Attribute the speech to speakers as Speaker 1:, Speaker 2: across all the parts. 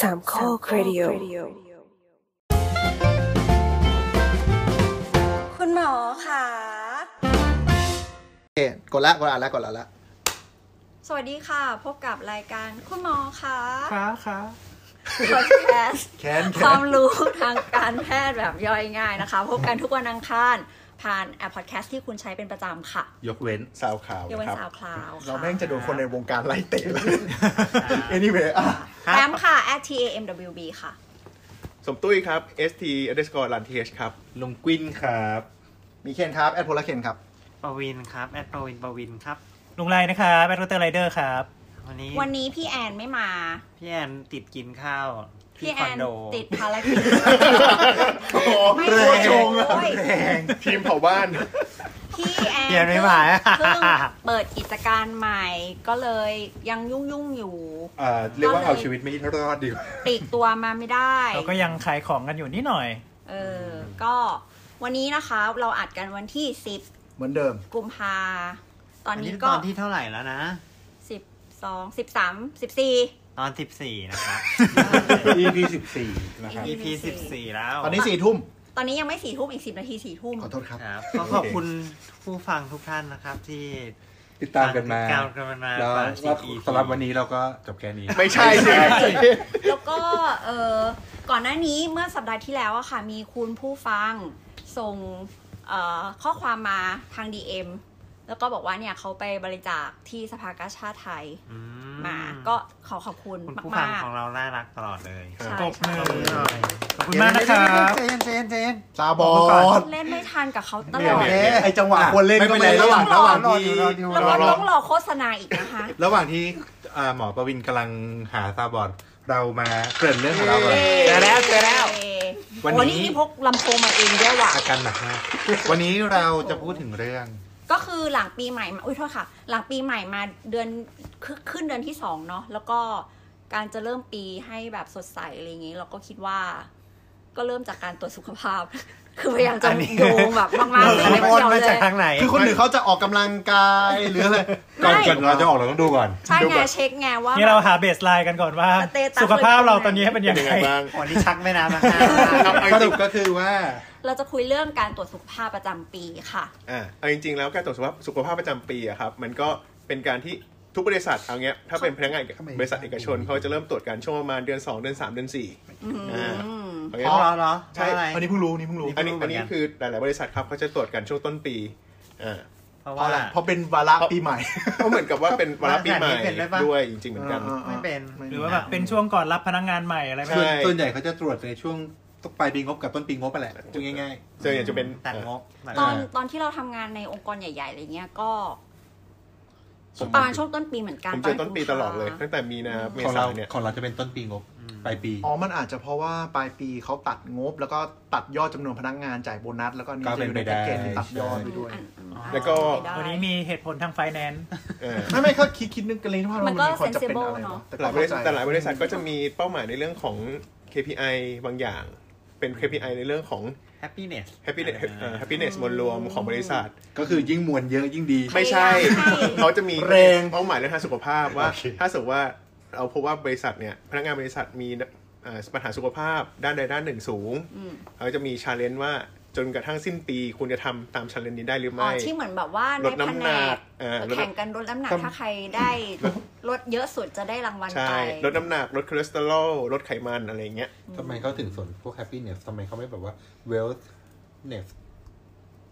Speaker 1: สามข้อครดิโอ
Speaker 2: คุณหมอค่ะ
Speaker 3: โอเคกดละกดอ่านละกดอ่านละ
Speaker 2: สวัสดีค่ะ พบกับรายการคุณหมอค่ะ
Speaker 4: ค้าค้า
Speaker 2: พอดแคสต์
Speaker 3: แค้น
Speaker 2: ค
Speaker 3: แค้
Speaker 2: วาน มรู้ทางการแพทย์แบบย่อยง่ายนะคะ พบกันทุกวันอังคารผ่านแอปพอดแคสต์ที่คุณใช้เป็นประจำค่ะ
Speaker 4: ยกเว้น
Speaker 3: สาวขาว
Speaker 2: เยาเว้น
Speaker 3: ค
Speaker 2: สา
Speaker 3: รับ
Speaker 2: วคลาวค่
Speaker 3: เราแม่งจะโดนคนในวงการไล่เตะเลย anyway อ่ะ
Speaker 2: แอมค่ะ at t a m w b ค่ะ
Speaker 5: สมตุ้ยครับ st underscore run th ครับ
Speaker 4: ลงกวินครับ
Speaker 3: มีเคนครับ แอดโพลาเคนครับ
Speaker 6: ปวินครับแอดปวินปวินครับ
Speaker 7: ลุงไรนะครับแบทเตอร์ไรเดอร์ครับ
Speaker 6: วันนี้
Speaker 2: วันนี้พี่แอนไม่มา
Speaker 6: พี่แอนติดกินข้าวที่
Speaker 2: พี่
Speaker 6: ค
Speaker 2: แอ
Speaker 6: อน
Speaker 2: น
Speaker 6: โด
Speaker 2: ติดภารกิจไม่
Speaker 3: แร
Speaker 2: โ
Speaker 3: ง
Speaker 2: ชงเลย
Speaker 5: ทีมเผาบ้าน
Speaker 2: พี่แอน
Speaker 6: พี่แอนไม่มา
Speaker 2: เพิ่งเปิดกิจการใหม่ก็เลยยังยุ่งยุ่งๆอยู่
Speaker 5: เอ่อ เรียกว่าเอาชีวิตไม่รอดดีกว่า
Speaker 2: ปลีกตัวมาไม่ได้
Speaker 7: เราก็ยังขายของกันอยู่นิดหน่อย
Speaker 2: เออ ก็วันนี้นะคะเราอัดกันวันที่
Speaker 3: เหมือนเดิม
Speaker 2: 10 กุมภา ตอน
Speaker 6: อัน
Speaker 2: นี้
Speaker 6: นี้
Speaker 2: ก็
Speaker 6: ตอนที่เท่าไหร่แล้วนะ
Speaker 2: 12 13 14
Speaker 6: ตอน 14 นะครับ
Speaker 4: EP สิบสี่นะครับ
Speaker 6: EP 14 แล้ว
Speaker 3: ตอนนี้สี่ทุ่ม
Speaker 2: ตอนนี้ยังไม่สี่ทุ่มอีก 10 นาทีสี่ทุ่ม
Speaker 3: ขอโทษครับ
Speaker 6: ครับก็ขอบคุณผู้ฟังทุกท่านนะครับที่
Speaker 4: ติดตามกันมา
Speaker 6: ติดตามกันมา
Speaker 4: แล้ว
Speaker 6: กว่าสิบ EP
Speaker 4: สำหรับวันนี้เราก็จบแค่นี้
Speaker 5: ไม่ใช่สิ
Speaker 2: แล้วก็เออก่อนหน้านี้เมื่อสัปดาห์ที่แล้วอะค่ะ มีคุณผู้ฟังส่งเอ่อข้อความมาทาง DM แล้วก็บอกว่าเนี่ยเขาไปบริจาคที่สภากาชาติไทย
Speaker 6: อื
Speaker 2: มา ก็ขอขอบคุณ
Speaker 6: คุณผู้ฟัง
Speaker 2: มาก
Speaker 6: ของเราน่ารักตลอดเลย
Speaker 2: ๆใช่
Speaker 7: ปรบมือ
Speaker 6: ขอบคุณหน่อย
Speaker 7: ขอบคุณมากนะครับ
Speaker 6: เจนเจนเจน
Speaker 3: ซาบอด
Speaker 2: เล่นไม่ทันกับเขาต
Speaker 3: เ
Speaker 2: ลอด
Speaker 3: อ๊ะไอจังหวะคนเล่นก็ไม่ได้
Speaker 4: ไม่เป็นไร
Speaker 3: ระหว่างระหว่างที่
Speaker 6: รออยู่รออยู่
Speaker 2: แล้วก็ต้องรอโฆษณาอีกนะคะ
Speaker 4: ระหว่างที่เอ่อหมอประวินกำลังหาซาบอดเรามาเกริ่นเรื่องของเราก่อน
Speaker 2: เจอแล้วเจอแล้ว
Speaker 4: วันนี้
Speaker 2: วันนี้นี่พกลำโพงมาเองด้วยว่ะ
Speaker 4: อาการหนักมากวันนี้เราจะพูดถึงเรื่อง
Speaker 2: ก็คือหลังปีใหม่มา อุ้ยโทษค่ะ หลังปีใหม่มาเดือนขึ้นขึ้นเดือนที่สองเนาะ แล้วก็การจะเริ่มปีให้แบบสดใสอะไรอย่างงี้ เราก็คิดว่า ก็เริ่มจากการตรวจสุขภาพ คือพยายามจะ
Speaker 6: อันนี้
Speaker 2: ดูแบบมากๆเลย
Speaker 6: อัน
Speaker 2: ไม่
Speaker 6: นี้โอน
Speaker 2: เกี่ยว
Speaker 6: มา
Speaker 2: เล
Speaker 6: จาก
Speaker 2: ย
Speaker 6: ทางไหน
Speaker 3: คือคนอื่นเขาจะออกกำลังกายหรืออะไร
Speaker 4: ก่อน
Speaker 2: ไม่
Speaker 4: ก่อนเราจะออกเราต้องดูก่อน
Speaker 2: ใช่ไงเช็คไงว่า
Speaker 7: นี่เราหาเบสไลน์กันก่อนว่า
Speaker 2: สเตตัส
Speaker 7: สุขภาพเราตอนนี้เป็น
Speaker 5: เป็
Speaker 7: ยั
Speaker 5: น
Speaker 7: ง
Speaker 5: ยัง
Speaker 7: ไง
Speaker 5: ไงบ้าง
Speaker 6: วันนี้ชักไม่น้ำนะค
Speaker 4: ค
Speaker 6: รั
Speaker 4: รั
Speaker 6: บบ
Speaker 4: สรุปก็คือว่า
Speaker 2: เราจะคุยเรื่องการตรวจสุขภาพประจำปีค่ะ
Speaker 5: อ่าเอาจริง ๆ แล้วการตรวจสุขภาพสุขภาพประจำปีอะครับ มันก็เป็นการที่ทุกบริษัทเอาเงี้ย ถ้าเป็นพนักงาน
Speaker 3: ทำไม
Speaker 5: บริษัทเอกชนเขาจะเริ่มตรวจกันช่วงประมาณเดือน 2 เดือน 3 เดือน 4
Speaker 2: อื
Speaker 5: อ่า
Speaker 2: ม
Speaker 5: เอาเงี้ย
Speaker 6: อ๋อเหรอเหรอ
Speaker 5: ใช่
Speaker 6: เพราะอะไร
Speaker 3: อันนี้เพิ่งรู้นี่เพิ่งรู้
Speaker 5: อันนี้
Speaker 6: ไม่รู้เหมื
Speaker 5: อั
Speaker 6: อนนกัน
Speaker 5: นี้คือหลายๆบริษัทครับเขาจะตรวจกันช่วงต้นปีอ่า
Speaker 6: เพราะ
Speaker 3: เพราะ
Speaker 6: ว่า
Speaker 3: อะไรเพราะเป็นวาระปีใหม่
Speaker 5: ก็เหมือนกับว่าเป็นวาระปีใหม่
Speaker 6: บริษัทนี้เป็นไหมปะ
Speaker 5: ด้วยจริง ๆ เหมือนกัน
Speaker 3: อ่า
Speaker 6: ไม่เป็น
Speaker 7: หรือว่าแบบเป็นช่วงก่อนรับพนักงานใหม่อะไรแบบ
Speaker 5: ใช่
Speaker 7: นี้
Speaker 4: ส่วนใหญ่เขาจะตรวจในช่วงต้องปลายปีงบกับต้นปีงบไปแหละพูดง่าย
Speaker 5: เจออย่างจะเป็น
Speaker 6: ตัดงบตัด
Speaker 2: ต
Speaker 6: ง
Speaker 2: อน
Speaker 6: บ
Speaker 2: ตอนที่เราทำงานในองค์กรใหญ่ ๆ อะไรเงี้ยก็
Speaker 4: ผม
Speaker 2: ประมาณช่วงต้นปีเหมือนกัน
Speaker 5: ผมเจอต้นปีตลอดเลย
Speaker 2: กุมภา
Speaker 5: ตั้งแต่มีนาเม
Speaker 4: ๆของ
Speaker 5: ษา
Speaker 4: เรา
Speaker 5: เนี่ย
Speaker 4: ของเราจะเป็นต้นปีงบปลายปี
Speaker 3: อ๋อ มันอาจจะเพราะว่าปลายปีเขาตัดงบ แล้วก็ตัดยอดจำนวนพนักงานจ่ายโบนัส แล้วก็อัน
Speaker 4: ก็
Speaker 3: นี่
Speaker 4: เป็
Speaker 3: จะ
Speaker 4: นไป
Speaker 3: อยู่ในแพ็กเกจ
Speaker 4: ได้
Speaker 3: ที่ตัดยอดไปด้วย
Speaker 2: อันอัน
Speaker 5: แล้วก็
Speaker 2: ได้
Speaker 7: วันนี้มีเหตุผลทางไฟแนนซ์
Speaker 5: เออ
Speaker 3: ไม่ไม่เขาคิดคิดนึกกันเลยว่า
Speaker 2: มั
Speaker 3: มัน น
Speaker 2: ก็
Speaker 3: มีคนจะเป็น
Speaker 2: sensible
Speaker 3: อะไร
Speaker 2: เนอะ
Speaker 3: วะแต่
Speaker 5: หลายบ
Speaker 3: เข้า
Speaker 5: ริ
Speaker 3: ใจ
Speaker 5: ษัทแต่หลายบริษัทก็จะมีเป้าหมายในเรื่องของ KPI บางอย่าง เป็น KPI ในเรื่องของ
Speaker 6: happiness
Speaker 5: happiness เอ่อ happiness มวลรวมของบริษัท
Speaker 4: ก็คือยิ่งมวลเยอะยิ่งดี
Speaker 5: ไม่ใช่ เขาจะมี
Speaker 4: แรง
Speaker 5: เป้าหมายเรื่องทางสุขภาพว่า
Speaker 4: โอเค
Speaker 5: ถ้าสมมติว่าเราพบว่าบริษัทเนี่ย พนักงานบริษัทมีเอ่อปัญหาสุขภาพด้านใดด้านหนึ่งสูง
Speaker 2: อืม
Speaker 5: เขาจะมีชาเลนจ์ว่าจนกระทั่งสิ้นปี คุณจะทำตามชาเลนจ์นี้ได้หรือ
Speaker 2: อ๋อ
Speaker 5: ไม่
Speaker 2: ที่เหมือนแบบว่า
Speaker 5: ล
Speaker 2: ใน
Speaker 5: ด
Speaker 2: แผ
Speaker 5: น้ำห
Speaker 2: น
Speaker 5: นั
Speaker 2: ก
Speaker 5: กเอ่อลด
Speaker 2: แข่งกันลดน้ำหนัก
Speaker 5: ทำ
Speaker 2: ถ้าใครได้ลดเยอะสุดจะได้รางวัลไป
Speaker 5: ใช่ลดน้ำหนักลดคอเลสเตอรอลลดไขมันอะไรอย่างเงี้ย
Speaker 4: ทำไมเขาถึงสนพวก happiness ทำไมเขาไม่แบบว่า wealthness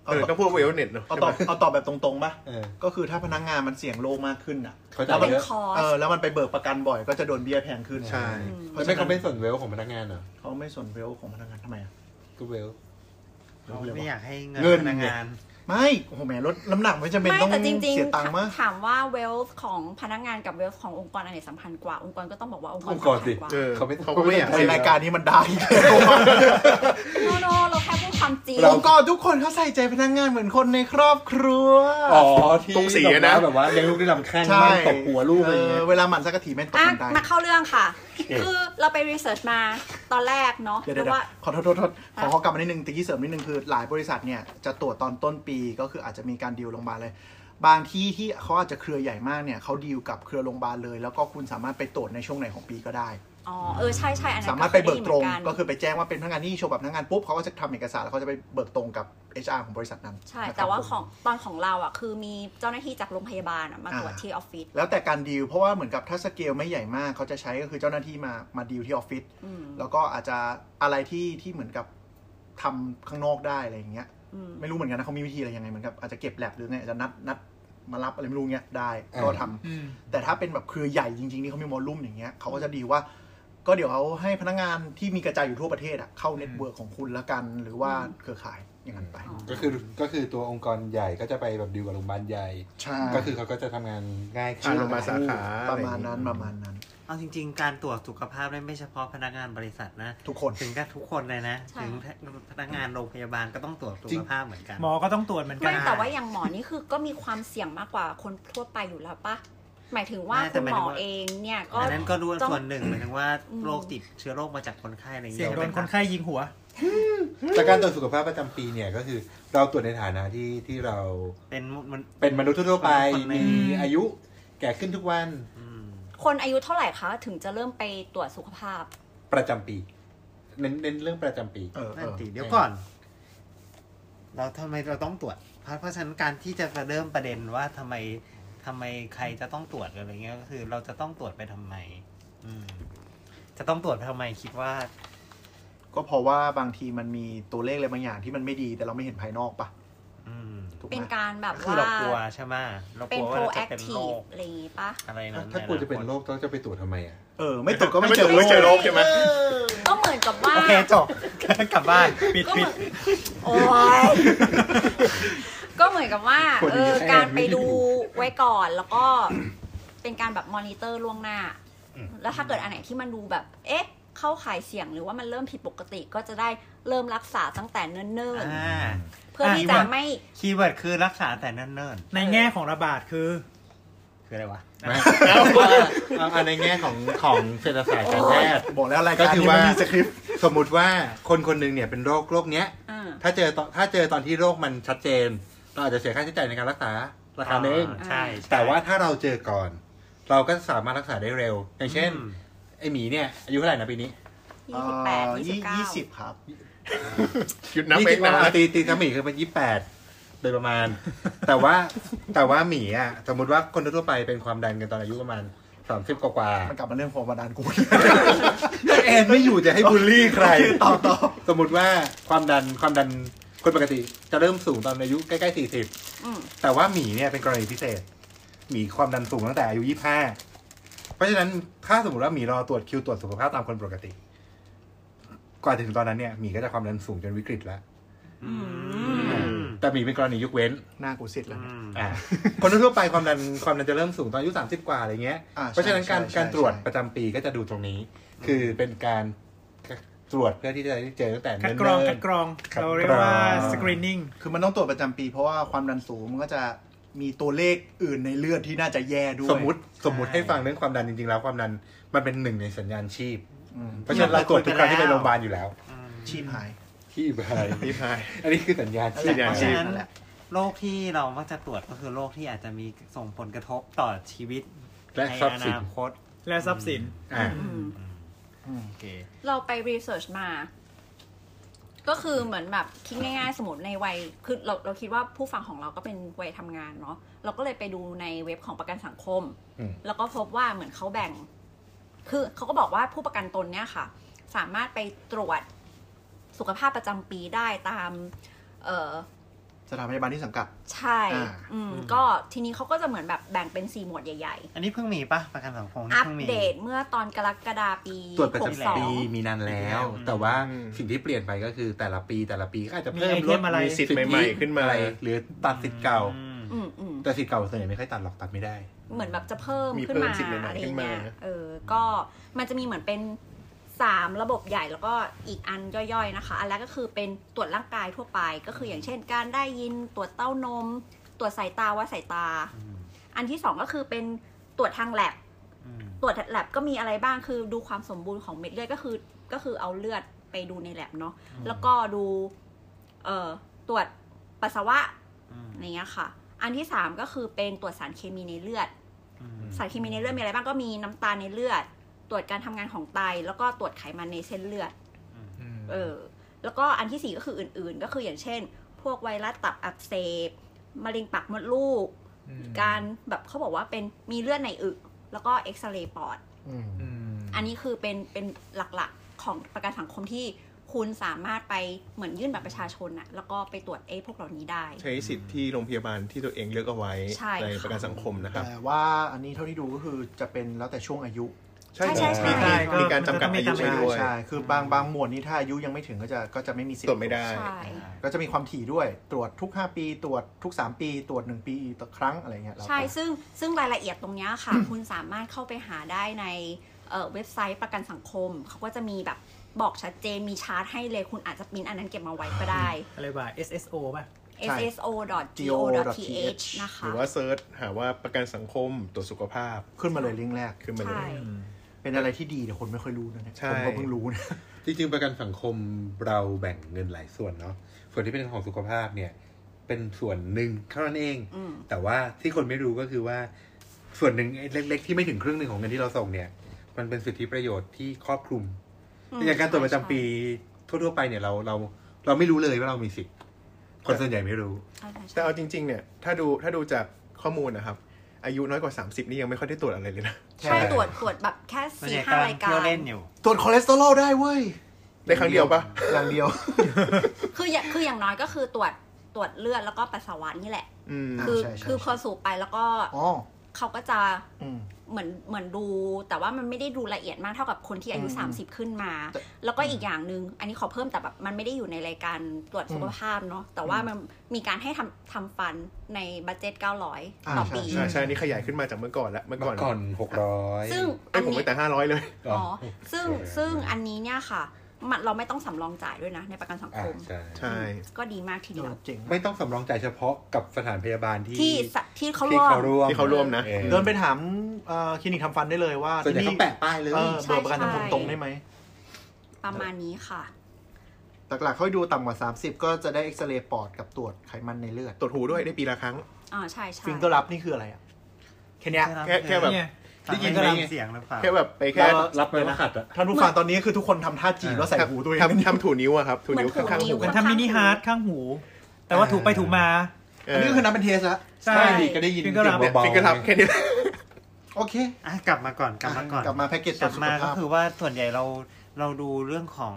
Speaker 5: เออต้องพูดว่าเวลเน็ตเนาะ
Speaker 3: เอา
Speaker 5: ใช่
Speaker 3: ตอบ
Speaker 5: ปะ
Speaker 3: เอาตอบแบบตรงๆป่ะ
Speaker 4: เออ
Speaker 3: ก็คือถ้าพนักงานมันเสี่ยงโลกมากขึ้นอ่ะ
Speaker 4: เขาจะ
Speaker 3: แล้วมัน
Speaker 4: เยอะ
Speaker 2: คอร์
Speaker 3: เอ
Speaker 2: ส
Speaker 3: อแล้วมันไปเบิกประกันบ่อยก็จะโดนเบี้ยแพงขึ้น
Speaker 5: ใช่
Speaker 3: เพ
Speaker 4: ทำ
Speaker 3: ราะ
Speaker 4: ไม
Speaker 3: ฉะนั้
Speaker 4: เขา
Speaker 3: น
Speaker 4: ไม่สน wealth ของพนักงานเหรอ
Speaker 3: เขาไม่สนเวลของพนักงานทำไมอ่ะ
Speaker 4: ก็ wealth
Speaker 6: เขาไม่อยากให้เงิน
Speaker 4: เงิน
Speaker 6: พนักงาน
Speaker 3: ไม่โอ้โหแหมลดน้ำหนักไม่จำเป็น
Speaker 2: ไม่
Speaker 3: ต้อง
Speaker 2: แต่จริง
Speaker 3: เสียตังค์มาก
Speaker 2: ๆถามว่า wealth ของพนักงานกับ wealth ขององค์กรอันไหนสำคัญกว่า องค์กรก็ต้องบอกว่าองค์กร
Speaker 4: องค์กรสิ
Speaker 2: สำคัญกว่า
Speaker 5: เออ
Speaker 4: เขาไม่
Speaker 5: เขาก็ไม่อยาก
Speaker 4: เข
Speaker 3: ใน
Speaker 4: ไม่
Speaker 3: รายการนี้มันได้
Speaker 2: โนโนเราแค่พูดความจริง
Speaker 3: องค์กรทุกคนเขาใส่ใจพนักงานเหมือนคนในครอบครัว
Speaker 4: อ๋อ ที่
Speaker 5: ตรงสีอะนะ
Speaker 4: แบบว่าเลี้ยงลูกด้วยลำแข้ง
Speaker 3: ใช่
Speaker 4: บ้างตบหัวลูกอะไรอย่างเงี้ย
Speaker 3: เเวลาหมันสักกะทีแม่งตบ
Speaker 2: อ่ะ
Speaker 3: มันได้
Speaker 2: มาเข้าเรื่องค่ะ คือเราไปรีเสิร์ชมาตอนแรกเนาะ
Speaker 3: เดี๋ยว
Speaker 2: เพ
Speaker 3: เดี๋ยว
Speaker 2: ราะว่า
Speaker 3: ขอโทษโทษโทษขอขอกลับมานิดนึงตะกี้เสริมนิดนึงคือหลายบริษัทเนี่ยจะตรวจตอนต้นปีก็คืออาจจะมีการดีลโรงพยาบาลเลย บางที่ที่เขาอาจจะเครือใหญ่มากเนี่ยเขาดีลกับเครือโรงพยาบาลเลย แล้วก็คุณสามารถไปตรวจในช่วงไหนของปีก็ได้
Speaker 2: อ๋อเออใช่ใช่อันนั้น
Speaker 3: สามารถไปเบิกตรง
Speaker 2: คยได้ยินเหมืนน
Speaker 3: ก็คือไปแจ้งว่าเป็นพนักงานที่โชว์บัตรพนักงานปุ๊บเขาก็จะทำเอกสารแล้วเขาจะไปเบิกตรงกับ HR ของบริษัทนั้น
Speaker 2: ใช่
Speaker 3: นะครับ
Speaker 2: แต่ว่า
Speaker 3: ผม
Speaker 2: ของตอนของเราอ่ะ คือมีเจ้าหน้าที่จากโรงพยาบาลอะมา
Speaker 3: อ่า
Speaker 2: ตรวจที่ออฟฟิศ
Speaker 3: แล้วแต่การดีลเพราะว่าเหมือนกับถ้าสเกลไม่ใหญ่มากเขาจะใช้ก็คือเจ้าหน้าที่มามาดีลที่ออฟฟิศ
Speaker 2: อืม
Speaker 3: แล้วก็อาจจะอะไรที่ที่เหมือนกับทำข้างนอกได้อะไรอย่างเงี้ย
Speaker 2: อืม
Speaker 3: ไม่รู้เหมือนกันนะเขามีวิธีอะไรยังไงเหมือนกับอาจจะเก็บแลบหรือไงอาจจะนัดนัดมารับอะไรไม่รู้เงี้ยได้ก็ทำ
Speaker 7: อืม
Speaker 3: แต่ถ้าเป็นแบบเครือใหญ่จริงๆที่เขามีวอลลุ่มอย่างเงี้ยเขาก็จะดีลว่า ก็เดี๋ยวเขาให้พนักงานที่มีกระจายอยู่ทั่วประเทศอะเข้าเน็ตเวิร์กของคุณละกัน หรือว่าเครือข่ายอย่างนั้นไป
Speaker 2: อ๋อ
Speaker 4: ก็คือก็คือตัวองค์กรใหญ่ก็จะไปแบบดีลกับโรงพยาบาลใหญ่
Speaker 3: ใช่
Speaker 4: ก็คือเขาก็จะทำงานง่ายขึ้
Speaker 5: อ่าน โรงพยาบาลสาขา
Speaker 3: ประมาณนั้นประมาณนั้น
Speaker 6: เอาจริง ๆ การตรวจสุขภาพเนี่ยไม่เฉพาะพนักงานบริษัทนะ
Speaker 3: ทุกคน
Speaker 6: ถึงกับทุกคนเลยนะ ถึงพนักงานโรงพยาบาลก็ต้องตรวจสุขภาพเหมือนกัน
Speaker 7: หมอก็ต้องตรวจเหมือนกั
Speaker 2: ไม่
Speaker 7: น
Speaker 2: แต่ว่าอย่างหมอนี่คือก็มีความเสี่ยงมากกว่าคนทั่วไปอยู่แล้วปะหมายถึงว่า
Speaker 6: ไม่แต่
Speaker 2: คุณ
Speaker 6: หมาย
Speaker 2: หมอง
Speaker 6: ถึว่า
Speaker 2: เองเนี่ยก็
Speaker 6: อันนั้นก็ด้วย
Speaker 2: ต้อง
Speaker 6: ส่วนหนึ่งหมายถึงว่า
Speaker 2: อืม
Speaker 6: โรคติดเชื้อโรคมาจากคนไข้อะไรอย่าง
Speaker 7: เสียง
Speaker 6: ใช่
Speaker 7: โด
Speaker 6: ไหม
Speaker 7: น
Speaker 6: ค
Speaker 7: ค
Speaker 6: รั
Speaker 7: น
Speaker 6: บ
Speaker 7: ไข้ยิงหัว
Speaker 4: แต่การตรวจสุขภาพประจำปีเนี่ยก็คือเราตรวจในฐานะที่ที่เรา
Speaker 6: เป็นมัน
Speaker 4: เป็นมนุษย์ทั่วๆไป
Speaker 6: คนใน
Speaker 4: มีอายุแก่ขึ้นทุกวัน
Speaker 6: อืม
Speaker 2: คนอายุเท่าไหร่คะ ถึงจะเริ่มไปตรวจสุขภาพ
Speaker 4: ประจำปี เน้นเน้นเรื่องประจำปี
Speaker 3: เออเอ
Speaker 6: นั่น
Speaker 3: อ
Speaker 6: สิเดี๋ยวก่อน เราทำไมเราต้องตรวจ เพราะเพราะฉะนั้นการที่จะมาเริ่มประเด็นว่าทำไมทำไมใครจะต้องตรวจอะไรเงี้ยก็คือ เราจะต้องตรวจไปทำไม อืม จะต้องตรวจไปทำไมคิดว่า
Speaker 3: ก็เพราะว่าบางทีมันมีตัวเลขอะไรบางอย่างที่มันไม่ดีแต่เราไม่เห็นภายนอกปะ
Speaker 6: อืม
Speaker 3: ถูกไห
Speaker 2: เป็น
Speaker 3: ม
Speaker 2: การแบบ
Speaker 6: คือ
Speaker 2: ว่า
Speaker 6: เรากลัวใช่ไหมเรา
Speaker 2: เป็น
Speaker 6: กลัวว่าเราจะเป็นโร
Speaker 2: proactive
Speaker 6: ค
Speaker 2: อะไรอย่างงี้ปะ
Speaker 6: อะไร
Speaker 4: ถ้า
Speaker 6: นั้น
Speaker 4: ถ้ากลัวจะเป็นโรคเราจะไปตรวจทำไมอ่ะ
Speaker 3: เออ ไม่ตรวจก็ไม่เจอ
Speaker 5: ไม่เจอโรคใช่ไหม
Speaker 2: ก็เหมือนกับว่า
Speaker 6: โอเคจบ กลับบ้าน
Speaker 7: ปิด
Speaker 2: ก็เหมื
Speaker 7: ปิด
Speaker 2: อนโอ้ยก็เหมือนกับว่า
Speaker 4: คน
Speaker 2: เอ
Speaker 4: อยู่
Speaker 2: อ
Speaker 4: แค่
Speaker 2: การไป
Speaker 4: ไม่ได้ดู
Speaker 2: ดูไว้ก่อนแล้วก็เป็นการแบบมอนิเตอร์ล่วงหน้า แล้วถ้าเกิดอันไหนที่มันดูแบบ เอ๊ะ เข้าขายเสี่ยงหรือว่ามันเริ่มผิดปกติก็จะได้เริ่มรักษาตั้งแต่เนิ่น
Speaker 6: อ่า
Speaker 2: ๆ เพื่อที่
Speaker 7: อ่ะ
Speaker 2: จะไม่
Speaker 6: คีย์เวิร์ดคือรักษาแต่เนิ่น
Speaker 7: ในแง่ของระบาดคือ
Speaker 6: ๆ คืออะไรวะ
Speaker 4: เอาเอาในแง่ของของเศรษฐศาสตร์การแพทย์
Speaker 3: บอกแล้วรายการ
Speaker 4: ก็คือ
Speaker 3: นี้มัน
Speaker 4: ว่ามี
Speaker 3: มีสคริปต์
Speaker 4: สมมุติว่าคนคนหนึ่งเนี่ยเป็นโรคโรคเนี้ย
Speaker 2: เออ
Speaker 4: ถ้าเจอตอนถ้าเจอตอนที่โรคมันชัดเจน เราอาจจะเสียค่าใช้จ่ายในการรักษาราคาหนึ่ง
Speaker 6: อ่าใช่ใช่
Speaker 4: แต่ว่าถ้าเราเจอก่อน เราก็สามารถรักษาได้เร็ว อย่างเช่น
Speaker 6: อืม
Speaker 4: ไอหมีเนี่ยอายุเท่าไหร่นะปีนี้
Speaker 2: ยี่สิบแปด
Speaker 3: เอ่อ
Speaker 2: ยี่สิบเก้า
Speaker 3: ยี่สิบครับ
Speaker 5: หยุดนับ
Speaker 4: ยี่
Speaker 5: เอ
Speaker 4: สิ
Speaker 5: ง
Speaker 4: บ
Speaker 5: นะ
Speaker 4: ตีตีทั้งหมีคือเป็นยี่แปดโดยประมาณ แต่ว่า แต่ว่าหมีอ่ะสมมติว่าคนทั่วไปเป็นความดันกันตอนอายุประมาณสามสิบกว่า
Speaker 3: มันกลับมาเรื่องความบันดาลกู
Speaker 4: ๆแอนไม่อยู่จะให้บูลลี่ใคร
Speaker 3: ต่อต่อ
Speaker 4: สมมติว่าความดันความดันคนปกติจะเริ่มสูงตอนอายุใกล้ๆสี่สิบ
Speaker 2: อืม
Speaker 4: แต่ว่าหมีเนี่ยเป็นกรณีพิเศษ หมีความดันสูงตั้งแต่อายุยี่ห้าเพราะฉะนั้นถ้าสมมติว่าหมีรอตรวจคิวตรวจสุขภาพตามคนปกติ กว่าจะถึงตอนนั้นเนี่ยหมีก็จะความดันสูงจนวิกฤตแล้ว
Speaker 2: อืม
Speaker 6: ม
Speaker 4: แต่หมีเป็นกรณียกเว้น
Speaker 3: หน้ากูเสร็จแล้วเนี่ย
Speaker 4: อ่า คนทั่วๆไปความดันความดันจะเริ่มสูงตอนอายุสามสิบกว่าอะไรเงี้ย
Speaker 3: อ่าใช่
Speaker 4: เพราะฉะนั้นการ
Speaker 3: ใช่ใช่
Speaker 4: การตรวจ
Speaker 3: ใช่
Speaker 4: ประจำปีก็จะดูตรงนี้ คือเป็นการตรวจเพื่อที่จะได้เจอตั้งแต่
Speaker 7: คัด
Speaker 4: เนิ่น
Speaker 7: กรอง
Speaker 4: ๆ
Speaker 7: คัดกรอง
Speaker 4: คัดกรอง
Speaker 7: เราเรียกว่า screening
Speaker 3: คือมันต้องตรวจประจำปี เพราะว่าความดันสูงมันก็จะมีตัวเลขอื่นในเลือดที่น่าจะแย่ด้วย
Speaker 4: สมมติสมมติให้ฟังเรื่องความดันจริงๆแล้วความดันมันเป็นหนึ่งในสัญญาณชีพ
Speaker 3: อืม
Speaker 4: เพราะฉะนั้นเราตรวจทุกครั้งที่ไปโรงพยาบาลอยู่แล้ว
Speaker 3: ชีพหาย
Speaker 4: ชีพหาย
Speaker 5: พี่พาย
Speaker 4: อันนี้คือสัญญาณชีพ
Speaker 5: สัญญาณ
Speaker 6: เพราะ
Speaker 5: ชีพ
Speaker 6: ฉะนั้น
Speaker 3: นั่นแหละ
Speaker 6: โรคที่เรามักจะตรวจก็คือโรคที่อาจจะมีส่งผลกระทบต่อชีวิต
Speaker 4: และ
Speaker 6: ใน
Speaker 4: ทรัพ
Speaker 6: อ
Speaker 4: ย์สิน
Speaker 6: นาคต
Speaker 7: และทรัพย์สิน
Speaker 4: อ่า
Speaker 2: อืม
Speaker 6: โอเค
Speaker 2: เราไปรีเสิร์ชมา ก็คือเหมือนแบบคิดง่ายๆ สมมติในวัย คือเราเราคิดว่าผู้ฟังของเราก็เป็นวัยทำงานเนาะ เราก็เลยไปดูในเว็บของประกันสังคม
Speaker 4: อืม
Speaker 2: แล้วก็พบว่าเหมือนเขาแบ่ง คือเขาก็บอกว่าผู้ประกันตนเนี่ยค่ะ สามารถไปตรวจสุขภาพประจำปีได้ตาม เออ
Speaker 3: สถานพยาบาลที่สังกัด
Speaker 2: ใช่
Speaker 3: อ่า
Speaker 2: อืม
Speaker 6: อืม
Speaker 2: ก็ทีนี้เขาก็จะเหมือนแบบแบ่งเป็นสี่หมวดใหญ่
Speaker 6: อันนี้เพิ่งมีปะประกันสังคม
Speaker 2: ๆ
Speaker 6: นี่
Speaker 2: อัป
Speaker 6: เพิ่งมี
Speaker 2: เดตเมื่อตอนกรกฎาปี
Speaker 4: ตรวจประ
Speaker 2: หก
Speaker 4: จำ
Speaker 2: สอ
Speaker 4: ปี
Speaker 2: ง
Speaker 4: มีนานแล้ว
Speaker 6: อืม
Speaker 4: แต่ว่า
Speaker 5: อืม
Speaker 4: สิ่งที่เปลี่ยนไปก็คือแต่ละปีแต่ละปีก็อาจจะ
Speaker 7: มี
Speaker 4: เพิ่มลด
Speaker 7: ไอเทมอะไร
Speaker 5: สิทธิ์ใหม่ๆขึ้นมา
Speaker 4: อะไรหรือตัดสิทธิ์เก่า
Speaker 6: อืม
Speaker 2: อืมอืม
Speaker 4: แต่สิทธิ์เก่าส่วนใหญ่ไม่ค่อยตัดหรอกตัดไม่ได้
Speaker 2: เหมือนแบบจะเพิ่ม
Speaker 5: มี
Speaker 2: ขึ้น
Speaker 5: เพิ่ม
Speaker 2: มา
Speaker 5: สิ่งใหม่ๆ
Speaker 2: อะไร
Speaker 5: ขึ้นมา
Speaker 2: เงี้ย เออ ก็มันจะมีเหมือนเป็นสามระบบใหญ่แล้วก็อีกอันย่อยๆนะคะ อันแรกก็คือเป็นตรวจร่างกายทั่วไป ก็คืออย่างเช่น การได้ยินตรวจเต้านม ตรวจสายตาวัดสายตา
Speaker 6: อืม
Speaker 2: อันที่สองก็คือเป็นตรวจทางแลบ
Speaker 6: อืม
Speaker 2: ตรวจแลบก็มีอะไรบ้างคือดูความสมบูรณ์ของเม็ดเลือดก็คือก็คือเอาเลือดไปดูในแลบเนาะแล้วก็ดูเอ่อตรวจปัสสาวะ
Speaker 6: อืม
Speaker 2: อะไรเงี้ยค่ะ อันที่สามก็คือเป็นตรวจสารเคมีในเลือด
Speaker 6: อืม
Speaker 2: สารเคมีในเลือดมีอะไรบ้างก็มีน้ำตาลในเลือด ตรวจการทำงานของไต แล้วก็ตรวจไขมันในเส้นเลือด
Speaker 4: ม
Speaker 2: เออ แล้วก็อันที่สี่ก็คืออื่นๆ ก็คืออย่างเช่น พวกไวรัสตับอักเสบ มะเร็งปากมดลูก
Speaker 4: ม
Speaker 2: การแบบเขาบอกว่าเป็นมีเลือดในอึแล้วก็เอ็กซเรย์ปอด
Speaker 3: อืม
Speaker 4: อืม
Speaker 2: อันนี้คือเป็นเป็นหลักๆของประกันสังคมที่คุณสามารถไปเหมือนยื่นบัตรประชาชนอะแล้วก็ไปตรวจไอ้พวกเหล่านี้ได้
Speaker 5: ใช้สิทธิ์ที่โรงพยาบาลที่ตัวเองเลือกเอาไว้
Speaker 2: ใช่
Speaker 5: ใน
Speaker 2: ค่ะ
Speaker 5: ประกันสังคมนะครับ
Speaker 3: แต่ว่าอันนี้เท่าที่ดูก็คือจะเป็นแล้วแต่ช่วงอายุ
Speaker 2: ใช่ใช่ใช่
Speaker 5: มีมีมีการจำกัดอายุ
Speaker 7: ใช่
Speaker 5: ใช้ด้วย
Speaker 3: ใช่คือบางบางหมวดนี้ถ้าอายุยังไม่ถึงก็จะก็จะไม่มีสิท
Speaker 5: ตรวจ
Speaker 3: ธิ์
Speaker 5: ไม่ได้
Speaker 2: ใช่
Speaker 3: ก็จะมีความถี่ด้วยตรวจทุก 5 ปี ตรวจทุก 3 ปี ตรวจ 1 ปีต่อครั้งอะไรเงี้ยแล้ว
Speaker 2: ใช่
Speaker 3: แต่
Speaker 2: ซึ่งซึ่งรายละเอียดตรงเนี้ยค่ะ คุณสามารถเข้าไปหาได้ในเอ่อเว็บไซต์ประกันสังคม เขาก็จะมีแบบบอกชัดเจนมีชาร์ตให้เลย คุณอาจจะปริ้นอันนั้นเก็บมาไว้ก็ได้
Speaker 7: อะไรว่า SSO ป่ะ
Speaker 2: sso.go.th นะ
Speaker 5: ห
Speaker 2: คะ
Speaker 5: รือว่าเซิร์ชหาว่าประกันสังคมตรวจสุขภาพ
Speaker 3: ขึ้นมาเลยลิงก์แรก
Speaker 5: ขึ้นมาเล
Speaker 2: ใช่
Speaker 5: ย
Speaker 3: เป็นอะไรที่ดีแต่คนไม่ค่อยรู้นะเนี่ย
Speaker 5: ใช่
Speaker 3: ผมก็เพิ่งรู้นะ
Speaker 4: จริงๆประกันสังคมเราแบ่งเงินหลายส่วนเนาะส่วนที่เป็นของสุขภาพเนี่ย เป็นส่วนหนึ่งเท่านั้นเอง
Speaker 2: อืม
Speaker 4: แต่ว่าที่คนไม่รู้ก็คือว่าส่วนหนึ่งไอ้เล็ก ๆ ที่ไม่ถึงครึ่งหนึ่งของเงินที่เราส่งเนี่ย มันเป็นสิทธิประโยชน์ที่ครอบคลุม
Speaker 2: อืม
Speaker 4: อย่างการตรวจประจำ
Speaker 2: ใช่
Speaker 4: ปีทั่ว ๆ ไปเนี่ยเราเราเราไม่รู้เลยว่าเรามีสิทธิ์คนส่วนใหญ่ไม่รู้
Speaker 2: ใช่ใช่
Speaker 5: แต่
Speaker 2: ใช่
Speaker 5: เอาจริง ๆ เนี่ย ถ้าดูถ้าดูจากข้อมูลนะครับ อายุน้อยกว่า 30 นี่ยังไม่ค่อยได้ตรวจอะไรเลยนะ
Speaker 3: ใช่
Speaker 2: ใช่ตรวจตรวจแบบแค่
Speaker 6: มัน
Speaker 2: สี่
Speaker 6: เนี่ย
Speaker 2: ห้าราก
Speaker 6: ำ
Speaker 2: ยกา
Speaker 6: ลังเที่ยว
Speaker 2: ร
Speaker 6: เล่นอยู่
Speaker 3: ตรวจคอเลสเตอรอลได้เว้ย
Speaker 5: ได้ครั้งเดียวปะ
Speaker 3: อย่างเดียว
Speaker 2: คืออย่างคืออย่างน้อยก็คือตรวจตรวจเลือดแล้วก็ปัสสาวะนี่แหละ
Speaker 5: อืม
Speaker 3: อ่า
Speaker 2: คือ
Speaker 3: ใช่ใช่
Speaker 2: คือ
Speaker 3: ใช่
Speaker 2: พอสูบไปแล้วก็
Speaker 3: อ๋อ
Speaker 2: เขาก็จะ
Speaker 3: อืม
Speaker 2: เหมือนเหมือนดู แต่ว่ามันไม่ได้ดูละเอียดมากเท่ากับคนที่อายุ
Speaker 3: อืม
Speaker 2: 30 ขึ้นมา
Speaker 3: แต่
Speaker 2: แล้วก็อีกอย่างหนึ่งอันนี้ขอเพิ่มแต่แบบมันไม่ได้อยู่ในรายการตรวจสุขภาพเนาะแต่ว่ามันมีการให้ทำทำฟันในบัตเจ็ต900 ต่อ
Speaker 3: ใช่
Speaker 2: ปี
Speaker 5: ใช่ใช่อันนี่ขยายขึ้นมาจากเมื่อก่อนละเมื่อก่อน
Speaker 4: ก่อนหกร้อย
Speaker 2: ซึ่ง
Speaker 5: ไอ้ยผม
Speaker 2: เนี้
Speaker 5: ไม่
Speaker 2: ย
Speaker 5: แต่ห้าร้อยเลย
Speaker 2: อ๋อ ซึ่งซึ่งอันนี้เนี่ยค่ะมันเราไม่ต้องสำรองจ่ายด้วยนะ ในประกันสังค
Speaker 4: อ่าม ใช่
Speaker 5: ใช่
Speaker 2: ก็ดีมากทีเดียว
Speaker 3: เจ๋ง
Speaker 4: ไม่ต้องสำรองจ่ายเฉพาะกับสถานพยาบาลที่
Speaker 2: ที่สะที่เขา
Speaker 4: ที่
Speaker 2: ร่วม
Speaker 4: เขาร่วม
Speaker 5: ที่เขาร่วมนะ
Speaker 4: ออ
Speaker 3: เดินไปถามเอ่อคลินิกทำฟันได้เลยว่า
Speaker 4: ส่วนใหญ่
Speaker 3: ที่
Speaker 4: เขาแปะป้ายเลย
Speaker 3: เออเบอร์ประกันสังคม
Speaker 2: ใช่
Speaker 3: ตรงได้ไหม
Speaker 2: ประมาณนี้ค่ะ
Speaker 3: หลักๆเขาให้ดูต่ำกว่า 30 ก็จะได้เอ็กซเรย์ปอดกับตรวจไขมันในเลือด
Speaker 5: ตรวจหูด้วยได้ปีละครั้ง
Speaker 2: อ่าใช่ใช่
Speaker 3: ฟิงเกอร์ลับนี่คืออะไรอ่ะแค่เนี้ย
Speaker 5: แค่แค่แบบ
Speaker 7: เนี่ย
Speaker 6: ได้ยินไหมเสียงหรือเปล่า
Speaker 5: แค่แบบไปแค่
Speaker 3: เออ
Speaker 4: รับไปแล้วขัดอะ
Speaker 3: ท่านผู้ฟังตอนนี้คือทุกคนทำท่าจีบแล้วใส่หูตัวเอง
Speaker 5: ทำทำถูนิ้วอะครับถูนิ้วข้างๆหู
Speaker 7: เหมือนทำมินิฮาร์ดข้างหู แต่ว่าถูไปถูมา
Speaker 5: เอ
Speaker 3: อัน
Speaker 5: อ
Speaker 3: นี้ก็คือนับเป็นเทสละ
Speaker 7: ใช่
Speaker 4: ใช่ดิก็ได้ยิน
Speaker 7: ฟิงเกอร์รับ
Speaker 4: สียงเบาๆ
Speaker 5: ฟิงเกอร์ทับแค่นี้
Speaker 3: โอเค
Speaker 6: อ่ะกลับมาก่อนกลับมาก่อน
Speaker 3: กลับมาแพ็กเกจ
Speaker 6: กลับมาก็
Speaker 3: สุข
Speaker 6: คื
Speaker 3: ภพ
Speaker 6: อว่าส่วนใหญ่เราเราดูเรื่องของ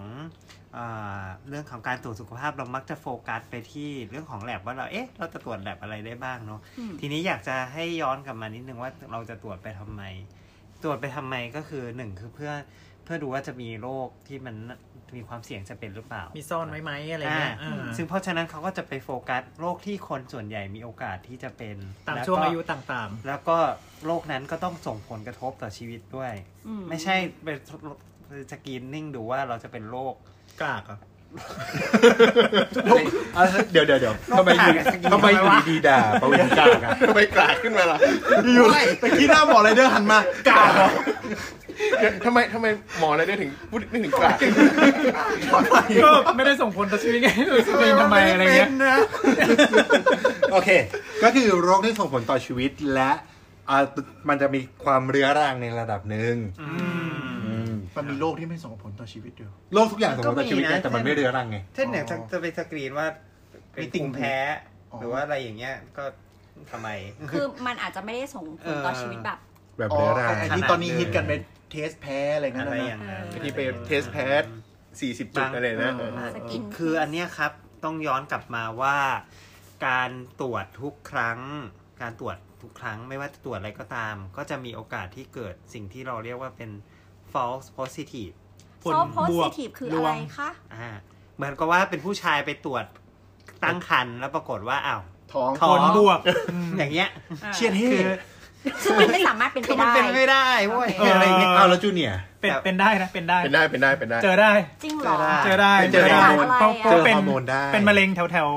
Speaker 6: อาเรื่องของการตรวจสุขภาพเรามักจะโฟกัสไปที่เรื่องของแลบว่าเราเอ๊ะเราจะตรวจแลบอะไรได้บ้างเนาะ
Speaker 2: อืม
Speaker 6: ทีนี้อยากจะให้ย้อนกลับมานิดนึงว่าเราจะตรวจไปทำไม ตรวจไปทำไมก็คือหนึ่งคือเพื่อเพื่อดูว่าจะมีโรคที่มันมีความเสี่ยงจะเป็นหรือเปล่า
Speaker 7: มีซ่อนไว้ไหมอะไรเงี้ย
Speaker 6: อ่า
Speaker 7: อ่า
Speaker 6: ซึ่งเพราะฉะนั้นเขาก็จะไปโฟกัสโรคที่คนส่วนใหญ่มีโอกาสที่จะเป็น
Speaker 7: ตาม
Speaker 6: แล้ก็
Speaker 7: ช่วงอายุต่าง
Speaker 6: แล้วก็โรคนั้นก็ต้องส่งผลกระทบต่อชีวิตด้วย
Speaker 2: อื
Speaker 6: ไม่ใช่ไปสกรีนนิ่งดูว่าเราจะเป็นโรค
Speaker 7: ๆ กากอ่ะ
Speaker 4: เดี๋ยวเดี๋ยวเดี๋ยวทำไมอยู่ทำไมอยู่ดีๆด่าประวินกลางอะ
Speaker 5: ทำไมกลากขึ้นมาล่ะ
Speaker 3: อยู่ตะกี้หน้าหมอไรเดอร์หันมากาเหรอ
Speaker 5: เดี๋ยวทำไมทำไมหมออะไรได้ถึงพูดไม่ถึงกลาก
Speaker 7: ก็ไม่ได้ส่งผลต่อชีวิตไง จะเป็นทำไมอะไรเงี้ย
Speaker 4: โอเค ก็คือโรคที่ส่งผลต่อชีวิตและอ่ามันจะมีความเรื้อรังในระดับหนึ่งอืม
Speaker 3: มันมีโรคที่ไม่ส่งผลต่อชีวิตเดียว
Speaker 4: โรคทุกอย่างส่งผลต่อชีวิตไงแต่มันไม่เรื้อรังไง
Speaker 6: เช่นเนี่ยจะ
Speaker 3: อ๋อ
Speaker 6: จะไปสกรีนว่าเป็น
Speaker 3: มีติ่ง
Speaker 6: ภูมิแพ้
Speaker 3: อ๋อ
Speaker 6: หรือว่าอะไรอย่างเงี้ยก็ทำไม
Speaker 2: คือมันอาจจะไม่ได้ส่งผลต่อชีวิตแบบ
Speaker 4: แบบ
Speaker 3: อ๋อ
Speaker 4: เรื้อรัง
Speaker 3: ไอ้ที่ตอนนี้ฮิตกันไปเทสแพ้อะไร
Speaker 6: อะ
Speaker 3: เงี้ย
Speaker 6: ไร
Speaker 3: นะ
Speaker 6: อย่างนั้น
Speaker 5: ที่ไปเทสแพท 40 จุดอะไรนะเออ
Speaker 2: สกิน
Speaker 6: คืออันเนี้ยครับต้องย้อนกลับมาว่า การตรวจทุกครั้ง การตรวจทุกครั้งไม่ว่าจะตรวจอะไรก็ตาม ก็จะมีโอกาสที่เกิดสิ่งที่เราเรียกว่าเป็น false positive
Speaker 7: ผล
Speaker 2: โซโพ
Speaker 7: บวก
Speaker 2: สิทีฟคืออะ
Speaker 7: ลว
Speaker 2: ไรง คะ
Speaker 6: อ่าเหมือนกับว่าเป็นผู้ชายไปตรวจตั้งครรภ์แล้วปรากฏว่าอ้าว
Speaker 3: ท้อง
Speaker 6: ท้
Speaker 7: ผ
Speaker 6: อง
Speaker 7: ลบวก
Speaker 6: อย่างเงี้ย
Speaker 3: เชียดเฮ้
Speaker 6: คือ
Speaker 2: ซึ่งมันไม่สามารถเป็นไป
Speaker 6: คือมัน
Speaker 2: ได้
Speaker 6: เป็นไม่ได้เว้ย
Speaker 7: เอออ
Speaker 6: อะไรอย่างเงี้ย
Speaker 4: เอาแล้วจูเนียร์
Speaker 7: เป็น
Speaker 6: แบบ
Speaker 7: เป็นได้นะ เป็นได้
Speaker 5: เป็นได้เป็นได้เป็นได้
Speaker 7: เจอได้
Speaker 2: จริงเหรอ
Speaker 7: เจอได้
Speaker 4: เจอได้
Speaker 7: ได้เพราะเพราะเป็
Speaker 4: เจอ
Speaker 7: น
Speaker 4: ฮอร์โมนได้
Speaker 7: เป็นมะเร็งแถวแถว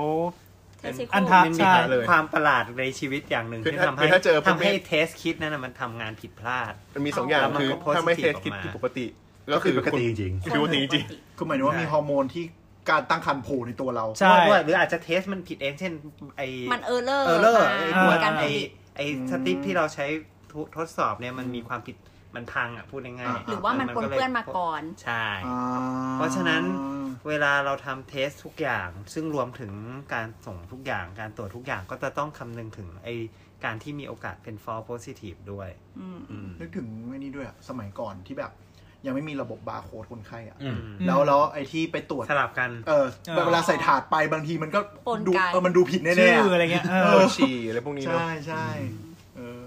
Speaker 2: เทสซิโค
Speaker 7: อันทะ
Speaker 6: มั
Speaker 7: ใช่
Speaker 6: มีความประหลาดในชีวิตอย่างหนึ่ง
Speaker 5: คือ
Speaker 6: ที่
Speaker 5: ถ้า
Speaker 6: ทำ
Speaker 5: คื
Speaker 6: ให้
Speaker 5: อถ้าเจอปุ๊บ
Speaker 6: ทำให้
Speaker 5: เนี่ย
Speaker 6: เทสคิดนั่นนะมันทำงานผิดพลาด
Speaker 5: มันมีสองอย่าง
Speaker 6: แล้วมัน
Speaker 5: คือ
Speaker 6: ก็
Speaker 5: ถ้าไม่เทส
Speaker 6: positive
Speaker 5: คิด
Speaker 6: ออกมา
Speaker 5: ผิดปกติ
Speaker 4: ก็คือปกติจริง
Speaker 5: คือปกติจริง
Speaker 3: คือหมายถึงว่ามีฮอร์โมนที่การตั้งครรภ์โผล่ในตัวเรา
Speaker 7: ใช่
Speaker 6: ด้วยหรืออาจจะเทสมันผิดเอง เช่นไอ
Speaker 2: มันเออร์เลอร์
Speaker 6: เออเลอร์
Speaker 2: มา
Speaker 6: ไอ
Speaker 7: ตั
Speaker 6: ตัว
Speaker 7: ว
Speaker 2: การผ
Speaker 6: ไอ
Speaker 2: ลิต
Speaker 6: ไอสติ๊ปที่เราใช้ทดสอบเนี่ยมันมีความผิด มันพังอ่ะพูดง่ายๆ
Speaker 2: หรือว่ามันปนเปื้อนมาก่อน
Speaker 6: ใช่
Speaker 3: อ่
Speaker 6: เพราะฉะนั้น เวลาเราทำเทสทุกอย่าง ซึ่งรวมถึงการส่งทุกอย่างการตรวจทุกอย่างก็จะต้องคำนึงถึงไอการที่มีโอกาสเป็น false positive ด้วย
Speaker 2: อืม
Speaker 6: อืม
Speaker 3: นึกถึงไอ้นี่ด้วยอะสมัยก่อนที่แบบ ยังไม่มีระบบบาร์โค้ดคนไข้อะ
Speaker 4: อืม
Speaker 7: อืม
Speaker 3: แล้วแล้วไอ้ที่ไปตรวจ
Speaker 6: สลับกัน
Speaker 3: เออ
Speaker 7: เออ
Speaker 3: เวลาใส่ถาดไปบางทีมันก็
Speaker 2: ปนกัน
Speaker 3: ดูเออมันดูผิดแน่
Speaker 7: ชื่
Speaker 3: ๆ
Speaker 7: อ
Speaker 3: อะ
Speaker 7: อะไรเงี้ยเอ
Speaker 3: เอ
Speaker 7: อ
Speaker 3: อ
Speaker 5: ฉี่อะไรพวกนี้เนอะ
Speaker 3: ใช่ใช่เออ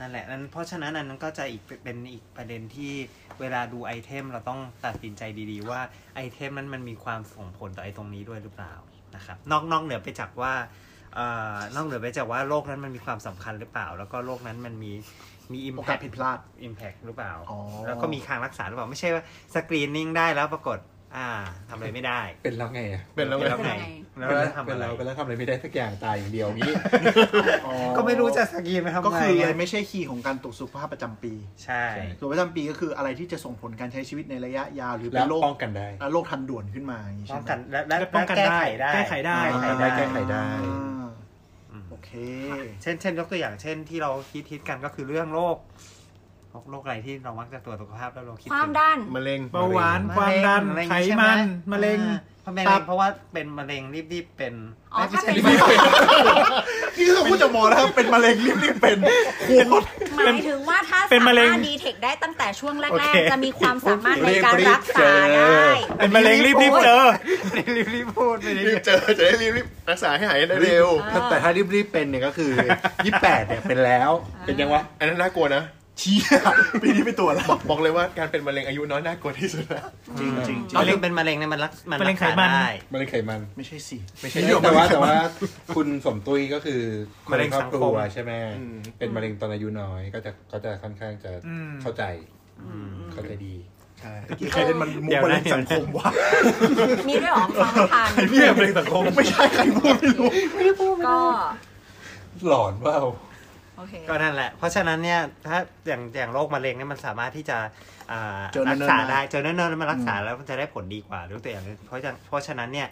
Speaker 6: นั่นแหละนั้นเพราะฉะนั้นอันนั้นก็จะอีกเป็นอีกประเด็นที่เวลาดูไอเทมเราต้องตัดสินใจดีๆ ว่าไอเทมนั้นมันมีความส่งผลต่อไอตรงนี้ด้วยหรือเปล่านะครับนอกนอกเหนือไปจากว่าเอ่อนอกเหนือไปจากว่าโรคนั้นมันมีความสำคัญหรือเปล่า แล้วก็โรคนั้นมันมีมีอิม
Speaker 3: โอ
Speaker 6: แพ
Speaker 3: กาส
Speaker 6: ค
Speaker 3: ผิดพลาด
Speaker 6: อิมแพคหรือเปล่า
Speaker 3: อ๋อ
Speaker 6: แล้วก็มีทางรักษาหรือเปล่า ไม่ใช่ว่าสกรีนนิ่งได้แล้วปรากฏ อ่าทำอะไรไม่ได้
Speaker 4: เป็นแล้วไงอะ
Speaker 5: เป็นแล้วไง
Speaker 6: ไง
Speaker 4: แล้
Speaker 6: แล้ว
Speaker 4: ว
Speaker 6: ทำ
Speaker 4: เป็น
Speaker 6: อะไร
Speaker 4: แล้วเป็นแล้วทำอะไรไม่ได้สักอย่างตายอย่างเดียวอย่างนี้
Speaker 6: ก็ไม่รู้จะสกรีนไปทำไม
Speaker 3: ก็คือเลยไม่ใช่คีย์ของการตรวจสุขภาพประจำปี
Speaker 6: ใช่
Speaker 3: ตรวจประจำปีก็คืออะไรที่จะส่งผลการใช้ชีวิตในระยะยาวหรือ
Speaker 4: แล้
Speaker 3: เป็
Speaker 4: วน
Speaker 3: โรค
Speaker 4: ป้องกันได้
Speaker 3: อ่ะโรคทันด่วนขึ้นมาอย่างนี้
Speaker 6: ป้
Speaker 3: ใช่
Speaker 6: อง
Speaker 3: ไหม
Speaker 6: กันและและ
Speaker 7: และป้องกันได้
Speaker 6: และแก้ไขได้
Speaker 3: อ่า
Speaker 4: แก้ไขได้แก้ไขได้
Speaker 6: อืม
Speaker 3: โอเค
Speaker 6: เช่นเช่นยกตัวอย่างเช่นที่เราคิดฮิตกันก็คือเรื่องโรคโรคโรคอะไรที่เรามักจะตรวจสุขภาพแล้วเราคิด
Speaker 2: ค
Speaker 6: ถึง
Speaker 2: วามดัน
Speaker 5: มะเร็ง
Speaker 7: เบาหวาน
Speaker 6: มะเร็ง
Speaker 7: ความดัน
Speaker 6: อะไรอย่า
Speaker 7: ไข
Speaker 6: งงี้ใช่ไห
Speaker 7: มันมะเร็ง
Speaker 6: อ่า
Speaker 7: ตับ
Speaker 6: เพราะมะเร็งเพราะว่าเป็นมะเร็งรีบๆเป็น
Speaker 2: อ๋อ
Speaker 6: ไม่ไม่
Speaker 2: ถ้า
Speaker 6: ใช่
Speaker 2: เป็น
Speaker 6: รีบๆเป็น
Speaker 3: นี่คือพูดจากหมอนะครับ เป็นมะเร็งรีบๆเป็นโคตร
Speaker 2: หมายถึงว่าถ้า
Speaker 7: เป็
Speaker 2: สาม
Speaker 7: นะเร็ง
Speaker 2: ารถดีเทคได้ตั้งแต่ช่วง
Speaker 5: โอ
Speaker 2: แร
Speaker 5: เค
Speaker 2: กๆ จะมีความสามารถใน
Speaker 5: รีบ
Speaker 2: การ
Speaker 5: รีบ
Speaker 2: รักษา
Speaker 5: เจอ
Speaker 2: ได้
Speaker 7: เป็นมะเร็งรีบรีบเจอ
Speaker 6: รีบๆพูดไม่ได้
Speaker 5: รีบเจอจะได้รีบรักษาให้หายได้เร็ว
Speaker 2: อ่า
Speaker 4: แต่ถ้ารีบๆเป็นเนี่ยก็คือยี่แปดเนี่ยเป็นแล้ว เป็นยังวะ
Speaker 5: อันนั้นน่ากลัวนะ
Speaker 3: เชี่ยปีนี้ไปตรวจแล้ว
Speaker 5: บอกบอกเลยว่าการเป็นมะเร็งอายุน้อยน่ากลัวที่สุดแล้ว
Speaker 3: จริงจริงจริง
Speaker 6: มะเร็งเป็นมะเร็งเนี่ยมันรักมัน
Speaker 7: มะเร็
Speaker 6: รั
Speaker 7: ง
Speaker 6: ก
Speaker 7: ไข
Speaker 6: ษา
Speaker 7: มัน
Speaker 6: ได้
Speaker 4: มะเร็งไขมัน
Speaker 3: ไม่ใช่สิ
Speaker 5: ไม่ใช่
Speaker 4: แต่
Speaker 5: เรื่องมะ
Speaker 4: ว่า
Speaker 5: เร็ง
Speaker 4: แต่ว่าคุณสมตุ้ยก็คือคน
Speaker 6: มะเร็
Speaker 4: ใน
Speaker 6: ง
Speaker 4: ครอ
Speaker 6: สั
Speaker 4: บ
Speaker 6: งคม
Speaker 4: ครัวใช่ไหม
Speaker 5: อืม
Speaker 4: เป็นมะเร็งตอนอายุน้อยก็จะก็จะค่อนข้างจะ
Speaker 7: อืม
Speaker 4: เข้าใจเข้าใจดี
Speaker 3: ใช่ใครเล่นมันมุก
Speaker 6: เดี๋ยว
Speaker 3: มะเร็
Speaker 6: นะ
Speaker 3: งสังคมวะ
Speaker 2: มีด้วยเหรอความสัมพันธ์
Speaker 3: ไอ้เนี่ยมะเร็งสังคมไม่ใช่ใครพูดไม่รู้
Speaker 2: ก็
Speaker 4: หลอนเปล่า
Speaker 2: โอเค
Speaker 6: ก็นั่นแหละ เพราะฉะนั้นเนี่ยถ้าอย่างอย่างโรคมะเร็งเนี่ยมันสามารถที่จะอ่า
Speaker 3: เจอเนิ่
Speaker 6: รั
Speaker 3: นๆ
Speaker 6: ษา
Speaker 3: ได้
Speaker 6: ได้เจอเนิ่นๆแล้วมันรักษาแล้วมันจะได้ผลดีกว่าหรือตัวอย่างหนึ่งเพราะฉะเพราะฉะนั้นเนี่ย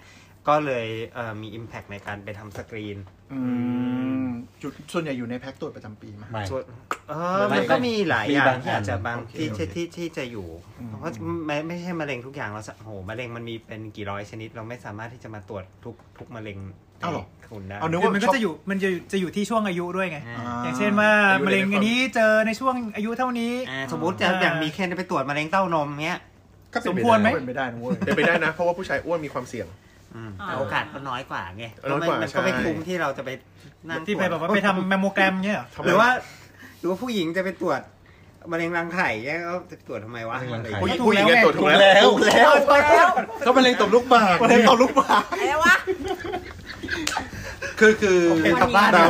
Speaker 6: ก็เลยเอ่อมี impact ในการไปทำสกรีน
Speaker 3: อืมจุดส่วนใหญ่อยู่ในแพ็กตรวจประจำปีมั้ย
Speaker 4: ไม่
Speaker 6: ส่วนเออ
Speaker 4: ไม่
Speaker 6: มันก็มีหลายอย่าง
Speaker 4: มีบาง
Speaker 6: ที่อาจจะบาง
Speaker 3: โอเค
Speaker 6: ที่
Speaker 3: โอเค
Speaker 6: ที่ที่ที่จะอยู่
Speaker 3: อืม
Speaker 6: เพราะไม่ไม่ใช่มะเร็งทุกอย่างเราจะโหมะเร็งมันมีเป็นกี่ร้อยชนิด เราไม่สามารถที่จะมาตรวจทุกทุกมะเร็งในคุณได้
Speaker 3: เอานึก
Speaker 7: คือ
Speaker 3: ว่า
Speaker 7: มันก็
Speaker 3: ชอบ
Speaker 7: จะอยู่มันจะอยู่จะอยู่ที่ช่วงอายุด้วยไง
Speaker 6: อ่า
Speaker 7: อย่างเช่นว่า
Speaker 5: อายุ
Speaker 7: มะเร็ง
Speaker 5: ในคน
Speaker 7: อันนี้เจอในช่วงอายุเท่านี้
Speaker 6: อ่าสมมติจะอย่างมีเคนไปตรวจมะเร็งเต้านมเนี้ย
Speaker 4: ก็เป็น
Speaker 7: สม
Speaker 4: ปด้
Speaker 7: ควรไหม
Speaker 3: เป็นไม่ได้นะเว้ย
Speaker 5: เป็นไปได้นะ เพราะว่าผู้ชายอ้วนมีความเสี่ยง
Speaker 6: อืม
Speaker 2: อ่า
Speaker 6: แต่โอกาสก็น้อยกว่าไง
Speaker 5: น้อยกว่า
Speaker 6: มันก็ไม่
Speaker 5: ใช่
Speaker 6: คุ้มที่เราจะไปนั่ง
Speaker 7: ที่ไปแบบว่า
Speaker 6: ตรจ
Speaker 7: ไปทำแมมโมแกรมเงี้ยเหรอ
Speaker 6: หรือว่าหรือว่าผู้หญิงจะไปตรวจมะเร็งรังไข่เนี้ยก็จะไปตรวจทำไมวะ
Speaker 4: มะเร็งรังไข่
Speaker 5: ผู้หญิง
Speaker 7: ถูก
Speaker 5: ผู้หญิง
Speaker 7: แล้วไง
Speaker 5: เนี่ยตรวจถูกแล้ว
Speaker 4: แล้ว
Speaker 2: แล้วแล้ว
Speaker 4: ก็มะเร็งตบลูกบาศก์
Speaker 3: มะเร็งเอาลูกหมา
Speaker 2: อะไรวะ
Speaker 4: คือคือ
Speaker 2: โอเคกลับบ้าน
Speaker 4: เรา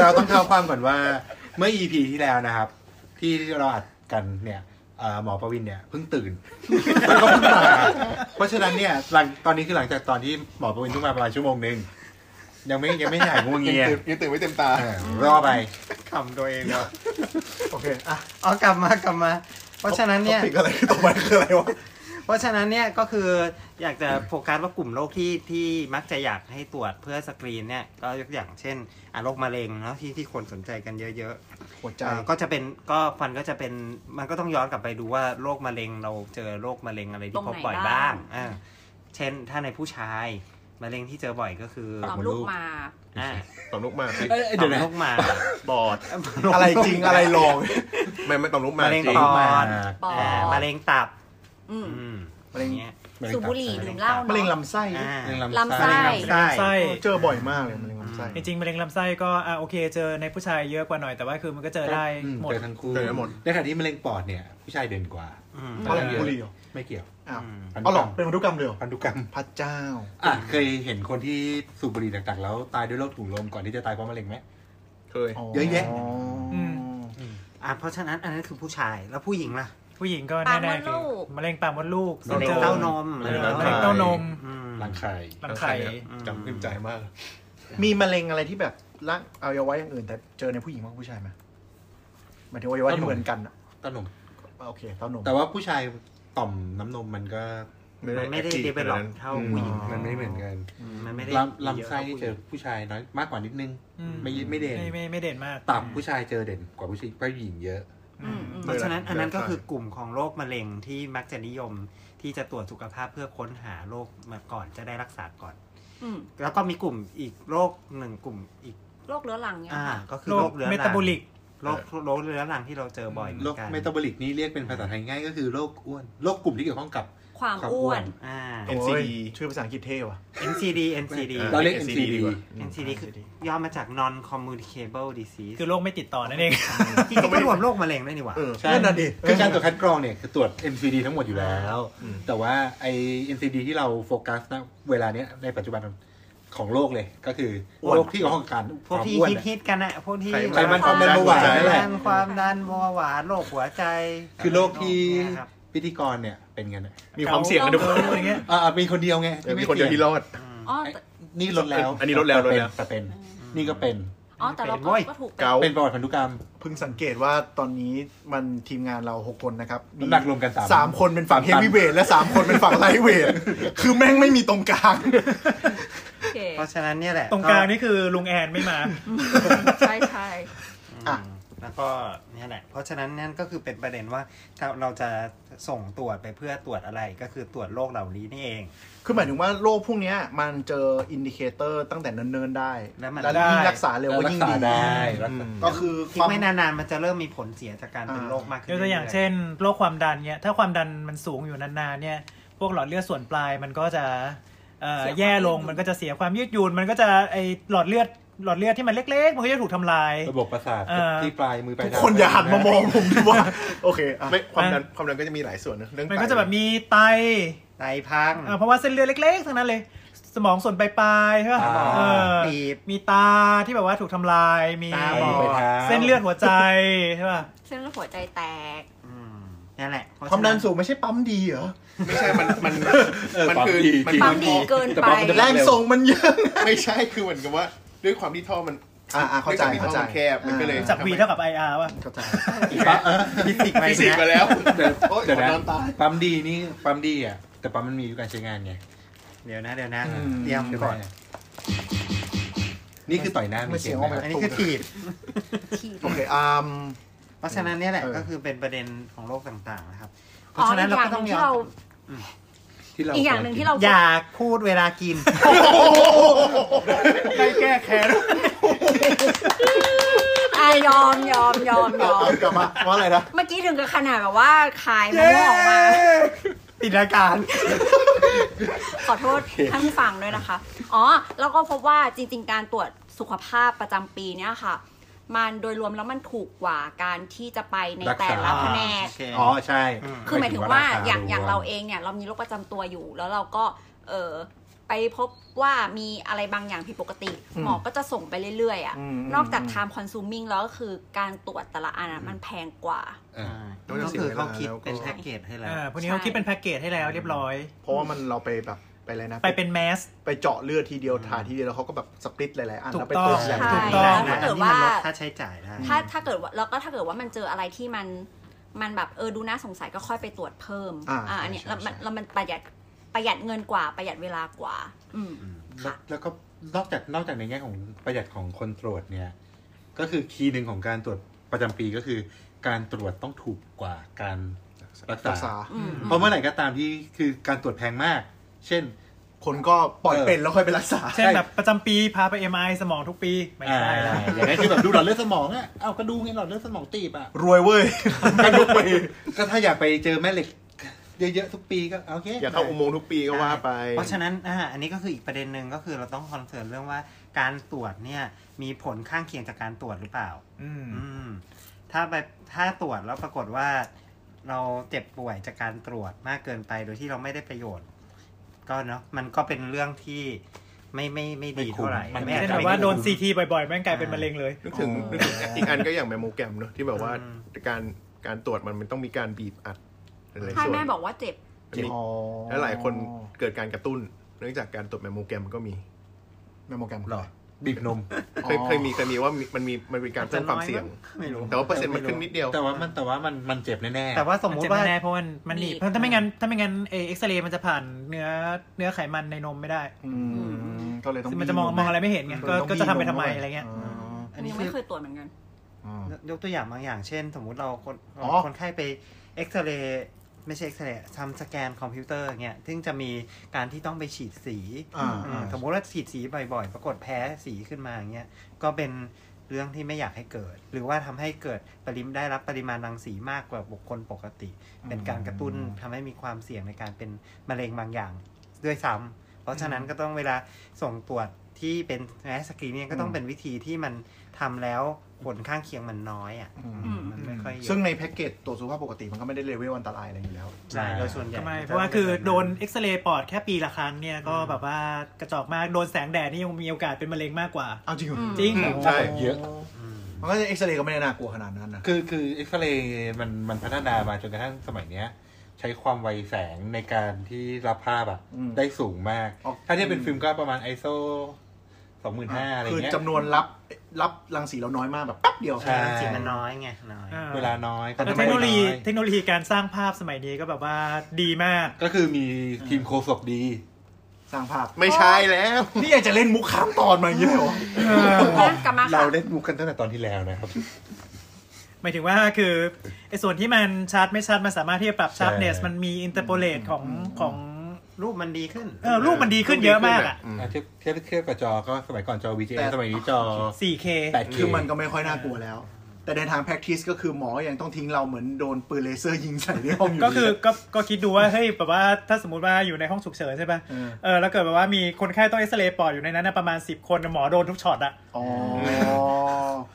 Speaker 4: เราต้องเท้าความก่อนว่า เมื่อ EP ที่แล้วนะครับ ที่เราอัดกันเนี่ยเอ่อหมอประวินเนี่ยเพิ่งตื่นแล้วก็เพิ่งมาเพราะฉะนั้นเนี่ยหลังตอนนี้คือหลังจากตอนที่หมอประวินเพิ่งมาประมาณชั่วโมงหนึ่งยังไม่ยังไม่หายง่วงเงีย
Speaker 5: ยังตื่นยังตื่นไม่เต็มตา
Speaker 4: เออรอไป
Speaker 6: ขำตัวเองเนาะ
Speaker 3: โอเค อ่ะ
Speaker 6: เอากลับมากลับมา เพราะฉะนั้นเนี่ย
Speaker 3: ปิดอะไรต่อไปคืออะไรวะ
Speaker 6: เพราะฉะนั้นเนี่ยก็คืออยากจะโฟกัสว่ากลุ่มโรคที่ที่มักจะอยากให้ตรวจเพื่อสกรีนเนี่ยก็ยกอย่างเช่นอ่ะโรคมะเร็งเนาะที่ที่คนสนใจกันเยอะ
Speaker 3: หัว
Speaker 6: ๆ
Speaker 3: ใจ
Speaker 6: เอ่อก็จะเป็นก็ฟันก็จะเป็นมันก็ต้องย้อนกลับไปดูว่าโรคมะเร็งเราเจอโรคมะเร็งอะไรที่พบบ่อยบ้างอ่าเช่นถ้าในผู้ชายมะเร็งที่เจอบ่อยก็คือ
Speaker 2: ตอบลูกหมาก
Speaker 6: อ่า
Speaker 5: ต่อมลูกหมากสิ
Speaker 4: เอ้ย
Speaker 6: ต่
Speaker 4: เดี๋
Speaker 6: อ
Speaker 4: ยว
Speaker 6: ม
Speaker 4: นะ
Speaker 6: ลูกหมาก
Speaker 5: บอด
Speaker 3: อะไรจริงอะไรหลอก
Speaker 5: ไม่ไม่ต่อมลูกหมาม
Speaker 6: ะ
Speaker 5: ก
Speaker 6: เร็ง
Speaker 5: จริง
Speaker 6: ป
Speaker 4: ต่
Speaker 6: อด
Speaker 2: ปอด
Speaker 6: อ่ามะเร็งตับ
Speaker 2: อืม
Speaker 6: อืม
Speaker 3: มะเร็ง
Speaker 6: เงี้ย
Speaker 2: สูบบุหรี่ดื่มเหล้าม
Speaker 3: ะเร็ง
Speaker 2: เนาะ
Speaker 3: ลำไส้
Speaker 6: อ่า
Speaker 4: มะเร็ง
Speaker 2: ลำ
Speaker 4: ลำ
Speaker 2: ไส้
Speaker 4: ไส้
Speaker 6: ใช่
Speaker 7: ไส้
Speaker 3: เจอบ่อยมากเลยมะเร็งลำไส้
Speaker 7: จริงๆมะเร็งลำไส้ก็อ่ะโอเคเจอในผู้ชายเยอะกว่าหน่อยแต่ว่าคือมันก็เจอได้
Speaker 4: อืม
Speaker 7: หมด
Speaker 4: เจอทั้งคู่
Speaker 5: เจอหมด
Speaker 4: ในขณะที่มะเร็งปอดเนี่ย ผู้ชายเด่นกว่า
Speaker 6: อืม
Speaker 3: เพราะอะไรบุหรี่เหรอ
Speaker 4: ไม่เกี่ยว
Speaker 3: อ้าว
Speaker 6: อืม
Speaker 3: เอาหรอเป็นพันธุกรรมเลยเหรอ
Speaker 4: พันธุกรรม
Speaker 3: พระเจ้า
Speaker 4: อ่ะเคยเห็นคนที่สูบบุหรี่หนักๆแล้วตายด้วยโรคถุงลมก่อนที่จะตายเพราะมะเร็งไหม
Speaker 5: เคย
Speaker 4: เยอะแยะ
Speaker 7: อืม
Speaker 6: อ่าเพราะฉะนั้นอันนั้นคือผู้ชายแล้วผู้หญิงล่ะ
Speaker 7: ผู้หญิงก็
Speaker 2: ปากมด
Speaker 7: แน่ๆคื
Speaker 2: ลู
Speaker 7: อก มะเร็งปากมดลูก
Speaker 6: มะเร็งเต้านม
Speaker 4: มะเร็ง
Speaker 7: มะ
Speaker 4: เต้า
Speaker 7: เร็งเต้านม
Speaker 6: อืม
Speaker 4: รังไข่
Speaker 7: รังไข่
Speaker 5: จำขึ้นใจมาก
Speaker 3: มีมะเร็งอะไรที่แบบร่างอวัยวะอย่างอื่น แต่เจอในผู้หญิงมากกว่าผู้ชายไหมหมายถึงอวัยวะที่เหมือนกันอะ
Speaker 4: เต้านม
Speaker 3: โอเคเต้านม
Speaker 4: แต่ว่าผู้ชายต่อมน้ำนมมันก็
Speaker 6: มันไม่ได้
Speaker 5: active
Speaker 6: develop
Speaker 5: ขนนั้น
Speaker 6: เท่าผู้หญิง
Speaker 3: อ๋อ
Speaker 4: มันไม่เหมือนกัน
Speaker 6: มันไม่ได้
Speaker 4: ลำลำไส้นี่เจอผู้ชายน้อยมากกว่านิดนึง
Speaker 7: อืม
Speaker 4: ไม่ไม่เด่น
Speaker 7: ไม่ไม่ไม่เด่นมาก
Speaker 4: ตับผู้ชายเจอเด่นกว่าผู้ชายผู้หญิงเยอะ
Speaker 2: อืมอืม
Speaker 6: เพราะฉะนั้นอันนั้นก็คือกลุ่มของโรคมะเร็งที่มักจะนิยมที่จะตรวจสุขภาพเพื่อค้นหาโรคมาก่อนจะได้รักษาก่อน
Speaker 2: อืม
Speaker 6: แล้วก็มีกลุ่มอีกโรคหนึ่งกลุ่มอีก
Speaker 2: โรคเรื้อรังเนี่ย
Speaker 6: อ่า
Speaker 2: ค่ะ
Speaker 6: ก็คือ
Speaker 7: โร
Speaker 6: โร
Speaker 7: ค
Speaker 6: คเรื้อ
Speaker 7: เม
Speaker 6: รั
Speaker 7: ตาบอลิก
Speaker 6: โรคโรคเรื้อรังที่เราเจอบ่อยเหมือ
Speaker 4: โรคน
Speaker 6: กัน
Speaker 4: เมตาบอลิกนี่เรียกเป็นภาษาไทยง่ายก็คือโรคอ้วนโรคกลุ่มที่เกี่ยวข้องกับ
Speaker 2: ความ
Speaker 4: ความอ้
Speaker 2: อ้ว
Speaker 4: วน น
Speaker 6: อ่า
Speaker 5: NCD
Speaker 3: โยชื่อภาษาอังกฤษเท่ว่ะ
Speaker 6: NCD NCD
Speaker 5: อ่า
Speaker 4: เราเรียก
Speaker 5: NCD
Speaker 4: NCD
Speaker 5: ดีกว่า
Speaker 6: NCD คือย่อมาจาก non communicable disease
Speaker 7: คือโรคไม่ติดต่อนั่นเอง
Speaker 6: จริงๆก็รวมโรคมะเร็งด้วยนี่หว่า
Speaker 3: เออ
Speaker 4: ใช่
Speaker 3: นั่นน่ะดิ
Speaker 4: คือการตรวจคัดกรองเนี่ยคือตรวจ NCD ทั้งหมดอยู่แล้ว
Speaker 5: อืม
Speaker 4: แต่ว่าไอ้ NCD ที่เราโฟกัสนะเวลาเนี้ยในปัจจุบันของโลกเลย ก็คือ
Speaker 3: อ้วน
Speaker 4: โรคที่เกี่ยวข้องกับการ
Speaker 6: พวกที่
Speaker 4: ความอ้วน
Speaker 6: ฮิต
Speaker 4: อะ
Speaker 6: ๆกันอะพวกที่
Speaker 4: ไขมันความดันเบาหวานนั่นแหละ
Speaker 6: ความดันเบาหวานโรคหัวใจ
Speaker 4: คือโรคที่
Speaker 6: เนี่ยครับ
Speaker 4: พิธีกรเนี่ยเป็นไงเนี่ย
Speaker 5: มีความเสี่ยงกันทุกคน
Speaker 7: อย่างเงี้ย
Speaker 4: อ่ามีคนเดียวไง
Speaker 5: เออมีคนเดียวที่รอด
Speaker 2: อ๋อ
Speaker 4: ไอ้
Speaker 2: แต่
Speaker 4: นี่ลดแล้ว
Speaker 5: อันนี้ลดแล้วลดแล้ว
Speaker 4: แต่เป็นแต่เป็น นี่ก็เป็น
Speaker 2: อ๋อแต่เราก็
Speaker 6: เป็นเว้ย
Speaker 2: ก็ถูก
Speaker 5: เกา
Speaker 4: เป็นประวัติพันธุกรรม
Speaker 3: เพิ่งสังเกตว่าตอนนี้มันทีมงานเราหกคนนะครับ
Speaker 4: น้ำหนักรวมกันสาม
Speaker 3: สามคนเป็นฝั่ง
Speaker 4: สาม
Speaker 3: เฮ
Speaker 4: ตัน
Speaker 3: ฟวีเวทและสามคนเป็นฝั่งไลท์เวทคือแม่งไม่มีตรงก ลาง
Speaker 2: โอเค
Speaker 6: เพราะฉะนั้นเนี่ยแหละ
Speaker 7: ตรงกลางนี่คือลุงแอนไม่มา
Speaker 2: ใช่ใช่
Speaker 6: อืมแล้วก็เนี่ยแหละ เพราะฉะนั้นนั่นก็คือเป็นประเด็นว่าถ้าเราจะส่งตรวจไปเพื่อตรวจอะไรก็คือตรวจโรคเหล่านี้นี่เอง
Speaker 3: คือหมายถึงว่าโรคพวกเนี้ยมันเจออินดิเคเตอร์ตั้งแต่เนิ่นๆได้
Speaker 6: แล้วมัน
Speaker 3: แล้ว
Speaker 7: ได้
Speaker 3: ยิ่งรักษาเร็วก็
Speaker 4: รั
Speaker 3: ยิ่
Speaker 4: ก
Speaker 3: ง
Speaker 4: ษา
Speaker 3: ดี
Speaker 4: ได้รักษา
Speaker 3: ก็คือ
Speaker 6: ทิ้
Speaker 3: ควาง ม
Speaker 6: ไม่นานๆมันจะเริ่มมีผลเสียจากการเป็น
Speaker 3: อ่า
Speaker 6: โรคมากขึ้น
Speaker 7: ยกตัวอย่าง
Speaker 6: รื่ๆ
Speaker 7: เช่น โรคความดันเนี่ยถ้าความดันมันสูงอยู่นานๆเนี่ย พวกหลอดเลือดส่วนปลายมันก็จะเอ่อแย่ลงมันก็จะเสียความยืดหยุ่นมันก็จะไอหลอดเลือดหลอดเลือดที่มันเล็กๆ มันก็จะถูกทำลาย
Speaker 4: ระบบประสาท
Speaker 7: เอ่อ
Speaker 4: ที่ปลายมือปลาย
Speaker 3: ทุก
Speaker 4: เท้
Speaker 3: คนอย่าหันมามองผมดิว่า โอเคอ่ะ
Speaker 5: ไม่ความดันความดันก็จะมีหลายส่วนนะเรื่อง
Speaker 7: มันก็จะแบบมีไต
Speaker 6: ไตพัง
Speaker 7: เอ่อเพราะว่าเส้นเลือดเล็กๆทั้งนั้นเลย สมองส่วนปลายๆใช่ป่ะ
Speaker 6: ตา
Speaker 7: เออ
Speaker 6: ตีบ
Speaker 7: มีตาที่แบบว่าถูกทำลายมี
Speaker 6: ตา
Speaker 4: ปลา
Speaker 6: บ
Speaker 4: ย
Speaker 6: อ
Speaker 4: มือ
Speaker 6: ด
Speaker 4: ปลายเท้า
Speaker 7: เส้นเลือดหัวใจใช่ป่ะ
Speaker 2: เส้นเลือดหัวใจแตก
Speaker 6: อืมนั่นแหละเพระ
Speaker 3: ควา
Speaker 6: ฉะ
Speaker 3: มดันสูงไม่ใช่ปั๊มดีเหรอ
Speaker 5: ไม่ใช่มันมัน
Speaker 4: เออ
Speaker 5: มัน
Speaker 4: ปั๊
Speaker 5: คือ
Speaker 4: ดี
Speaker 5: มัน
Speaker 2: ปั๊มดีเกินไป
Speaker 4: แต่ปั๊มมัจะ
Speaker 3: แรงส่งมันเยอะ
Speaker 5: ไม่ใช่คือเหมือนกับว่า ด้วยความที่ท่อมัน
Speaker 3: อ่าเข้าใจ
Speaker 5: ด้วยควมที่ท่อ
Speaker 3: เข้าใจ
Speaker 5: มันแคบมันก็เลย
Speaker 7: จาก V เท่ากับ IR ป่ะ
Speaker 3: เข้าใจ
Speaker 4: ฟิสิกส์
Speaker 5: ฟิสิกส์มาแล้ว
Speaker 4: เดี๋ยว
Speaker 5: โอ๊ย
Speaker 4: เดี๋ยวนะ
Speaker 5: ขอน้ำตา
Speaker 4: ปั๊มดีนี่ปั๊มดีอ่ะ แต่ปั๊มมันมีอายุการใช้งานไง
Speaker 6: เดี๋ยวนะเดี๋ยวนะ
Speaker 3: อืม
Speaker 6: เตรียม
Speaker 4: ใช่ไหม
Speaker 6: ก่อน
Speaker 4: นี่คือต่อยหน้า
Speaker 3: ไม่
Speaker 4: มี
Speaker 3: เสี
Speaker 4: เสี
Speaker 3: ย
Speaker 4: ย
Speaker 3: ง
Speaker 4: ง
Speaker 3: ออก
Speaker 4: ไห
Speaker 3: มา
Speaker 4: ม
Speaker 6: อันนี้คือถีบ
Speaker 2: ที
Speaker 3: โอเคอ่า
Speaker 6: เพราะฉะนั้นเนี่ยแหละ
Speaker 3: เออ
Speaker 6: ก็คือเป็นประเด็นของโรคต่างๆนะครับ เพ
Speaker 2: อ๋
Speaker 6: ราะ
Speaker 2: อ
Speaker 6: ฉะนั้น
Speaker 2: อีก
Speaker 6: เรา
Speaker 2: อย่างห
Speaker 6: ก็ต้อ
Speaker 2: นึ่
Speaker 6: ง
Speaker 2: ง
Speaker 6: ย
Speaker 2: ที่
Speaker 6: อ
Speaker 2: เรา
Speaker 6: ม
Speaker 4: ที่เรา
Speaker 2: อีกอย่างหนึ่งที่เรา
Speaker 6: อย่าพูดเวลากิน
Speaker 7: ไม่แก้แค้น
Speaker 2: อ่ะยอมยอมยอมยอม
Speaker 3: กลับมาว่าอะไรนะ
Speaker 2: เมื่อกี้ถึงกับขนาดแบบว่าขายมะม่วงออกมา
Speaker 6: ติดอาการ
Speaker 2: ขอโทษท่านผู้ฟังด้วยนะคะ อ๋อ แล้วก็พบว่าจริง ๆ การตรวจสุขภาพประจำปีเนี่ยค่ะ มันโดยรวมแล้วมันถูกกว่าการที่จะไปในแต่ละแผนก
Speaker 4: อ๋อ ใช่
Speaker 2: คือหมายถึงว่าอย่างอย่างเราเองเนี่ยเรามีโรคประจำตัวอยู่ แล้วเราก็เออไปพบว่ามีอะไรบางอย่างผิดปกติ
Speaker 3: อืม
Speaker 2: หมอก็จะส่งไปเรื่อยๆอ่ะ
Speaker 3: อืม
Speaker 2: นอกจาก time consuming แล้วก็คือการตรวจแต่ละอันอะมันแพงกว่า
Speaker 4: อ่า
Speaker 5: แล้วก็
Speaker 6: ก็
Speaker 5: เสีย
Speaker 6: คือ
Speaker 5: เวลา
Speaker 6: เขาคิด
Speaker 5: แล้วก็
Speaker 6: เป็นแพ็กเกจให้แล้ว
Speaker 7: อ่าพวกนี้เขาคิดเป็นแพ็กเกจให้แล้วเรียบร้อย
Speaker 3: เพราะว่ามันเราไปแบบไปอะไรนะ
Speaker 7: ไปเป็นแมส
Speaker 3: ไปเจาะเลือดทีเดียวถ่ายทีเดียวแล้วเขาก็แบบสปริตหลายๆอันแล้วไป
Speaker 7: ถูก
Speaker 3: ตร
Speaker 7: ต้อ
Speaker 3: ว
Speaker 7: ง
Speaker 3: จแหลบ
Speaker 2: ใช่ถู
Speaker 3: ทุก
Speaker 2: กต้องถ้า
Speaker 3: แหลบ
Speaker 6: นะ
Speaker 2: เกิด
Speaker 6: นี่มันลด
Speaker 2: ว่า
Speaker 6: ค่าใช้จ่ายได้
Speaker 2: ถ้าถ้าเกิดว่าแล้วก็ถ้าเกิดว่ามันเจออะไรที่มันมันแบบเออดูน่าสงสัยก็ค่อยไปตรวจเพิ่ม
Speaker 3: อ่า
Speaker 2: อันเนี้ย
Speaker 3: ใช่
Speaker 2: แล้วมัน
Speaker 3: ใช่
Speaker 2: แล้วมันประหยัดประหยัดเงินกว่าประหยัดเวลากว่า อืม
Speaker 4: แล้วแล้วก็นอกจากนอกจากในแง่ของประหยัดของคนตรวจเนี่ย ก็คือคีย์หนึ่งของการตรวจประจำปีก็คือ การตรวจต้องถูกกว่าการรัก
Speaker 3: รัก
Speaker 4: ษา
Speaker 3: ษา
Speaker 2: อืม
Speaker 4: เพราะเมื่อไหร่ก็ตามที่คือการตรวจแพงมาก เช่น
Speaker 3: คนก็ปล่อยเป็นแล้วค่อยไปรักษา
Speaker 7: เช่นแบบประจำปีพาไป MI สมองทุกปี ไม่
Speaker 4: อ่า
Speaker 7: ใช่แล้ว
Speaker 4: อย่างนั้นคือแบบดูหลอดเลือดสมองอ่ะ เอาก็ดูไงหลอดเลือดสมองตีบอ่ะ
Speaker 3: รวยเว้ย
Speaker 4: ก็ถ้าอยากไปเจอแม่เหล็ก เยอะ ๆ ทุกปีก็โอเค
Speaker 5: อยากเข้าอุโมงค์ทุกปีก็ว่าไป
Speaker 6: เพราะฉะนั้นอ่าอันนี้ก็คืออีกประเด็นหนึ่งก็คือเราต้องคอนเซิร์นเรื่องว่าการตรวจเนี่ยมีผลข้างเคียงจากการตรวจหรือเปล่า
Speaker 7: อืม
Speaker 6: อืมถ้าไปถ้าตรวจแล้วปรากฏว่า เราเจ็บป่วยจากการตรวจมากเกินไปโดยที่เราไม่ได้ประโยชน์ ก็เนาะมันก็เป็นเรื่องที่ไม่ไม่ไม่ดีเท่าไหร่
Speaker 7: ไม่
Speaker 6: อาจ
Speaker 7: ใช่
Speaker 6: จะ
Speaker 7: แบบว่า
Speaker 6: ไม่
Speaker 7: โดน
Speaker 6: คุ้ม
Speaker 7: CT บ่อยๆ แม่งกลายเป็นมะเร็งเลย
Speaker 5: นึกถึง
Speaker 6: อ๋อ
Speaker 5: นึกถึงอีก อันก็อย่างแมมโมแกรมเนอะที่แบบว่า
Speaker 6: อืม
Speaker 5: การการตรวจมันมันต้องมีการบีบอัดหลายๆ
Speaker 2: ใช่
Speaker 5: ส่วน
Speaker 2: แม่บอกว่าเจ็บ
Speaker 5: มันมีและหลายคนเกิดการกระตุ้น เนื่องจากการตรวจแมมโมแกรมก็มี
Speaker 3: แมมโมแกรม
Speaker 4: หรอบีบนม
Speaker 5: เคยเคยมีเคยมีว่ามีมันมีมันเป็นการเพิ่มความเสี่ยง
Speaker 6: ไม่รู้
Speaker 5: แต่ว่าเปอร์เซ็นต์มันขึ้นนิดเดียว
Speaker 4: แต่ว่ามันแต่ว่ามันมันเจ็บแน่ๆ
Speaker 6: แต่ว่าสม
Speaker 7: มัน
Speaker 6: มุ
Speaker 7: เจ็บ
Speaker 6: ติว่า
Speaker 7: แน่ๆเพราะมันมันหนีบ
Speaker 2: หนีบ
Speaker 7: เพราะถ้าไม่งั้นถ้าไม่งั้นเอ็กซเรย์มันจะผ่านเนื้อเนื้อไขมันในนมไม่ได้
Speaker 3: อืมก็เลยต้อง
Speaker 7: มันจะมองมองอะไรไม่เห็นไง ก็
Speaker 3: ต้
Speaker 7: ก็จะทำไปทำไม
Speaker 3: บี้ลง
Speaker 7: อะไรเงี้ย
Speaker 3: า
Speaker 6: อันนี้
Speaker 2: ยัง
Speaker 6: คื
Speaker 2: ไม่
Speaker 6: อ
Speaker 2: เคยตรวจเหมือนกัน
Speaker 4: อืม
Speaker 6: ยกตัวอย่างบางอย่างเช่น สมมุติเราคน
Speaker 3: อ๋อ
Speaker 6: คนไข้ไปเอ็กซเรย์ไม่ใช่เอ็กซเรย์ทำสแกนคอมพิวเตอร์อย่างเงี้ยซึ่งจะมีการที่ต้องไปฉีดสี
Speaker 3: อ่า
Speaker 6: อื
Speaker 3: อ่าม
Speaker 6: สมมุติว่าฉีดสีบ่อยๆ ปรากฏแพ้สีขึ้นมาอย่างเงี้ยก็เป็นเรื่องที่ไม่อยากให้เกิด หรือว่าทำให้เกิดปริมได้รับปริมาณรังสีมากกว่าบุคคลปกติ เป็นการกระตุ้นทำให้มีความเสี่ยงในการเป็นมะเร็งบางอย่างด้วยซ้ำเพราะฉะนั้นก็ต้องเวลาส่งตรวจที่เป็นแมสกรีนเนี่ยก็ต้องเป็นวิธีที่มันทำแล้วผลข้างเคียงมันน้อยอ่ะ
Speaker 3: อืม
Speaker 2: อืม
Speaker 6: มันไม่ค่อยเยอะ
Speaker 3: ซึ่งในแพ็กเกจตรวจสุขภาพปกติมันก็ไม่ได้เลเวลอันตรายอะไรอยู่แล้ว
Speaker 6: ใช่โดยส่วนใหญ่
Speaker 7: ทำไมเพราะว่าคือโดนเอ็กซเรย์ปอดแค่ปีละครั้งเนี่ยก็แบบว่ากระจอกมากโดนแสงแดดนี่ยังมีโอกาสเป็นมะเร็งมากกว่า
Speaker 3: เอาจริงเหอ
Speaker 2: อืม
Speaker 7: จริง
Speaker 5: ใช่
Speaker 4: เยอะ
Speaker 3: มันก็จะเอ็กซเรย์ก็ไม่ได้น่ากลัวขนาดนั้นนะ
Speaker 4: คือคือเอ็กซเรย์มันมันพัฒนามาจนกระทั่งสมัยเนี้ย ใช้ความไวแสงในการที่รับภาพอะ
Speaker 3: อืม
Speaker 4: ได้สูงมาก
Speaker 3: อ๋อ
Speaker 4: ถ้าเทียบเป็นฟิล์มก็ประมาณ ISO สองหมื่นห้าอะไร
Speaker 3: คือ
Speaker 4: เงี้ย
Speaker 3: จำนวนรับรับรังสีเราน้อยมากแบบแป๊บเดียว
Speaker 4: ใช่
Speaker 6: ใช่สีมันน้อยไงน้อย
Speaker 7: อ่
Speaker 4: เวลาน้อย
Speaker 7: แต่
Speaker 4: ก็
Speaker 7: เทคโนโลยี
Speaker 4: ไม่ได้อย
Speaker 7: เทคโนโลยีการสร้างภาพสมัยนี้ก็แบบว่าดีมาก
Speaker 4: ก็คือมีทีมโคศกดี
Speaker 3: สร้างภาพ
Speaker 5: ไม่ใช่แล้ว
Speaker 3: นี่อยากจะเล่นมุกข้ามตอนมาอย่างเงี้ยเหรอ
Speaker 2: นะกลับมา
Speaker 4: เรา
Speaker 2: ค่ะ
Speaker 4: เล่นมุกกันตั้งแต่ตอนที่แล้วนะครับ
Speaker 7: หมายถึงว่าคือไอ้ส่วนที่มันชัดไม่ชัดมันสามารถที่จะปรับ
Speaker 4: ใช่
Speaker 7: ชัดเนสมันมีอินเตอร์โพเลตของของ
Speaker 6: รูปมันดีขึ้น
Speaker 7: เออรูปมันดีขึ้นเยอะมากอ่ะ
Speaker 4: อ่ะเทียบเทียบเทียบกับจอก็สมัยก่อนจอ VGA
Speaker 3: แต่
Speaker 4: สมัยนี้จอ
Speaker 7: 4K
Speaker 4: 8K
Speaker 3: คือมันก็ไม่ค่อยน่ากลัวแล้ว แต่ในทาง practice ก็คือหมอยังต้องทิ้งเราเหมือนโดนปืนเลเซอร์ยิงใส่ในห้องอยู่ดี
Speaker 7: ก็คือก็ก็คิดดูว่าเฮ้ยแบบว่าถ้าสมมติว่าอยู่ในห้องฉุกเฉินใช่ป่ะ
Speaker 3: เออ
Speaker 7: เออแล้วเกิดแบบว่ามีคนไข้ต้องเอ็กซเรย์ปอดอยู่ในนั้นนะประมาณ 10 คนหมอโดนทุกช็อตอ่ะ
Speaker 3: อ๋อ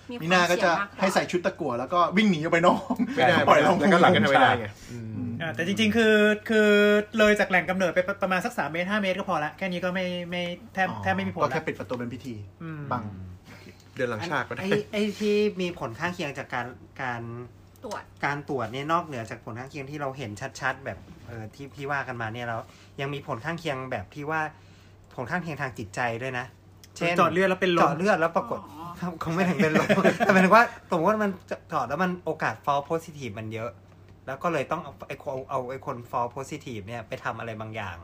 Speaker 2: มีความ
Speaker 3: มีหน้าก็จะ
Speaker 2: เสี่ยงมากกว่า
Speaker 3: ให้ใส่ชุดตะกั่วแล้วก็วิ่งหนีออกไปนอก
Speaker 5: ไม่ได้
Speaker 3: ปล่อยเรา
Speaker 5: แล้วก็หลังกันไม่ได้ไง
Speaker 7: อ่าแต่จริงๆ คือคือเลยจากแหล่งกำเนิดไปประประมาณสักสามเมตรห้าเมตรก็พอละ แค่นี้ก็ไม่ไม่แทบแทบไม่มีผล
Speaker 3: ก็แค่
Speaker 7: ละ
Speaker 3: ปิดประตูเป็นพิธี
Speaker 7: อืม
Speaker 3: บัง
Speaker 5: เดินหลังฉากก็ได้
Speaker 6: ไอ้ไอ้ที่มีผลข้างเคียงจากการการ
Speaker 2: ตรวจ
Speaker 6: การตรวจเนี่ยนอกเหนือจากผลข้างเคียงที่เราเห็นชัด ๆ แบบเออที่ที่ว่ากันมาเนี่ยเรายังมีผลข้างเคียงแบบที่ว่าผลข้างเคียงทางจิตใจด้วยนะ
Speaker 7: เจาะเลือดแล้วเป็นลม
Speaker 6: เจาะเลือดแล้วปรากฏ
Speaker 2: อ๋อ
Speaker 6: คงไม่ถึงเป็นลม แต่หมายถึงว่าสมมติว่ามันเจาะแล้วมันโอกาส fall positive มันเยอะ แล้วก็เลยต้องเอาไอ้คนเอาไอ้คน fall positive เนี่ยไปทำอะไรบางอย่าง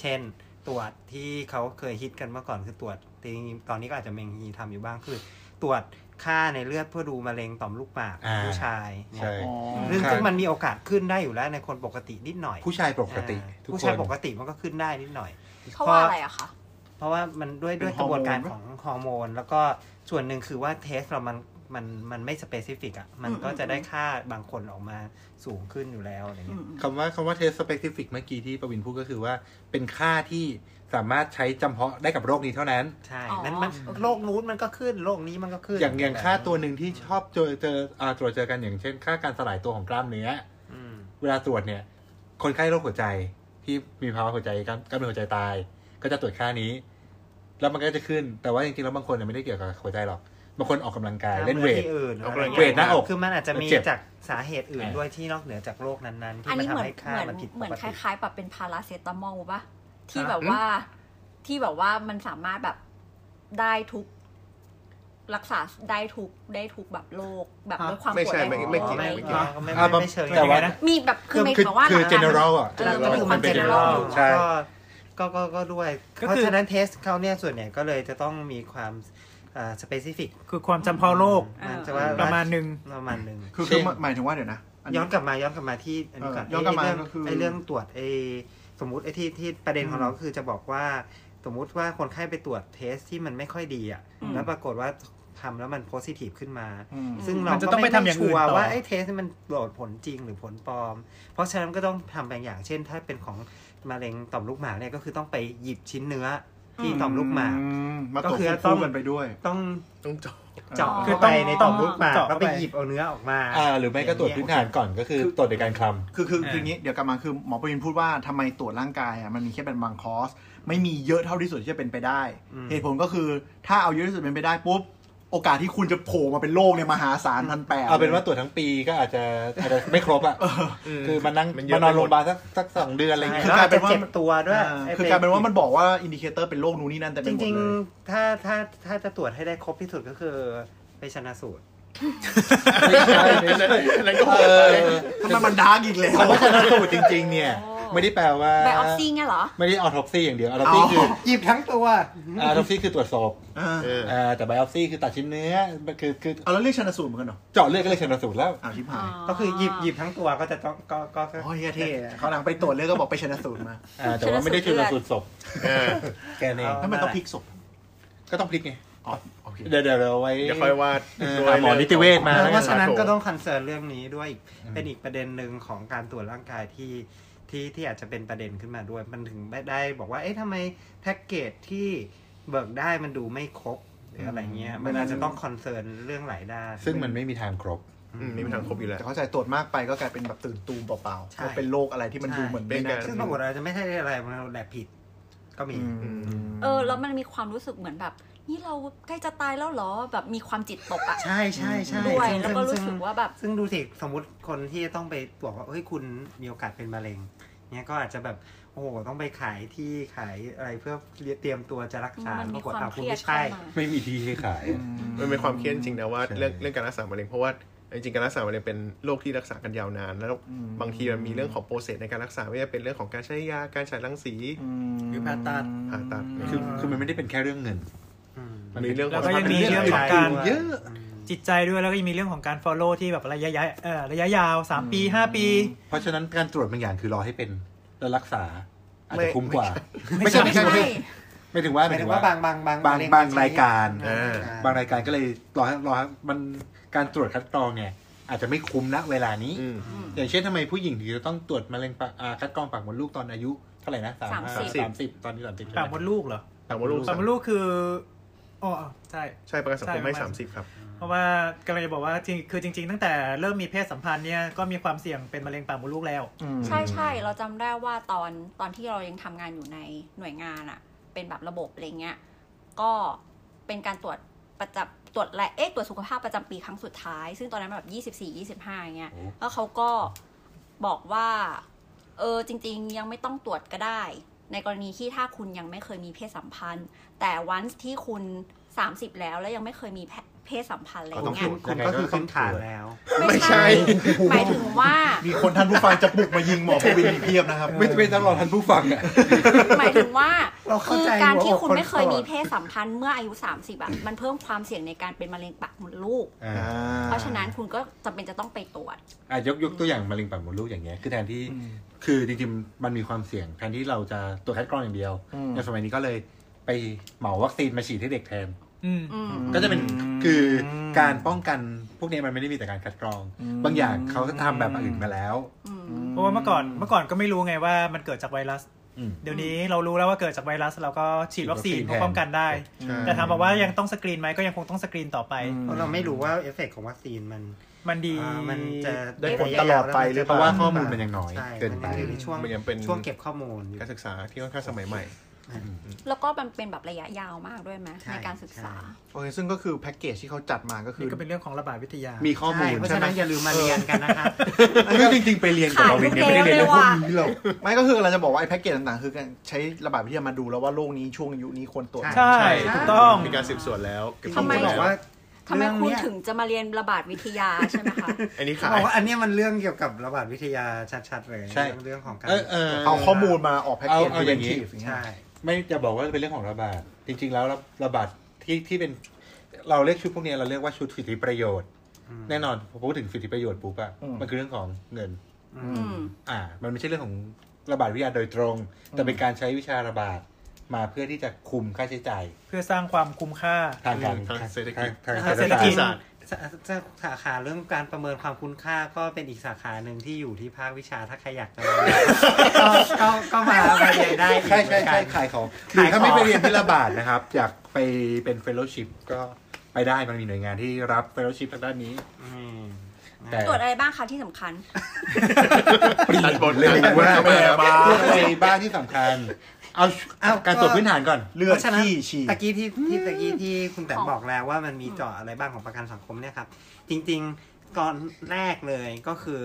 Speaker 6: เช่น ตรวจที่เขาเคยฮิตกันเมื่อก่อนคือตรวจจริงๆตอนนี้ก็อาจจะมีทำอยู่บ้างคือ ตรวจค่าในเลือดเพื่อดูมะเร็งต่อมลูกหมาก
Speaker 4: อ่า
Speaker 6: ผู้ชายเนี่ย
Speaker 4: ใช่
Speaker 6: ซึ่ง
Speaker 4: ครับ
Speaker 6: ซึ่งมันมีโอกาสขึ้นได้อยู่แล้วในคนปกตินิดหน่อย
Speaker 4: ผู้ชายปกติ
Speaker 6: อ่า
Speaker 4: ทุก
Speaker 6: ผู้
Speaker 4: ค
Speaker 6: ชาย
Speaker 4: น
Speaker 6: ปกติมันก็ขึ้นได้นิดหน่อย
Speaker 2: เพราะว่าอะไรอะคะ
Speaker 6: เพราะว่ามันด้วย
Speaker 3: เป็น
Speaker 6: ด้วยกระบวนการ
Speaker 3: ฮอร์โมนปะ
Speaker 6: ของฮอร์โมน แล้วก็ส่วนหนึ่งคือว่าเทสเรามันมันมันไม่สเปซิฟิกอ่ะมันก็จะได้ค่าบางคนออกมาสูงขึ้นอยู่แล้วอะไร
Speaker 2: อื
Speaker 6: เงี้ย
Speaker 2: ม
Speaker 4: คำว่าคำว่า test specific เมื่อกี้ที่ประวินพูดก็คือว่าเป็นค่าที่สามารถใช้จำเพาะได้กับโรคนี้เท่านั้น
Speaker 6: ใช่
Speaker 2: อ๋อ
Speaker 6: นั้นมัน
Speaker 2: โอเค
Speaker 6: โรคนู้นมันก็ขึ้นโรคนี้มันก็ขึ้น
Speaker 4: อย่างอย่างค่าตัวหนึ่งที่ชอบเจอเจออ่าตรวจเจอกันอย่างเช่น ค่าการสลายตัวของกล้ามเนื้อ
Speaker 6: อืม
Speaker 4: เวลาตรวจเนี่ย คนไข้โรคหัวใจที่มีภาวะหัวใจกล้ามกล้ามเนื้อหัวใจตาย ก็จะตรวจค่านี้ แล้วมันก็จะขึ้น แต่ว่าจริงๆแล้วบางคนเนี่ยไม่ได้เกี่ยวกับหัวใจหรอกบางคนออกกำลังกายเล่นเวท
Speaker 6: กล้ามนื้อที่อื่น
Speaker 5: ออกกำลังกาย
Speaker 4: เวทหน้าอก
Speaker 6: คือมันอาจจะมี
Speaker 4: เจ็บ
Speaker 6: จากสาเหตุอื่น
Speaker 4: อ่า
Speaker 6: ด้วยที่นอกเหนือจากโรคนั้นๆ ที่
Speaker 2: อัน
Speaker 6: มัน
Speaker 2: นี้เหมื
Speaker 6: ทำ
Speaker 2: อน
Speaker 6: ให้ค่า
Speaker 2: เหมือน
Speaker 6: มันผิด
Speaker 2: เห
Speaker 6: ป
Speaker 2: มือนค
Speaker 6: กติ
Speaker 2: ล้ายๆแบบเป็นพาราเซตามอลปะที่แบบว่าที่แบบว่ามันสามารถแบบได้ทุก รักษาได้ทุกได้ทุกแบบโรคแบบด้วยความ
Speaker 5: ไม่
Speaker 2: ปวด
Speaker 5: ใช่
Speaker 2: ได้
Speaker 5: ไม่
Speaker 2: ของ
Speaker 5: ไม่เกี่ยว
Speaker 2: เรา
Speaker 5: ไม่
Speaker 2: อะไรอย่างเงี้ย
Speaker 5: เกี่ยว
Speaker 6: ไม่
Speaker 4: อ่า
Speaker 6: ไม่เชิง
Speaker 4: แต่ว่า
Speaker 2: มีแบบคือไม่
Speaker 4: คือ
Speaker 2: หมายว่า
Speaker 4: คือ
Speaker 2: หลังๆ
Speaker 4: general อ่ะ
Speaker 2: เออ
Speaker 6: ก็คือ
Speaker 2: มั
Speaker 6: มัน น
Speaker 2: เป็
Speaker 6: เป็นน
Speaker 2: general
Speaker 6: general
Speaker 2: อยู่
Speaker 4: ใช่
Speaker 6: ก็ก็ก็ก็ด้วย
Speaker 7: ก็คือ
Speaker 6: เพราะฉะนั้นเทสเขาเนี่ยส่วนเนี่ยก็เลยจะต้องมีความอ่า specific
Speaker 7: คือความจำเพาะโรค
Speaker 6: มันจะ
Speaker 2: เออ
Speaker 6: ว่า
Speaker 7: ประมาณหนึ่ง
Speaker 6: ประมาณหนึ่ง
Speaker 3: คือ
Speaker 4: เช่
Speaker 3: คือน หมายถึงว่าเดี๋ยวนะอันนี้
Speaker 6: ย้อนกลับมาย้อนกลับมาที่อันนี้ก่อน
Speaker 3: เออย้อนกลับมา
Speaker 6: ไเรื่ง
Speaker 3: ก็คือ
Speaker 6: ไอ้เรื่องตรวจไอ้สมมติไอ้ที่ที่ประเด็นของเราก็คือจะบอกว่า สมมุติว่าคนไข้ไปตรวจเทสที่มันไม่ค่อยดีอ่ะ
Speaker 2: อืม
Speaker 6: แล้วปรากฏว่าทำแล้วมันโพสิทีฟขึ้นมา
Speaker 3: อืม
Speaker 6: ซึ่ง
Speaker 7: มั
Speaker 6: เรา
Speaker 7: นจะ
Speaker 6: ก็
Speaker 7: ต้องไปทำอย่างอื่นต่อ
Speaker 6: ชัวร์ว่าไอ้เทสนี่มันโหลดผลจริงหรือผลปลอม เพราะฉะนั้นก็ต้องทำบางอย่างเช่น ถ้าเป็นของมะเร็งต่อมลูกหมากเนี่ยก็คือต้องไปหยิบชิ้นเนื้อที่ต่อมลูกหมาก
Speaker 3: อืมาตรวจ
Speaker 6: ก็คือ
Speaker 3: คู่
Speaker 6: ต้อง
Speaker 3: กันไปด้วย
Speaker 6: ต้อง
Speaker 5: ต้องจบ
Speaker 6: เจาะ
Speaker 7: คือ
Speaker 6: เข้า
Speaker 7: ต้
Speaker 6: ไป
Speaker 7: อง
Speaker 6: ในต่อมลูกหมาก
Speaker 7: เจาะ
Speaker 6: แล้วไป
Speaker 7: เข้าไป
Speaker 6: หยิบเอาเนื้อออกมา
Speaker 4: อ่า หรือไม่ก็ตรวจพื้นฐานก่อนก็คือตรวจโดยการคลำ
Speaker 3: คือคือ
Speaker 6: เออ
Speaker 3: คืองี้เดี๋ยวกลับมาคือหมอประวินพูดว่าทำไมตรวจร่างกายอ่ะมันมีแค่เป็นบางคอร์สไม่มีเยอะเท่าที่สุดที่จะเป็นไปได้ เหตุผลก็คือถ้าเอาเยอะที่สุดเป็นไปได้ปุ๊บ โอกาสที่คุณจะโผล่มาเป็นโรคเนี่ยมหาศาลพันแปด
Speaker 4: เอาเป็นว่าตรวจทั้งปีก็อาจจะอาจจะไม่ครบอ่ะ คือมันนั่ง
Speaker 5: มันเยอะ
Speaker 4: มานอนโรงพยาบาลสักสักสองเดือนอะไรอย่างเงี้ย
Speaker 3: คื
Speaker 6: คือ อก
Speaker 3: ลา
Speaker 6: ลาย ย
Speaker 3: เป็
Speaker 6: เป็น น
Speaker 3: ว่า
Speaker 6: ว่าเจ็บตัวด้วยไ
Speaker 3: คือกลายเป็นว่ามันบอกว่าอินดิเคเตอร์เป็นโรคนู้นนี่นั่นแต่
Speaker 6: จ
Speaker 3: เป็นหมด
Speaker 6: ริง
Speaker 3: เลย
Speaker 6: ๆ ถ้าถ้าถ้าจะตรวจให้ได้ครบที่สุดก็คือไปชนะสูตร
Speaker 5: อันนั้นอันนั้นก็โหดไป
Speaker 4: เออ
Speaker 3: ทำไมมันดาร์กอีกแล้ว
Speaker 4: คำว่าชันสูตรจริง ๆ เนี่ย
Speaker 2: โอ้
Speaker 4: ไม่ได้แปลว่า
Speaker 2: ไบออฟซี่ไงเหรอ
Speaker 4: ไม่ได้ออทอปซี่อย่างเดียวออทอปซี่คือ
Speaker 6: หยิบทั้งตัว
Speaker 4: ออทอปซี่คือตรวจศพ
Speaker 3: อ่า
Speaker 5: เออ
Speaker 4: เอ่อแต่ไบออปซี่คือตัดชิ้นเนื้อมันคือคือ
Speaker 3: เอาแล้วเรียกชนะสูตรเหมือนกันเหรอ
Speaker 4: เจาะเลือดก็เลยชนสูตรแล้ว
Speaker 3: อ้าวชิบหาย
Speaker 6: ก็คือหยิบหยิบทั้งตัวก็จะต้องก็ก็ก็
Speaker 3: โอ้ยเหี้ยเท่อะเขาหลังไปตรวจเลือดก็บอกไปชนะสูตรมา
Speaker 4: อ่าแต่ว่าไม่ได้ชนสูตรศพ
Speaker 5: เออ
Speaker 4: แค่นี้นเอง
Speaker 3: แล้วมันต้องพลิกศพ
Speaker 4: ก็ต้องพลิกไง
Speaker 3: อ๋อโอเค
Speaker 4: เดี๋ยวเดี๋ยวเราไว้
Speaker 5: เดี๋ยวค่อยวาด
Speaker 4: เออ
Speaker 5: ด้ว
Speaker 4: หาย หมอนิติเวชมา
Speaker 5: อ
Speaker 6: เพ
Speaker 5: ง
Speaker 6: ราะฉะนั้น
Speaker 5: สโต
Speaker 6: ก็ต้องคอนเซิร์นเรื่องนี้ด้วยอีกเป็นอีกประเด็นหนึ่งของการตรวจร่างกายที่ที่ที่อาจจะเป็นประเด็นขึ้นมาด้วย มันถึงได้บอกว่าเอ๊ะทำไมแพ็กเกจที่เบิกได้มันดูไม่ครบหรืออะไรเงี้ย มันอาจจะต้องคอนเซิร์นเรื่องหลายด้าน
Speaker 4: ซึ่งมันไม่มีทางครบ
Speaker 5: อืมนี่เป็นทางครบอยู่แล้ว
Speaker 3: แต่เข้าใจตรวจมากไปก็กลายเป็นแบบตื่นตูมเปล่า
Speaker 6: ใช่
Speaker 3: ๆก็เป็นโรคอะไรที่มันดูเหมือนไม่น่า
Speaker 6: ซึ่งปรากฏอาจจะไม่ใช่อะไรมันแหละผิด ก็มี
Speaker 3: อืม
Speaker 2: เออแล้วมันมีความรู้สึกเหมือนแบบ นี่เราใกล้จะตายแล้วเหรอแบบมีความจิตตกอะ
Speaker 6: ใช่ใช่ใช่
Speaker 2: ด้วย
Speaker 6: ซึ่ง
Speaker 2: แล้วก็รู้
Speaker 6: ซึ่ง
Speaker 2: สึกว่าแบบ
Speaker 6: ซึ่งดูสิสมมติคนที่ต้องไปบอกว่าเฮ้ยคุณมีโอกาสเป็นมะเร็งเนี่ยก็อาจจะแบบโอ้โหต้องไปขายที่ขายอะไรเพื่อเตรียมตัวจะรักษา
Speaker 2: มัน
Speaker 6: ป
Speaker 2: มี
Speaker 6: รากฏ
Speaker 2: ความ
Speaker 6: อ่ะ
Speaker 2: เค
Speaker 6: คุณ
Speaker 2: รียดเข้า
Speaker 6: ไม่ใช่
Speaker 2: มา
Speaker 4: ไม่มีที่ให้ขาย
Speaker 5: มันเป็นความเครียดจริงนะว่า
Speaker 4: ใช่
Speaker 5: เรื่องเรื่องการรักษามะเร็งเพราะว่าจริงๆการรักษามะเร็งเป็นโรคที่รักษากันยาวนาน แล้วบางทีมันมีเรื่องของโปรเซสในการรักษาไม่ว่าจะเป็นเรื่องของการใช้ยาการฉายรังสี
Speaker 6: หรือผ่าตัด
Speaker 5: ผ่าตัด
Speaker 4: คือคือมันไม่ได้เป็นแค่เรื่องเงิน
Speaker 6: อืม
Speaker 5: มันมีเรื่องข
Speaker 7: แล้
Speaker 5: อง
Speaker 7: วก็ยังมี
Speaker 5: สภาพ
Speaker 7: เรื่องของ
Speaker 5: จิต
Speaker 7: การ
Speaker 5: ใจ
Speaker 6: ด้วย
Speaker 4: เยอะ
Speaker 7: จิตใจด้วยแล้วก็ยังมีเรื่องของการ follow ที่แบบระยะยะเอ่อระยะยาว 3 ปี 5 ปี
Speaker 4: เพราะฉะนั้นการตรวจบางอย่างคือรอให้เป็นแล้วรักษา อาจจะคุ้มกว่า
Speaker 2: ไม่ใช่ไม่ใช่
Speaker 4: ไม่ถึงว่า
Speaker 6: หมายถึงว่าบางบางบาง
Speaker 4: บาง
Speaker 6: มะเร็
Speaker 4: บางรายการ
Speaker 5: เออ
Speaker 4: บางรายการก็เลยรอรอมันการตรวจคัดกรองเนี่ย อาจจะไม่คุ้มณเวลานี้
Speaker 5: อืม
Speaker 4: อย่างเช่นทำไมผู้หญิงถึงจะต้องตรวจมะเร็งปากอ่าคัดกรองปากมดลูกตอนอายุเท่าไหร่นะ
Speaker 2: สามสิบ
Speaker 4: สามสิบตอนนี้สามสิบ
Speaker 7: ปากมดลูกเหรอ
Speaker 5: ปากมดลูก
Speaker 7: ปากมดลูกคืออ๋อใช่
Speaker 5: ใช่ประกันสังคมไม่
Speaker 7: ใช่
Speaker 5: สามสิบครับ
Speaker 7: เพราะว่ากำลังจะบอกว่าจริงคือจริง ๆ ตั้งแต่เริ่มมีเพศสัมพันธ์เนี่ยก็มีความเสี่ยงเป็นมะเร็งปากมดลูกแล้ว
Speaker 2: ใช่ใช่เราจำได้ว่าตอนตอนที่เรายังทำงานอยู่ในหน่วยงานอะเป็นแบบระบบอะไรเงี้ยก็เป็นการตรวจประจำตรวจและเอ๊ะตรวจสุขภาพประจำปีครั้งสุดท้าย ซึ่งตอนนั้นแบบ 24 25เงี้ยแล้วเขาก็บอกว่าเออจริง ๆ ยังไม่ต้องตรวจก็ได้ ในกรณีที่ถ้าคุณยังไม่เคยมีเพศสัมพันธ์ แต่วันที่คุณ 30 แล้วแล้วยังไม่เคยมีเพศสัมพันธ์อะไร
Speaker 5: ก็ต้อง
Speaker 2: เงี้ย
Speaker 5: ตรวจ
Speaker 6: คุณก็คือขึ้นฐานแล้ว
Speaker 5: ไม่ใช่
Speaker 2: หมายถึงว่า
Speaker 3: มีคนท่านผู้ฟังจะปลุกมายิงหม อประวินอีกเพียบนะครับ
Speaker 4: ไม่ไม่ต้องรอท่านผู้ฟังอ่ะ
Speaker 2: หมายถึงว่า
Speaker 6: เราเข้า
Speaker 2: คือ
Speaker 6: ใจ
Speaker 2: การที่
Speaker 6: หัวอก
Speaker 2: คุณไม่เคย
Speaker 6: คนโสด
Speaker 2: มีเพศสัมพันธ์เมื่ออายุ 30อ่ะมันเพิ่มความเสี่ยงในการเป็นมะเร็งปากมดลูก
Speaker 4: อ่า
Speaker 2: เพราะฉะนั้นคุณก็จำเป็นจะต้องไปตรวจ
Speaker 4: อ่ะยกยกตัวอย่างมะเร็งปากมดลูกอย่างเงี้ยคือแทนที่
Speaker 3: อืม
Speaker 4: คือจริงๆมันมีความเสี่ยงแทนที่เราจะตรวจคัดกรองอย่างเดียว
Speaker 3: อืม
Speaker 4: ในสมัยนี้ก็เลยไปเหมาวัคซีนมาฉีดให้เด็กแทน
Speaker 7: อืม
Speaker 2: อืม
Speaker 4: ก็จะเป็นคือการป้องกันพวกนี้มันไม่ได้มีแต่การคัดกรอง
Speaker 3: อืม
Speaker 4: บางอย่างเขาก็ทำแบบอื่นมาแล้ว
Speaker 2: อืม
Speaker 7: เพราะว่าเมื่อก่อนเมื่อก่อนก็ไม่รู้ไงว่ามันเกิดจากไวรัส
Speaker 4: อืม
Speaker 7: เดี๋ยวนี้เรารู้แล้วว่าเกิดจากไวรัสเราก็ฉีดวัคซีน
Speaker 4: ฉีดวัคซีน
Speaker 7: เพื่อป้องกันได้
Speaker 5: ใช่
Speaker 7: แต่ถามบอกว่ายังต้องสกรีนไหมก็ยังคงต้องสกรีนต่อไป
Speaker 3: อืม
Speaker 6: เพราะเราไม่รู้ว่าเอฟเฟกของวัคซีนมัน
Speaker 7: มันดี
Speaker 6: อ่ามันจะ
Speaker 3: ได้ผลตลอดไปหรือเปล่
Speaker 4: เพราะว่าข้อมูลมันยังน้อย
Speaker 6: ใช่
Speaker 4: เกินไป
Speaker 6: มัยังอยู่ในช่วง
Speaker 5: มันยังเป็น
Speaker 6: ช่วงเก็บข้อมูลอยู่
Speaker 5: การศึกษาที่ค่อนข้างสมัยใหม่
Speaker 2: แล้วก็มันเป็นแบบระยะยาวมากด้วยไหม
Speaker 6: ใช่
Speaker 2: ในการศึกษา
Speaker 3: โอเคซึ่งก็คือแพ็กเกจที่เขาจัดมาก็คือ
Speaker 7: นี่ก็เป็นเรื่องของระบาดวิทยา
Speaker 4: มีข้อมูล
Speaker 6: ใช่เพราะ
Speaker 4: ใช่
Speaker 6: ฉะ
Speaker 4: ไหม
Speaker 6: นั้นอย่าลืมมาเรียนกันนะคะ
Speaker 4: คือจริงๆไปเรียนกับเราเนี่ยไม่ได้เรียนเรื่องพวกนี้หรอก
Speaker 3: ไม่ก็คือเราจะบอกว่าไอ้แพ็กเกจต่างๆ คือการใช้ระบาดวิทยามาดูแล้วว่าโรคนี้ช่วงอายุนี้ควรตรวจ
Speaker 7: ใช่
Speaker 6: ใช่
Speaker 7: ถูกต้อง
Speaker 5: มีการสืบสวนแล้วเก็บ
Speaker 2: ทำไม
Speaker 5: ข้อ
Speaker 6: จะบอก
Speaker 5: แล้ว
Speaker 6: ว่า
Speaker 2: ทำไม
Speaker 6: เรื่อง
Speaker 2: คุณ
Speaker 6: เนี้ย
Speaker 2: ถึงจะมาเรียนระบาดวิทยาใช่ไหมคะ
Speaker 5: อันนี้
Speaker 6: จะ
Speaker 5: ขา
Speaker 6: บอย กว่าอันเนี้ยมันเรื่องเกี่ยวกับระบาดวิทยาชัดๆเลย
Speaker 4: ใช่
Speaker 6: เรื่องเรื่องของการ
Speaker 4: เออเออ
Speaker 3: เอาข้อมูลมาออกแพ็กเกจ
Speaker 4: เอาเอาอย่างนี้
Speaker 3: preventive
Speaker 6: ใช่
Speaker 4: ไม่จะบอกว่าเป็นเรื่องของระบาด จริง ๆ แล้วระระบาดที่ที่เป็นเราเรียกชุดพวกเนี้ยเราเรียกว่าชุดสิทธิประโยชน์
Speaker 6: อืม
Speaker 4: แน่นอนพอพูดถึงสิทธิประโยชน์ปุ๊บอะ
Speaker 3: อืม
Speaker 4: มันคือเรื่องของเงิน
Speaker 2: อืม
Speaker 4: อ่า มันไม่ใช่เรื่องของระบาดวิทยาโดยตรง แต่เป็นการใช้วิชาระบาดมาเพื่อที่จะคุมค่าใช้จ่าย
Speaker 7: เพื่อสร้างความคุ้มค่า
Speaker 4: ทางการ
Speaker 5: ทางเศรษฐกิจ
Speaker 4: ทาง
Speaker 7: ทาง
Speaker 4: เศ
Speaker 7: เศ
Speaker 4: ร
Speaker 7: ร
Speaker 4: ษ
Speaker 7: ษ
Speaker 4: ฐ
Speaker 7: ฐกิ
Speaker 4: กิจ
Speaker 7: จ
Speaker 5: ศาสตร์
Speaker 6: สาสาสาขาเรื่องการประเมินความคุ้มค่าก็เป็นอีกสาขาหนึ่งที่อยู่ที่ภาควิชาถ้าใครอยากจะมาเรียนก็ก็ก็มามาเรียนได้อีก
Speaker 4: ใช่
Speaker 6: เหมื
Speaker 4: ใช่
Speaker 6: อนกัน
Speaker 4: ใช่ขายของห
Speaker 6: ขาย
Speaker 4: รือ
Speaker 6: ของ
Speaker 4: ถ้าไม่ไปเรียนที่ระบาดนะครับ อยากไปเป็นเฟลโลชิพก็ไปได้มันมีหน่วยงานที่รับเฟลโลชิพทางด้านนี้
Speaker 6: อืม
Speaker 4: แต่
Speaker 2: ตรวจอะไรบ้างคะที่สำคัญ
Speaker 5: ตัดบทเล
Speaker 4: เร็วยมาก
Speaker 5: ไม่
Speaker 4: เลย
Speaker 5: เอามา
Speaker 4: ไปบ้านที่สำคัญ เอาเอาการตรวจพื้นฐานก่อน
Speaker 3: เลือด
Speaker 6: พราะฉะนั้น
Speaker 3: ขี้ฉี่
Speaker 6: ตะกี้ที่ที่ตะกี้ที่คุณแต่
Speaker 2: ของ
Speaker 6: บอกแล้วว่ามันมีเจาะอะไรบ้างของประกันสังคมเนี่ยครับ จริงๆก่อนแรกเลยก็คือ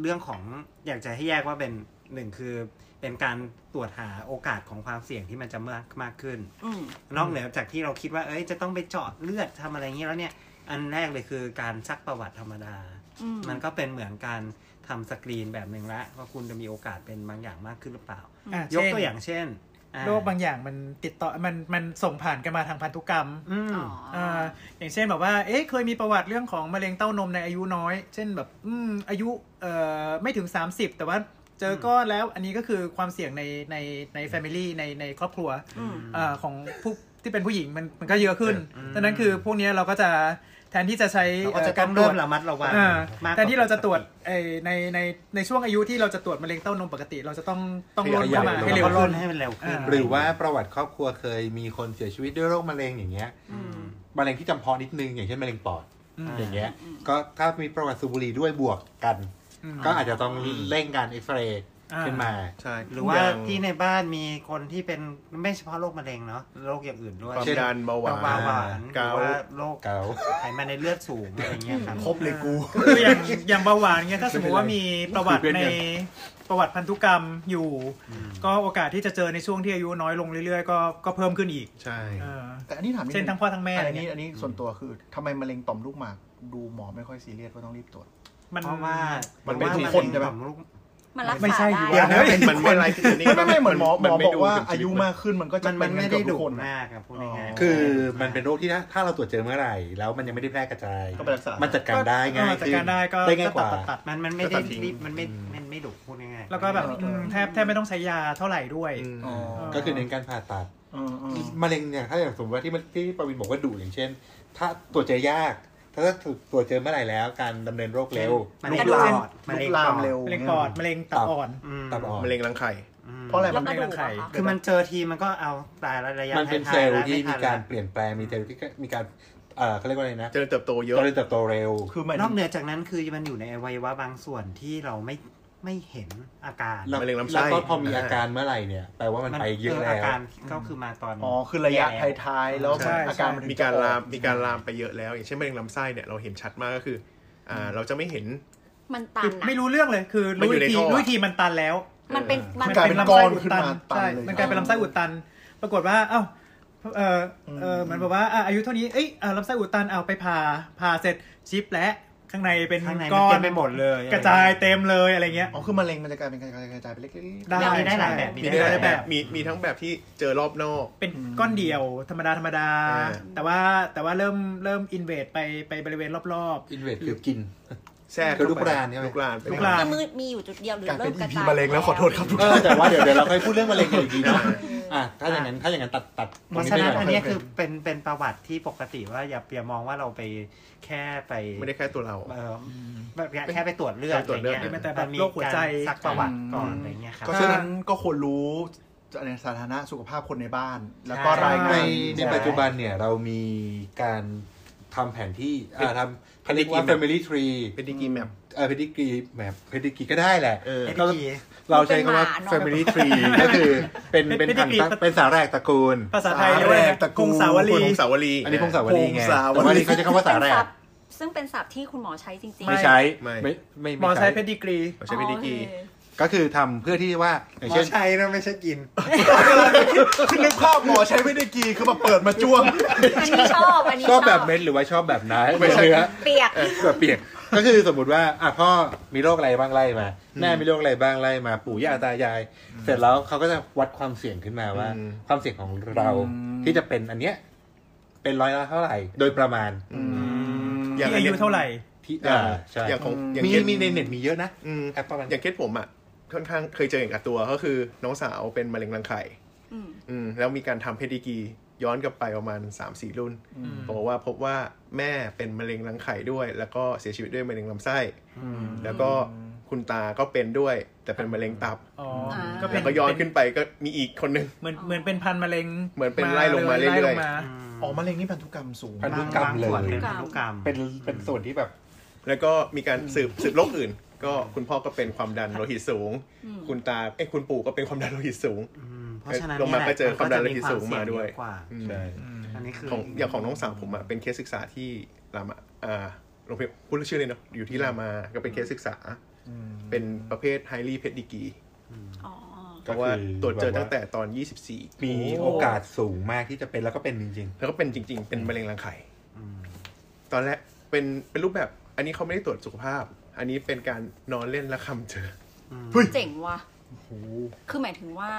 Speaker 6: เรื่องของอยากจะให้แยกว่าเป็นหนึ่งคือเป็นการตรวจหาโอกาสของความเสี่ยงที่มันจะมากมากขึ้น
Speaker 2: อืม
Speaker 6: นอกเหนือจากที่เราคิดว่า เอ้ย จะต้องไปเจาะเลือดทำอะไรอย่างนี้แล้วเนี่ย อันแรกเลยคือการซักประวัติธรรมดา
Speaker 2: อืม
Speaker 6: มันก็เป็นเหมือนการทำสกรีนแบบหนึ่งละว่าคุณจะมีโอกาสเป็นบางอย่างมากขึ้นหรือเปล่า
Speaker 7: อ่ะ
Speaker 6: ยก
Speaker 7: เช่น
Speaker 6: ตัวอย่างเช่นอ่
Speaker 7: โรคบางอย่างมันติดต่อมันมันส่งผ่านกันมาทางพันธุกรรม
Speaker 6: อืม
Speaker 7: อ่าอย่างเช่นแบบว่า เอ๊ะ เคยมีประวัติเรื่องของมะเร็งเต้านมในอายุน้อย เช่นแบบ อืม อายุ เอ่อ ไม่ถึง 30 แต่ว่าเจอก้อนแล้ว อันนี้ก็คือความเสี่ยงใน ใน ใน family ใน ในครอบครัว
Speaker 2: อืม
Speaker 7: อ่า ของผู้ที่เป็นผู้หญิงมัน มันก็เยอะขึ้น
Speaker 6: อืม
Speaker 7: ดังนั้นคือพวกเนี้ยเราก็จะ แทนที่จะใช้
Speaker 6: เราก็จะ
Speaker 7: เ
Speaker 6: ต้องเริ่มระมัดระวัง
Speaker 7: อ่าม
Speaker 6: ากกว่
Speaker 7: แต่ที่เราจะตรวจไอใน ใน ในช่วงอายุที่เราจะตรวจมะเร็งเต้านมปกติ เราจะต้อง ต้องลดเข้ามา
Speaker 4: ขยาย
Speaker 7: ให้
Speaker 6: เร็
Speaker 7: เร็
Speaker 6: ว
Speaker 7: ว
Speaker 6: ขึ้
Speaker 7: ขึ้
Speaker 6: น
Speaker 7: น
Speaker 6: ให้มันเร็วขึ้น
Speaker 7: อ่า
Speaker 4: หรือว่าประวัติครอบครัวเคยมีคนเสียชีวิตด้วยโรคมะเร็งอย่างเงี้ย
Speaker 2: อืม
Speaker 4: มะเร็งที่จำเพาะนิดนึงอย่างเช่นมะเร็งปอด
Speaker 7: อืม
Speaker 4: อย่างเงี้ย ก็ถ้ามีประวัติสูบบุหรี่ด้วยบวกกัน
Speaker 7: อืม
Speaker 4: ก็อาจจะต้องเร่งการเอ็กซเรย์
Speaker 7: อ่า
Speaker 4: ขึ้นมา
Speaker 5: ใช่
Speaker 6: หรือว่าที่ในบ้านมีคนที่เป็นไม่เฉพาะโรคมะเร็งเนาะโรคอย่างอื่นด้วย
Speaker 5: ความ
Speaker 6: เช่น
Speaker 5: ดันเบาหวาน
Speaker 6: เบาหวานห
Speaker 5: เกา
Speaker 6: รือ
Speaker 5: ต์
Speaker 6: ว่าโรค
Speaker 4: เกาต์
Speaker 6: ไขมันในเลือดสูงอะไรเงี้ยครับ
Speaker 3: ครบเลยกู
Speaker 7: ก็คืออย่างอย่างเบาหวานเงี้ยถ้าสมมติว่ามีประวัติ
Speaker 3: ไม่เป็น
Speaker 7: ใน
Speaker 3: ไร
Speaker 7: ประวัติพันธุกรรมอยู่ ก็โอกาสที่จะเจอในช่วงที่อายุน้อยลงเรื่อยๆ ก็ก็เพิ่มขึ้นอีก
Speaker 5: ใช่
Speaker 7: เออ
Speaker 3: แต่อันนี้ถามนิด
Speaker 7: เช่น
Speaker 3: นึ
Speaker 7: ทั้งพ่อทั้งแม่อะไร
Speaker 3: อันนี้
Speaker 7: เงี้ย
Speaker 3: อันนี้ส่วนตัวคือทำไมมะเร็งต่อมลูกหมาก ดูหมอไม่ค่อยซีเรียสว่าต้องรีบตรวจ
Speaker 7: มัน
Speaker 6: เพราะว่า
Speaker 5: มันไม่
Speaker 6: ว่า
Speaker 5: ถูก
Speaker 3: คนใช่ไหม
Speaker 6: ต่อลูก
Speaker 2: มันรัก
Speaker 7: ไม่
Speaker 2: ษา
Speaker 7: ใช่
Speaker 2: ได้
Speaker 7: เดี๋ยวนะ
Speaker 5: เป็นมันไม่อะไรคือนี่
Speaker 3: ไม่ไม่ไม่เหมือนหมอหมอ
Speaker 5: ไ
Speaker 3: บอกว่า
Speaker 5: ถึงชีต
Speaker 3: อายุมากขึ้นมันก็จะ
Speaker 6: มัน
Speaker 3: เป็
Speaker 6: มัน น
Speaker 3: กั
Speaker 6: ไม่
Speaker 3: นเกือบทุ
Speaker 6: ได้ดุ
Speaker 3: กคน
Speaker 6: มากครับพูดง่ายๆ
Speaker 4: คือมันเป็นโรคที่ถ้าถ้าเราตรวจเจอเมื่อไหร่ แล้วมันยังไม่ได้แพร่กระจาย
Speaker 3: ก็ไปรักษา
Speaker 4: มันจัดการได้ไง
Speaker 7: เออจัดการได้ก็
Speaker 4: ได้ง่ายกว่า
Speaker 7: ตัดตัด
Speaker 6: มันมันไม่ได้รีบมันไม่มันไม่ดุพูดง่าย
Speaker 7: ๆ
Speaker 6: ๆ
Speaker 7: แล้วก็แบบ
Speaker 3: เอออื
Speaker 7: มแทบแทบไม่ต้องใช้ยาเท่าไหร่ด้วย
Speaker 5: อืม
Speaker 3: อ๋อ
Speaker 4: ก็คือเน้นการผ่าตัด
Speaker 3: เออเออ
Speaker 4: มะเร็งเนี่ยถ้าอย่างสมมติว่าที่มันที่ประวินบอกว่าดุอย่างเช่น ถ้าตรวจเจอยาก ถ้าตรวจเจอเมื่อไหร่แล้ว การดำเนินโรคเร็ว
Speaker 6: มัน
Speaker 3: ลุ
Speaker 6: เร็
Speaker 3: ก
Speaker 6: ง
Speaker 3: ลา
Speaker 6: ป
Speaker 3: ม
Speaker 6: อดมัน
Speaker 3: ลุ
Speaker 6: เร็
Speaker 3: ก
Speaker 6: ง
Speaker 3: ลาม
Speaker 6: ปอด
Speaker 3: เร็ว
Speaker 7: มะเร็งปอดมะเร็งตับอ่อน
Speaker 6: อืม
Speaker 4: ตับอ่อน
Speaker 5: มะเร็งรังไข่
Speaker 6: อืม
Speaker 3: เพราะอะไร
Speaker 2: แล้
Speaker 3: มั
Speaker 2: ว
Speaker 3: น
Speaker 2: กระดูกอะคะ
Speaker 6: คือมันเจอทีมันก็เอาตายระยะ
Speaker 4: มันเป็น
Speaker 6: ท้ายๆ
Speaker 4: เซลล์
Speaker 6: แว
Speaker 4: ที่
Speaker 6: ไทั
Speaker 4: มี
Speaker 6: น
Speaker 4: การ
Speaker 6: ละ
Speaker 4: เปลี่ยนแปลงมีเซลล์ที่มีการเอ่อเขาเรียกว่าอะไรนะ
Speaker 5: เจริญเติบโตเย
Speaker 4: เจ
Speaker 5: อะ
Speaker 4: ริญเติบโตเร็ว
Speaker 3: คือหมัน
Speaker 6: นอกเหนือจากนั้นคือมันอยู่ในอวัยวะบางส่วนที่เราไม่ไม่เห็นอาการ
Speaker 5: มะเร็งลำไส้
Speaker 4: แล้วก็พอมีอาการเมื่อไหร่เนี่ยแปลว่ามันไปเยอะ
Speaker 6: จ
Speaker 4: แล้
Speaker 6: อาว การก็คือมาตอน
Speaker 3: อ๋อคือระยะท้ายๆแล้ว
Speaker 7: ใช่
Speaker 3: อาการมันถึง
Speaker 5: มีการ
Speaker 3: จะออ
Speaker 5: ลามมีการลามไปเยอะแล้ว อย่างเช่นมะเร็งลำไส้เนี่ยเราเห็นชัดมากก็คืออ่าเราจะไม่เห็น
Speaker 2: มันตัน
Speaker 7: คือ
Speaker 2: อะ
Speaker 7: ไม่รู้เรื่องเลยคือ
Speaker 5: มัน
Speaker 7: รู้
Speaker 5: อยู่
Speaker 7: อีก
Speaker 5: ใน
Speaker 7: ที
Speaker 5: ท่อ
Speaker 7: รู้อีกทีมันตันแล้ว
Speaker 2: มันเป็น
Speaker 3: มั
Speaker 2: มัน น
Speaker 3: กลายเป็น ก้อขึ้นมาตัน
Speaker 7: ใช่
Speaker 3: เลย
Speaker 7: มันกลายเป็นลำไส้อุดตัน ปรากฏว่า เอ้า เออเออเหมือนแบบว่าอ่ะอายุเท่านี้ เอ้ยอ่ะลำไส้อุดตัน เอาไปผ่า ผ่าเสร็จชิปและข้างในเป็น
Speaker 6: ข้างใน
Speaker 7: ก้อ
Speaker 6: มัน
Speaker 7: น
Speaker 6: เต็มไปหมดเลย
Speaker 7: กระจายเต็มเลยอะไรเงี้ย
Speaker 3: อ๋อคือมะเร็งมันจะกลายเป็นกระจายกระจายไปเล็กๆ
Speaker 7: ได้
Speaker 6: มีได้หลายแบบ
Speaker 7: ใช่
Speaker 5: มี
Speaker 7: หลาย
Speaker 5: ได้
Speaker 7: แบ
Speaker 5: แบบ บมีมีทั้งแบบที่เจอรอบนอก
Speaker 7: เป็นก้อนเดียวธรรมดาธรรมดา
Speaker 5: อ่า
Speaker 7: แต่ว่าแต่ว่าเริ่มเริ่มอินเวดไปไปบริเวณรอบ
Speaker 4: อินเวดคือกิน
Speaker 5: แทรก
Speaker 4: คือลูกรานใช่ไหม
Speaker 5: ลูกลานไป
Speaker 7: ลูกลาน
Speaker 2: คือมือมีอยู่จุดเดียวหรือก
Speaker 3: ลาย
Speaker 2: เริ่
Speaker 3: เป็
Speaker 2: มก
Speaker 3: นอี
Speaker 2: ระ
Speaker 3: พี
Speaker 2: จาย
Speaker 3: มะเร็งแล้วขอโทษครับทุก
Speaker 4: เอ
Speaker 3: ท่า
Speaker 4: อน แต่ว่าเดี๋ยวเดี๋ยวเราค่อยพูดเรื่องมะเร็งกันอีกทีเนาะอ่ะถ้าอย่างนั้นถ้าอย่างนั้นตัดตัดต
Speaker 6: เพ
Speaker 4: รง
Speaker 6: ราะ
Speaker 4: นี้ไป
Speaker 6: ฉะนั้น
Speaker 4: ก่อ
Speaker 6: อั
Speaker 4: น
Speaker 6: นเนี้ยคือเป็นเป็นประวัติที่ปกติว่าอย่าเปียามองว่าเราไปแค่ไป
Speaker 5: ไม่ได้แค่ตัวเรา
Speaker 6: เออแบบแค่ไปตรวจเลือด
Speaker 5: ไปตรวจเลือด
Speaker 6: ะไงี้ย
Speaker 7: แต่แบบโรคหัวใจ
Speaker 6: มันมีการซักประวัติก่อนอะไรเงี้ยครับ
Speaker 3: ก็ฉะนั้นก็ควรรู้ในสถานะสุขภาพคนในบ้าน แล้วก็
Speaker 6: ใช่
Speaker 3: ราย
Speaker 4: ใน
Speaker 3: งาน
Speaker 4: ในปัจจุบันเนี่ยเรามีการทำแผนที่อ่าทำเขาเรียกว่า
Speaker 5: Pedigree map
Speaker 4: family tree
Speaker 5: เป็นดีกรีแมป
Speaker 4: เออ pedigree map pedigree ก็ได้แหละ
Speaker 5: เออ
Speaker 6: เอ็ด
Speaker 4: ก็
Speaker 6: ดี
Speaker 4: เราใช้คำว่า
Speaker 2: มันเป็นหมาเน
Speaker 4: family
Speaker 2: อะ
Speaker 4: tree ก็คือเป็นเป็นผัง
Speaker 7: Pedigree
Speaker 4: เป็นสาแรกตระกูล
Speaker 7: ๆ ภาษาไทยเรียกว่าไง
Speaker 3: แรกตระกูล
Speaker 7: กงสาว
Speaker 5: คุ
Speaker 7: ลี
Speaker 5: ณพงศาวลี
Speaker 4: อันนี้พงศาว
Speaker 5: เ
Speaker 4: ลีไง
Speaker 3: พง
Speaker 4: แต่
Speaker 3: ศาวลี
Speaker 4: ว่าอันนี้เขาจะคำว่าสาแร
Speaker 2: ซึ่งเป็น
Speaker 4: ก
Speaker 2: ศัพท์ซึ่งเป็นศัพท์ที่คุณหมอใช้จริง
Speaker 4: ไม่ใช้
Speaker 5: ไม่
Speaker 4: ไม่ไม่
Speaker 7: หมอใช้เพ
Speaker 4: ใช้
Speaker 7: ดดีกรี
Speaker 5: เราใช้เป็นดีกรี
Speaker 4: ก็คือทำเพื่อที่ว่าอย่าง
Speaker 6: หมอ
Speaker 4: เช่น
Speaker 6: ชัยนะไม่ใช่กิน
Speaker 3: คือนึกภาพหมอใช้ไม่ได้กี่คือมาเปิดมาจ้วง
Speaker 2: ๆ อันนี้ชอบอันนี้
Speaker 4: ชอบแบบเม็ดหรือว่าชอบแบบน้ำไม่ใช่ครับ
Speaker 2: เปียก
Speaker 4: แบบเปียก ก็คือสมมติว่าอ่ะพ่อมีโรคอะไรบ้างไล่มาแม่มีโรคอะไรบ้างไล่มาปู่ย่าตายาย เสร็จแล้วเขาก็จะวัดความเสี่ยงขึ้นมาว่า ความเสี่ยงของเรา
Speaker 3: อืม
Speaker 4: ที่จะเป็นอันเนี้ยเป็นร้อยละเท่าไหร่ โดยประมาณ
Speaker 5: อย่าง
Speaker 7: ที่อายุเท่าไหร่
Speaker 4: ที่
Speaker 5: อ่า
Speaker 4: อ่าใช่
Speaker 5: อย่างของอย่าง
Speaker 4: มี
Speaker 5: เคส
Speaker 4: มีในเน็ตมีเยอะนะ
Speaker 5: อืม
Speaker 4: แอปประมาณ
Speaker 5: อย่างเคสผมอ่ะค่อนข้างเคยเจออย่างกับตัวก็คือน้องสาวเป็นมะเร็งรังไข่
Speaker 2: อืม
Speaker 5: อืมแล้วมีการทำเพดิกรีย้อนกลับไปประมาณ 3 4 รุ่นบอกว่าพบว่าแม่เป็นมะเร็งรังไข่ด้วย แล้วก็เสียชีวิตด้วยมะเร็งลำไส้ แล้วก็คุณตาก็เป็นด้วย แต่เป็นมะเร็งตับ
Speaker 7: อ๋อ
Speaker 2: อ่า
Speaker 7: ก็เป็
Speaker 5: แล้
Speaker 7: น
Speaker 5: วก็ย้อนขึ้นไปก็มีอีกคนนึง
Speaker 7: เหมือนเหมือนเป็นพันธุ์มะเร็ง
Speaker 5: เหมือนเป็นไล่ลงมาเรื่อยๆ
Speaker 7: ไลงมา
Speaker 3: อ๋อมะเร็งนี่พันธุกรรมสูง
Speaker 4: พันธุกรรมเล
Speaker 6: ส่วน
Speaker 4: ย
Speaker 6: เป็นพันธุกรรม
Speaker 4: เป็นเป็นส่วนที่แบบ
Speaker 5: แล้วก็มีการสืบสืบโรคอื่น ก็คุณพ่อก็เป็นความดันโลหิตสูง คุณตาเอ้ยคุณปู่ก็เป็นความดันโลหิตสูง
Speaker 6: อืมเพราะฉะนั้น
Speaker 5: ลงมาก็เจอความดันโลหิตสูงมา
Speaker 6: เอะ
Speaker 5: ด้วย
Speaker 6: กว่า
Speaker 5: อืม
Speaker 6: อันนี้คือ
Speaker 5: ของ
Speaker 6: ก
Speaker 5: อย่างของน้องสาวผมอะเป็นเคสศึกษาที่รามาอ่าโรงพยาบาลพูดชื่อเลยเนาะอยู่ที่รามาก็เป็นเคสศึกษา เป็นประเภท highly p e d i g r e e
Speaker 2: อ๋อ
Speaker 5: เพราะว่า
Speaker 4: ก็คือ
Speaker 5: ตรวจเจอ
Speaker 4: แบบว่า
Speaker 5: ตั้งแต่ตอน 24
Speaker 4: มีโอกาสสูงมากที่จะเป็นแล้วก็เป็นจริง
Speaker 5: แล้วก็เป็นจริง ๆ เป็นมะเร็งรังไข่ตอนแรกเป็นเป็นรูปแบบ อันนี้เขาไม่ได้ตรวจสุขภาพ อันนี้เป็นการนอนเล่นและคำเจอ
Speaker 2: เจ๋งว่ะคือหมายถึงว่า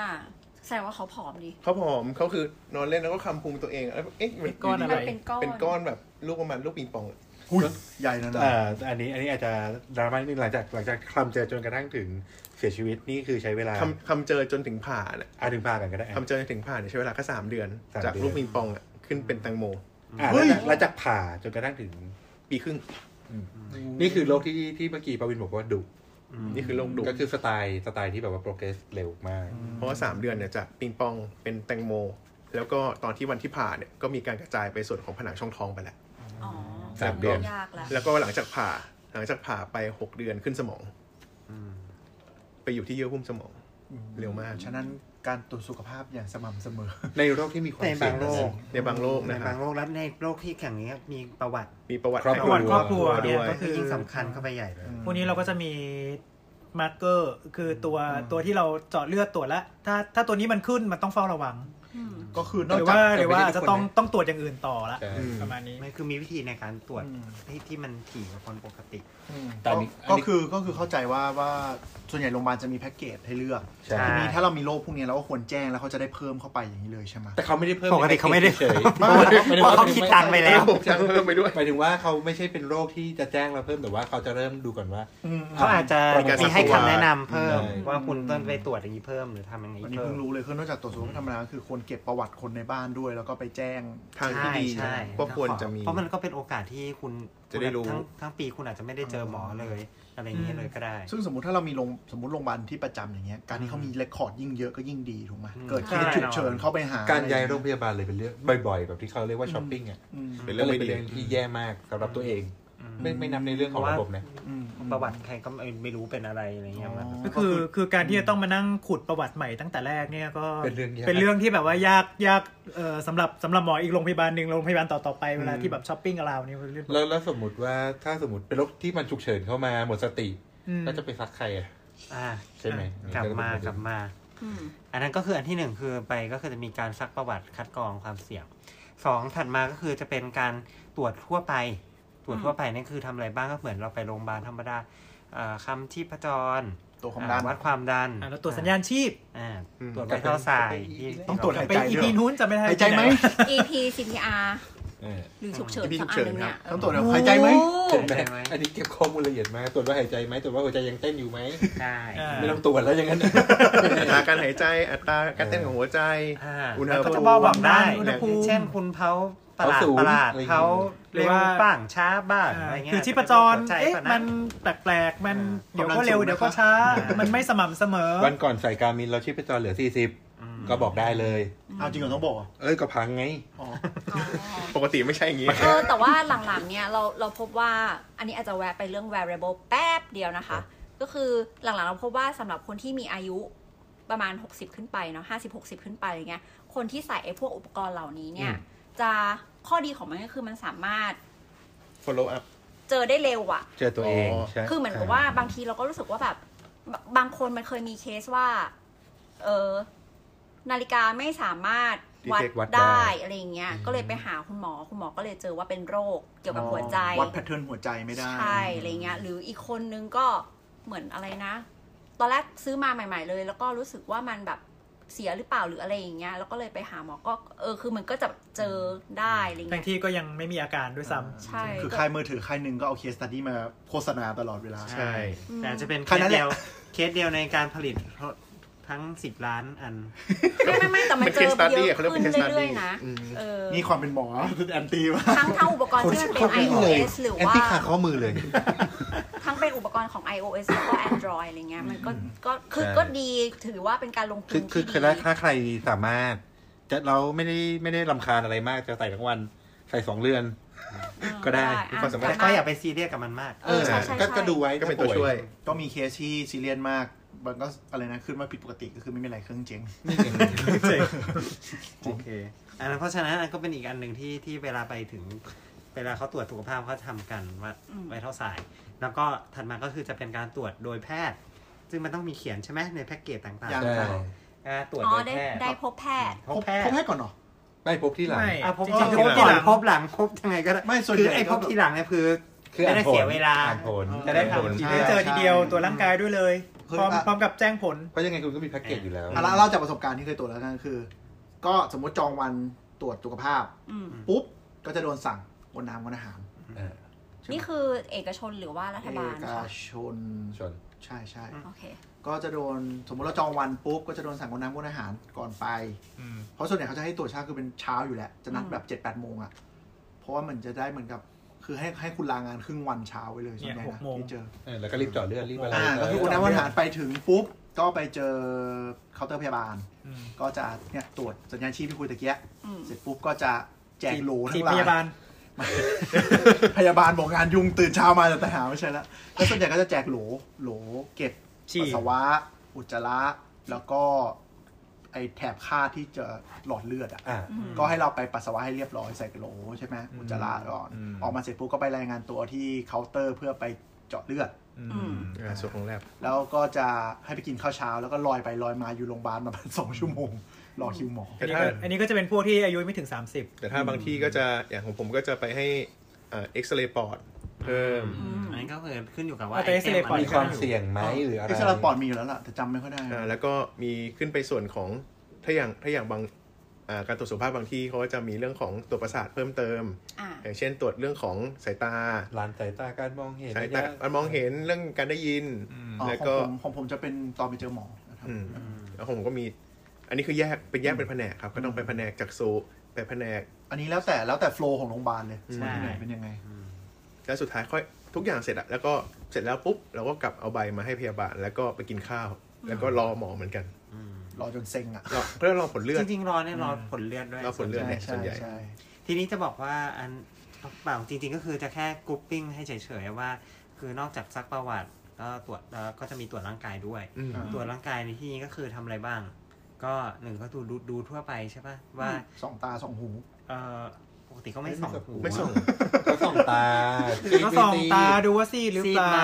Speaker 2: แสดงว่าเขาผอมดิ
Speaker 5: เขาผอมเขาคือนอนเล่นแล้วก็คำพุงตัวเองแล้วเอ๊ะมัน
Speaker 7: ก้อนอะไร
Speaker 2: เป็นก้อน
Speaker 5: เป็นก้อนแบบลูกประมาณลูกปิงปองอะ
Speaker 3: อุ้ยใหญ่นะนะ
Speaker 4: เอ่ออันนี้อันนี้อาจจะดราม่านิดนึงหลังจากหลังจากคลำเจอจนกระทั่งถึงเสียชีวิตนี่คือใช้เวลา
Speaker 5: คำคำเจอจนถึงผ่าน่ะ
Speaker 4: อาถึงพากันก็ได้อ่ะ
Speaker 5: คำเจอจนถึงผ่าเนี่ยใช้เวลาแค่สามเดือน
Speaker 4: สาม
Speaker 5: จาก
Speaker 4: เดือน
Speaker 5: ลูกปิงปองอ่ะขึ้นเป็นแตงโม
Speaker 4: อ่ะหลังจากหลังจากผ่าจนกระทั่งถึง
Speaker 5: ปีครึ่ง
Speaker 4: นี่คือโรคที่ที่เมื่อกี้ปวินบอกว่าดุ
Speaker 5: นี่คือโรคดุ
Speaker 4: ก็คือสไตล์สไตล์ที่แบบว่าโปรเกรสเร็วมาก
Speaker 5: เพราะว่าสามเดือนเนี่ยจากปิงปองเป็นแตงโม แล้วก็ตอนที่วันที่ผ่าเนี่ยก็มีการกระจายไปส่วนของผนังช่องท้องไปแล้ว
Speaker 2: อ๋อ
Speaker 4: สามเดือน
Speaker 2: ยากแล้ว
Speaker 5: แล้วก็หลังจากผ่าหลังจากผ่าไปหกเดือนขึ้นสมอง ไปอยู่ที่เยื่อหุ้มสมอง เร็วมาก
Speaker 3: ฉะนั้นการตรวจสุขภาพอย่างสม่ำเสมอ
Speaker 4: ในโรคที่มีความ
Speaker 6: ใน
Speaker 4: เสี่
Speaker 6: บาย
Speaker 4: ง
Speaker 6: งโรค
Speaker 5: ในบางโรคนะ
Speaker 6: ใน
Speaker 5: ครับ
Speaker 6: บางโรคแล้วในโรคที่แข่งนี้ยมีประวัติ
Speaker 5: มีประวัติ
Speaker 4: ครอบค
Speaker 7: ปะ
Speaker 4: รัว
Speaker 7: วัติครอบครัว
Speaker 5: ด้
Speaker 7: เนี่
Speaker 5: วย
Speaker 7: ยก็
Speaker 6: คื
Speaker 7: คืออ
Speaker 6: ยิ่งสำคัญเข้าไปใหญ่เลย
Speaker 7: พวกนี้เราก็จะมีมาร์เกอร์คือตัวตัวที่เราเจาะเลือดตรวจแล้วถ้าถ้าตัวนี้มันขึ้นมันต้องเฝ้าระวัง
Speaker 2: อืม
Speaker 3: ก็คือน
Speaker 7: ห
Speaker 3: อก
Speaker 7: รื
Speaker 3: จา
Speaker 7: อ
Speaker 3: ก
Speaker 7: ว่าหรือว่าอาจจะต้องต้องตรวจอย่างอื่นต่อละ
Speaker 4: ใช่
Speaker 7: ประมาณนี้
Speaker 6: ไม่คือมีวิธีในการตรวจ
Speaker 3: อืม
Speaker 6: ที่ที่มันถี่กว่าคนปกติ
Speaker 3: อืม
Speaker 4: ตอนนี้
Speaker 3: ก็ก็คือก็คือเข้าใจว่าว่าส่วนใหญ่โรงพยาบาลจะมีแพ็กเกจให้เลือก
Speaker 4: ใช่
Speaker 3: ทีนี้ถ้าเรามีโรคพวกนี้เราก็ควรแจ้งแล้วเขาจะได้เพิ่มเข้าไปอย่างนี้เลยใช่ไหม
Speaker 4: แต่เขาไม่ได้เพิ่ม
Speaker 6: ปกติเขาไม่ได้
Speaker 4: เฉย
Speaker 6: เพราะว่าเขาคิดตังค์ไปแล้ว
Speaker 5: จังเพิ่มไปด้วย
Speaker 4: หมายถึงว่าเขาไม่ใช่เป็นโรคที่จะแจ้งเราเพิ่มแต่ว่าเขาจะเริ่มดูก่อนว่า
Speaker 6: เขาอาจจะ
Speaker 4: ปกติ
Speaker 6: มีให้คำแนะนำเพิ่ม
Speaker 4: ใช่
Speaker 6: ว่าคุณต้นไปตรวจอย่างนี้เพิ่มหรือทำอย่างนี้
Speaker 3: วันนี้
Speaker 6: เพิ่
Speaker 3: เพิ่
Speaker 6: ม
Speaker 3: งรู้เลยคือนอกจากตรวจสุขภาพธรรมดาคือควรเก็บประวัติคนในบ้านด้วย แล้วก็ไปแจ้ง
Speaker 5: ทางที่ดี
Speaker 6: ใช่ใช่
Speaker 5: ก็ควรจะมี
Speaker 6: เพราะมันก็เป็นโอกาสที่คุณ
Speaker 5: จะได้รู้
Speaker 6: ทั้งทั้งปีคุณอาจจะไม่ได้เจอหมอเลย อะไรอย่างนี้ยเลยก็ได้
Speaker 3: ซึ่งสมมติถ้าเรามีโรงสมมติโรงพยาบาลที่ประจำอย่างเงี้ยการที่เขามีเรคคอร์ดยิ่งเยอะก็ยิ่งดีถูกไหม
Speaker 6: อืม
Speaker 3: เกิดเคสฉุกเฉินเข้าไปหา
Speaker 4: การย้าย
Speaker 3: อะไ
Speaker 4: โรงพยาบาลเลยเป็นเรื่องบ่อยๆ แบบที่เขาเรียกว่าช้อปปิ้งอ่ะ
Speaker 3: อืม
Speaker 5: เป็นเรื่
Speaker 4: ก็
Speaker 5: อง
Speaker 4: เลย
Speaker 5: ไม่
Speaker 4: เป็น
Speaker 5: ดี
Speaker 4: เรื่องที่แย่มากสำหรับตัวเอง ไม่ไม่นับในเรื่องของระบบนะ
Speaker 3: อืมอืม
Speaker 6: ประวัติใครก็ไม่รู้เป็นอะไรอะไรเงี้ยมัน
Speaker 7: ก็คือคือการที่จะต้องมานั่งขุดประวัติใหม่ตั้งแต่แรกเนี่ยก็
Speaker 4: เป็นเรื่องยาก
Speaker 7: เป็นเรื่องที่แบบว่ายากยากเอ่อสำหรับสำหรับหมออีกโรงพยาบาลหนึ่งโรงพยาบาลต่อๆไปเวลาที่แบบช้อปปิ้งกับเราเนี่ยเป็นเรื่อง
Speaker 4: แล้วแล้วสมมติว่าถ้าสมมติเป็นโรคที่มันฉุกเฉินเข้ามาหมดสติ
Speaker 7: อืม
Speaker 4: ก็จะไปซักใครอ่ะ
Speaker 6: อ่า
Speaker 4: ใช่ไหม
Speaker 6: กลับมากลับมา
Speaker 2: อืม
Speaker 6: อันนั้นก็คืออันที่หนึ่งคือไปก็คือจะมีการซักประวัติคัดกรองความเสี่ยงสองถัดมาก็คือจะเป็นการตรวจทั่วไป ตรวจทั่วไปนี่คือทำอะไรบ้างก็เหมือนเราไปโรงพยาบาลธรรมดาอ่าคำที่พจร
Speaker 3: ตัวความดัน
Speaker 6: อ่าวัดความดัน
Speaker 7: อ่ะแล้วตรวจสัญญาณชีพ
Speaker 6: อ่า
Speaker 5: อืม
Speaker 6: ตรวจไวท์เท่าสายที่
Speaker 3: ต้องตรวจ
Speaker 7: กลับไป
Speaker 3: หายใจ
Speaker 7: อี
Speaker 3: ด้วย
Speaker 7: พีนู้นจะไม่ได้
Speaker 3: หายใจไหม
Speaker 2: อีพี CPR
Speaker 4: เออ
Speaker 2: หรือฉุกเฉิน
Speaker 5: EP
Speaker 2: สักอันหนึ่งเนี่ย
Speaker 3: ฉุกเฉินครับต้องตรวจแบบหายใจไหม
Speaker 2: โอ้โห
Speaker 4: เห็นไหมอันนี้เก็บข้อมูลละเอียดมากตรวจว่าหายใจไหมตรวจว่าหัวใจยังเต้นอยู่ไหม
Speaker 6: ได้
Speaker 7: อ่า
Speaker 4: ไม่ต้องตรวจแล้วอย่างนั้น
Speaker 5: อัตราการหายใจอัตราการเต้นของหัวใจ
Speaker 6: อ่า
Speaker 5: อุณห
Speaker 7: แล้วก็
Speaker 5: ภู
Speaker 7: จะ
Speaker 5: มิ
Speaker 7: บอกบอกได้อุณหภูมิ
Speaker 6: เช่นคุณเผาประหลา
Speaker 4: เผา
Speaker 6: ด
Speaker 4: สูง
Speaker 6: ประหลาด
Speaker 4: อะไรอย่างเงี้ย
Speaker 6: เผาเร็วบ้างช้าบ้างอะไรเงี้ย
Speaker 7: คือชีพจร
Speaker 6: หัวใจ
Speaker 7: เอ๊ะ
Speaker 6: ปะ
Speaker 7: มันแปลกๆมัน
Speaker 5: อ่า
Speaker 7: เดี๋ยวก็เร็ว
Speaker 5: ความดันสูงนะคะ
Speaker 7: เดี๋ยวก็ช้า
Speaker 6: อ่ามั
Speaker 7: มันไม่สม่ำเสมอ
Speaker 4: วันก่อนใส่การมินเราชีพจรเหลือ 40 ก็บอกได้เลย
Speaker 3: เอาจริงเหรอต้องบอกเหรอ
Speaker 4: เอ้ยก็พังไง
Speaker 3: อ๋อ
Speaker 2: อ๋อ
Speaker 5: ปกติไม่ใช่อย่างนี้
Speaker 2: เออแต่ว่าหลังๆเนี่ยเราเราพบว่าอันนี้อาจจะแวะไปเรื่อง variable แป๊บเดียวนะ
Speaker 4: ครั
Speaker 2: คะ
Speaker 4: บ
Speaker 2: ก็คือหลังๆเราพบว่าสำหรับคนที่มีอายุประมาณ 60 ขึ้นไปเนาะห้าสิบหกสิบขึ้นไปอย่างเงี้ยคนที่ใส่ไอ้พวกอุปกรณ์เหล่านี้เนี่ย จะข้อดีของมันก็คือมันสามารถ
Speaker 5: follow up
Speaker 2: เจอได้เร็วอะ
Speaker 4: เจอตัวเอง
Speaker 5: อ๋อ
Speaker 4: ใช่
Speaker 2: คือเหมือนกับว่าบางทีเราก็รู้สึกว่าแบบบางบางคนมันเคยมีเคสว่า เออนาฬิกาไม่สามารถวัด
Speaker 5: Detect
Speaker 4: วัดได้
Speaker 2: ได้อะไรอย่างเงี้ยก็เลยไปหาคุณหมอคุณหมอก็เลยเจอว่าเป็นโรคเกี่ยวกับหัวใจ
Speaker 3: วัดแพทเทิร์นหัวใจไม่ได้
Speaker 2: ใช่อะไรเงี้ยหรืออีกคนนึงก็เหมือนอะไรนะ ตอนแรกซื้อมาใหม่ ๆ เลย แล้วก็รู้สึกว่ามันแบบเสียหรือเปล่าหรืออะไรอย่างเงี้ยแล้วก็เลยไปหาหมอก็เออคือมันก็จะเจอได้อะไร
Speaker 7: ทั้
Speaker 2: เงี้
Speaker 7: ง
Speaker 2: ย
Speaker 7: ที่ก็ยังไม่มีอาการด้วยซ้ำ
Speaker 2: ใช่
Speaker 3: คือค่ายมือถือค่ายหนึ่งก็เอาเคสตัดดี้มาโฆษณาตลอดเวลา
Speaker 5: ใช่
Speaker 6: แต่จะเป็นเค
Speaker 3: แค่นั้น
Speaker 6: ส
Speaker 3: แห
Speaker 6: เดี
Speaker 3: ละ
Speaker 6: ยวเคสเดียวในการผลิตทั้งสิบล้านอัน
Speaker 2: ไม่ไม่ไม่แต่มัน
Speaker 5: มัน
Speaker 2: เจอ
Speaker 5: case
Speaker 2: เย
Speaker 5: study
Speaker 2: อะ
Speaker 5: อะเขาเรียก
Speaker 2: ขึ้น
Speaker 5: ว่า case
Speaker 2: เรื่อย
Speaker 5: study
Speaker 2: ๆนะ
Speaker 5: อืม
Speaker 2: เออ
Speaker 3: นี่ความเป็นหมอ แอนตี้วะ
Speaker 2: ทั้งทั้งอุปกรณ์ที่มันเป็น iOS หรือ
Speaker 4: แอน
Speaker 2: ว่า
Speaker 4: ตี้ขาข้อมือเลย
Speaker 2: ทั้งเป็นอุปกรณ์ของ iOS แล้วก็ Android อะไรเงี้ยมันก็ก็คือก็ดีถือว่าเป็นการลงทุ
Speaker 4: คือน คื
Speaker 2: ที่
Speaker 4: อ
Speaker 2: ดี
Speaker 4: คือถ้าใครสามารถ จะเราไม่ได้ไม่ได้ลำคาญอะไรมากจะใส่ทั้งวัน ใส่สองเดือน ก็ได้
Speaker 2: อ่ะ
Speaker 5: ความสามารถ
Speaker 2: แต่
Speaker 6: ก็อย่าไปซีเรียสกับมันมาก
Speaker 2: เออใช่ใช่
Speaker 4: ก็
Speaker 2: ใช่
Speaker 4: ก็ดูไว้
Speaker 5: ก็เป็นตัวช่วย
Speaker 3: ก็มีเคสที่ซีเรียสมากมันก็อะไรนะขึ้นมาผิดปกติก็คือไม่มีอะไรเครื่องเจ๊ง
Speaker 6: โอเค อันนั้นเพราะฉะนั้นอันก็เป็นอีกอันหนึ่งที่ที่เวลาไปถึง เวลาเขาตรวจสุขภาพเขาทำกันวัด
Speaker 2: อืม
Speaker 6: ไวท์เท่าสาย แล้วก็ถัดมาก็คือจะเป็นการตรวจโดยแพทย์ ซึ่งมันต้องมีเขียนใช่ไหมในแพ็กเกจต่าง
Speaker 3: ยัง
Speaker 4: ใช่
Speaker 6: ๆอ่าตรวจ
Speaker 2: อ๋อ
Speaker 6: โดย
Speaker 2: ได้
Speaker 6: แพทย์
Speaker 2: ได้พบแพทย์
Speaker 6: พบแพท
Speaker 3: พ
Speaker 6: ย์
Speaker 3: บให้ก่อนเหรอ
Speaker 4: ไม่พบที่หลัง
Speaker 7: ไม่
Speaker 6: อ่ะพบ
Speaker 7: จริงๆ
Speaker 6: พบ
Speaker 7: พบที่
Speaker 6: ก่อน
Speaker 7: หลัง
Speaker 6: พบหลังพบยังไงก็ได้
Speaker 3: ไม่ส่วน
Speaker 6: คือ
Speaker 3: ใหญ่
Speaker 6: ไอ้
Speaker 3: ก็
Speaker 6: พบที่หลังเนี่ยคือ
Speaker 4: คือ
Speaker 6: ไม่ได้
Speaker 4: อ่านผล
Speaker 6: เสียเวลา
Speaker 4: อ่านผล
Speaker 6: จะได้
Speaker 4: อ่านผล
Speaker 6: ทำ
Speaker 4: ใช่
Speaker 7: ได้เจอทีเดียวตัวร่างกายด้วยเลย
Speaker 3: คือ
Speaker 7: พร้อม
Speaker 3: อ่ะ
Speaker 7: พร้อมกับแจ้งผล
Speaker 4: เพราะยังไงคุณก็มีแพ็กเกจอยู่แล้ว
Speaker 3: อ่ะเล่าจากประสบการณ์ที่เคยตรวจแล้วกันคือ ก็สมมติจองวันตรวจสุขภาพ
Speaker 2: อืม
Speaker 3: ปุ๊บ ก็จะโดนสั่งงดน้ำงดอาหาร
Speaker 2: นี่คือเอกชนหรือว่ารัฐ
Speaker 3: เอบ
Speaker 2: าล
Speaker 3: ก
Speaker 2: คะ
Speaker 3: ชน
Speaker 4: ชน
Speaker 3: ใช่ใช่
Speaker 2: โอเค
Speaker 3: ก็จะโดนสมมติเราจองวันปุ๊บ ก็จะโดนสั่งงดน้ำงดอาหารก่อนไป
Speaker 6: อืม
Speaker 3: เพราะส่วนใหญ่เขาจะให้ตรวจเช้าคือเป็นเช้าอยู่แล้ว จะนัด
Speaker 2: อืม
Speaker 3: แบบเจ็ดแปดโมงอ่ะ เพราะว่ามันจะได้เหมือนกับ คือให้ให้คุณลางานครึ่งวันเช้าไว้เลยส่วนใหญ่
Speaker 7: เนี่ยห
Speaker 3: นะ
Speaker 7: กโมง
Speaker 3: ที่เจอ
Speaker 4: เออแล้วก็รีบเจอดเลือดรีบอะไร
Speaker 3: อ่าก็คือคุณน้ำวันหารไปถึงปุ๊บ ก็ไปเจอเคาน์เตอร์พยาบาล
Speaker 6: อืม
Speaker 3: ก็จะเนี่ยตรวจสัญญาณชีพที่คุยตะเกียะ
Speaker 2: อืม
Speaker 3: เสร็จปุ๊บก็จะแจกโหล
Speaker 7: จี
Speaker 3: ทั้
Speaker 7: บ
Speaker 3: งหลา
Speaker 7: พ
Speaker 3: ย
Speaker 7: ยาบาล
Speaker 3: พยาบาลบอกงานยุ่งตื่นเช้ามาแต่หาไม่ใช่แล้วแล้วส่วนใหญ่ก็จะแจกโหลโหลเก็บ
Speaker 7: ฉี่
Speaker 3: ปัสสาวะ อุจจาระ แล้วก็ไอแถบค่าที่จะหลอดเลือดอ่ะ
Speaker 4: อ่า
Speaker 3: ก็ให้เราไปปัสสาวะให้เรียบร้อยใส่กระโหลใช่ไหมอุจจาระก่อน
Speaker 4: อืม
Speaker 3: ออกมาเสร็จปุ๊บก็ไปรายงานตัวที่เคาน์เตอร์เพื่อไปเจาะเลือด
Speaker 2: อืม
Speaker 5: อ่าส่วนของแลบ
Speaker 3: แล้วก็จะให้ไปกินข้าวเช้า แล้วก็ลอยไปลอยมาอยู่โรงพยาบาลประมาณสองชั่วโมง รอคิวหมอ
Speaker 7: อั
Speaker 5: แต่
Speaker 7: นนี้
Speaker 5: ถ้า
Speaker 7: ก็อันนี้ก็จะเป็นพวกที่อายุไม่ถึง 30
Speaker 5: แต่ถ้าบางที่ก็จะอย่างของผมก็จะไปให้อ่าเอ็กซเรย์ปอดเพิ่ม
Speaker 2: อืม
Speaker 6: อันนี้ก็คือขึ้นอยู่กับว่า
Speaker 7: เอาไป
Speaker 6: ไอเทม
Speaker 7: X-ray ก่อน
Speaker 4: มีความเสี่ยงไหมหรืออะไร
Speaker 3: เอ็กซ์เรย์ปอดมีอยู่แล้วล่ะ แต่จำไม่ค่อยได้
Speaker 5: อ่าแล้วก็มีขึ้นไปส่วนของถ้าอย่างถ้าอย่างบางอ่าการตรวจสุขภาพบางที่เขาก็จะมีเรื่องของตรวจประสาทเพิ่มเติม
Speaker 2: อ่า
Speaker 5: อย่างเช่นตรวจเรื่องของสายตา
Speaker 4: ลานสายตาการมองเห็น
Speaker 5: สายตาการมองเห็นเรื่องการได้ยิน
Speaker 3: อ๋อ
Speaker 5: แล้ว
Speaker 3: ของ
Speaker 5: ก็
Speaker 3: ผมของผมจะเป็นตอนไปเจอหมอนะครับ
Speaker 5: อืมแล้วผมก็มี อันนี้คือแยกเป็นแยกเป็นแผนกครับ ก็ต้องไปแผนกจักษุไปแผนก
Speaker 3: อันนี้แล้วแต่แล้วแต่โฟล์ของโรงพยาบาลเลย
Speaker 5: ใช่
Speaker 3: ว่าที่ไหนเป็นยังไง
Speaker 5: แล้วสุดท้ายค่อยทุกอย่างเสร็จอะแล้วก็เสร็จแล้วปุ๊บเราก็กลับเอาใบมาให้พยาบาล แล้วก็ไปกินข้าว แล้วก็รอหมอเหมือนกัน
Speaker 3: รอจนเซ็งอ่ะ
Speaker 5: รอเพื่อรอผลเลือด
Speaker 6: จริงๆรอเนี่ยรอผลเลือดด้วย
Speaker 5: รอผลเลือด
Speaker 3: ใช่
Speaker 5: นี่ยส่
Speaker 3: ใช่
Speaker 5: วนใหญ่
Speaker 3: ใช่
Speaker 6: ทีนี้จะบอกว่าอันเปล่าจริง ๆ ก็คือจะแค่กรุ๊ปปิ้งให้เฉยๆว่า คือนอกจากซักประวัติก็ตรวจแล้วก็จะมีตรวจร่างกายด้วย
Speaker 5: อืม
Speaker 6: ตรวจร่างกายในที่นี้ก็คือทำอะไรบ้าง ก็หนึ่งก็ดูดูดูทั่วไปใช่ป่ะว่า
Speaker 3: สองตาสองหู
Speaker 6: เอ่อปกติก็ไม่ส่อง
Speaker 5: ไม่ส่ง
Speaker 4: ก็ส่องตา
Speaker 7: ก็ส่องตาดูว่าซีดหรือเปล่า
Speaker 6: ซีดไหม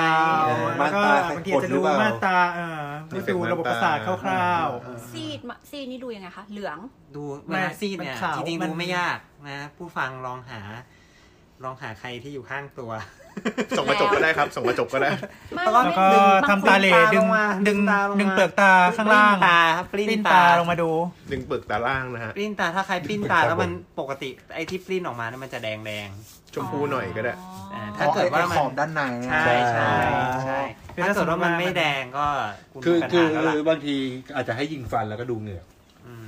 Speaker 7: เออแล้วก็
Speaker 4: ม่านตา
Speaker 7: บางทีอาจจะดู
Speaker 4: ใส่กดหรือเปล่า
Speaker 7: ม่านตาเออนี่ดูระบบประสาทคร่าว
Speaker 2: ซีดมาซีดนี่ดูยังไงคะ เหลือง
Speaker 6: ดู
Speaker 7: ไม่
Speaker 6: เวลาซีดเนี่ย
Speaker 7: มันขาว
Speaker 6: จริง
Speaker 7: มั
Speaker 6: ๆ
Speaker 7: น
Speaker 6: ดูไม่ยากนะ ผู้ฟังลองหา ลองหาใครที่อยู่ข้างตัว
Speaker 5: ส่งกระจกก็ได้ครับ ส่งกระจกก็ได้
Speaker 2: ไม่
Speaker 7: ๆ แล้วก็
Speaker 2: ไม่ดึง
Speaker 7: ทำตาเหล
Speaker 2: บงคน
Speaker 7: ดึง
Speaker 6: ตาลง
Speaker 7: ดึง
Speaker 6: มาตาลงมา
Speaker 7: ดึงเปลือกตาข้างล่าง
Speaker 6: ปลิ้นตาครับปลิ้
Speaker 7: ปิ้น
Speaker 6: น
Speaker 7: ตา
Speaker 6: ตา
Speaker 7: ลงมาดู
Speaker 5: ดึงเปลือกตาล่างนะฮะ
Speaker 6: ปลิ้นตาถ้าใครปลิ้นตาแล้วมันปกติไอ้ที่ปลิ้นออกมาเนี่ยมันจะแดงแดง
Speaker 5: ชมพูหน่อยก็ได้
Speaker 6: ๆอ่า
Speaker 3: ถ้า
Speaker 6: ถ้า
Speaker 3: เกิ
Speaker 6: เกิ
Speaker 3: ด
Speaker 6: ด
Speaker 3: ว่า
Speaker 6: ว่ามัน
Speaker 3: ขอบด้านใน
Speaker 6: ใช่
Speaker 3: นะ
Speaker 6: ใช่ใช่
Speaker 7: คือ
Speaker 6: ถ้า
Speaker 7: ถ้าสม
Speaker 6: เกิด
Speaker 7: มติ
Speaker 6: ว่ามั
Speaker 7: ว่าน มั
Speaker 6: ไม่แดงก็ณ
Speaker 4: คือ
Speaker 6: มีปัญ
Speaker 4: คือ
Speaker 6: หาแล้วล่ะ
Speaker 4: บางทีอาจจะให้ยิงฟันแล้วก็ดูเหงือก
Speaker 6: อืม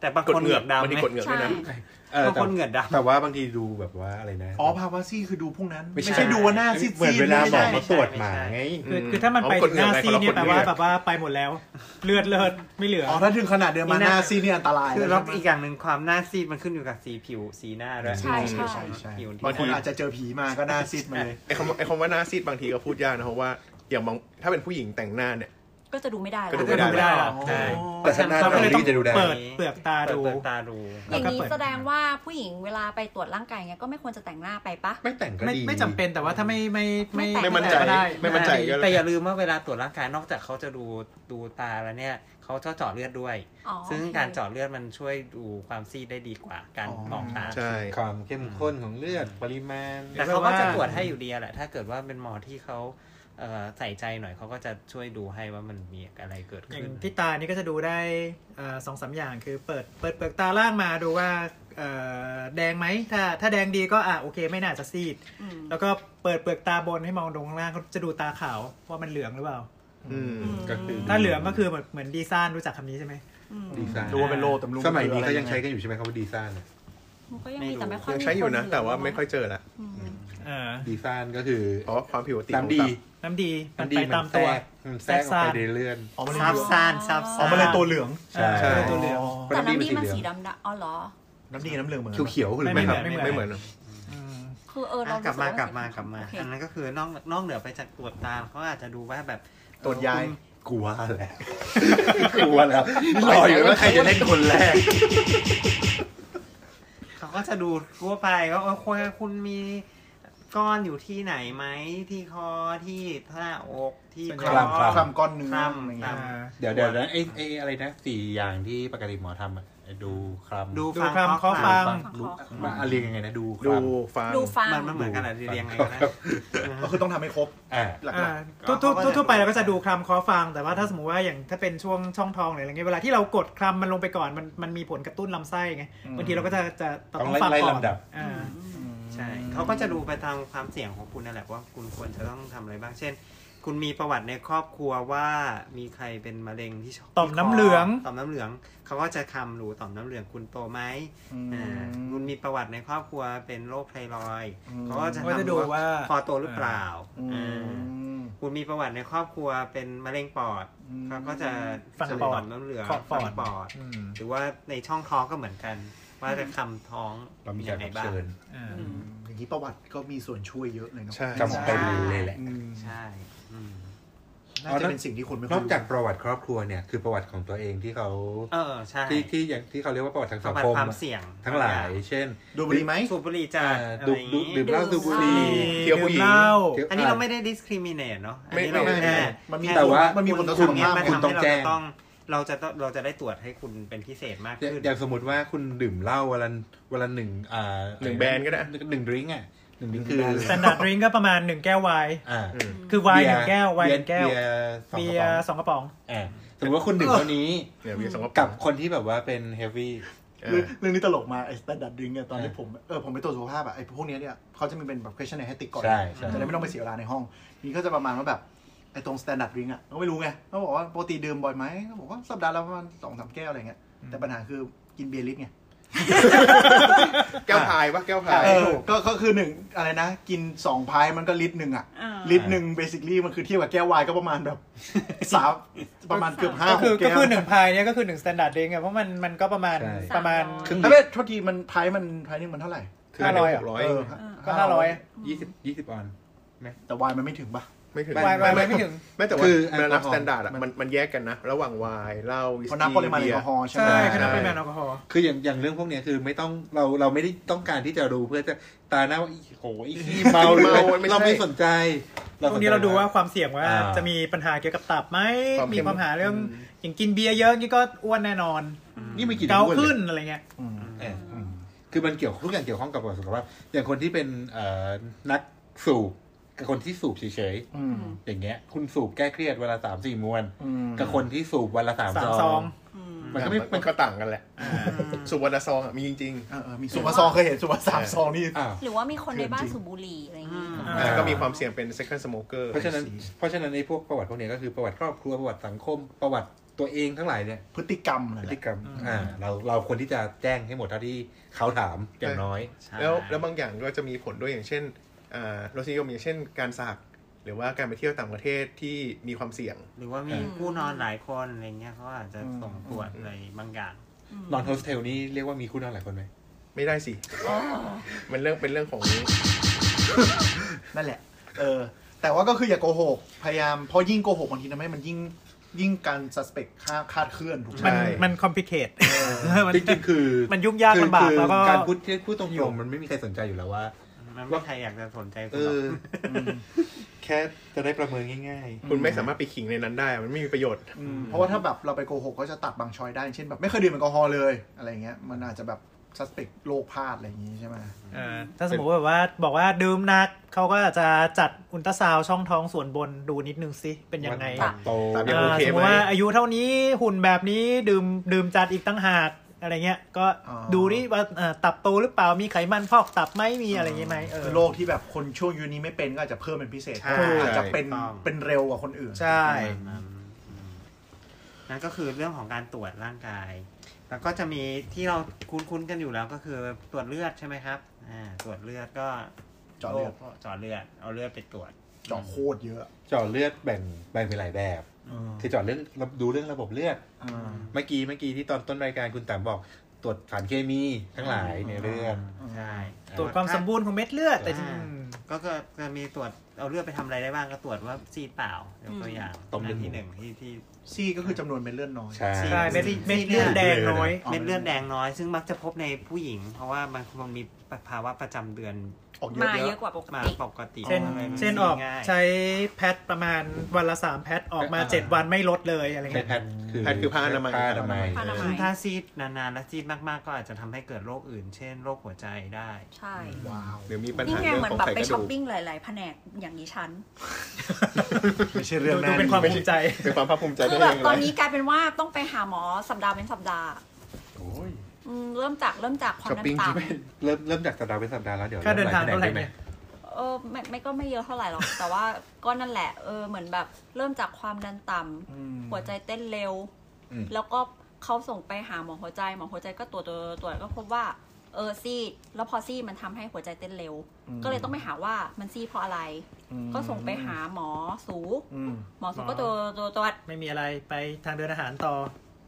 Speaker 6: แต่บาง
Speaker 5: ก
Speaker 6: ค
Speaker 5: ด
Speaker 6: น
Speaker 5: เห
Speaker 6: เห
Speaker 5: งื
Speaker 6: งื
Speaker 5: อ
Speaker 6: อก กดำ
Speaker 5: บางที
Speaker 6: ไหม
Speaker 5: กดเหงือกด้วยนะ
Speaker 2: ใช่
Speaker 4: เออ
Speaker 6: แต่บางคนเหงื่อดำ
Speaker 4: แต่ว่าบางทีดูแบบว่าอะไรนะ
Speaker 3: อ๋อภาวะซี่คือดูพวกนั้น
Speaker 4: ไม่
Speaker 3: ไม่
Speaker 4: ใช่
Speaker 3: ใช่ดูว่าหน้าซีด
Speaker 4: เหมือนเวลาหมอมาตรวจหมาไง
Speaker 7: คือคือถ้ามันไป
Speaker 5: อ๋อกด
Speaker 7: ถึงหน้า
Speaker 5: เหงื่
Speaker 7: ซี
Speaker 5: อไป
Speaker 7: ดเนี่ย
Speaker 5: คน
Speaker 7: แป
Speaker 5: ละ
Speaker 7: ล
Speaker 5: คน
Speaker 7: ว่า
Speaker 5: เนี่ย
Speaker 7: แบบว่าไปหมดแล้ว เลือดเลือดไม่เหลือ
Speaker 3: อ๋
Speaker 7: อ
Speaker 3: อถ้าถึงขนาดเดินมาหน้า
Speaker 6: อีน่า
Speaker 3: ซีดเนี่ยอันตราย
Speaker 6: คือ
Speaker 3: แล้
Speaker 6: แล้ว วอีกอย่างหนึ่งความหน้าซีดมันขึ้นอยู่กับสีผิวสีหน้าด้วย
Speaker 2: ใช่ใช่
Speaker 3: ใช่ใช่
Speaker 6: ผิว
Speaker 3: บางคนอาจจะเจอผีมาก็หน้าซีดมาเลย
Speaker 5: ไอ้คำว่าไอ้คำว่าหน้าซีดบางทีก็พูดยากนะเพราะว่าอย่างบางถ้าเป็นผู้หญิงแต่งหน้าเนี่ย
Speaker 2: ก็จะดูไม่ได้แล้
Speaker 5: ก็
Speaker 2: ว
Speaker 5: ดู
Speaker 7: ก็ดูไม่ได้หรอก
Speaker 3: ใช่
Speaker 4: แต่ถ้าหน้า
Speaker 7: เราก็เลยต้อง
Speaker 4: จะดูได้
Speaker 7: เปิดเปลือกตาดู
Speaker 6: เปิดตาดู
Speaker 2: อ
Speaker 7: แล้
Speaker 2: ย่าว ง
Speaker 7: ก็
Speaker 2: นี้
Speaker 7: เปิด
Speaker 2: แสดงว่าผู้หญิงเวลาไปตรวจร่างกายเงี้ยก็ไม่ควรจะแต่งหน้าไปปะ
Speaker 4: ไม่แต่งก็
Speaker 7: ไม่
Speaker 4: ดี
Speaker 7: ไม่จำเป็นแต่ว่าถ้าไม่ไม่
Speaker 2: ไม่มั่นใจ
Speaker 7: ก็ด้
Speaker 5: ไม่มั่นใจ ก็
Speaker 6: แต่อย่าลืมว่าเวลาตรวจร่างกายนอกจากเขาจะดูดูตาแล้วเนี่ยเขาจะเจาะเลือดด้วย
Speaker 2: อ๋อ
Speaker 6: ซึ่ง
Speaker 2: โอเค
Speaker 6: การเจาะเลือดมันช่วยดูความซีดได้ดีกว่า การมองตา
Speaker 5: ใช่
Speaker 4: ความเข้มข้นของเลือดปริมาณ
Speaker 6: แต่เขาก็จะตรวจให้อยู่ดีอะแหละ ถ้าเกิดว่าเป็นหมอที่เขาเอ่อใส่ใจหน่อยเขาก็จะช่วยดูให้ว่ามันมีอะไรเกิด
Speaker 7: อ
Speaker 6: ขึ้
Speaker 7: ย่าง
Speaker 6: น
Speaker 7: ที่ตานี่ก็จะดูได้เอ่อสองสามอย่างคือเปิดเปิดเปลือกตาล่างมาดูว่าเอ่อแดงไหมถ้าถ้าแดงดีก็อ่ะโอเคไม่น่าจะซีด
Speaker 2: อืม
Speaker 7: แล้วก็เปิดเปลือกตาบนให้มองตรงข้างล่างก็จะดูตาขาวว่ามันเหลืองหรือเปล่า
Speaker 5: อืม
Speaker 4: ก็คือ
Speaker 7: ถ้าเหลืองก็คือเหมือนเหมือนดีซ่านรู้จักคำนี้ใช่ไหม
Speaker 4: ดีไซน์
Speaker 3: ดูว่าเป็นโรคแต่ไม่รู้
Speaker 4: สมัยนี้
Speaker 3: คืออะไร
Speaker 4: ก็ยังใช้กันอยู่ใช่ไหมครับว่าดีไซน์
Speaker 2: มันก็ยังมี
Speaker 6: ไม่รู้
Speaker 2: แต่ไม่ค่อย
Speaker 5: ยัง
Speaker 2: มี
Speaker 5: ใช้อยู่นะ
Speaker 2: ค
Speaker 5: แต่ว่าไม่ค่อยเจอละ
Speaker 2: อืม
Speaker 7: เออ
Speaker 4: ดีไซน์ก็คือ
Speaker 5: เพราะว่าความผิดปกติของ
Speaker 4: น้ำดี
Speaker 5: ตับ
Speaker 7: น้ำดีมัน
Speaker 4: น้ำดีมัน
Speaker 7: ไปตาม
Speaker 4: แทร
Speaker 7: ตัว
Speaker 4: กมันแทรกออกไปในเลือด
Speaker 3: อ๋อมันเลย
Speaker 6: ซับซ่านซับ
Speaker 3: อ๋
Speaker 6: ซ่า
Speaker 3: อน มันเลยตัวเหลือง
Speaker 4: ใช่
Speaker 7: ใช่
Speaker 4: ใช่
Speaker 7: ตัวเหลือง
Speaker 2: แต่น้ำดีมัน
Speaker 4: เหลื
Speaker 2: สี
Speaker 4: อง
Speaker 2: ดำๆอ๋อเหรอ
Speaker 3: น้ำดีกับน้ำเหลืองเหมือนกัน
Speaker 4: เขียวๆหรือ
Speaker 7: ไม่
Speaker 4: ไม่ค
Speaker 7: เห
Speaker 4: รั
Speaker 7: มือบ น
Speaker 5: ไม่เหมือน
Speaker 7: อืม
Speaker 2: คือเออเรา
Speaker 6: อ่ะกลับมา
Speaker 2: รู้สึ
Speaker 6: กลับมาก
Speaker 2: ว่
Speaker 6: ลับมา
Speaker 2: โอเค
Speaker 6: อันนั้นก็คือนอกนอกเหนือไปจากตรวจตาเขาอาจจะดูว่าแบบ
Speaker 3: ตรวจยาย
Speaker 6: คุณ
Speaker 4: กลัวแหละกลัวแล้วรออยู่ว่าใครจะเล่นคนแรก
Speaker 6: เขาก็จะดูทั่วไปว่าเออคุณคุณมีก้อนอยู่ที่ไหนไหมที่คอที่หน้าอกที่
Speaker 7: ส่วน
Speaker 6: ค
Speaker 7: ใหญ่
Speaker 6: อ
Speaker 4: คลำคล
Speaker 3: คลำก้อนเนื้อ
Speaker 6: คลำ
Speaker 3: อะไรเงี้ย
Speaker 6: คลำ
Speaker 4: เดี๋ยวเดี๋ยวนะไอ้ไอ้อะไรนะสี่อย่างที่ปกติหมอทำอะไ ดูครัม
Speaker 6: ดู
Speaker 7: ดู
Speaker 6: ฟัง
Speaker 7: คำข้อฟัง
Speaker 4: ดูมาอะไรยังไงนะดูค
Speaker 5: ดู
Speaker 4: ราม
Speaker 5: ฟัง
Speaker 2: ดูฟัง
Speaker 6: มันมันเหมือนกันอะไรเรียงไงก็ได้
Speaker 3: ก็คือต้องทำให้ครบ
Speaker 4: อ่า
Speaker 3: หลั
Speaker 7: อ่าก ทั่ว
Speaker 6: ก็ก็
Speaker 7: ทั่วทั่วไป
Speaker 6: ได้
Speaker 7: เราก็จะดูคลำคอฟัง แต่ว่าถ้าสมมติว่าอย่างถ้าเป็นช่วงช่องทองหรืออะไรเงี้ยเวลาที่เรากดคลำมันลงไปก่อนมันมันมีผลกระตุ้นลำไส้ไงบางทีเราก็จะจะ
Speaker 4: ต้อง
Speaker 7: ต้องฟัง
Speaker 4: ไล่
Speaker 7: ก่อน
Speaker 4: ลำดับ
Speaker 7: อ่า
Speaker 3: ๆ
Speaker 6: ใช่เขาก็จะดูไปตามความเสี่ยงของคุณนั่นแหละว่าคุณควรจะต้องทำอะไรบ้าง เช่น คุณมีประวัติในครอบครัวว่ามีใครเป็นมะเร็งที่ช่ง
Speaker 7: ต่อมน้ำเหลือง
Speaker 6: ต่อมน้ำเหลือง เขาก็จะคำรู้ต่อมน้ำเหลืองคุณโตไหมอ่าคุณมีประวัติในครอบครัวเป็นโรคไทรอยด์
Speaker 3: อืม
Speaker 6: เขาก็จะ
Speaker 7: ก็จะ
Speaker 6: ทำ
Speaker 7: ดู
Speaker 6: รู้ว่า
Speaker 7: ว่า
Speaker 6: พอโตหรือเปล่า
Speaker 3: อืม
Speaker 6: อ่าคุณมีประวัติในครอบครัวเป็นมะเร็งปอด
Speaker 3: อืม
Speaker 6: เขาก็จะ
Speaker 7: ฝังปอด
Speaker 6: ต่อมน้ำเหลือง
Speaker 7: ขอบปอด
Speaker 6: ฝังปอด
Speaker 7: อืม
Speaker 6: หรือว่าในช่องท้องก็เหมือนกัน ว่าจะคำท้อง
Speaker 4: เรามีแข
Speaker 6: ยั
Speaker 4: ก
Speaker 6: งไง
Speaker 4: รับ
Speaker 6: บ้าง
Speaker 4: เชิญ
Speaker 7: อ่า
Speaker 3: อย่างนี้ประวัติก็มีส่วนช่วยเยอะเลยเนาะ
Speaker 5: ใช่
Speaker 4: จำไปดูเลยแหละ
Speaker 3: อืม
Speaker 6: ใช่อืม
Speaker 3: น่าจะเป็นสิ่งที่คนไม่ค่
Speaker 4: น
Speaker 3: อย
Speaker 4: อก
Speaker 3: รู้
Speaker 4: จากประวัติครอบครัวเนี่ยคือประวัติของตัวเองที่เขา
Speaker 6: เออ ใช่
Speaker 4: ที่ที่อย่างที่เขาเรียกว่าประวัติทาง
Speaker 6: ป
Speaker 4: สั
Speaker 6: ระ
Speaker 4: ง
Speaker 6: วั
Speaker 4: ค
Speaker 6: ติ
Speaker 4: ม
Speaker 6: ความเสี่ยง
Speaker 4: ทั้งหลาย เช่น
Speaker 3: ดูบุหรี่ไหม
Speaker 6: สูบบุหรี่จัด
Speaker 4: อ่า
Speaker 6: อะ
Speaker 4: ดู
Speaker 6: ไรอย่าง
Speaker 4: ดู
Speaker 6: งี้
Speaker 4: ดื่มเหล้าดู
Speaker 2: ดื่ม
Speaker 4: บุห
Speaker 2: เหล้า
Speaker 4: รี่
Speaker 5: เที่ยวผู้หญิง
Speaker 7: ดื่มเหล้า
Speaker 4: เที่ยว
Speaker 6: อันนี้เราไม่ได้ discriminate เนาะอันนี้
Speaker 5: ไม่
Speaker 6: เรา
Speaker 5: ไม่
Speaker 6: แค่
Speaker 3: มันมี
Speaker 6: ค่
Speaker 4: แต่ว่า
Speaker 3: นมีผลต่อสุข
Speaker 6: เนี้
Speaker 3: ภาพ
Speaker 6: มัน
Speaker 3: คุณ
Speaker 6: ทำ
Speaker 3: ต้อง
Speaker 6: ให้เรา
Speaker 4: แจ้
Speaker 6: จะ
Speaker 4: ง
Speaker 6: ต้อง เราจะต้องเราจะได้ตรวจให้คุณเป็นพิเศษมาก
Speaker 4: อย่าง
Speaker 6: ขึ้น
Speaker 4: อย่างสมมติว่าคุณดื่มเหล้าวันละวันละหนึ่งอ่า
Speaker 5: หนึ่งแบรนด์ก็ได้
Speaker 4: หนึ่งดริงก์อ่ะหนึ่งดริงก์คือ
Speaker 7: สแตนดาร์ดดริงก์ก็ประมาณหนึ่งแก้วไวน์
Speaker 4: อ่า
Speaker 5: อืม
Speaker 7: คือไวน์หนึ่งแก้วไวน์หนึ่งแก้ว
Speaker 4: เบียร์สองก
Speaker 7: เบี
Speaker 4: ระ
Speaker 7: ย
Speaker 4: ป๋อง
Speaker 7: ร์สองกระป๋อง
Speaker 4: อ่าสมมติว่าคุณดื่มเท่านี้
Speaker 5: เดี๋ยวมีสอง
Speaker 4: กับคนที่แบบว่าเป็นเฮฟวี่
Speaker 5: เอ
Speaker 3: เรื่อ
Speaker 5: อง
Speaker 3: เรื่องนี้ตลกมากไอ้สแตนดาร์ดดิงเนี่ยตอนที่
Speaker 4: เออ
Speaker 3: ผมเออผมไปตรวจสุขภาพอะไอ้พวกเนี้ยเนี่ยเขาจะมีเป็นแบบ question ให้ติ๊กก่อน
Speaker 4: ใช่ใช่
Speaker 3: จะได้ไม่ต้องไปเสียเวลาในห้อง นี่ก็จะประมาณว่าแบบไอ้ตรงสแตนดาร์ดดิงอะเขาไม่รู้ไงเขาบอกว่าปกติดื่มบ่อยไหมเขาบอกว่าสัปดาห์ละประมาณสองสามแก้วอะไรเงี้ยแต่ปัญหาคือกินเบียร์ลิตรไง
Speaker 5: แก้วพายปะแก้วพาย
Speaker 3: เออก็ก็คือหนึ่งอะไรนะ กินสองพายมันก็ลิตรหนึ่งอะ
Speaker 2: อ่า
Speaker 3: ลิตรหนึ่งเบสิค a ี่มันคือเทียบกับแก้วไวน์ก็ประมาณแบบ สามประมาณเกือบห้า
Speaker 7: ก็
Speaker 3: ห
Speaker 7: คือกก็
Speaker 3: แก้ว
Speaker 7: คือหนึ่งพายเนี่ยก็คือหนึ่งสแตนดาร์ดดริงก์อะเพราะมันมันก็ประมาณ
Speaker 4: ใช่
Speaker 7: ประมาณ
Speaker 2: ครึ่ง
Speaker 3: เอ้ยไม่โทษทีมันพายมันพายนึงมันเท่าไหร่
Speaker 4: คือ
Speaker 7: ห้าร้อยเหรอ
Speaker 5: ร้
Speaker 3: เ
Speaker 5: อย
Speaker 7: ก็ห้าร้อย
Speaker 4: ยี่สิบยี่สิบออน
Speaker 3: แต่ไวน์มันไม่ถึงปะ
Speaker 5: ไม่ถึง
Speaker 7: ไวน์ไวน์ไวน์ไม่ถึง
Speaker 5: ไม่แต่
Speaker 4: คื
Speaker 5: ว่า
Speaker 4: อ
Speaker 5: เวลานับ
Speaker 4: แอลกอฮอล์
Speaker 5: สแตนดาร์ดอะมันมันแยกกันนะ ระหว่างไวน์เหล้าวิส
Speaker 3: เขานับ
Speaker 5: กี้
Speaker 3: ปริมาณแอ
Speaker 5: เบี
Speaker 3: ล
Speaker 5: ย
Speaker 3: ก
Speaker 5: ร์
Speaker 3: อฮอล์ใช่ไหม
Speaker 7: ใช่
Speaker 5: ใช่
Speaker 7: คณะเป็นแมนแอลกอฮอล์
Speaker 4: คืออย่างอย่างเรื่องพวกเนี้ยคือไม่ต้องเราเราไม่ได้ต้องการที่จะรู้เพื่อจะตาหน้าว่าอีโหอีขี้เมาหรือ
Speaker 5: เมาไม่ใช่
Speaker 4: เราไม่สนใจ
Speaker 7: ต
Speaker 4: สน
Speaker 7: รง
Speaker 4: ใจ
Speaker 7: นี้เราดูว่าความเสี่ยงว่า
Speaker 4: อ่า
Speaker 7: จะมีปัญหาเกี่ยวกับตับไหม
Speaker 5: ความ
Speaker 7: มี
Speaker 5: เข้ม
Speaker 7: ปัญหาเรื่องอย่างกินเบียร์เยอะนี่ก็อ้วนแน่นอน
Speaker 4: นี่ไม่กี่
Speaker 7: เกา
Speaker 4: ดือ
Speaker 7: ขึ้น
Speaker 4: เลย
Speaker 7: อะไรเงี้ย
Speaker 3: อืม
Speaker 4: เอออืมคือมันเกี่ยวทุกอย่างเกี่ยวข้องกับสุขภาพอย่างคนที่เป็นเอ่อนักสูบกับคนที่สูบเฉย
Speaker 3: อืม
Speaker 4: ๆอย่างเงี้ย คุณสูบแก้เครียดวันละสามสี่มวน
Speaker 3: อืม
Speaker 4: กับคนที่สูบวันละสาม
Speaker 7: สาม
Speaker 4: ซ
Speaker 7: ซ
Speaker 4: อ
Speaker 7: อง ง
Speaker 4: มันก็ไม่
Speaker 5: มันก็ต่างกันแหละสุวรรณซองอะมีจริง
Speaker 3: เออเออมีสุภาซองเคยเห็นสุภาสามซองนี่
Speaker 4: อ้าว
Speaker 2: หรือว่ามีคนในบ้านสูบบุหรี่อะไรอย่างงี้
Speaker 6: อืม
Speaker 5: ๆ
Speaker 4: อ่า
Speaker 5: ก็มีความเสี่ยงเป็น second smoker
Speaker 4: เพราะฉะนั้นเพราะฉะนั้นในพวกประวัติพวกเนี้ยก็คือประวัติครอบครัวประวัติสังคมประวัติตัวเองทั้งหลายเนี่ย
Speaker 3: พฤติกรรม
Speaker 4: พ
Speaker 3: นั่น
Speaker 4: ฤ
Speaker 3: แห
Speaker 4: ติ
Speaker 3: ละ
Speaker 4: กรรมอ่าเราเราควรที่จะแจ้งให้หมดเท่าที่เขาถามอย่างน้อย
Speaker 6: ใช่
Speaker 5: แล้วแล้วบางอย่างก็จะมีผลด้วยอย่างเช่นอ่ารสนิยมอย่างเช่นการสักหรือว่าการไปเที่ยวต่างประเทศที่มีความเสี่ยง
Speaker 6: หรือว่ามีผู้นอนหลายคนอะไรเงี้ยเขาอาจจะส่งตรวจอะไรบางอย่าง
Speaker 4: นอนโฮสเทลนี่เรียกว่ามีคู่นอนหลายคนไหม
Speaker 5: ไม่ได้สิมันเรื่องเป็นเรื่องของ
Speaker 3: นั่นแหละ เออ แต่ว่าก็คืออย่าโกหก พยายามเพราะยิ่งโกหกบางทีทำให้มันยิ่งยิ่งการสัสเปกคาดคาดเคลื่อนถูกไหม
Speaker 5: ใช่
Speaker 7: มันมันคอมพลิเคท มัน
Speaker 4: จริงๆคือ
Speaker 7: มันยุ่งยาก
Speaker 4: คือ
Speaker 7: ลำบาก
Speaker 4: คือ
Speaker 7: แล้วก็
Speaker 4: การพูดที่พูดตรงๆมันไม่มีใครสนใจอยู่แล้วว่า
Speaker 6: มันไม่มีใครอยากจะสนใจคุ
Speaker 4: เอ
Speaker 6: ณหร
Speaker 4: อ
Speaker 6: อก
Speaker 4: แค่จะได้ประเมินง่าย
Speaker 5: คุณไม่สามารถไปขิงในนั้นได้อะมันไม่มีประโยชน์
Speaker 3: เพราะว่าถ้าแบบเราไปโกหกก็จะตัดบางช้อยได้ เช่นแบบไม่เคยดื่มแอลกอฮอล์เลย อะไรเงี้ย มันอาจจะแบบสัสเปกโรคพลาดอะไรอย่างงี้ใช่ไหม
Speaker 7: เออถ้าสมมติแบบว่าบอกว่าดื่มหนักเขาก็อาจจะจัดอุลตราซาวด์ช่องท้องส่วนบนดูนิดนึงสิเป็น
Speaker 4: ๆ
Speaker 7: ยังไง
Speaker 4: ว่าโต
Speaker 5: ตามยัง
Speaker 7: อ่า
Speaker 5: โอเค
Speaker 7: สมมติว่า
Speaker 5: ไหม
Speaker 7: อายุเท่านี้หุ่นแบบนี้ดื่มดื่มจัดอีกตั้งหากอะไรเงี้ย ก็ดูนี่ว่าเอ่อตับโตหรือเปล่ามีไขมันพอกตับไหมมีอะไรอย่างงี้ไหมเออ
Speaker 3: คือโรคที่แบบคนช่วงยุคนี้ไม่เป็นก็อาจจะเพิ่มเป็นพิเศษ
Speaker 6: ใช่
Speaker 3: อาจจะเป็น
Speaker 6: ถูกต้อง
Speaker 3: เป็นเร็วกว่าคนอื่น
Speaker 7: ใช่
Speaker 6: ประมาณนั้นอืมนั่นก็คือเรื่องของการตรวจร่างกาย แล้วก็จะมีที่เราคุ้นๆกันอยู่แล้วก็คือตรวจเลือดใช่ไหมครับอ่าตรวจเลือดก็
Speaker 3: เจาะเลือด
Speaker 6: โคเจาะเลือดเอาเลือดไปตรวจ
Speaker 3: เจาะโคตรเยอะ
Speaker 4: เจาะเลือดแบ่งแบ่งเป็นหลายแบบ คือเจาะเลือดดูเรื่องระบบเลือด
Speaker 3: อ่า
Speaker 4: เมื่อกี้เมื่อกี้ที่ตอนต้นรายการคุณแต๋มบอกตรวจสารเคมีทั้งหลายในเลือด
Speaker 6: ใช่
Speaker 7: ตรวจความสมบูรณ์ของเม็ดเลือดแต่จริง
Speaker 6: ก็ก็จะมีตรวจเอาเลือดไปทำอะไรได้บ้างก็ตรวจว่าซีดเปล่าเดี๋ยวตัวอย่าง
Speaker 4: ต้มเลือด
Speaker 6: อันที่หนึ่งที่ที่
Speaker 3: ซี่ก็คือจำนวนเม็ดเลือดน้อย
Speaker 4: ใช่
Speaker 7: ใช่เม็ด
Speaker 6: ซีด
Speaker 7: เม็ดเลือดแดงน้อย
Speaker 3: อ๋อ
Speaker 6: เม็ดเลือดแดงน้อยซึ่งมักจะพบในผู้หญิง เพราะว่ามันมันมี ภาวะประจำเดือน
Speaker 5: ออกเย
Speaker 2: มาเย
Speaker 5: อะ
Speaker 2: อะกว่าปก
Speaker 6: มา
Speaker 2: ติ
Speaker 6: ปกติ
Speaker 7: เช่น
Speaker 6: อะไรแบบ
Speaker 7: เช่นออก
Speaker 6: ง่าย
Speaker 7: ใช้แพทประมาณวันละสามแพทออกมาเจ็ดวันไม่ลดเลยอะไร
Speaker 4: ใช้
Speaker 7: เงี้ย
Speaker 4: แพทคือ
Speaker 5: แพทย์คือผ้าอนามัย
Speaker 4: ผ้าอนามัย
Speaker 2: ผ้าอนา
Speaker 6: ซึ่
Speaker 2: มั
Speaker 6: ง
Speaker 2: ย
Speaker 6: ถ้าซีดนานๆและซีดมากๆ ก็อาจจะทำให้เกิดโรคอื่น เช่นโรคหัวใจได้
Speaker 2: ใช่
Speaker 3: ว้าว
Speaker 5: เดี๋ยวมีปัญ
Speaker 2: นี่
Speaker 5: หา
Speaker 2: ไง
Speaker 5: เรื่อง
Speaker 2: เหมือน
Speaker 5: ของ
Speaker 2: แบบ
Speaker 5: ไข
Speaker 2: ไป
Speaker 5: กระ
Speaker 2: ช้อป
Speaker 5: ดูก
Speaker 2: ปิ้งหลาย ๆ แผนกอย่างนี้ฉัน
Speaker 3: ไม่ใช่เรื่
Speaker 7: ดู
Speaker 3: อง
Speaker 7: ดู
Speaker 3: น่า
Speaker 7: เป็นความ
Speaker 3: ดี
Speaker 7: ภูมิใจ
Speaker 5: เป็นความภาคภูมิใจ
Speaker 2: คื
Speaker 5: ได้
Speaker 2: อ
Speaker 5: เอ
Speaker 2: แบบ
Speaker 5: ง
Speaker 2: ต
Speaker 5: เล
Speaker 2: อน
Speaker 5: ย
Speaker 2: นี้กลายเป็นว่าต้องไปหาหมอสัปดาห์เป็นสัปดาห์
Speaker 4: โอ้ย
Speaker 2: อืมเริ่มจากเริ่มจากความ
Speaker 4: ช้อป
Speaker 2: ดั
Speaker 4: ปิ้ง
Speaker 2: นต่
Speaker 4: ใช่ไหมเริ่มเริ่มจากสัปดาห์เป็นสัปดาห์แล้วเดี๋ยว
Speaker 7: ค่าเดินทาง
Speaker 4: ริ่ม
Speaker 7: เท่าไห
Speaker 4: หล
Speaker 7: ร่
Speaker 4: ยแผนกด้หม
Speaker 7: เนี่ย
Speaker 2: ำเออไม่ไม่ก็ไม่เยอะเท่าไหร่หรอก แต่ว่าก็นั่นแหละเออเหมือนแบบเริ่มจากความดันต่ำ
Speaker 3: อืม
Speaker 2: หัวใจเต้นเร็ว
Speaker 4: อืม
Speaker 2: แล้วก็เขาส่งไปหาหมอหัวใจหมอหัวใจก็ตรวจตรวจตรวจตรวจก็พบว่าเออซีดแล้วพอซีดมันทำให้หัวใจเต้นเร็ว ก็เลยต้องไปหาว่ามันซีดเพราะอะไร
Speaker 3: อืม
Speaker 2: ก็ส่งไปหาหมอสู
Speaker 3: อืม
Speaker 2: หมอสูก็ตรวจตรวจตรวจ
Speaker 7: ไม่มีอะไรไปทางเดินอาหารต่อ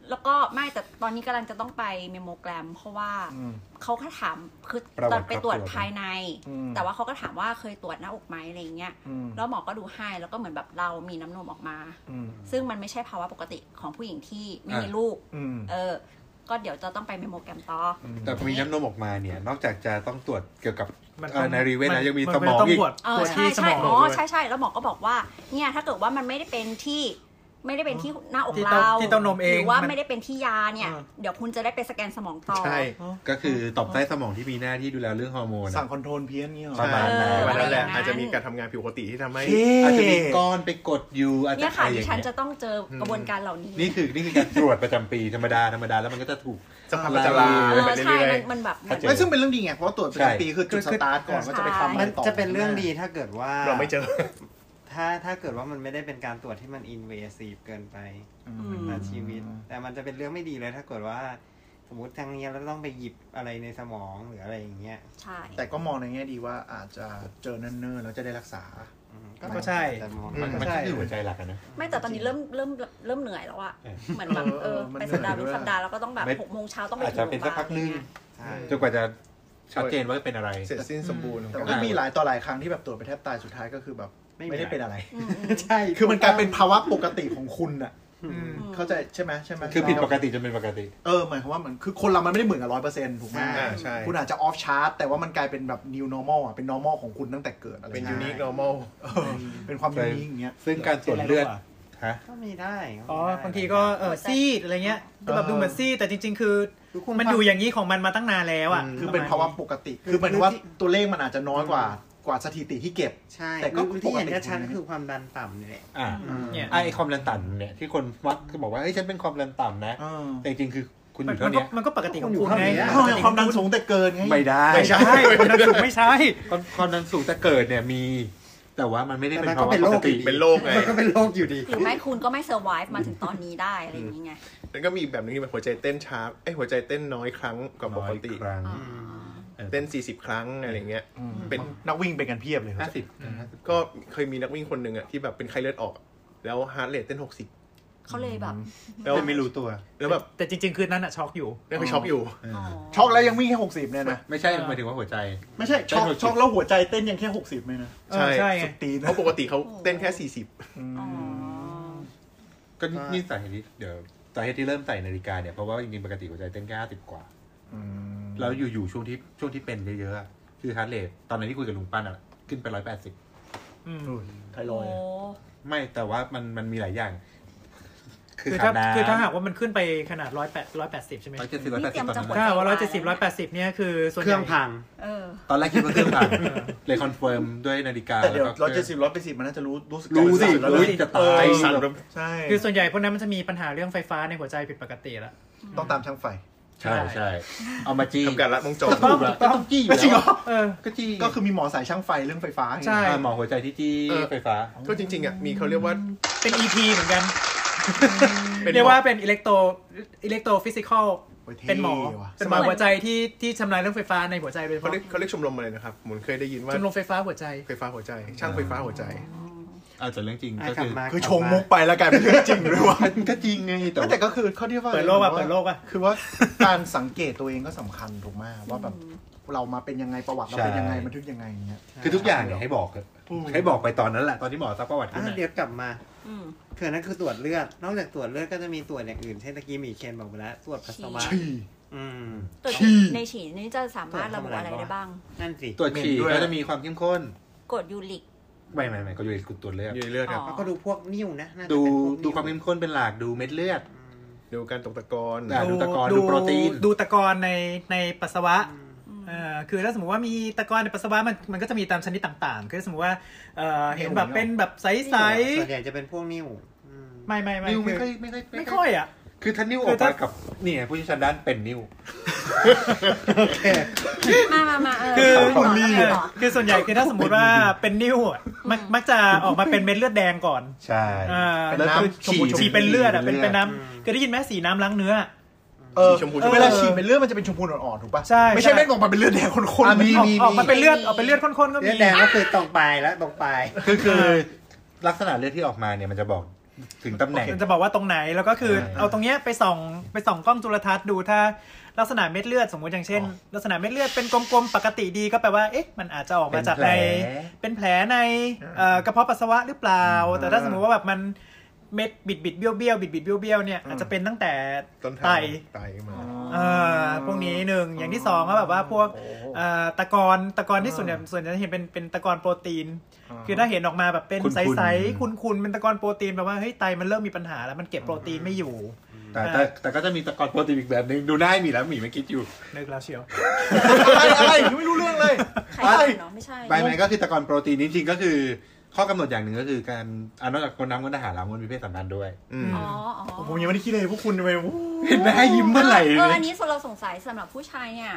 Speaker 2: แล้วก็ไม่แต่ตอนนี้กำลังจะต้องไปเมมโมแกรม เพราะว่า
Speaker 3: อืม
Speaker 2: เขาก็ถามคือ
Speaker 4: ประวัติ
Speaker 2: ตอนไปตรวจ
Speaker 4: ครอบครัว
Speaker 2: ภายใน
Speaker 3: อืม
Speaker 2: แต่ว่าเขาก็ถามว่าเคยตรวจหน้าอกไหมอะไรเงี้ย
Speaker 3: อืม
Speaker 2: แล้วหมอก็ดูให้แล้วก็เหมือนแบบเรามีน้ำนมออกมา
Speaker 3: อืม
Speaker 2: ซึ่งมันไม่ใช่ภาวะปกติของผู้หญิงที่ไม่มีลูก
Speaker 3: อืม
Speaker 2: เออ ก็เดี๋ยวจะต้องไปเมมโมแกรมต่ออ
Speaker 4: แต่พอมีน้ำนมออกมาเนี่ย นอกจากจะต้องตรวจเกี่ยวกับ
Speaker 7: มัน
Speaker 4: เอ่อ
Speaker 7: ต้อง
Speaker 4: ในรีเวท
Speaker 7: มั
Speaker 4: นะยังมี
Speaker 7: น
Speaker 4: สมอง
Speaker 7: นต้
Speaker 4: อีก
Speaker 7: ตรวจ
Speaker 2: เอ
Speaker 7: ต
Speaker 2: อ
Speaker 7: รวจ
Speaker 2: ใช่
Speaker 7: ที่ส
Speaker 2: ใช่
Speaker 7: มอง
Speaker 2: อ๋อ
Speaker 7: ด้วย
Speaker 2: ใช่ใช่แล้วหมอก็บอกว่า เนี่ยถ้าเกิดว่ามันไม่ได้เป็นที่ไม่ได้เป็นที่หน้าอก
Speaker 7: ที่เต้า
Speaker 2: เรา
Speaker 7: ที่เต้านมเอ
Speaker 2: ห
Speaker 7: ง
Speaker 2: รือว่า
Speaker 7: มัน
Speaker 2: ไม่ได้เป็นที่ยาเนี่ย
Speaker 7: อ่า
Speaker 2: เดี๋ยวคุณจะได้ไปสแกนสมองต่อ
Speaker 5: ใช่
Speaker 4: ก็คือต่อมใต้สมองที่มีหน้าที่ดูแลเรื่องฮอร์โมนอะ
Speaker 3: สั่งคอนโทรลเพี้ยนเงี้ยเหรอ
Speaker 4: ประมาณนั้น
Speaker 2: เออ
Speaker 5: วันนั้นแหละ
Speaker 2: ประมาณนั้น
Speaker 5: อาจจะมีการทำงานผิดปกติที่ทำให้
Speaker 3: เท่
Speaker 4: อาจจะมีก้อนไปกดอยู่อาจจะ
Speaker 2: เนี่ย
Speaker 4: อะ
Speaker 2: ค่ะ
Speaker 4: ไรอ
Speaker 2: ดิ
Speaker 4: ย่าง
Speaker 2: ฉัน
Speaker 4: เงี้
Speaker 2: จะ
Speaker 4: ย
Speaker 2: ต้องเจอกระบวนการเหล่านี้
Speaker 4: นี่คือนี่คือการตรวจประจำปีธรรมดาธรรมดาแล้วมันก็จะถูก
Speaker 5: จะพัฒนา
Speaker 2: เออ
Speaker 5: ไป
Speaker 2: ใช่
Speaker 5: เรื่อย
Speaker 2: มันมันแบบเหมือน
Speaker 4: เข้าใจ
Speaker 3: ไม่ซึ่งเป็นเรื่องดีไง เพราะว่าตรวจประ
Speaker 4: ใช่
Speaker 3: จำปีคือจุดสตาร์ทก่อนว่าจะไปทำอะไร
Speaker 6: มัน
Speaker 3: ต่อ
Speaker 6: จะเป็นเรื่องดีถ้าเกิดว่า
Speaker 5: ๆเราไม่เจอ
Speaker 6: ถ้าถ้าเกิดว่ามันไม่ได้เป็นการตรวจที่มันอินเวสีฟเกินไป
Speaker 2: อืม
Speaker 6: ต่อชีวิต แต่มันจะเป็นเรื่องไม่ดีเลยถ้าเกิดว่า สมมติทางเนี้ยเราต้องไปหยิบอะไรในสมองหรืออะไรอย่างเงี้ย
Speaker 2: ใช่
Speaker 3: แต่ก็มองในแง่ดีว่าอาจจะเจอเนิ่นๆแล้วจะได้รักษา
Speaker 6: อืม
Speaker 7: ก็ใช่
Speaker 6: แต่มอง
Speaker 4: มัน
Speaker 6: ว่า
Speaker 4: มันก็คือหัวใจหลักอะนะ
Speaker 2: ไม่แต่ตอนนี้เริ่มเริ่มเริ่มเหนื่อยแล้วอะ
Speaker 4: เออ
Speaker 2: เหมือนแบบเออ
Speaker 3: เออมัน
Speaker 2: ไปสัปดาห์
Speaker 3: เหนื่
Speaker 2: รู้
Speaker 3: อยด้วย
Speaker 2: สัปดาห์แล้วก็ต้องแบบ
Speaker 4: ไม่
Speaker 2: หกโมงเช้าต้องไป
Speaker 4: อาจจะเป็นสักพักนึง
Speaker 2: โรงพ
Speaker 4: จนก
Speaker 2: ยาบาลอะไรเงี้ย
Speaker 4: ว่าจะชัดเจนว่าเป็นอะไร
Speaker 5: เสร็จสิ้นสมบูรณ์
Speaker 3: แต่ก็มีหลายต่อหลายครั้งที่แบบตรวจไปแทบตายสุดท้ายก็คือแบบ
Speaker 6: ไม่มี
Speaker 3: ไม่ได้เป็นอะไร
Speaker 2: อืมอืม
Speaker 6: ใช่
Speaker 3: คือมันกลายเป็นภาวะปกติของคุณอ่ะ
Speaker 2: อืม
Speaker 3: เข้าใจใช่ไหมใช่ไหม
Speaker 4: คือผิดปกติจนเป็นปกติ
Speaker 3: เออหมายความว่าเหมือนคือคนเรามันไม่ได้เหมือนกับร้อยเปอร์เซ็นต์ถูกไหม
Speaker 5: อ่าใช่
Speaker 3: คุณอาจจะออฟชาร์ตแต่ว่ามันกลายเป็นแบบ new normal อ่ะเป็น normal ของคุณตั้งแต่เกิดอะไร
Speaker 5: เป็น
Speaker 3: งี้
Speaker 5: unique normal
Speaker 3: เออเป็นความยูนิคอย่างเงี้ย
Speaker 4: ซึ่งการตรวจเลือดฮะ
Speaker 6: ก็มีได้ก็มีได้
Speaker 7: อ๋อบางทีก็เออ
Speaker 2: หัวใจ
Speaker 7: ซีดอะไรเงี้ยดูแบบ
Speaker 3: เออ
Speaker 7: ดูเหมือนซีดแต่จริง ๆ คือ
Speaker 6: คือคุณ
Speaker 7: มันอยู่อย่างนี้ของมันมาตั้งนานแล้วอ่ะ
Speaker 3: คือเป็นภาวะปกติ คือเหมือนว่าตัวเลขมันอาจจะน้อยกว่ากว่าสถิติที่เก็บ
Speaker 6: ใช่
Speaker 3: แต่ก็
Speaker 6: หรือที่เห็น
Speaker 3: ปกติ
Speaker 6: ชัดๆก็คือความดันต่ำนี่แหละ
Speaker 4: อ่า
Speaker 7: เนี่ย
Speaker 4: ไอความดันต่ำเนี่ยที่คนมักจะบอกว่าเฮ้ยฉันเป็นความดันต่ำนะ
Speaker 3: เออ
Speaker 4: แต่จริงๆคือคุณอ
Speaker 7: มัน
Speaker 4: ยู่
Speaker 7: ก็
Speaker 4: เท่าเนี้ย
Speaker 7: มันก็ปกติของ
Speaker 6: อยู่
Speaker 7: คุณ
Speaker 6: เท่า
Speaker 7: ไง
Speaker 6: นี้อะ
Speaker 3: เอาอย่างความดันสูงแต่เกินไง
Speaker 4: ไม่ได้
Speaker 3: ไม่ใช่
Speaker 7: ใช่คนดันสูงไม่ใช่
Speaker 4: ความความดันสูงแต่เกิดเนี่ยมี แต่ว่ามันไม่ได้
Speaker 6: แต่
Speaker 4: เป็นภา
Speaker 6: มันก็
Speaker 4: วะ
Speaker 6: เป็นโร
Speaker 4: ป
Speaker 6: ค
Speaker 4: กติ
Speaker 6: อยู่ดี
Speaker 5: เป็นโรคไง
Speaker 6: มันก็เป็นโรคอยู่ดี
Speaker 2: หรือไม่คุณก็ไม่เซอร์ไวฟ์มาถึงตอนนี้ได้อะไรอย่างเงี้ย
Speaker 5: แล้วก็มีแบบหนึงที่มันหัวใจเต้นช้าไอ้ยหัวใจเต้นน้อยครั้งกว่าป
Speaker 4: น้อกย
Speaker 5: ติ
Speaker 4: ครั้ง
Speaker 2: อ่า
Speaker 5: เต้น 40 ครั้งอะไรอย่างเงี้ย เป็น
Speaker 3: นักวิ่งเป็นกันเพียบเลย
Speaker 4: ห้าสิบ
Speaker 5: ก็เคยมีนักวิ่งคนหนึ่งอ่ะที่แบบเป็นไข้เลือดออก แล้วฮาร์ดเรทเต้น 60
Speaker 2: เขาเลยแบบ
Speaker 5: แล้ว
Speaker 4: ไม่รู้ตัว
Speaker 5: แล้วแบบ
Speaker 7: แต่จริง ๆ คืนนั้นอ่ะช็อกอยู่
Speaker 5: แล้วไปช็อกอยู่
Speaker 2: อ๋อ
Speaker 3: ช็อกแล้วยังวิ่งแค่หกสิบเนี่ยนะ
Speaker 4: ไม่ใช่
Speaker 7: เออ
Speaker 4: หมายถึงว่าหัวใจ
Speaker 3: ไม่ใช่ช็อก
Speaker 4: เต้น60
Speaker 3: ช็อกแล้วหัวใจเต้นยังแค่หกสิบเลยนะ
Speaker 7: เออใช่ไง
Speaker 3: สุดตีน
Speaker 5: เพ
Speaker 3: นะ
Speaker 5: ราะปกติเขาเต้นแค่
Speaker 2: อ๋อ
Speaker 4: ก็นี่สาเหตุที่เดี๋ยวสาเหตุที่เริ่มใส่นาฬิกาเนี่ยเพราะว่าจริงๆปกติหัวใจเต้นแค่ห้าสิบกว่า แล้วอยู่ๆช่วงที่ช่วงที่เป็นเยอะๆอะคือฮาร์ดเรทตอนนั้นที่คุยกับลุงปั้นอ่ะขึ้นไปร้อยแปดสิบ
Speaker 3: ไทรอยด์
Speaker 4: ไม่แต่ว่ามันมันมีหลายอย่าง คือ
Speaker 7: คือ
Speaker 4: ขาด
Speaker 7: ถ้า
Speaker 4: น้ำ
Speaker 7: คือถ้าหากว่ามันขึ้นไปขนาดร้อยแปดร้อยแปดสิบใช่ไหม
Speaker 4: ร้อยเจ็ดสิบร้อยแปดสิบตอนนั้น
Speaker 2: นี่เตรียมจะหม
Speaker 4: อะ
Speaker 2: ด
Speaker 7: ถ้าหากว่าร้อยเจ็ดสิบร้อยแปดสิบเนี่ยคือส่วน
Speaker 6: เค
Speaker 7: ให
Speaker 6: รื่
Speaker 7: ญ่
Speaker 6: องพัง
Speaker 2: เออ
Speaker 4: ตอนแรกคิดว่าเครื่องพังเลยคอนเฟิร์มด้วยนาฬิกา
Speaker 3: แต่เดี๋ยว
Speaker 4: แล้วก็
Speaker 3: ร้อยเจ็ดสิบร้อยไปสิบมันน่าจะรู้รู้สึก
Speaker 4: รู้สิ
Speaker 3: แล้ว
Speaker 4: รู้
Speaker 3: นะ
Speaker 4: จะตาย
Speaker 5: 40 สั่นแบบ
Speaker 3: ใช่
Speaker 7: คือส่วนใหญ่พวกนั้นมันจะมีปัญหาเรื่องไฟฟ้าในหัวใจผิดปกติละ
Speaker 3: ต้องตามช่างไฟ
Speaker 4: ใช่ใช่เอามาจี้
Speaker 5: ทำการละวงจร
Speaker 4: ถูกแล้วก็ต้องจี้อยู่
Speaker 3: จริงเหร
Speaker 4: แล้ว
Speaker 3: อ
Speaker 7: เออ
Speaker 4: ก็จี้
Speaker 3: ก็คือมีหมอสายช่างไฟเรื่องไฟฟ้า
Speaker 7: ใช่
Speaker 4: อ่าหมอหัวใจที่จี้
Speaker 5: เออ
Speaker 4: ไฟฟ้า
Speaker 5: ก็จริงๆอ่ะมีเขาเรียกว่า
Speaker 7: เป็น EP เหมือนกัน
Speaker 5: เป็น
Speaker 7: เรียกว่าเป็นอิเล็กโตอิเล็กโตฟิสิกอล
Speaker 3: เป็
Speaker 7: เป็น น
Speaker 3: ห
Speaker 7: ห
Speaker 3: ม
Speaker 7: ม
Speaker 3: อ
Speaker 7: อ
Speaker 3: ว่ะ
Speaker 7: เป็นหมอหัวใจที่ที่ชำนาญเรื่องไฟฟ้าในหัวใจโดยเฉ
Speaker 5: เขา
Speaker 7: พาะ
Speaker 5: เรียกเขาเรียกชมรมอะไรนะครับผมเคยได้ยินว่า
Speaker 7: ชมรมไฟฟ้าหัวใจ
Speaker 5: ไฟฟ้าหัวใจ ช่างไฟฟ้าหัวใจ
Speaker 4: อาจจะเรื่องจริง
Speaker 6: อ่ะ
Speaker 4: ก็
Speaker 6: กลั
Speaker 4: คื
Speaker 6: บ
Speaker 4: อ
Speaker 6: มา
Speaker 3: คือชงมุกไป แล้วกลายเป็นเรื่องจริงด้วยว่ะ
Speaker 4: มันก็จริงไงแต่
Speaker 3: แต่
Speaker 4: ว่า
Speaker 3: ก็คือเขาเรียกว่า
Speaker 7: เปิดโลกว่ะ
Speaker 3: อไรน
Speaker 7: เปิดโลกว่ะ
Speaker 3: คือว่าการสังเกตตัวเองก็สำคัญถูกไหมว่าแบบเรามาเป็นยังไงประวัติเราเป็นยังไงบันทึกยังไงอย่างเงี้ย
Speaker 4: คือทุกอย่างเนี่ยให้บอกครับให้บอกไปตอนนั้นแหละตอนที่หมอซักประวัติ
Speaker 6: อ่ะ
Speaker 4: ขึ้นน่ะ
Speaker 6: เดี๋ยวกลับมา
Speaker 2: อืม
Speaker 6: คือนั่นคือตรวจเลือด นอกจากตรวจเลือดก็จะมีตรวจอย่างอื่น เช่นตะกี้หมีเคนบอกไปแล้ว ตรวจปัสสาวะ
Speaker 2: ฉี่
Speaker 6: อืม
Speaker 2: ตรวจ
Speaker 4: ฉี่
Speaker 2: ในฉี่นี่จะสามารถระบุอะไรได้บ้าง
Speaker 6: นั่นสิ
Speaker 4: ตรวจฉี่
Speaker 3: เหม็นด้วย
Speaker 4: ก็จะมีความเข้มข้น
Speaker 2: กรดยูริก
Speaker 4: ไม่ไม่ไม่ก็อยู่ในตรวจเลือด
Speaker 5: อยู่ในเลือดครับ
Speaker 2: อ๋อ
Speaker 6: แล้วก็ดูพวกนิ้วนะน่าจะ
Speaker 4: ดู
Speaker 6: เป็นพกนิ้
Speaker 4: ดูความเข้มข้นเป็นหลักดูเม็ดเลือด
Speaker 5: ดูการตกตะกอน
Speaker 4: อ่ะดูตะกอนดูโปรตีน
Speaker 7: ดูตะกอนในในปัสสาวะเอ่อคือถ้าสมมติว่ามีตะกอนในปัสสาวะมันมันก็จะมีตามชนิดต่างๆ คือถ้าสมมติว่าเอ่อเห็นแบบเป็นแบบใส
Speaker 6: ส่วนใหญ่จะเป็นพวกนิ้วอืม
Speaker 7: ๆไม่ไม่ไม่
Speaker 4: นิ้วไม่
Speaker 7: คื
Speaker 4: ค่อย
Speaker 7: อ
Speaker 4: ไม่ค่อย
Speaker 7: ไม่ค่อยอ่ะ
Speaker 4: คือถ้านิ้วอ
Speaker 7: คือ อก
Speaker 4: มา
Speaker 7: ถ้า
Speaker 4: กับนี่ไงผู้เชี่ยวชาญด้านเป็นนิ้ว
Speaker 2: มามามาเออ
Speaker 7: คือ
Speaker 2: ต่ต่
Speaker 7: คือ
Speaker 2: ต่อ
Speaker 7: คือส่วนใหญ่คือถ้าสมมติว่าเป็นนิ้วอ่ะมักมักจะออกมาเป็นเม็ดเลือดแดงก่อน
Speaker 4: ใช่
Speaker 7: อ่า
Speaker 3: เป็น
Speaker 7: แล้ว
Speaker 3: น้ำ
Speaker 7: คือ
Speaker 3: ชม
Speaker 7: ฉี่
Speaker 3: พูชมพู
Speaker 7: ฉี่เป็นเลือดอ่ะเป็นเป็นน้
Speaker 6: อืม
Speaker 7: ำเคยได้ยินไหมสีน้ำล้างเนื้อ
Speaker 3: เออ
Speaker 5: ชมพู
Speaker 7: ออ
Speaker 3: เวลาฉีดเป็นเลือดมันจะเป็นชมพูอ่อนๆถูกปะ
Speaker 7: ใช่
Speaker 3: ไม่ใช่
Speaker 7: ใช่
Speaker 3: แม่งออกมาเป็นเลือดแดงข้น
Speaker 4: อ่ะ
Speaker 3: ๆ
Speaker 4: มี
Speaker 7: ออก
Speaker 4: มี
Speaker 7: ออกมา
Speaker 4: มี
Speaker 7: เป็นเลือด
Speaker 2: มี
Speaker 7: ออกเป็นเลือดข้นๆก็มี
Speaker 6: เลือดแดงก็คือตรงปลายแล้วตรงปลาย
Speaker 4: คือคือลักษณะเลือดที่ออกมาเนี่ยมันจะบอกถึงตำแหน่ง
Speaker 7: จะบอกว่าตรงไหนแล้วก็คือ
Speaker 4: เออ
Speaker 7: เอาตรงเนี้ยไปส่องไปส่องกล้องจุลทรรศน์ดูถ้าลักษณะเม็ดเลือดสมมติอย่างเช่น
Speaker 4: อ๋อ
Speaker 7: ลักษณะเม็ดเลือดเป็นกลมๆปกติดีก็แปลว่าเอ๊ะมันอาจจะออกมาจากในเป็นแผลในเอ่อกระเพาะปัสสาวะหรือเปล่า
Speaker 4: อืม
Speaker 7: แต่ถ้าสมมติว่าแบบมันเม็ดบิดบิดๆเบี้ยวเบี้ยวบิดบิดๆเบี้ยวเบี้ยวเนี่ยอาจจะเป็นตั้งแต่
Speaker 5: ต้นทาง
Speaker 7: ไต
Speaker 5: ไตมา
Speaker 7: เอ่อพวกนี้หนึ่งอย่างที่สองก็แบบว่าพวกเอ่อตะกอนตะกอนที่ส่วนใหญ่ส่วนใหญ่จะเห็นเป็นเป็นตะกอนโปรตีน คือถ้าเห็นออกมาแบบเป็น
Speaker 4: คุณ
Speaker 7: ใ
Speaker 4: คุณ
Speaker 7: สๆคุณๆเป็นตะกอนโปรตีนแปลว่าเฮ้ยไตมันเริ่มมีปัญหาแล้วมันเก็บโปรตีนไม่อยู่
Speaker 4: แต่แต่แต่ก็จะมีตะกอนโปรตีนอีกแบบหนึ่งดูหน้าหมีแล้วหมีไม่คิดอยู่
Speaker 7: นึกแล้วเชียว
Speaker 3: อะไรอะไรยังไม่รู้เรื่องเลย
Speaker 2: ไข่ก่อนเนาะไม่ใช่
Speaker 4: ใบไม้ก็คือตะกอนโปรตีนจริงๆก็คือ ข้อกำหนดอย่างหนึ่งก็คือการอ่ะนอกจากคนน้ำคนอาหารแล้วมันมีเพศสัมพันธ์ด้วย
Speaker 5: อืม
Speaker 2: อ๋ออ๋อ
Speaker 3: ผมยังไม่ได้คิดเลยพวกคุณทำไมโอ้โห
Speaker 4: เห็นไหมยิ้มเมื่อไหร่
Speaker 2: เอ
Speaker 4: เล
Speaker 2: อย อันนี้ส่วนเราสงสัยสำหรับผู้ชายเนี่ย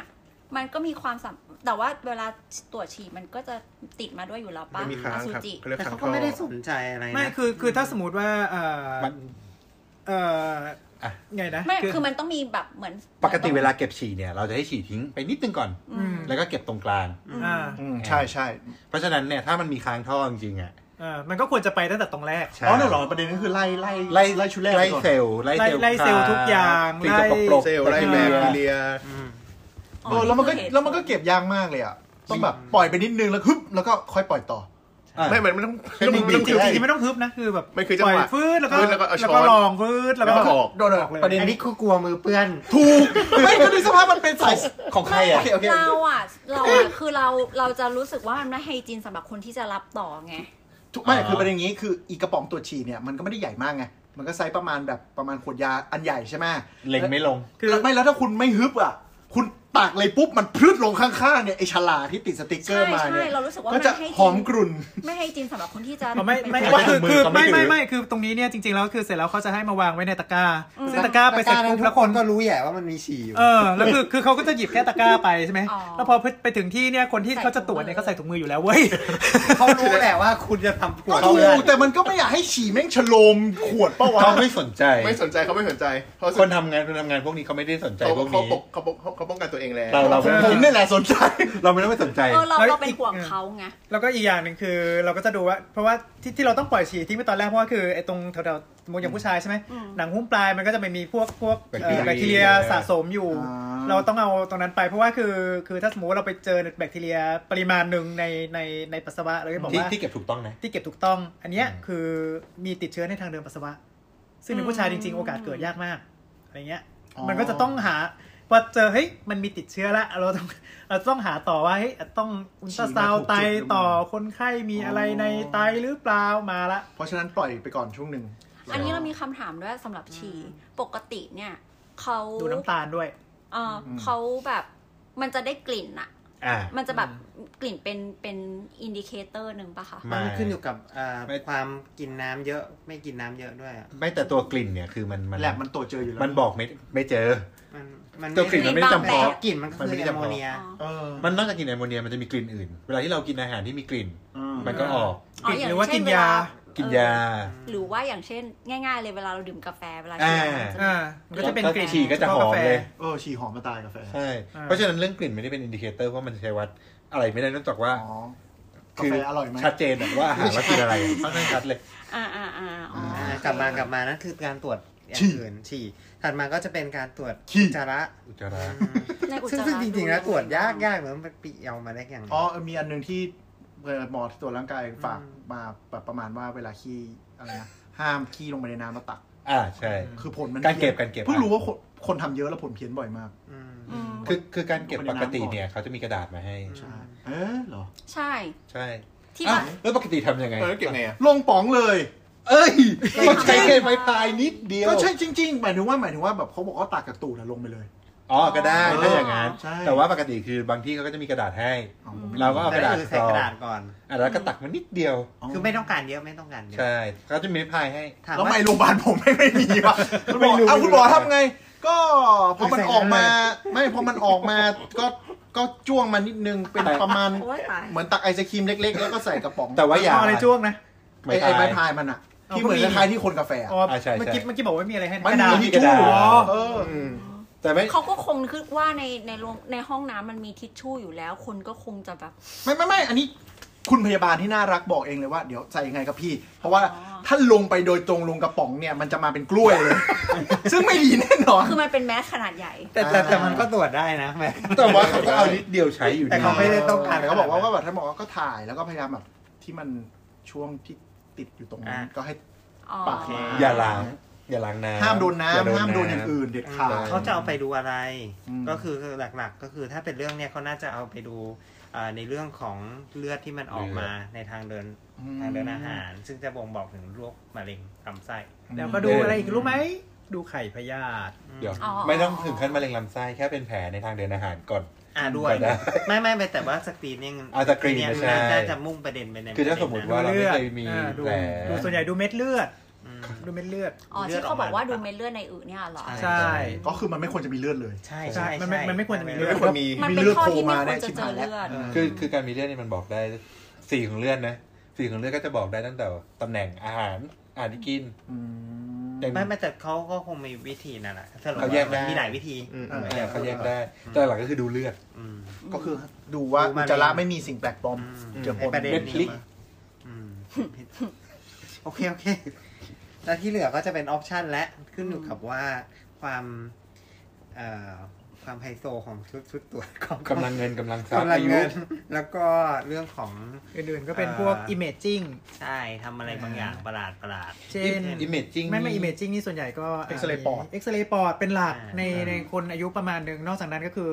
Speaker 2: มันก็มีความสัมแต่ว่าเวลาตรวจฉี่มันก็จะติดมาด้วยอยู่แล้วป่ะ
Speaker 5: ไม่มีค้าง
Speaker 2: อสุ
Speaker 5: ครับ
Speaker 2: จิ
Speaker 5: เขาเรียก
Speaker 6: แต่
Speaker 5: ค้างท่
Speaker 6: เขาก็
Speaker 5: อ
Speaker 6: ไม่ได้สนใจอะไร
Speaker 7: ไม่
Speaker 6: นะ
Speaker 7: คือคือถ้าสมมติว่าเออ
Speaker 4: มัน
Speaker 7: เอออะ ไงนะ
Speaker 2: ไม่ คือมันต้องมีแบบเหมือน
Speaker 4: ปกติเวลาเก็บฉี่เนี่ย เราจะให้ฉี่ทิ้งไปนิดนึงก่อน
Speaker 2: อืม
Speaker 4: แล้วก็เก็บตรงกลาง
Speaker 7: อ่า
Speaker 3: อืมใช่ใช่
Speaker 4: เพราะฉะนั้นเนี่ยถ้ามันมีค้างท่อจริงๆอ่ะ
Speaker 7: เออมันก็ควรจะไปตั้งแต่ตรงแรก
Speaker 4: ใช่
Speaker 3: อ๋อเนี่ยเหรอประเด็นก็คือไล่ไล่
Speaker 4: ไล่
Speaker 3: ไล่ชุดแรก
Speaker 4: ไล่
Speaker 3: ก่อน
Speaker 4: เซลล์ไล่เซลล์
Speaker 7: ไล่ไล่เซลล์ทุกอย่าง
Speaker 4: สิ่ง
Speaker 7: ไล่
Speaker 4: สกปรก
Speaker 5: เซลล์ไล่แบคทีเรีย
Speaker 3: เออแล้วมันก็แล้วมันก็เก็บยากมากเลยอ่ะต้องแบบปล่อยไปนิดนึงแล้วฮึบแล้วก็ค่อยปล่อยต่อ
Speaker 4: อ่ะ
Speaker 5: ไม่มันไม่ต้อง
Speaker 4: แค่
Speaker 5: ไม่
Speaker 4: นี้
Speaker 5: ต้อง
Speaker 7: จ
Speaker 5: ไม่ต้
Speaker 7: ริจ
Speaker 5: อง งถือ
Speaker 7: ริงๆไม่ต้องทึบนะคือแบบ
Speaker 5: มันคือจัง
Speaker 7: ปล่อยว
Speaker 5: หะ
Speaker 7: ฟืดแล้วก็
Speaker 5: ฟืดแล้วก็เอาช้อน
Speaker 7: แล้วก็ลองฟืดแล้วก็
Speaker 5: แล้วก็ออก
Speaker 3: โดนออกประเด็น
Speaker 6: อัน
Speaker 3: นี้
Speaker 6: นี้คือกลัวมือเปื้อน
Speaker 3: ถูกไม่ก็ดูสภาพมันเป็นสาย
Speaker 4: ของใครอ่ะ
Speaker 3: โอเคโอเค
Speaker 2: เราอ่ะ เราอ่ะ คือเรา เราจะรู้สึกว่ามันไม่ไฮจีนสำหรับคนที่จะรับต่อไง
Speaker 3: ถูกไม่คือประเด็นอย่างนี้คืออีกระป๋องตรวจฉี่เนี่ยมันก็ไม่ได้ใหญ่มากไงมันก็ไซส์ประมาณแบบประมาณขวดยาอันใหญ่ใช่ไหม
Speaker 4: เล็งไม่ลง
Speaker 7: คือ
Speaker 3: แล้วไม่แล้วถ้าคุณไม่ฮึบอ่ะ คุณตากเลยปุ๊บ มันพรืดลงข้างๆเนี่ยไอฉลากที่ติดสติกเกอร์มา
Speaker 2: ใช่
Speaker 3: เนี่ย
Speaker 2: ใช่เรารู้สึกว่ามัน
Speaker 3: ก็จะ
Speaker 2: ให้จริง
Speaker 3: หอมกรุ่น
Speaker 2: ไม่ไฮจีนสำหรับคนที่จะ
Speaker 7: อ๋อไม่ ไม่
Speaker 2: ป
Speaker 7: ไม่คือ
Speaker 4: มือ
Speaker 7: คือ
Speaker 4: ก็ไม่
Speaker 7: ไม่ไม่
Speaker 4: ถือ
Speaker 7: ไม่คือตรงนี้เนี่ยจริงๆแล้วคือเสร็จแล้วเขาจะให้มาวางไว้ในตะกร้าซึ่งตะกร้าไปเสร็จ
Speaker 6: ตะร้
Speaker 7: ปุ๊บ
Speaker 6: นั้น
Speaker 7: แล้
Speaker 6: ทุ
Speaker 7: ว
Speaker 6: ก
Speaker 7: ค
Speaker 6: คน นก็รู้แหละว่ามันมีฉี่อยู่
Speaker 7: เออแล้วคือคือเขาก็จะหยิบแค่ตะกร้าไปใช่ไหม
Speaker 2: อ๋อ
Speaker 7: แล้วพอไปถึงที่เนี่ยคนที่เขาจะตรวจเนี่ยเขาใส่ถุงมืออยู่แล้วเว้ย
Speaker 6: เขารู้แหละว่าคุณจะทำผัว
Speaker 3: ก็
Speaker 6: เขา
Speaker 3: ถู
Speaker 6: เลย
Speaker 3: กแต่มันก็ไม่อยากให้ฉี่แม่งฉโลมขวดปะวะ
Speaker 4: เขาไม่สนใจ
Speaker 5: ไม่สนใจเขาไม่สนใจเขา
Speaker 4: คนทำงานคนทำงานพวกนี้เขาไม่ได้สนใจ
Speaker 5: เขา
Speaker 4: พวก
Speaker 5: เขา
Speaker 4: นี้
Speaker 5: ปกเขาปกเขาป้องกันตัวเองแล้ว
Speaker 4: เราเราไม่
Speaker 3: ผมนี่แหละสนใจ
Speaker 4: เราไม่ต้องไปสนใจ
Speaker 2: เออเรา
Speaker 7: แล้ว
Speaker 2: เราเป็นห่วงเขาไง
Speaker 7: แล้วก็อีกอย่างหนึ่งคือเราก็จะดูว่า เพราะว่าที่ที่เราต้องปล่อยฉี่ที่ไม่ตอนแรกเพราะว่าคือไอ้ตรงแถวๆมดอย่างผู้ชายใช่ไหม
Speaker 2: อืม
Speaker 7: หนังหุ้มปลายมันก็จะไปมีพวกพวกเอ่อ
Speaker 4: แบ
Speaker 7: แบ
Speaker 4: ค
Speaker 7: ค
Speaker 4: ที
Speaker 7: ที
Speaker 4: เรีย
Speaker 7: เรียสะสมอยู่
Speaker 3: อ่า
Speaker 7: เราต้องเอาตรงนั้นไปเพราะว่าคือคือถ้าสมมติว่าเราไปเจอแบคทีเรียปริมาณหนึ่งในในในปัสสาวะเราก็บอก
Speaker 4: ที่
Speaker 7: ว่า
Speaker 4: ที่เก็บถูกต้องนะ
Speaker 7: ที่เก็บถูกต้อง อันเนี้ย
Speaker 4: อืม
Speaker 7: คือมีติดเชื้อในทางเดินปัสสาวะ ซึ่งในผู้ชายจริง ๆ โอกาสเกิดยากมากอะไรเงี้ย
Speaker 3: อ๋อ
Speaker 7: มันก็จะต้องหาพอเจอเฮ้ยมันมีติดเชื้อละเราต้องเราต้องหาต่อว่าเฮ้ยต้องอุลตราซาวด์ไตต่อคนไข้มีอะไรในไตหรือเปล่ามาละ
Speaker 3: เพราะฉะนั้นปล่อยไปก่อนช่วงหนึ่ง
Speaker 2: อันนี้เรามีคำถามด้วยสำหรับฉี่ ปกติเนี่ยเขา
Speaker 7: ดูน้ำตาลด้วย
Speaker 2: เอออเขาแบบมันจะได้กลิ่นอะ
Speaker 4: อ่า
Speaker 2: มันจะแบบกลิ่นเป็นเป็นอินดิเคเตอร์หนึ่งปะคะ
Speaker 4: ไม่
Speaker 6: มันขึ้นอยู่กับเอ่อ
Speaker 4: ไม่
Speaker 6: ความกินน้ำเยอะไม่กินน้ำเยอะด้วยอะ
Speaker 4: ไม่แต่ตัวกลิ่นเนี่ยคือมันมัน
Speaker 3: แลบมันตรวจเจออยู่แล้ว
Speaker 4: มันบอกไม่ไม่เจอ
Speaker 6: มันมัน
Speaker 4: ตัวกลิ่นมันไม่ได้จำเพาะ
Speaker 6: กลิ่นมันก็
Speaker 4: มัน
Speaker 6: คื
Speaker 4: ไม่
Speaker 6: อ
Speaker 4: ได้
Speaker 6: แอ
Speaker 4: จำ
Speaker 6: ม
Speaker 4: เพาะ
Speaker 6: โมเนีย
Speaker 2: อ๋อ
Speaker 3: เออ
Speaker 4: มันนอกจากกลิ่นแอมโมเนียมันจะมีกลิ่นอื่น เวลาที่เรากินอาหารที่มีกลิ่น
Speaker 3: อืม
Speaker 4: มันก็ออก
Speaker 2: อ๋ออย่าง
Speaker 7: หรือว่า
Speaker 2: เช่น
Speaker 7: กิ
Speaker 2: เวย
Speaker 7: นา
Speaker 2: ลา
Speaker 4: กิน
Speaker 2: เออย
Speaker 4: า
Speaker 2: หรือว่าอย่างเช่น ง่าย ๆ เลยเวลาเราดื่มกาแฟเวลาฉี่
Speaker 4: อ่า
Speaker 2: มันจะมี
Speaker 7: อ่ามันก็จะเป็นกลิ่น
Speaker 4: ฉี่ก็จะหอมเลย
Speaker 3: เออฉี่หอมมาตายกาแฟ
Speaker 4: ใช่ เพราะฉะนั้นเรื่องกลิ่นไม่ได้เป็นอินดิเคเตอร์ว่ามันจะใช้วัดอะไรไม่ได้นอกจากว่า
Speaker 3: อ๋อกาแฟอร่อยไหม
Speaker 4: ชัดเจนอะว่าอาหารว่ากินอะไรค่อนข้างชัดเลย
Speaker 2: อ่าอ่าอ่าอ๋ออ
Speaker 6: อ่ากลับมากลับมานั่นคือการตรวจอย่างอื่นฉี่ถัดมาก็จะเป็นการตรวจ
Speaker 3: ฉี่
Speaker 6: อุจจาระ
Speaker 4: อุจจาระ
Speaker 2: ในอุจ
Speaker 6: ซึ่ง
Speaker 2: จาระ
Speaker 6: ซึ่งจริงๆแล้ว
Speaker 2: ดู
Speaker 6: ตรวจยาก
Speaker 2: ดู
Speaker 6: ยากเหมือนมันปีเอามาได้อย่าง
Speaker 3: อ๋อเออมีอันหนึ่งที่เอ่อหมอที่ตรวจร่างกายฝากมาแบบประมาณว่าเวลาขี้อะไรนะห้ามขี้ลงไปในน้ำแล้วตัก
Speaker 4: อ่าใช่
Speaker 3: คือผลมัน
Speaker 4: การเก็บการเก็บ
Speaker 3: เพิ่งรู้ว่าคน คนทำเยอะแล้วผลเพี้ยนบ่อยมาก
Speaker 2: อืม
Speaker 4: คือคือการเก็บปกติเนี่ยเขาจะมีกระดาษมาให้
Speaker 3: ใช่ เออเหรอ
Speaker 2: ใช่
Speaker 4: ใช่
Speaker 2: ที่
Speaker 4: อ้าว
Speaker 2: ว่า
Speaker 4: แล้วปกติทำยังไง
Speaker 5: เออแล้วเก็บไงอ่ะ
Speaker 3: ลงป๋องเลย
Speaker 4: เอ้ยเขาใช้แค่ไม้พายนิดเดียว
Speaker 3: ก็ใช่จริง ๆ หมายถึงว่าหมายถึงว่าแบบเขาบอกว่าตักกับตูดอะลงไปเลย
Speaker 4: อ๋อก็ได้ถ้าอย่างนั้น
Speaker 3: ใช่
Speaker 4: แต่ว่าปกติคือบางที่เขาก็จะมีกระดาษให้
Speaker 3: อ๋อผมไม่
Speaker 4: เราก็เอากระดาษ
Speaker 6: คือก ใส่
Speaker 4: รอก
Speaker 6: ระ
Speaker 4: ง
Speaker 6: ดาษก่อน
Speaker 4: อ่ะแล้วก็ตักมันนิดเดียว
Speaker 6: คือไม่ต้องการเยอะไม่ต้องการเยอะ
Speaker 4: ใช่เขาจะมีไม้พายให้
Speaker 6: ถาม
Speaker 3: แล้วทำ
Speaker 6: ว่า
Speaker 3: ไม่โรงพยาบาลผมไม่ไม่มีวะคุณบอก
Speaker 4: ไม่รู้
Speaker 3: เอาคุณบอก
Speaker 4: ไม่รู้
Speaker 3: ทำไง ก็พอมันออกมา ไม่พอมันออกมา ก็ก็จ้วงมานิดนึงเป็นประมาณ
Speaker 2: โอ๊ยตาย
Speaker 3: เหมือนตักไอศครีมเล็ก ๆ แล้วก็ใส่กระป๋อง
Speaker 4: แต่ว่าอย่า
Speaker 7: เอาอะไรจ้วงนะ
Speaker 3: ไอไอไม้พายมันอะที่เหมือนคล้ายๆที่คนกาแฟอะ
Speaker 7: อ๋อ
Speaker 4: อ่าใช่ใช่
Speaker 7: เมื่อกี้เมื่อกี้บอกว่ามีอะไรให้
Speaker 3: มัน
Speaker 7: กระดาษ
Speaker 3: มีทิชชู่
Speaker 4: กระดาษ
Speaker 3: เออ
Speaker 4: แต่ไม่
Speaker 2: เขาก็คงคิดว่าในในโรงในห้องน้ำมันมีทิชชู่อยู่แล้ว คนก็คงจะแบบ
Speaker 3: ไม่ไม่ไม่อันนี้คุณพยาบาลที่น่ารักบอกเองเลยว่าเดี๋ยวใส่ยังไงครับพี่ เพราะว่า
Speaker 2: อ๋อ
Speaker 3: ถ้าลงไปโดยตรงลงกระป๋องเนี่ยมันจะมาเป็นกล้วยเลย ซึ่งไม่ดีแน่นอน
Speaker 2: คือมันเป็นแมสขนาดใหญ่
Speaker 6: แต่แต่แต่
Speaker 3: อ่ามั
Speaker 6: มันก็ตรวจได้นะแม่
Speaker 4: แต่ว่าเขาก็เอานิดเดียวใช้อยู่
Speaker 6: แต่
Speaker 4: ดี
Speaker 6: เขาไม่ได้ต้องการ
Speaker 3: แต่เขาบอกว่าก็แบบท่านบอกว่าก็ถ่ายแล้วก็พยายามแบบที่มันช่วงที่ติดอยู่ตรงนั้น
Speaker 6: อ่ะ
Speaker 3: ก็ให้
Speaker 2: อ๋อ
Speaker 3: ปากแข็ง
Speaker 4: อย่าล้างอย่าล้างน้ำ
Speaker 3: ห้ามโดน
Speaker 4: อย่
Speaker 3: น้ำห้ามโดนอย่างอื่นเด็ดขาด
Speaker 6: เขาจะเอาไปดูอะไร
Speaker 3: อืม
Speaker 6: ก็คือหลักๆ ก็คือถ้าเป็นเรื่องเนี่ยเขาน่าจะเอาไปดูอ่าในเรื่องของเลือดที่มันออกมาในทางเดินทางเดินอาหาร ซึ่งจะบ่งบอกถึงโรคมะเร็งลำไส้
Speaker 7: แล้วก็ดู
Speaker 4: เอออ
Speaker 7: อะไรอีกรู้ไหม ดูไข่พยาธิ
Speaker 4: เดี๋ยว
Speaker 2: อ๋อ
Speaker 4: ไม่ต้องถึงขั้นมะเร็งลำไส้แค่เป็นแผลในทางเดินอาหารก่อน
Speaker 6: อ่าด้วย
Speaker 4: ก็ได้
Speaker 6: ไม่ไม่ไม่แต่ว่าสกรีนเนี่ย
Speaker 4: อ่าสกรีน
Speaker 6: เนี่ย
Speaker 4: ใช่
Speaker 6: น่าจะมุ่งประเด็นไปใน
Speaker 4: คือถ้าสมมติว่าเราไม่เคยมี
Speaker 7: อ่าดู
Speaker 4: แผล
Speaker 7: ดูส่วนใหญ่ดูเม็ดเลือด
Speaker 6: อืม
Speaker 7: ดูเม็ดเลือด
Speaker 2: อ๋อที่เขาบอกว่าดูเม็ดเลือดในอืดเนี่ยเหรอ
Speaker 6: ใช่
Speaker 7: ใช่
Speaker 3: ก็คือมันไม่ควรจะมีเลือดเลย
Speaker 6: ใช่
Speaker 7: ใช่
Speaker 6: ใช่
Speaker 7: มันไม่
Speaker 6: ใช่
Speaker 7: มันไม่ควรจะมีเลือด
Speaker 3: ไม่
Speaker 5: ไม่
Speaker 3: ค
Speaker 5: คว
Speaker 3: ร
Speaker 5: วร
Speaker 3: มี
Speaker 5: มี
Speaker 2: มัน
Speaker 3: มี
Speaker 2: เป็น
Speaker 3: เลือด
Speaker 2: ข้อ
Speaker 3: โผล่
Speaker 2: ที่ไม่
Speaker 3: มา
Speaker 2: ควร
Speaker 3: เนี่ย
Speaker 2: จะ
Speaker 3: ชิบ
Speaker 2: เจ
Speaker 3: หา
Speaker 2: อย
Speaker 3: แล้ว
Speaker 2: เลือด
Speaker 4: คือคือการมีเลือดนี่มันบอกได้สีของเลือดนะสีของเลือดก็จะบอกได้ตั้งแต่ตำแหน่งอาหารอาหารที่กิน
Speaker 3: อืม
Speaker 4: อย่าง
Speaker 6: ไม่ไม่แต่เขาก็คงมีวิธีนั่นแหละสรุป
Speaker 4: เขาแยกได้
Speaker 6: มันมีหลายวิธี
Speaker 5: อืม
Speaker 6: ออ
Speaker 4: อ่าเขาแยกได้ แต่หลักก็คือดูเลือด
Speaker 6: อืม
Speaker 3: ก็คือดูว่า
Speaker 6: ดู
Speaker 3: อุ
Speaker 6: มา
Speaker 3: จจาระ
Speaker 6: เลย
Speaker 3: ไม่มีสิ่งแปลกปลอม
Speaker 6: อืม
Speaker 3: เจือป
Speaker 6: ไอ้
Speaker 3: น
Speaker 6: ประเด็น
Speaker 4: เม็ดพริ
Speaker 6: นี้
Speaker 4: ก
Speaker 6: อืมโอเค โอเค แล้วที่เหลือก็จะเป็นออปชันและขึ้นอยู่กับว่าความเอ่อความไฮโซของชุดชุดตรวจของ
Speaker 4: กำลังเงินกำลังทรัพย์
Speaker 6: กำลังเงิ น
Speaker 4: อายุ
Speaker 6: แล้วก็เรื่องของ
Speaker 7: อื่นๆก็เป็น
Speaker 6: เอ่อ
Speaker 7: พวก imaging
Speaker 6: ใช่ทำอะไรบางอย่างประหลาดประหลาด
Speaker 7: เช่น
Speaker 4: อิมเมจจิ้ง
Speaker 7: ไม่ไม่ imaging นี่ส่วนใหญ่ก็
Speaker 3: เอ็กซเรย์ปอด
Speaker 7: เอ็กซเรย์ปอดเป็นหลัก
Speaker 6: อ่า
Speaker 7: ใน
Speaker 4: อ่า
Speaker 7: ในคนอายุประมาณหนึ่งนอกจากนั้นก็คือ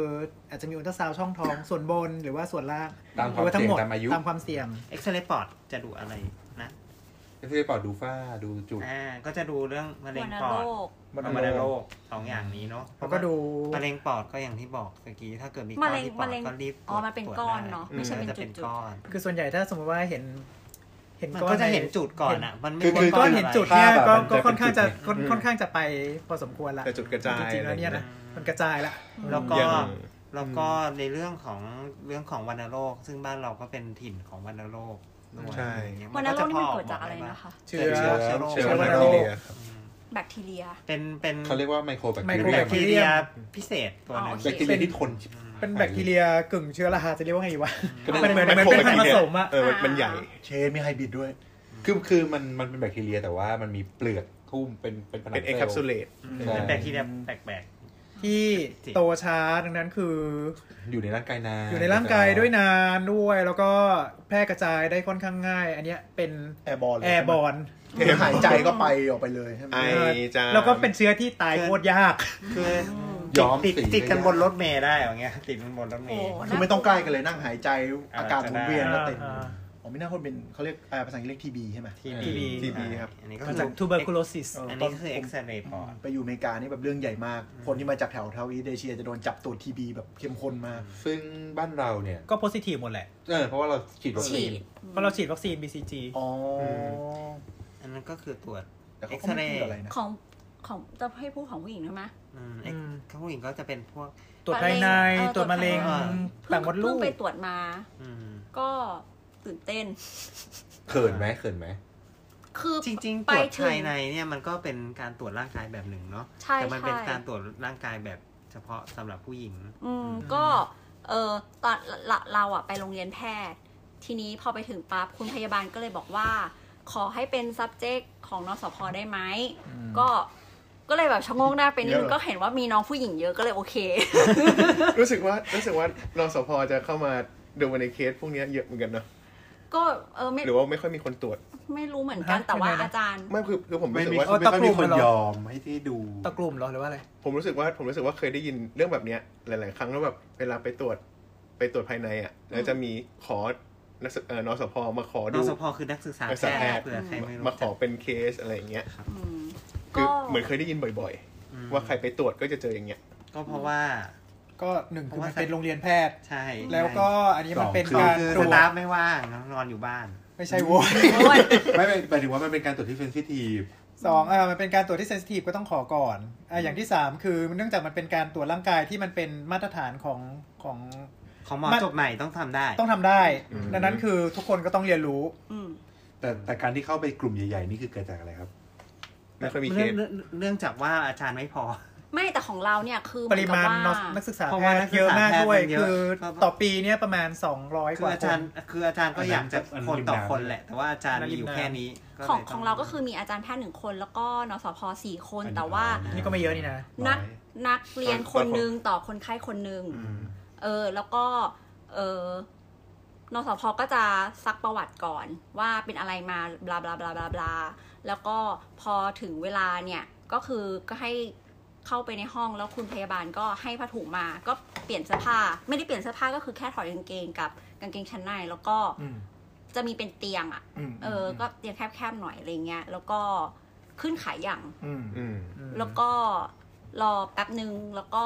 Speaker 7: อาจจะมีอุลตราซาวด์ช่องท้อง ส่วนบนหรือว่าส่วนล่าง
Speaker 4: ตามค
Speaker 7: ห
Speaker 4: วา
Speaker 7: รื
Speaker 4: ม
Speaker 7: ว่า
Speaker 4: เสี่ยง
Speaker 7: ทั้งหมด
Speaker 4: ตามอายุ
Speaker 7: ตามความเสี่ยง
Speaker 6: เอ็กซเรย์ปอดจะดูอะไรนะ
Speaker 4: ก็คือปอดดูฝ้าดูจุด
Speaker 6: อ่าก็จะดูเรื่องมะเร็
Speaker 2: วั
Speaker 6: ง
Speaker 2: ณ
Speaker 6: ปอ
Speaker 2: โร
Speaker 6: ด
Speaker 2: ค
Speaker 3: วัณโรค
Speaker 6: วัณโรคสองอย่างนี้เนาะ
Speaker 7: แล้วก็ดู
Speaker 6: มะเร็งปอดก็อย่างที่บอกเมื่อกี้ถ้าเกิดมี
Speaker 2: มะเร็ง
Speaker 6: ก้อ
Speaker 2: มะ
Speaker 6: น
Speaker 2: เร็
Speaker 6: ที่
Speaker 2: ง
Speaker 6: ปอดก็รีบ
Speaker 2: อ๋อมันเป็น
Speaker 6: ตรวจ
Speaker 2: ก้อน
Speaker 6: ได้
Speaker 2: เนอะ
Speaker 6: อื
Speaker 2: ไม่ใช่เป็น
Speaker 6: จะ
Speaker 2: จุดๆ
Speaker 6: ก้อน
Speaker 7: คือส่วนใหญ่ถ้าสมมติว่าเห็น เห็น
Speaker 6: มัน
Speaker 7: ก้อ
Speaker 6: ก็
Speaker 7: น
Speaker 6: จะเห็น
Speaker 7: ใ
Speaker 6: จุดก่อนอ่ะ มันไม่
Speaker 4: คือคือ
Speaker 6: ก้
Speaker 7: ก้
Speaker 6: อ
Speaker 7: อน น
Speaker 6: เห็
Speaker 7: เห็
Speaker 6: น
Speaker 7: น
Speaker 6: จุ
Speaker 7: จุ
Speaker 6: ด
Speaker 7: ดเนี่ย
Speaker 4: ภาพอะ
Speaker 7: ก็
Speaker 4: มันจะ
Speaker 7: ก็ค่อนข้างจะ
Speaker 4: เป็นจุดไง
Speaker 7: ค่อนค่อนข้างจะไปพอสมควรละ
Speaker 5: แต่จุดกระจาย
Speaker 7: จริงๆแล้วเนี่ยนะมันกระจายละ
Speaker 6: แล้วก็
Speaker 5: อย่าง
Speaker 6: แล้วก็ในเรื่องของเรื่องของวัณโรค ซึ่งบ้านเราก็เป็นถิ่นของวัณโรคด้วย
Speaker 5: ใช่
Speaker 6: อย่งเงี้ย
Speaker 2: วันนั้นโรคนี่มัน
Speaker 6: พ
Speaker 2: เกิดจากอะไรนะคะ
Speaker 7: เชื้
Speaker 5: เชื้
Speaker 7: อ
Speaker 5: อ
Speaker 4: เชื้
Speaker 5: เชื้
Speaker 4: อ
Speaker 5: อ
Speaker 4: ไว
Speaker 5: ไว
Speaker 4: รั
Speaker 5: ร
Speaker 4: ส
Speaker 5: ัส
Speaker 2: แบคทีเรีย
Speaker 6: เป็นเป็น
Speaker 4: เขาเรียกว่าไมโครแบค
Speaker 7: ไม
Speaker 4: ที
Speaker 7: โคร
Speaker 4: เรี
Speaker 7: แบ
Speaker 4: ย
Speaker 7: ค
Speaker 4: ม
Speaker 7: ที
Speaker 6: ทีเรียพิเศษตัวหนึง
Speaker 2: อ๋อ
Speaker 4: แบ
Speaker 2: โอ
Speaker 4: ค
Speaker 2: เค
Speaker 4: ทีเรียที่ทนชิบ
Speaker 7: เป็นแบคทีเรียกึ่งเชื้อราจะเรียกว่าไงดีวะ
Speaker 4: ก็ได้
Speaker 7: มันเหมือนเหมือนเป็นพันธุ์ผสมอะ
Speaker 5: เออมันมันใหญ่
Speaker 3: เชนมีไฮบริดด้วย
Speaker 4: คือคือมันมันเป็นแบคทีเรียแต่ว่ามันมีเปลือกหุ้มเป็นเป็นผนัง
Speaker 5: เป็นเอ็ก
Speaker 4: ซ
Speaker 5: แค
Speaker 4: ล
Speaker 5: ป
Speaker 4: ล์
Speaker 5: ซูลเลต
Speaker 4: ใช่
Speaker 6: เป็นแบคทีเรียแปลก
Speaker 7: ที่
Speaker 6: จริง
Speaker 7: โตช้าดังนั้นคือ
Speaker 4: อยู่ในร่างกายนาน
Speaker 7: อยู่ในร่างกายด้วยนานด้วยแล้วก็แพร่กระจายได้ค่อนข้างง่าย อันเนี้ยเป็น
Speaker 3: แอร์บอลเลย
Speaker 7: แอร์บอล
Speaker 3: คือหายใจก็ไปออกไปเลยใช่ไหม
Speaker 5: ไอ จาม
Speaker 7: แล้วก็เป็นเชื้อที่ตายโคตรยาก
Speaker 6: ๆ คือ
Speaker 4: ย้อม
Speaker 6: ติด
Speaker 4: สี
Speaker 6: ติดกันบนรถเมล์ได้อย่างเงี้ย ติดกันบนรถเม
Speaker 2: โอ้
Speaker 6: ล์
Speaker 3: คือไม่ต้องใกล้กันเลยนั่งหายใจอากาศหมุนเวียนแล้วติด
Speaker 7: อ่า
Speaker 3: อ๋อไม่น่าคนเป็นเขาเรียกอ่าภาษาอังกฤษเรียกทีบีใช่ไหม
Speaker 6: ที
Speaker 4: เออ
Speaker 6: บี
Speaker 5: TB ครับ
Speaker 6: อันนี้ก็
Speaker 7: มา
Speaker 6: คื
Speaker 7: จาก
Speaker 6: อ
Speaker 7: ทูเบอร์คูโลซิส
Speaker 3: เออ
Speaker 6: อันนี้คือเอ็กซเรย์ปอด
Speaker 3: ไปอยู่อเมริกานี่แบบเรื่องใหญ่มาก คนที่มาจากแถวเทวีเอเชียจะโดนจับตรวจทีบีแบบเข้มข้นมาก
Speaker 4: ซึ่งบ้านเราเนี่ย
Speaker 7: ก็โพซิทีฟหมดแหละ
Speaker 4: เออเพราะว่าเราฉีดวัค
Speaker 2: ฉี
Speaker 4: ซีน
Speaker 2: ด
Speaker 7: เพราะเราฉีดวัคซีน BCG
Speaker 3: อ๋ออ
Speaker 5: ม
Speaker 6: อันนั้นก็คือตรวจ
Speaker 3: แต่เขา
Speaker 6: เอ็ก
Speaker 3: ก็
Speaker 6: ซ
Speaker 3: ไม่
Speaker 6: เรย์
Speaker 3: พูดอะไรนะ
Speaker 2: ของของจะให้พูดของผู้หญิงด้วยไหม
Speaker 6: อืมเอ็กซ์
Speaker 7: อืม
Speaker 6: ผู้หญิงก็จะเป็นพวก
Speaker 7: ตรวจภายใน
Speaker 2: เออ
Speaker 7: ตรวจมะเร็ง
Speaker 6: ตรวจภายใน
Speaker 2: เพิ่
Speaker 7: ต่างมดลู
Speaker 2: เพิ่
Speaker 7: ก
Speaker 2: งไปตรวจมา
Speaker 6: อืม
Speaker 2: ก็ตื่นเต้น
Speaker 4: เขินไหมเขินไหม
Speaker 2: คือ
Speaker 6: จริงๆต
Speaker 2: ไป
Speaker 6: รวจ
Speaker 2: ถึ
Speaker 6: ภาย
Speaker 2: ง
Speaker 6: ในเนี่ยมันก็เป็นการตรวจร่างกายแบบหนึ่งเนาะ
Speaker 2: ใช่
Speaker 6: แต่มันเป็น
Speaker 2: ใช่
Speaker 6: การตรวจร่างกายแบบเฉพาะสำหรับผู้หญิง
Speaker 2: อืมก็เออตอนเราเราอะไปโรงเรียนแพทย์ ทีนี้พอไปถึงปั๊บคุณพยาบาลก็เลยบอกว่า ขอให้เป็น subject ของนสพได้ไหม ก็ก็เลยแบบชะโงงหน้าไปนิดนึง
Speaker 5: เยอะ
Speaker 2: ก็เห็นว่ามีน้องผู้หญิงเยอะก็เลยโอเค
Speaker 5: รู้สึกว่ารู้สึกว่านสพจะเข้ามาดูในเคสพวกเนี้ยเยอะเหมือนกันเนาะ
Speaker 2: ก็เออไม่
Speaker 5: หรือว่าไม่ค่อยมีคนตรวจ
Speaker 2: ไม่รู้เหมือนกัน
Speaker 7: ฮะ
Speaker 2: แต่ว่า
Speaker 7: ยังไงนะ
Speaker 2: อาจารย์
Speaker 5: ไม่คือคือผม
Speaker 4: ไม่
Speaker 5: รู้สึก
Speaker 4: มี
Speaker 5: ว่า
Speaker 4: ไม่ค่อยมีคนยอมให้ที่ดู
Speaker 7: ตะกลุ่มเหรอหรือว่าอะไร
Speaker 5: ผมรู้สึกว่าผมรู้สึกว่าเคยได้ยินเรื่องแบบเนี้ยหลาย ๆ ครั้งแล้วแบบเวลาไปตรวจไปตรวจภายในอ่ะแล้วจะมีขอนักศึกเอ่อนสพมาขอดู
Speaker 6: นสพคือนักศึกษา
Speaker 5: นักศึก
Speaker 6: แพ
Speaker 5: ษาแพ
Speaker 6: ท
Speaker 5: ทย์
Speaker 6: ย์เผื่อใครไม่รู้
Speaker 5: มาข
Speaker 6: จั
Speaker 5: อก เป็นเคสอะไรอย่างเงี้ย
Speaker 2: อืม
Speaker 5: คือ
Speaker 2: ก็
Speaker 5: เหมือนเคยได้ยินบ่อย ๆ ว่าใครไปตรวจก็จะเจออย่างเงี้ย
Speaker 6: ก็เพราะว่า
Speaker 7: ก็หนึ่งคือมัน
Speaker 6: เพราะว่า
Speaker 7: เป็นโรงเรียนแพทย์
Speaker 6: ใช่
Speaker 7: แล้วก็อันนี้มั
Speaker 4: ส
Speaker 7: น
Speaker 4: อง
Speaker 7: เป็น
Speaker 4: คื
Speaker 7: การ
Speaker 6: คือ
Speaker 7: ตร
Speaker 6: ส
Speaker 7: วจ
Speaker 6: ตาฟไม่ว่างนอนอยู่บ้าน
Speaker 7: ไม่ใช่โว้ย
Speaker 4: ไม่ไม่หมายถึงว่ามันเป็นการตรวจที่เซนซิทีฟ
Speaker 7: สองอ่ามันเป็นการตรวจที่เซนซิทีฟก็ต้องขอก่อนอ่าอย่างที่สามคือเนื่องจากมันเป็นการตรวจร่างกายที่มันเป็นมาตรฐานของของ
Speaker 6: ของหมอ
Speaker 7: มัน
Speaker 6: จบใหม่ต้องทำได้
Speaker 7: ต้องทำได้
Speaker 5: อืม
Speaker 7: ดังนั้นคือทุกคนก็ต้องเรียนรู้
Speaker 2: อืม
Speaker 4: แต่แต่การที่เข้าไปกลุ่มใหญ่ ๆ นี่คือเกิดจากอะไรครับ
Speaker 5: ไม่ค่อยมีเค
Speaker 6: เนื่อ
Speaker 5: ส
Speaker 6: งเนื่องเนื่องจากว่าอาจารย์ไม่พอ
Speaker 2: ไม่แต่ของเราเนี่ยคือ
Speaker 7: ปริมาณ
Speaker 2: เหอนกับว่
Speaker 7: นักศึกษา
Speaker 6: เพราะ
Speaker 7: แพ
Speaker 6: ว่า
Speaker 7: ท
Speaker 6: นัก
Speaker 7: ย์
Speaker 6: ศึกษา
Speaker 7: เยอะมาก
Speaker 6: แพทย์
Speaker 7: ด้วย
Speaker 6: มันเยอะ
Speaker 7: คือต่อปีเนี่ยประมาณ 200
Speaker 6: คื
Speaker 7: ก
Speaker 6: อ
Speaker 7: ว่า
Speaker 6: อา
Speaker 7: ค
Speaker 6: จาร
Speaker 7: น
Speaker 6: ย์คืออาจารย์ก็อยากจะ
Speaker 4: อันนั้น
Speaker 6: คน
Speaker 4: ริม
Speaker 6: ต่อ
Speaker 4: น้ำ
Speaker 6: คนแหละ แต่ว่าอาจารย์มีอยู่
Speaker 7: อันนั้นริมน้ำ
Speaker 6: แค่นี้ก็ลย
Speaker 2: ของ
Speaker 6: ต้
Speaker 2: ของเราก็คือมีอาจารย์แพทย์หนึ่งคนแล้วก็นสพสี่คน แต่ว่า
Speaker 7: นี่ก็ไม่เยอะนี่นะ
Speaker 2: นักนักเรียนคนหนึ่งต่อคนไข้คนหนึ่ง
Speaker 4: อืม
Speaker 2: เออแล้วก็เออนสพก็จะซักประวัติก่อนว่าเป็นอะไรมาบลาบลาบลาบลาบลาแล้วก็พอถึงเวลาเนี่ยก็คือก็ให้เข้าไปในห้องแล้วคุณพยาบาลก็ให้ผ้าถุงมา ก็เปลี่ยนเสื้อผ้า ไม่ได้เปลี่ยนเสื้อผ้าก็คือแค่ถอดกางเกงกับกางเกงชั้นในแล้วก็
Speaker 3: อืม
Speaker 2: จะมีเป็นเตียงอะ่ะ
Speaker 3: อืม
Speaker 2: เอออก็เตียงแคบๆหน่อยอะไรเงี้ยแล้วก็ขึ้นขายอย่าง
Speaker 3: อืม
Speaker 5: อืม
Speaker 2: แล้วก็รอแป๊บหนึ่งแล้วก็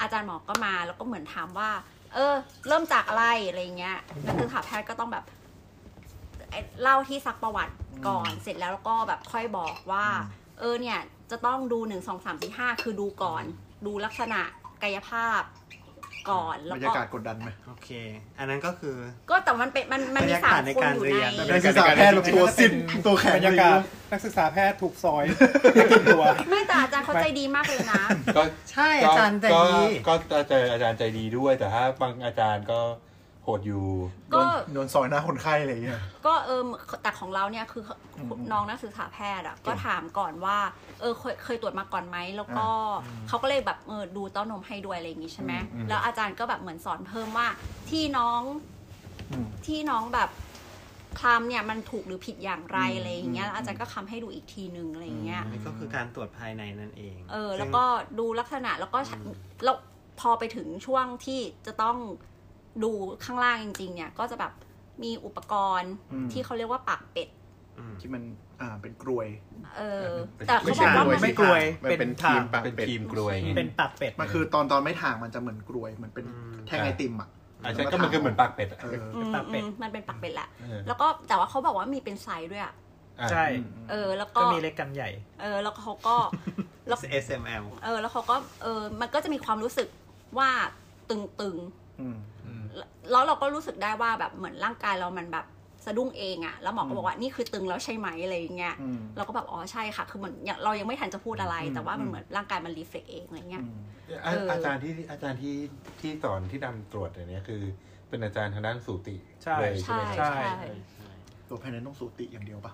Speaker 2: อาจารย์หมอก็มาแล้วก็เหมือนถามว่า เออ เริ่มจากอะไรอะไรเงี้ยนักศึกษาแพทย์ก็ต้องแบบเอ่อเล่าที่ซักประวัติก่อนเสร็จแล้วแล้วก็แบบค่อยบอกว่า เออเนี่ย จะต้องดูหนึ่งสองสามสี่ห้าคือดูก่อน ดูลักษณะกายภาพก่อน
Speaker 3: บ
Speaker 2: แล้
Speaker 3: ร
Speaker 2: ว
Speaker 3: รยา
Speaker 2: ก็
Speaker 3: กาศกดดันไหม
Speaker 6: โอเค อันนั้นก็คือ
Speaker 2: ก็แต่มันเป็นมันมันมีสาม
Speaker 6: บรรยากาศใน
Speaker 2: คน
Speaker 6: การ
Speaker 2: อยู่
Speaker 6: เรียน
Speaker 2: ใน
Speaker 5: บรรยากาศ
Speaker 3: ตัวสิ้นตัวแข็ง
Speaker 7: บรรยากาศนักศึกษาแพทย์ถูกซอยไม่กี่ตัว
Speaker 2: ไม่แต่อาจารย์เขาใจดีมากเลยนะ
Speaker 4: ก็
Speaker 6: ใช่อาจารย์ใจดี
Speaker 4: ก็ก็เจออาจารย์ใจดีด้วย แต่ถ้าบางอาจารย์ก็โหดอยู่
Speaker 2: ก็
Speaker 3: โดนซอยหน้าคนไข้อะไรอย่างเงี้ย
Speaker 2: ก็เออแต่ของเราเนี่ยคืออ
Speaker 3: ม
Speaker 2: น้องนักศึกษาแพทย์อ่ะก็ถามก่อนว่า เออเคยเคยตรวจมาก่อนไหมแล้วก็เขาก็เลยแบบเออดูเต้านมให้ด้วยอะไรอย่างงี้ใช่ไหม
Speaker 3: อืม
Speaker 2: แล้วอาจารย์ก็แบบเหมือนสอนเพิ่มว่าที่น้อง
Speaker 3: อืม
Speaker 2: ที่น้องแบบคลำเนี่ยมันถูกหรือผิดอย่างไร
Speaker 3: อืม
Speaker 2: อะไรอย่างเงี้ย
Speaker 3: อืม
Speaker 2: แล้วอาจารย์ก็คำให้ดูอีกทีนึงอะไรอย่างเงี้ย
Speaker 3: อืม
Speaker 6: ก็คือการตรวจภายในนั่นเอง
Speaker 2: เออ แล้วก็ดูลักษณะแล้วก็แล้วพอไปถึงช่วงที่จะต้องดูข้างล่างจริง ๆ เนี่ย ก็จะแบบมีอุปกรณ์
Speaker 3: อืม
Speaker 2: ที่เขาเรียกว่าปากเป็ด
Speaker 6: อืม
Speaker 3: ที่มันอ่าเป็นกรวย
Speaker 2: เออ
Speaker 4: แต่
Speaker 2: แต่
Speaker 4: ไม่
Speaker 2: เขา
Speaker 4: ใช่
Speaker 2: บอกว่ามั
Speaker 5: ด้วน
Speaker 7: ไม่
Speaker 5: สิ
Speaker 7: กลัว ย
Speaker 5: มัน
Speaker 7: เป็
Speaker 5: เป็น น
Speaker 7: ทา
Speaker 5: ที
Speaker 7: ง
Speaker 5: มปาก
Speaker 4: เป็น
Speaker 5: เป็ด
Speaker 4: ทีมกลวย
Speaker 7: เป็นปากเป็ด
Speaker 3: มันคือตอนตอนไม่ถ่างมันจะเหมือนกรวยเหมือนเป็นแท่งไอติมอ่ะ
Speaker 4: อาจารย์ก็มันก็เหมือนปากเป็ดอะ
Speaker 3: เออ
Speaker 2: อืม
Speaker 7: ปากเป็ด
Speaker 2: อืมมันเป็นปากเป็ดแหละ
Speaker 4: เออ
Speaker 2: แล้วก็แต่ว่าเขาบอกว่ามีเป็นไซส์ด้วยอ่ะ
Speaker 4: อ่ะ
Speaker 7: ใช่
Speaker 2: เออแล้วก็
Speaker 7: ก็มีเล็กกันใหญ่
Speaker 2: เออแล้วเขาก็แล้ว
Speaker 6: เอสเอ็มแอล
Speaker 2: เออแล้วเขาก็เออมันก็จะมีความรู้สึกว่าตึงๆ
Speaker 3: อืม
Speaker 2: แล้วแล้วเราก็รู้สึกได้ว่าแบบเหมือนร่างกายเรามันแบบสะดุ้งเองอ่ะแล้วหมอก็บอกว่านี่คือตึงแล้วใช่ไหมอะไรอย่างเงี้ย
Speaker 3: อืม
Speaker 2: เราก็แบบอ๋อใช่ค่ะ คือเหมือนยังเรายังไม่ทันจะพูดอะไร
Speaker 3: อืม
Speaker 2: แต่ว่ามัน
Speaker 3: อืม
Speaker 2: เหมือนร่างกายมันรีเฟล็กเองอะไรเงี้ย
Speaker 4: อ่ะ
Speaker 2: เอออ
Speaker 4: อาจารย์ที่อาจารย์ที่ที่สอนที่นำตรวจอย่างเนี้ยคือ เป็นอาจารย์ทางด้านสูติ
Speaker 7: ใช่
Speaker 4: เลยใช่
Speaker 2: ใช่
Speaker 4: ไหมครับ
Speaker 2: ใช่
Speaker 3: ตัวภายในต้องสูติอย่างเดียวปะ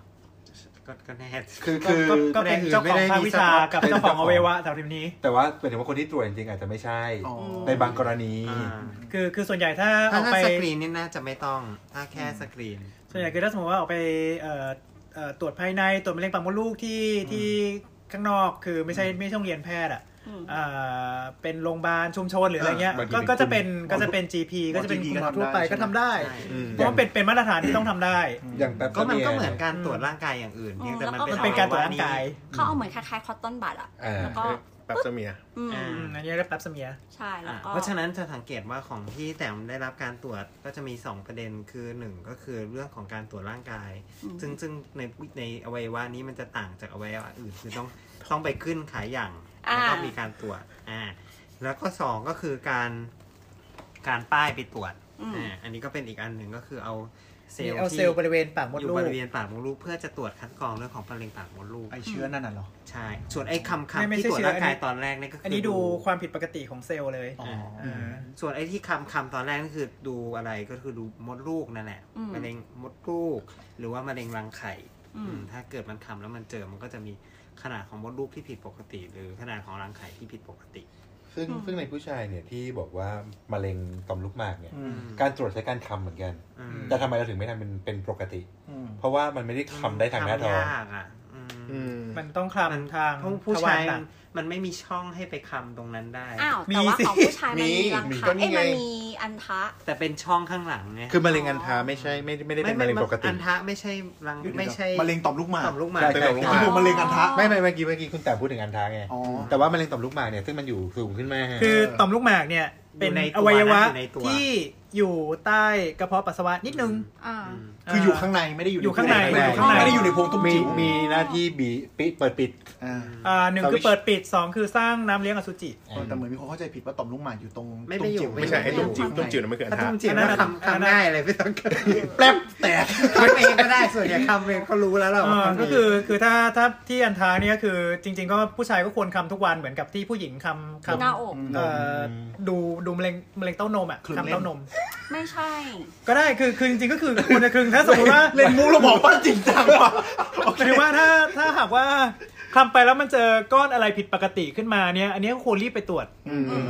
Speaker 6: ก็ก็แน่
Speaker 4: คือคือ
Speaker 7: ก็ก็เป็นเจ้าของภาควิชากับเจ้าของอวัยวะแถวทีมนี้
Speaker 4: แต่ว่าเป็นถึงว่าคนที่ตรวจจริงๆอาจจะไม่ใช่
Speaker 3: อ๋อ
Speaker 4: ในบางกรณี
Speaker 6: อ่า
Speaker 7: คือคือส่วนใหญ่ถ้าอ
Speaker 6: ถ้า
Speaker 7: อก
Speaker 6: ถ้า
Speaker 7: ไป
Speaker 6: สกรีนนี่น่าจะไม่ต้อง ถ้าแค่สกรีน
Speaker 7: ส่วนใหญ่คือถ้าสมมติว่าออกไปเอ่อเอ่อตรวจภายในตรวจมะเร็งปากมดลูกที่ที่ข้างนอกคือไม่ใช่ไม่ใช่โรงเรียนแพทย์อ่ะ
Speaker 2: อืม
Speaker 7: เอ่อเป็นโรงพยาบาลชุมชนหรืออะไรเงี้ย
Speaker 4: อ่าบางที
Speaker 7: ก็
Speaker 4: เป็น
Speaker 7: ก็จะ
Speaker 4: คุณ
Speaker 7: เป็นก็จะเป็น GP ก็จะเป็นคุณหมอทั่วไปก็ทำได้
Speaker 6: ใช่
Speaker 7: เพราะมันเป็นเป็นมาตรฐานที่ต้องทำได้
Speaker 4: อย่างแบบ
Speaker 6: ก็มันก็เหมือน
Speaker 4: ย
Speaker 6: การตรวจร่างกายอย่างอื่น
Speaker 2: อืม
Speaker 6: เพียงแต่มัน
Speaker 2: แล้วก็
Speaker 7: เป็นการตรวจ
Speaker 6: อ
Speaker 7: ร่า
Speaker 6: วั
Speaker 7: ง
Speaker 6: ยวะ
Speaker 7: กาย
Speaker 2: เขาเอาเหมือนคล้ายๆคอตตอนบัดอ่ะ
Speaker 4: อ่า
Speaker 2: แล้วก็
Speaker 5: แปบเสมีย
Speaker 2: อืม
Speaker 6: อ่า
Speaker 7: อืมอันนี้เรียกแป๊บเสมีย
Speaker 2: ใช่แล้ว
Speaker 6: อ่ะ
Speaker 2: ก็
Speaker 6: เพราะฉะนั้นจะสังเกตว่าของที่แต้มได้รับการตรวจก็จะมี 2 ประเด็นคือ 1 ก็คือเรื่องของการตรวจร่างกาย
Speaker 2: อืม
Speaker 6: ซึ่งซึ่งในในอวัยวะนี้มันจะต่างจากอวัยวะอื่นคือต้องต้องไปขึ้นขายอย่างแล้วก็มีการตรวจอ่าแล้วก็ 2 ก็คือการการป้ายไปตรวจ
Speaker 2: อืม
Speaker 6: อ่าอันนี้ก็เป็นอีกอันหนึ่งก็คือเอาเซลล์
Speaker 7: เอา
Speaker 6: ที่
Speaker 7: เซลล์บริเวณปากมด
Speaker 6: อยู่
Speaker 7: ลู
Speaker 6: บ
Speaker 7: ก
Speaker 6: ริเวณปากมดลูกเพื่อจะตรวจคัดกรองเรื่องของมะเร็งปากมดลูก
Speaker 3: ไอเชื้อนั่นน่ะเหรอ
Speaker 6: ใช่ส่วนไอ้คำ
Speaker 7: ไม่ไม่
Speaker 6: คำที่
Speaker 7: ใช่
Speaker 6: ตรวจ
Speaker 7: เชื้อ
Speaker 6: ร่างกาย
Speaker 7: อันนี้
Speaker 6: ตอนแรกนี่ก็คื
Speaker 7: อันนี้ดูความผิดปกติของเซลล์เลย
Speaker 3: อ๋อ
Speaker 7: า
Speaker 6: ส่วนไอ้ที่คำคำตอนแรกก็คือดูอะไรก็คือดูมดลูกนั่นแหละ
Speaker 2: อืม
Speaker 6: มะเร็งมดลูก หรือว่ามะเร็งรังไข่
Speaker 2: อืม
Speaker 6: อืมถ้าเกิดมันคำแล้วมันเจอมันก็จะมีขนาดของมดลูกที่ผิดปกติ หรือขนาดของรังไข่ที่ผิดปกติ
Speaker 4: ส ซึ่งซึ่งในผู้ชายเนี่ยที่บอกว่ามะเร็งต่อมลูกหมากเนี่ย
Speaker 3: อืม
Speaker 4: การตรวจใช้การคำเหมือนกัน
Speaker 6: อืม
Speaker 4: แต่ทำไมเราถึงไม่ทำเป็นเป็นปกติ
Speaker 3: อืม
Speaker 4: เพราะว่ามันไม่ได้คำได้ทางหน้าท้อง
Speaker 6: คำยากอ่ะอืม
Speaker 5: อืม
Speaker 7: มันต้องค
Speaker 6: มัน
Speaker 7: ลำทาง
Speaker 6: ผู้ผู้
Speaker 7: ทวร
Speaker 6: ชาย
Speaker 7: ห
Speaker 6: มั
Speaker 7: นั
Speaker 6: น
Speaker 7: ก
Speaker 6: มันไม่มีช่องให้ไปคำตรงนั้นได้
Speaker 2: อ้าว
Speaker 7: มี
Speaker 2: แต่ว่า
Speaker 7: สิ
Speaker 2: ของผู้ชายมันมีรัง
Speaker 5: มี
Speaker 2: คะ
Speaker 5: ก็นี่
Speaker 2: เอ้ย
Speaker 5: ไง
Speaker 2: มันมีอันทะ
Speaker 6: แต่เป็นช่องข้างหลังไง
Speaker 5: คือมะเร็งอันทาไม่ใช่ไม่ไม่ได้เป็นมะเร็งปกติ
Speaker 6: อันทะไม่ใช่รังไม่ใช่
Speaker 3: มะเร็งต่อมลูกหมาก
Speaker 6: ต่อมลูกหมาก
Speaker 4: ใช่
Speaker 5: เป็น
Speaker 4: ใช่
Speaker 5: แบบลูกห
Speaker 3: ที่
Speaker 5: มาก
Speaker 3: ผมมะเร็งอันทะ
Speaker 2: อ๋อ
Speaker 4: ไม่ไม่เมื่อกี้เมื่อกี้คุณแต่พูดถึงอันท้าไง
Speaker 3: อ๋อ
Speaker 4: แต่ว่ามะเร็งต่อมลูกหมากเนี่ยซึ่งมันอยู่สูงขึ้นมาก
Speaker 7: คือต่อมลูกหมากเนี่ย เป็นอวัยวะที่อยู่ใต้กระเพาะปัสสาวะนิดนึง
Speaker 2: อ่า
Speaker 6: อืม
Speaker 3: คืออยู่ข้างในไม่ได้อยู่ใน
Speaker 7: อยู่ข้างใน
Speaker 3: ไม่ได้อยู่ข้างในไม่ได้อยู่ในโพรงตุ้ม
Speaker 4: มี
Speaker 3: จิ๋ว
Speaker 4: มีหน้าที่บีปิดเปิดปิด
Speaker 3: อ่า
Speaker 7: อ่าหนึ่งคือเปิดปิดสองคือสร้างน้ำเลี้ยงอสุจิ
Speaker 3: เออแต่เหมือนมีคนเข้าใจผิดว่าต่อมลูกหมากอยู่ตรง
Speaker 6: ไม่ไม่
Speaker 3: ตุ้
Speaker 6: อยู่
Speaker 3: จิ๋ว
Speaker 5: ไม่ใช่ไอ้ตุ่มจิ๋ว
Speaker 3: ข้างใน
Speaker 5: ตุ่มจิ๋วนั่นมันคืออัน
Speaker 6: ถ้า
Speaker 5: ทา
Speaker 6: ทุ่มจิ๋ว
Speaker 7: อันนั้
Speaker 6: นะ
Speaker 7: น
Speaker 6: คำ
Speaker 7: อันนั้น
Speaker 6: คำง่ายเลยไม่ต้องเกิด
Speaker 3: แป๊บแตก
Speaker 6: คำเองก็ได้ส่วนใหญ่คำเองเขารู้แล้วเรา
Speaker 7: อ่าก็คือคือถ้าถ้าที่อันท้าเนี่ยคือจริง ๆ ก็ผู้ชายก็ควรคำทุกวันเหมือนกับที่ผู้หญิงคำคำ
Speaker 2: หน้าอก
Speaker 7: เอ่อดูดูมะเร็งมะเร็งเต้านมอ่ะ
Speaker 3: คลึงเล่น
Speaker 7: คำเต้านม
Speaker 2: ไม่ใช่
Speaker 7: ก็ได้คือคือจริงๆก็คือควรจะคลึงถ้าสมมติว่า
Speaker 3: เล่นมุกเราบอกว่าจริงจัง ว่ะโอเค
Speaker 7: หรือว่าถ้าถ้าหากว่าคำไปแล้วมันเจอก้อนอะไรผิดปกติขึ้นมาเนี่ยอันนี้ก็ควรรีบไปตรวจ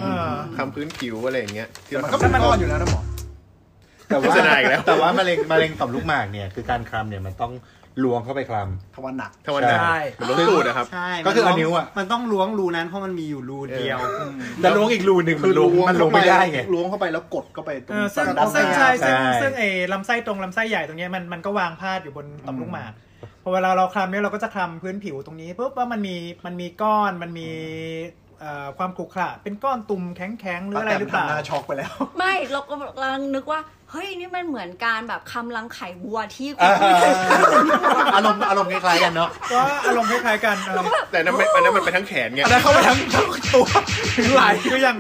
Speaker 7: เออ
Speaker 5: คำพื้นผิวอะไรอย่างเงี้ยที่
Speaker 3: มั
Speaker 5: เรา
Speaker 3: น
Speaker 5: ทำ
Speaker 3: ก็เป็นก้อนอยู่แล้วนะหมอ
Speaker 4: แต่
Speaker 5: โฆ
Speaker 4: ว่า
Speaker 5: ษณาอีกแล้ว
Speaker 4: แต่ว่ามะเร็งมะเร็งต่อมลูกหมากเนี่ยคือการคลำเนี่ยมันต้องล้วงเข้าไปคลำ
Speaker 3: ทวันหนัก
Speaker 5: ทวันหนัก
Speaker 7: ใช่
Speaker 5: มันลงตูดนะครับ
Speaker 6: ใช่
Speaker 4: ก็คือ
Speaker 6: มั
Speaker 4: เอานิ้วอะ
Speaker 6: มันต้องล้วงรูนั้นเพราะมันมีอยู่รูเดียว
Speaker 4: แต่ล้วงอีกรูหนึ่งมันล้วงมันลงไม่ได้ไง
Speaker 3: ล้วงเข้าไปแล้วกดเข้าไปตรง
Speaker 7: เออซึ่ง
Speaker 3: ด้าน
Speaker 7: ซึ่งใช่
Speaker 3: หน้า
Speaker 7: ซึ่ง
Speaker 4: ใช่
Speaker 7: ซึ่งไอ้ลำไส้ตรงลำไส้ใหญ่ตรงเนี้ยมันมันก็วางพาดอยู่บนต่อมลูกหมากพอเวลาเราคลำเนี่ยเราก็จะคลำพื้นผิวตรงนี้ปุ๊บว่ามันมีมันมีก้อนมันมีเอ่อความขรุขระเป็นก้อนตุ่มแข็งๆหรืออะไรหรือเปล่า
Speaker 3: ทำหน้าช็อกไปแล้ว
Speaker 2: ไม่เรากำลังนึกว่า เฮ้ย นี่มันเหมือนการแบบคำรังไข่บัวที่คุ
Speaker 4: อ่า
Speaker 2: ณ
Speaker 4: อารมณ์อารมณ์คล้ายๆกันเนาะ
Speaker 7: ก็อารมณ์คล้ายๆกันเออ
Speaker 5: แต่นั้นมันอันนั้นมันไปทั้งแขนไง
Speaker 3: อันนั้นเข้าไปทั้งทั้งตัวถึงไหล
Speaker 7: คืออย่าง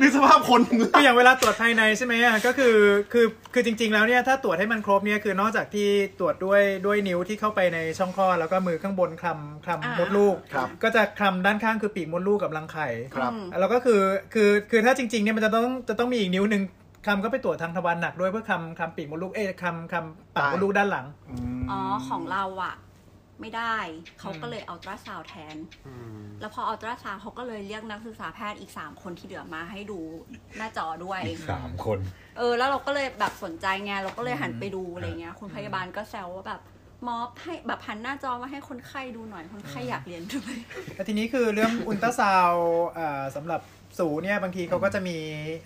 Speaker 3: นึกสภาพคนถึงไหล
Speaker 7: คืออย่างเวลาตรวจภายในใช่ไหมอะก็คือคือคือจริง ๆ แล้วเนี่ยถ้าตรวจให้มันครบเนี่ยคือนอกจากที่ตรวจด้วยด้วยนิ้วที่เข้าไปในช่องคลอดแล้วก็มือข้างบนคลำคลำมดลูก
Speaker 3: ครับ
Speaker 7: ก็จะคลำด้านข้างคือปีกมดลูกกับรังไข่
Speaker 3: ครับ
Speaker 7: แล้วก็คือคือคือถ้าจริงๆเนี่ยมันจะต้องจะต้องมีอีกนิ้วหนึ่งคำก็ไปตรวจทางทวารหนักด้วยเพื่อคำคำปีกมดลูกเอ้ยคำคำปากมดลูกด้านหลัง
Speaker 2: อ๋อ ของเราอะไม่ได้ เขาก็เลยอัลตราซาวด์แทน แล้วพออัลตราซาวด์เขาก็เลยเรียกนักศึกษาแพทย์อีก 3 คนที่เหลือมาให้ดูหน้าจอด้วย
Speaker 4: อีกสามคน
Speaker 2: เออแล้วเราก็เลยแบบสนใจไงเราก็เลยหันไปดูอะไรเงี้ยคุณพยาบาลก็แซวว่าแบบมอบให้แบบหันหน้าจอมาให้คนไข้ดูหน่อยคนไข้อยากเรียนด้วย
Speaker 7: แล้วทีนี้คือเรื่องอุลตราซาวด์อ่าสำหรับสูเนี่ยบางทีเขาก็จะมี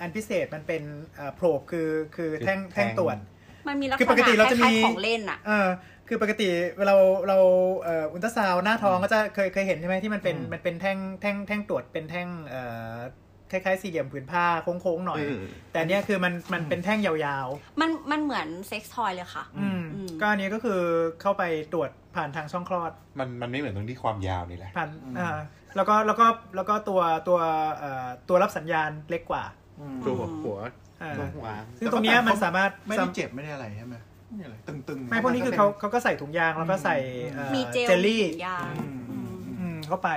Speaker 7: อันพิเศษมันเป็นอ่าโพรบคือคือแท่ง
Speaker 4: แท่
Speaker 7: แท่
Speaker 4: ง
Speaker 7: งตรวจ
Speaker 2: มันมีลักษ
Speaker 7: คือป
Speaker 2: ณะ
Speaker 7: กติเรา
Speaker 2: ค
Speaker 7: จะมี
Speaker 2: ล้ายๆของเล่นอะ
Speaker 7: เออคือปกติเวลาเราเอ่ออุลตราซาวด์หน้าท้องก็จะเคยเคยเห็นใช่ไหมที่มันเป็นมันเป็นแท่งแท่งแท่งตรวจเป็นแท่งเอ่อคล้ายๆสี่เหลี่ยมผืนผ้าโค้งๆหน่อย
Speaker 5: อืม
Speaker 7: แต่เนี่ยคือมันมันเป็นแท่งยาวๆ
Speaker 2: มันมันเหมือนเซ็กซ์ทอยเลยค่ะ
Speaker 7: อืม
Speaker 2: อืม
Speaker 7: ก็อันนี้ก็คือเข้าไปตรวจผ่านทางช่องคลอด
Speaker 4: มันมันไม่เหมือนตรงที่ความยาวนี่แหละ
Speaker 7: ผ่านอ่าแล้วก็แล้วก็แล้วก็ตัวตัวเอ่อตัวรับสัญญาณเล็กกว่า
Speaker 5: ตัวหัว
Speaker 7: อ่า
Speaker 6: ตัวหัว
Speaker 7: ซึ่งตรงเนี้ยมันสามารถ
Speaker 3: ไม่ได้เจ็บไม่ได้อะไรใช่ไหมไม่มีอะไรตึงๆ
Speaker 7: ไม่พวกนี้คือเขาเขาก็ใส่ถุงยางแล้วก็ใส่เอ่อ
Speaker 2: มีเจล
Speaker 7: เจลลี่
Speaker 2: ยาง
Speaker 3: อืมอืมอืม
Speaker 7: อืมเข้าไป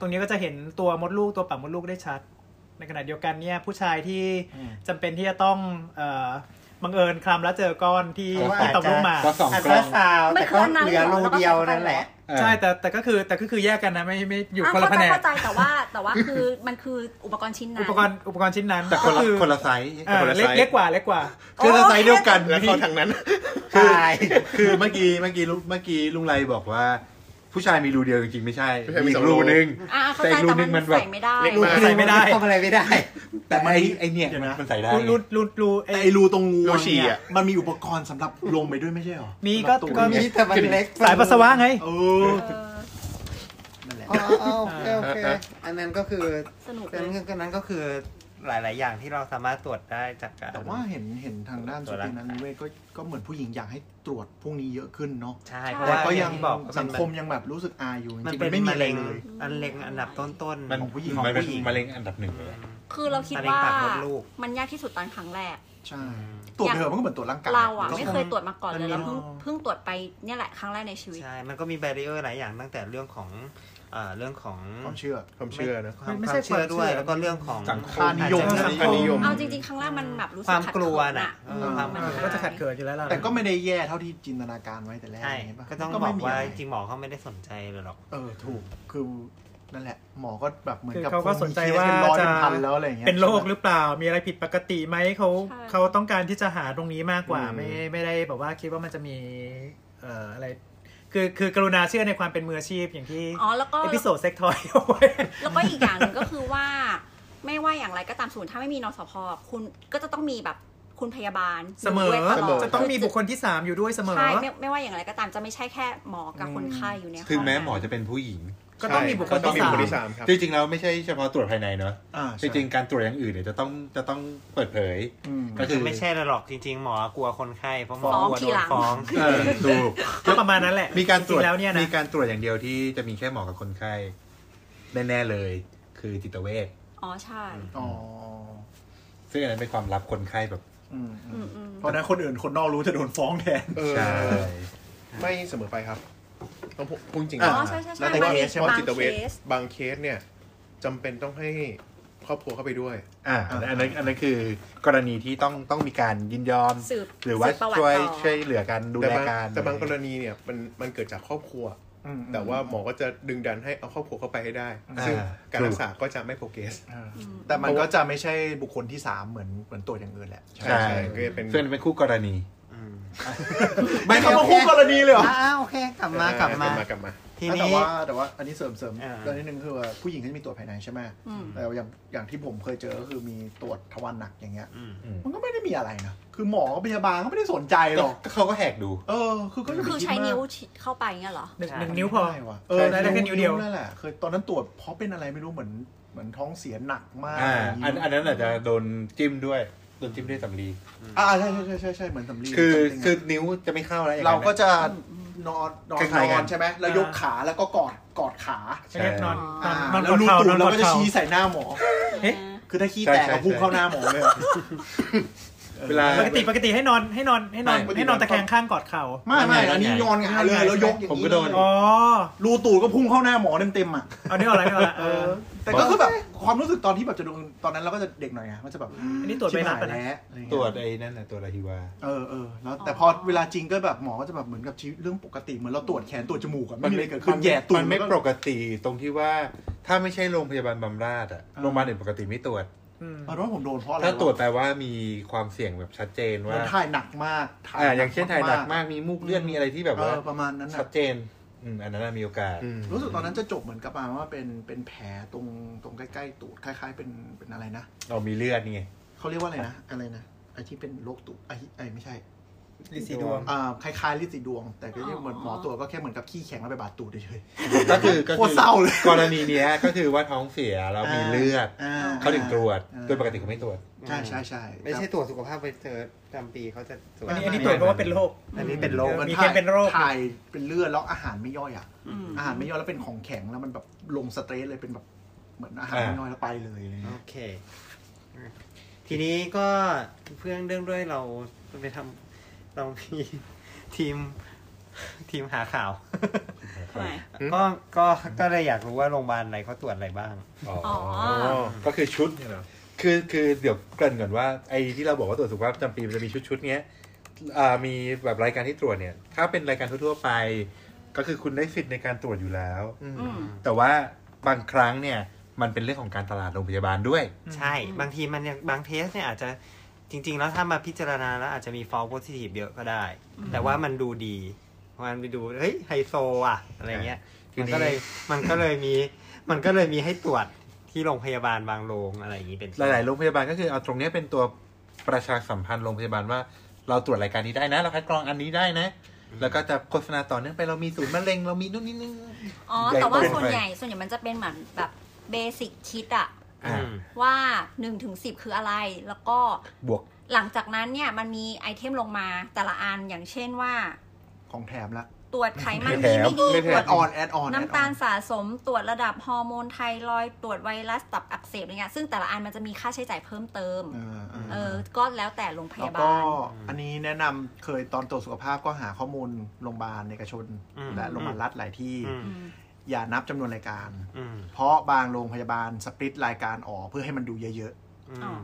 Speaker 7: ตรงนี้ก็จะเห็นตัวมดลูกตัวปากมดลูกได้ชัด ในขณะเดียวกันเนี่ยผู้ชายที่
Speaker 3: อืม
Speaker 7: จำเป็นที่จะต้องเอ่อบังเอิญคลำแล้วเจอก้อนที่
Speaker 4: เพราะว่า
Speaker 7: ที่ต่อมลูกหมาก
Speaker 4: ก็สอง
Speaker 6: อัล
Speaker 4: ก
Speaker 6: ต
Speaker 4: ล้
Speaker 6: รา
Speaker 4: อง
Speaker 6: ซาวด์
Speaker 2: มั
Speaker 6: แต่
Speaker 2: นคือ
Speaker 6: ก็
Speaker 2: อันนั้น
Speaker 6: เหลือรูเดียวนั่นแหละ
Speaker 4: เออ
Speaker 7: ใช่แต่แต่ก็คือแต่ก็คือแยกกันนะไม่ไม่อยู่
Speaker 2: อ่ะ
Speaker 7: คนละ
Speaker 2: เข้า
Speaker 7: แผ
Speaker 2: ใจ
Speaker 7: นก
Speaker 2: เข้าใจแต่ว่าแต่ว่าคือมันคืออุปกรณ์ชิ้นนั้น
Speaker 7: อุปกรณ์อุปกรณ์ชิ้นนั้น
Speaker 4: แต่คนละ
Speaker 7: ก็อ
Speaker 4: คนละไซส์
Speaker 7: อ่า
Speaker 5: คนละ
Speaker 7: เล็ก
Speaker 5: ไซส์
Speaker 7: เล็กกว่าเล็กกว่า
Speaker 4: คือละไซส์เดี ยวกัน
Speaker 5: แล้วเข้าทางนั้น
Speaker 4: คือ
Speaker 6: ตาย
Speaker 4: คือเมื่อกี้เมื่อกี้ลุงเมื่อกี้ลุงไรบอกว่า ผู้ชายมีรูเดียวจริงๆไม่ใช่
Speaker 5: ผู้ชายมี
Speaker 4: มี
Speaker 5: สองรู
Speaker 4: รูหนึ่ง
Speaker 2: อ่ะเข้าใจ
Speaker 4: แต่อีกรู
Speaker 2: แต่
Speaker 4: นึ
Speaker 2: มั
Speaker 4: ง
Speaker 2: น
Speaker 4: มันแบบ
Speaker 2: ใส่ไม่ได้
Speaker 5: เล็กมาก
Speaker 7: ใส่ไม่ได้
Speaker 6: ทำอะไรไม่ได้
Speaker 4: แต่ไอ้ไอเนี่ย
Speaker 3: เดี๋ยวนะ
Speaker 4: มันใส่ได้
Speaker 7: รูดรูดรูไอ้
Speaker 3: แต่ไอรูตรงงู
Speaker 5: รูฉี่
Speaker 3: เนี่
Speaker 5: อะ
Speaker 3: ยมันมีอุปกรณ์สำหรับลงไปด้วยไม่ใช่หรอ
Speaker 7: มีก็
Speaker 3: สำหรับ
Speaker 7: ก็
Speaker 3: ตัว
Speaker 7: มี
Speaker 3: เนี่ย
Speaker 6: นี่แต่มันเล็ก
Speaker 7: สายปัสสาวะไง
Speaker 3: เออ
Speaker 2: เออ
Speaker 3: นั่นแหละ
Speaker 6: อ๋ออ๋อโอเคโอเค อันนั้นก็คือ
Speaker 2: สนุกเลย
Speaker 6: อันนั้นก็อันนั้นก็คือหลาย ๆ อย่างที่เราสามารถตรวจได้จากการ
Speaker 3: แต่ว่าเห็นเห็นทางด้านสุตินันเวชก็ก็เหมือนผู้หญิงอยากให้ตรวจพวกนี้เยอะขึ้นเนาะ
Speaker 6: ใช่
Speaker 2: ใช่
Speaker 6: เพราะ
Speaker 3: แต่
Speaker 6: ว่า
Speaker 3: ก็ยั
Speaker 6: อง ที่บอก
Speaker 3: สังคมยังแบบรู้สึกอายอยู่จ
Speaker 6: มัน
Speaker 3: ริงๆ
Speaker 6: เป็
Speaker 3: มัน น
Speaker 6: ไม่
Speaker 3: ไม่มี
Speaker 6: มีอะ
Speaker 3: อะไร ไรเล
Speaker 6: เล
Speaker 3: ย ย
Speaker 6: อันเล็งอันดับต้นๆ
Speaker 4: มัน
Speaker 3: ของผู้หญิง
Speaker 4: มันเป็นมะเร็งอันดับหนึ่งเลย
Speaker 2: คือเราคิด
Speaker 6: มะเร็ง
Speaker 2: ว่า
Speaker 6: ปกมดลูก
Speaker 2: มันยากที่สุดตอนครั้งแรก
Speaker 3: ใช่ตรวจเถอะมันก็เหมือนตรวจร่างกาย
Speaker 2: เราอ่ะไม่เคยตรวจมาก่อนเลย
Speaker 6: มันมี
Speaker 2: เราเพิ่งเพิ่งตรวจไปเนี่ยแหละครั้งแรกในชีวิต
Speaker 6: ใช่ มันก็มีแบรีเออร์หลายอย่างตั้งแต่เรื่องของเอ่อเรื่องของ
Speaker 3: ความเชื่อ
Speaker 5: ความเชื่อนะ
Speaker 6: ความ
Speaker 7: ไม่
Speaker 6: ควา
Speaker 7: ใช่
Speaker 6: มเชื่อด้วย
Speaker 7: ความเชื่อ
Speaker 6: แล้วก็เรื่องของ
Speaker 4: สังคม
Speaker 3: ค่านิยม
Speaker 6: สังค
Speaker 5: ค่านิย
Speaker 6: ม
Speaker 2: เอาจริง ๆ ครั้งแรกมันแบบรู้สึก
Speaker 6: ความ
Speaker 2: ขัด
Speaker 6: กลัว
Speaker 2: เขิ
Speaker 6: น่ะ
Speaker 2: อ
Speaker 6: เออความ
Speaker 2: มัน
Speaker 7: ก็จะขัดเขินอยู่แล้วล่ะ
Speaker 3: แต่ก็ไม่ได้แย่เท่าที่จินตนาการไว้แต่แรก
Speaker 6: ใช่
Speaker 3: เห็นปะ
Speaker 6: ก็ต้อง
Speaker 3: ก็
Speaker 6: บอ
Speaker 3: ไม่
Speaker 6: ก
Speaker 3: มี
Speaker 6: ว่า
Speaker 3: อะไร
Speaker 6: จริงๆหมอเขาไม่ได้สนใจเลยหรอก
Speaker 3: เออถูกคือ นั่นแหละ หมอก็แบบเหมือน
Speaker 7: คือ
Speaker 3: กับ
Speaker 7: เขาก็สนใจว่า
Speaker 3: คงมีเคสเป็นร้อย
Speaker 7: จะ
Speaker 3: เป็นพันแล้วอะไรอย่างเงี้ย
Speaker 7: เป็นโรคหรือเปล่า มีอะไรผิดปกติไหมเขา
Speaker 2: ใช่
Speaker 7: เขาต้องการที่จะหาตรงนี้มากกว่า
Speaker 5: อืม
Speaker 7: ไม่ไม่ได้แบบว่าคิดว่ามันจะมีเอ่ออะไร คือคือกรุณาเชื่อในความเป็นมืออาชีพอย่างที่
Speaker 2: อ๋อแล้วก็
Speaker 7: เอพิโซดเซ็กทอยเอาไว้
Speaker 2: แล้วก็อีกอย่างหนึ่งก็คือว่า ไม่ว่าอย่างไรก็ตามศูนย์ถ้าไม่มีนสพคุณก็จะต้องมีแบบคุณพยาบาล
Speaker 7: เสมอ
Speaker 2: ยู่ด้วยตลด
Speaker 7: จะต้องมีบุคคลที่ 3 อยู่ด้วยเสมอ
Speaker 2: ใช่ไม่ไม่ว่าอย่างไรก็ตามจะไม่ใช่แค่หมอกับคนไข้อยู่ในห้ง
Speaker 4: ถึงแม้หมอจะเป็นผู้หญิง
Speaker 7: ก็ต้องมีบุคคล
Speaker 5: ใช่ต้องมี
Speaker 7: ที่
Speaker 5: บุคคลที่
Speaker 7: สาม
Speaker 5: สามครับ
Speaker 4: จริงๆแล้วไม่ใช่เฉพาะตรวจภายในเนอะ
Speaker 3: อ่า
Speaker 4: จ
Speaker 3: ใช่
Speaker 4: ริงๆการตรวจอย่างอื่นเนี่ยจะต้องจะต้องเปิดเผย
Speaker 3: อืม
Speaker 4: ก็คือ
Speaker 6: ไม่ใช่หรอกจริง ๆ หมอกลัวคนไข้เพราะหมอ
Speaker 2: ฟ้อง
Speaker 6: ก
Speaker 2: ที
Speaker 6: ลัวโดน
Speaker 2: หลัง
Speaker 6: ฟ้อง
Speaker 4: เออถูก
Speaker 7: ก็ประมาณนั้นแหละ
Speaker 4: มีการตรวจ
Speaker 7: งๆแล้วเนี่ยนะ
Speaker 4: มีการตรวจอย่างเดียวที่จะมีแค่หมอกับคนไข้แน่ๆเลย คือจิตเวช
Speaker 2: อ๋อใช่
Speaker 3: อ๋อ
Speaker 4: ซึ่งอันนั้นเป็นความลับคนไข้แบบ
Speaker 3: อืม
Speaker 2: อื
Speaker 3: อืม
Speaker 2: มอืม
Speaker 3: เพราะฉะนั้นคนอื่นคนนอกรู้จะโดนฟ้องแทน
Speaker 5: เออ
Speaker 4: ใช่
Speaker 5: ไม่เสมอไปครับต้องพูพูดจริงๆ
Speaker 3: อ่ะ
Speaker 2: อ๋อใช่ใช่
Speaker 5: แล้
Speaker 2: ใช่
Speaker 5: วแต่
Speaker 2: มัน
Speaker 5: ว่า
Speaker 2: มี
Speaker 5: เพราะ
Speaker 2: บาง
Speaker 5: จิตเว
Speaker 2: เค
Speaker 5: ช
Speaker 2: ส
Speaker 5: บางเคสเนี่ยจำเป็นต้องให้ครอบครัวเข้าไปด้วย
Speaker 4: อ่าอันนั้นอันนั้นคือกรณีที่ต้องต้องมีการยินยอม
Speaker 2: สืบ
Speaker 4: หรือว่า
Speaker 2: สืบประวัติ
Speaker 4: ช่วย
Speaker 2: ต่อ
Speaker 4: ช่วยเหลือกันดู
Speaker 5: แต่
Speaker 4: แล
Speaker 5: บาง
Speaker 4: กัน
Speaker 5: แต่บางกรณีเนี่ยมันมันเกิดจากครอบครัว
Speaker 3: อืม
Speaker 5: แต่ว่าหมอก็จะดึงดันให้เอาครอบครัวเข้าไปให้ได้
Speaker 4: อ่
Speaker 5: ซึ่งการรักษาก็จะไม่โปรเกรส
Speaker 3: เออ
Speaker 2: อืม
Speaker 3: แต่มันก็จะไม่ใช่บุคคลที่สามเหมือนเหมือนตัวอย่างอื่นแหละ
Speaker 5: ใช่
Speaker 4: ใช่
Speaker 5: ก็จะเป็น
Speaker 4: ซึ่งเป็นคู่กรณี
Speaker 3: ไม่คำว่าคู่กรณีเลยเหรอ
Speaker 6: อ้าวโอเคกลับมากลับมา
Speaker 5: เออกลับมากลับมา
Speaker 6: ที
Speaker 3: แต่
Speaker 6: นี้
Speaker 3: ว่าแต่ว่าอันนี้เสริมเสริม
Speaker 6: อ่า
Speaker 3: เรื่องนิดนึงคือว่าผู้หญิงเขาจะมีตรวจภายในใช่ไหม
Speaker 2: อืม
Speaker 3: แต่อย่างอย่างที่ผมเคยเจอก็คือมีตรวจทวารหนักอย่างเงี้ย
Speaker 6: อืม
Speaker 3: มันก็ไม่ได้มีอะไรนะคือหมอกับพยาบาลก็ไม่ได้สนใจหรอก
Speaker 4: เขาก็แหกดู
Speaker 3: เออ คือก็จะ
Speaker 2: คือใช้นิ้วฉีดเข้าไปเงี้ยเหรอ
Speaker 7: หนึ่งหนึ่งนิ้วพอ
Speaker 3: ได้ว่ะเออ
Speaker 7: ได้ได้แค่นิ้วเดียว
Speaker 3: นั่นแหละเคยตอนนั้นตรวจเพราะเป็นอะไรไม่รู้เหมือนเหมือนท้องเสียหนักมาก
Speaker 4: อ่าอัน
Speaker 3: อ
Speaker 4: อันนั้นอาจจะโดนจิ้มด้วยโดนจิ้มด้วยสำลี
Speaker 3: ่าใช่ใช่ใช่ใช่ใช่เหมือนสำลี
Speaker 4: คือ
Speaker 3: จริงๆะ
Speaker 4: คือนิ้วจะไม่เข้าแล้วอย่ง
Speaker 3: เรา
Speaker 4: นั้น
Speaker 3: ก็จะนอนนอน
Speaker 4: คล้ายๆ
Speaker 3: น
Speaker 4: กั
Speaker 3: อน
Speaker 4: น
Speaker 3: ใช่ไหมแล้วยกขาแล้วก็กอดกอดขา
Speaker 4: ใช่
Speaker 7: เรียกนอนนอ
Speaker 3: อ่าน
Speaker 7: นอน
Speaker 3: แล้ว
Speaker 7: กอด
Speaker 3: รูป
Speaker 7: เข่า
Speaker 3: ตุ่
Speaker 7: น
Speaker 3: ม
Speaker 7: อน
Speaker 3: แล้ว
Speaker 7: กอด
Speaker 3: ก็จะ
Speaker 7: เข่า
Speaker 3: ชี้ใส่หน้าหมอ
Speaker 7: เอ๊ะ
Speaker 3: คือถ้าขี้แตก
Speaker 4: ใช่ใช่
Speaker 3: ก็พุ่งเข้าหน้าหมอเลย
Speaker 4: เวลา
Speaker 7: ปกติปกติให้นอนให้นอนให้นอน
Speaker 3: ไม่
Speaker 7: ให้นอนตะแคงข้างกอดเข่า
Speaker 3: ไม่ไม่อันนี้
Speaker 4: ไม่
Speaker 3: ยอนหงายเลยแล้วยกอย่าง
Speaker 4: ผม
Speaker 3: นี้
Speaker 4: ก็โดน
Speaker 3: เลย
Speaker 7: อ๋อ
Speaker 3: รูตูดก็พุ่งเข้าหน้าหมอเต็มๆอ่ะ
Speaker 7: เอานี่เอาอะไรเอาละเออ
Speaker 3: แต่ก็คือแบบความรู้สึกตอนที่แบบจะโดนตอนนั้นเราก็จะเด็กหน่อยไงมันจะแบบ
Speaker 7: อันนี้ตรวจ
Speaker 3: ชิบ
Speaker 7: ไปนาน
Speaker 3: หาย
Speaker 7: ไป
Speaker 3: แล้
Speaker 7: นะ
Speaker 3: วอะไรเงี้ย
Speaker 4: ตรวจไอ้นั่นน่ะตัวจอะไรฮิวา
Speaker 3: เออเออแล้วแต่พอเวลาจริงก็แบบหมอก็จะแบบเหมือนกับชีวิตเรื่องปกติเหมือนเราตรวจแขนตรวจจมูกอะไม่มีอะไรเกิดขึ้นแย่ตูด
Speaker 4: มันไม่
Speaker 3: แล้วก็
Speaker 4: ปกติตรงที่ว่าถ้าไม่ใช่โรงพยาบาลบำราศอะ
Speaker 3: อ่า
Speaker 4: โรงพยาบาลอื่นปกติไม่ตรวจ
Speaker 7: อืม
Speaker 3: เอาเป็นว่าผมโดนเพราะอะไร
Speaker 4: ถ้าตรวจ
Speaker 3: ะ
Speaker 4: แปลว่ามีความเสี่ยงแบบชัดเจนว่า
Speaker 3: มันถ่ายหนักมากถ่
Speaker 4: อ่าอย่างเช่นถ่ายหนัก
Speaker 3: มาก
Speaker 4: มากมีมูกเลือดมีอะไรที่แบบ
Speaker 3: เอ
Speaker 4: ว่า
Speaker 3: อประมาณนั้น
Speaker 4: ชั
Speaker 3: นะ
Speaker 4: ดเจนอืมอันนั้นนะมีโอกาส
Speaker 3: รู้สึกตอนนั้นจะจบเหมือนกับประมาณว่าเป็นเป็นแผลตรงตรงใกล้ๆตูดคล้าย ๆ เป็นเป็นอะไรนะ
Speaker 4: เรามีเลือดนี่ไง
Speaker 3: เขาเรียกว่าอะไรนะอะไรนะไอที่เป็นโรคตูดไอไอไม่ใช่
Speaker 7: ลิสีดวง
Speaker 3: อ่าคล้ายๆลิดสีดวง แต่ก็เรียกเหมือน
Speaker 2: อ๋อ
Speaker 3: หมอตรวจก็แค่เหมือนกับขี้แข็งแล้วไปบาดตูดเฉย
Speaker 4: ก็คือก็
Speaker 3: โคตรเศร้าเลย
Speaker 4: กรณีเนี้ยก็คือว่าท้องเสียเรามีเลือด
Speaker 3: ๆอ่า
Speaker 4: เขาถึงตรวจ
Speaker 3: อ่า
Speaker 4: โดยปกติเขาไม่ตรวจ
Speaker 3: ใช่ใช่ใช่
Speaker 6: ไม่ใช่ตรวจสุขภาพไปเจอจำปีเขาจะตรวจ
Speaker 7: อันนี้อันนี้ตรวจเพราะว่าเป็นโรค
Speaker 6: อันนี้เป็นโรค
Speaker 7: มั
Speaker 3: มัน น
Speaker 7: มี
Speaker 3: ถ่าย
Speaker 7: แค่เป็นโรค
Speaker 3: ถ่ายเป็นเลือดแล้วอาหารไม่ย่อยอ่ะ
Speaker 2: อืม
Speaker 3: อาหารไม่ย่อยแล้วเป็นของแข็งแล้วมันแบบลงสเตรสเลยเป็นแบบเหมือนอาหาร
Speaker 4: อ่า
Speaker 3: ไม่ย่อยแล้วไปเลยอะไรเล
Speaker 6: โอย เค ทีนี้ก็เพื่อนเรื่องด้วยเราไปทำเรามีทีมทีมหาข่าว
Speaker 2: ทำไม
Speaker 6: ก็ก็ก็เลยอยากรู้ว่าโรงพยาบาลอะไรเขาตรวจอะไรบ้าง
Speaker 4: อ๋อ
Speaker 2: อ๋
Speaker 4: อ
Speaker 2: อ
Speaker 4: ก็คือชุดเนี่ยเหรอคือคือเดี๋ยวเกริ่นก่อนว่าไอ้ที่เราบอกว่าตรวจสุขภาพประจำปีมันจะมีชุดชุดๆเนี้ยอ่ามีแบบรายการที่ตรวจเนี่ย ถ้าเป็นรายการทั่วๆไป ก็คือคุณได้สิทธิ์ในการตรวจอยู่แล้ว
Speaker 2: อืม
Speaker 4: แต่ว่าบางครั้งเนี่ยมันเป็นเรื่องของการตลาดโรงพยาบาลด้วย
Speaker 6: ใช่ บางทีมันยังบางเทสเนี่ยอาจจะจริง ๆ แล้วถ้ามาพิจารณาแล้วอาจจะมีฟอลโพซิทีฟเยอะก็ได้ แต่ว่ามันดูดี มันไปดู เฮ้ย ไฮโซอ่ะ อะไรเงี้ย
Speaker 4: ที
Speaker 6: มัน
Speaker 4: นี้
Speaker 6: ก็เลยมันก็เลยมีมันก็เลยมีให้ตรวจที่โรงพยาบาลบางโรงอะไรอย่างนี้เป็น
Speaker 4: หลายๆโรงพยาบาลก็คือเอาตรงเนี้ยเป็นตัวประชาสัมพันธ์โรงพยาบาลว่า เราตรวจรายการนี้ได้นะ เราคัดกรองอันนี้ได้นะ แล้วก็จะโฆษณาต่อเนื่องไปเรามีศูนย์มะเร็งเรามีนู่นนี่นั่น
Speaker 2: อ๋อ แต่ว่าส่วนใหญ่ส่วนใหญ่มันจะเป็นเหมือนแบบเบสิกคิดอะ
Speaker 6: อืม
Speaker 2: ว่า1นถึงสิคืออะไร แล้วก็
Speaker 4: บวก
Speaker 2: หลังจากนั้นเนี่ยมันมีไอเทมลงมาแต่ละอันอย่างเช่นว่า
Speaker 3: ของแถมละ
Speaker 2: ตรวจไขมัน
Speaker 4: ไม่
Speaker 2: ดี
Speaker 4: แถม
Speaker 2: ไม่ดี
Speaker 4: ไม่
Speaker 2: ต
Speaker 4: แถ
Speaker 2: รว
Speaker 4: ม
Speaker 2: จ
Speaker 3: ออนแอดออน
Speaker 2: น้ำตาลสะสม ตรวจระดับฮอร์โมนไทรอยด์ตรวจไวรัสตับอักเสบอะไรเงี้ยซึ่งแต่ละอันมันจะมีค่าใช้จ่ายเพิ่มเติม เออ ก็แล้วแต่โรงพ
Speaker 3: แล้ว
Speaker 2: ยา
Speaker 3: ก็
Speaker 2: บาล
Speaker 3: อันนี้แนะนำเคยตอนตรวจสุขภาพก็หาข้อมูลโรงพยาบาลเอกชน
Speaker 6: อืม
Speaker 3: และโรงพยาบาลรัฐหลายที่
Speaker 6: อืม
Speaker 2: อืม
Speaker 3: อย่านับจำนวนรายการ
Speaker 6: อืม
Speaker 3: เพราะบางโรงพยาบาลสปริตรายการออกเพื่อให้มันดูเยอะ
Speaker 6: อื
Speaker 2: อ๋อ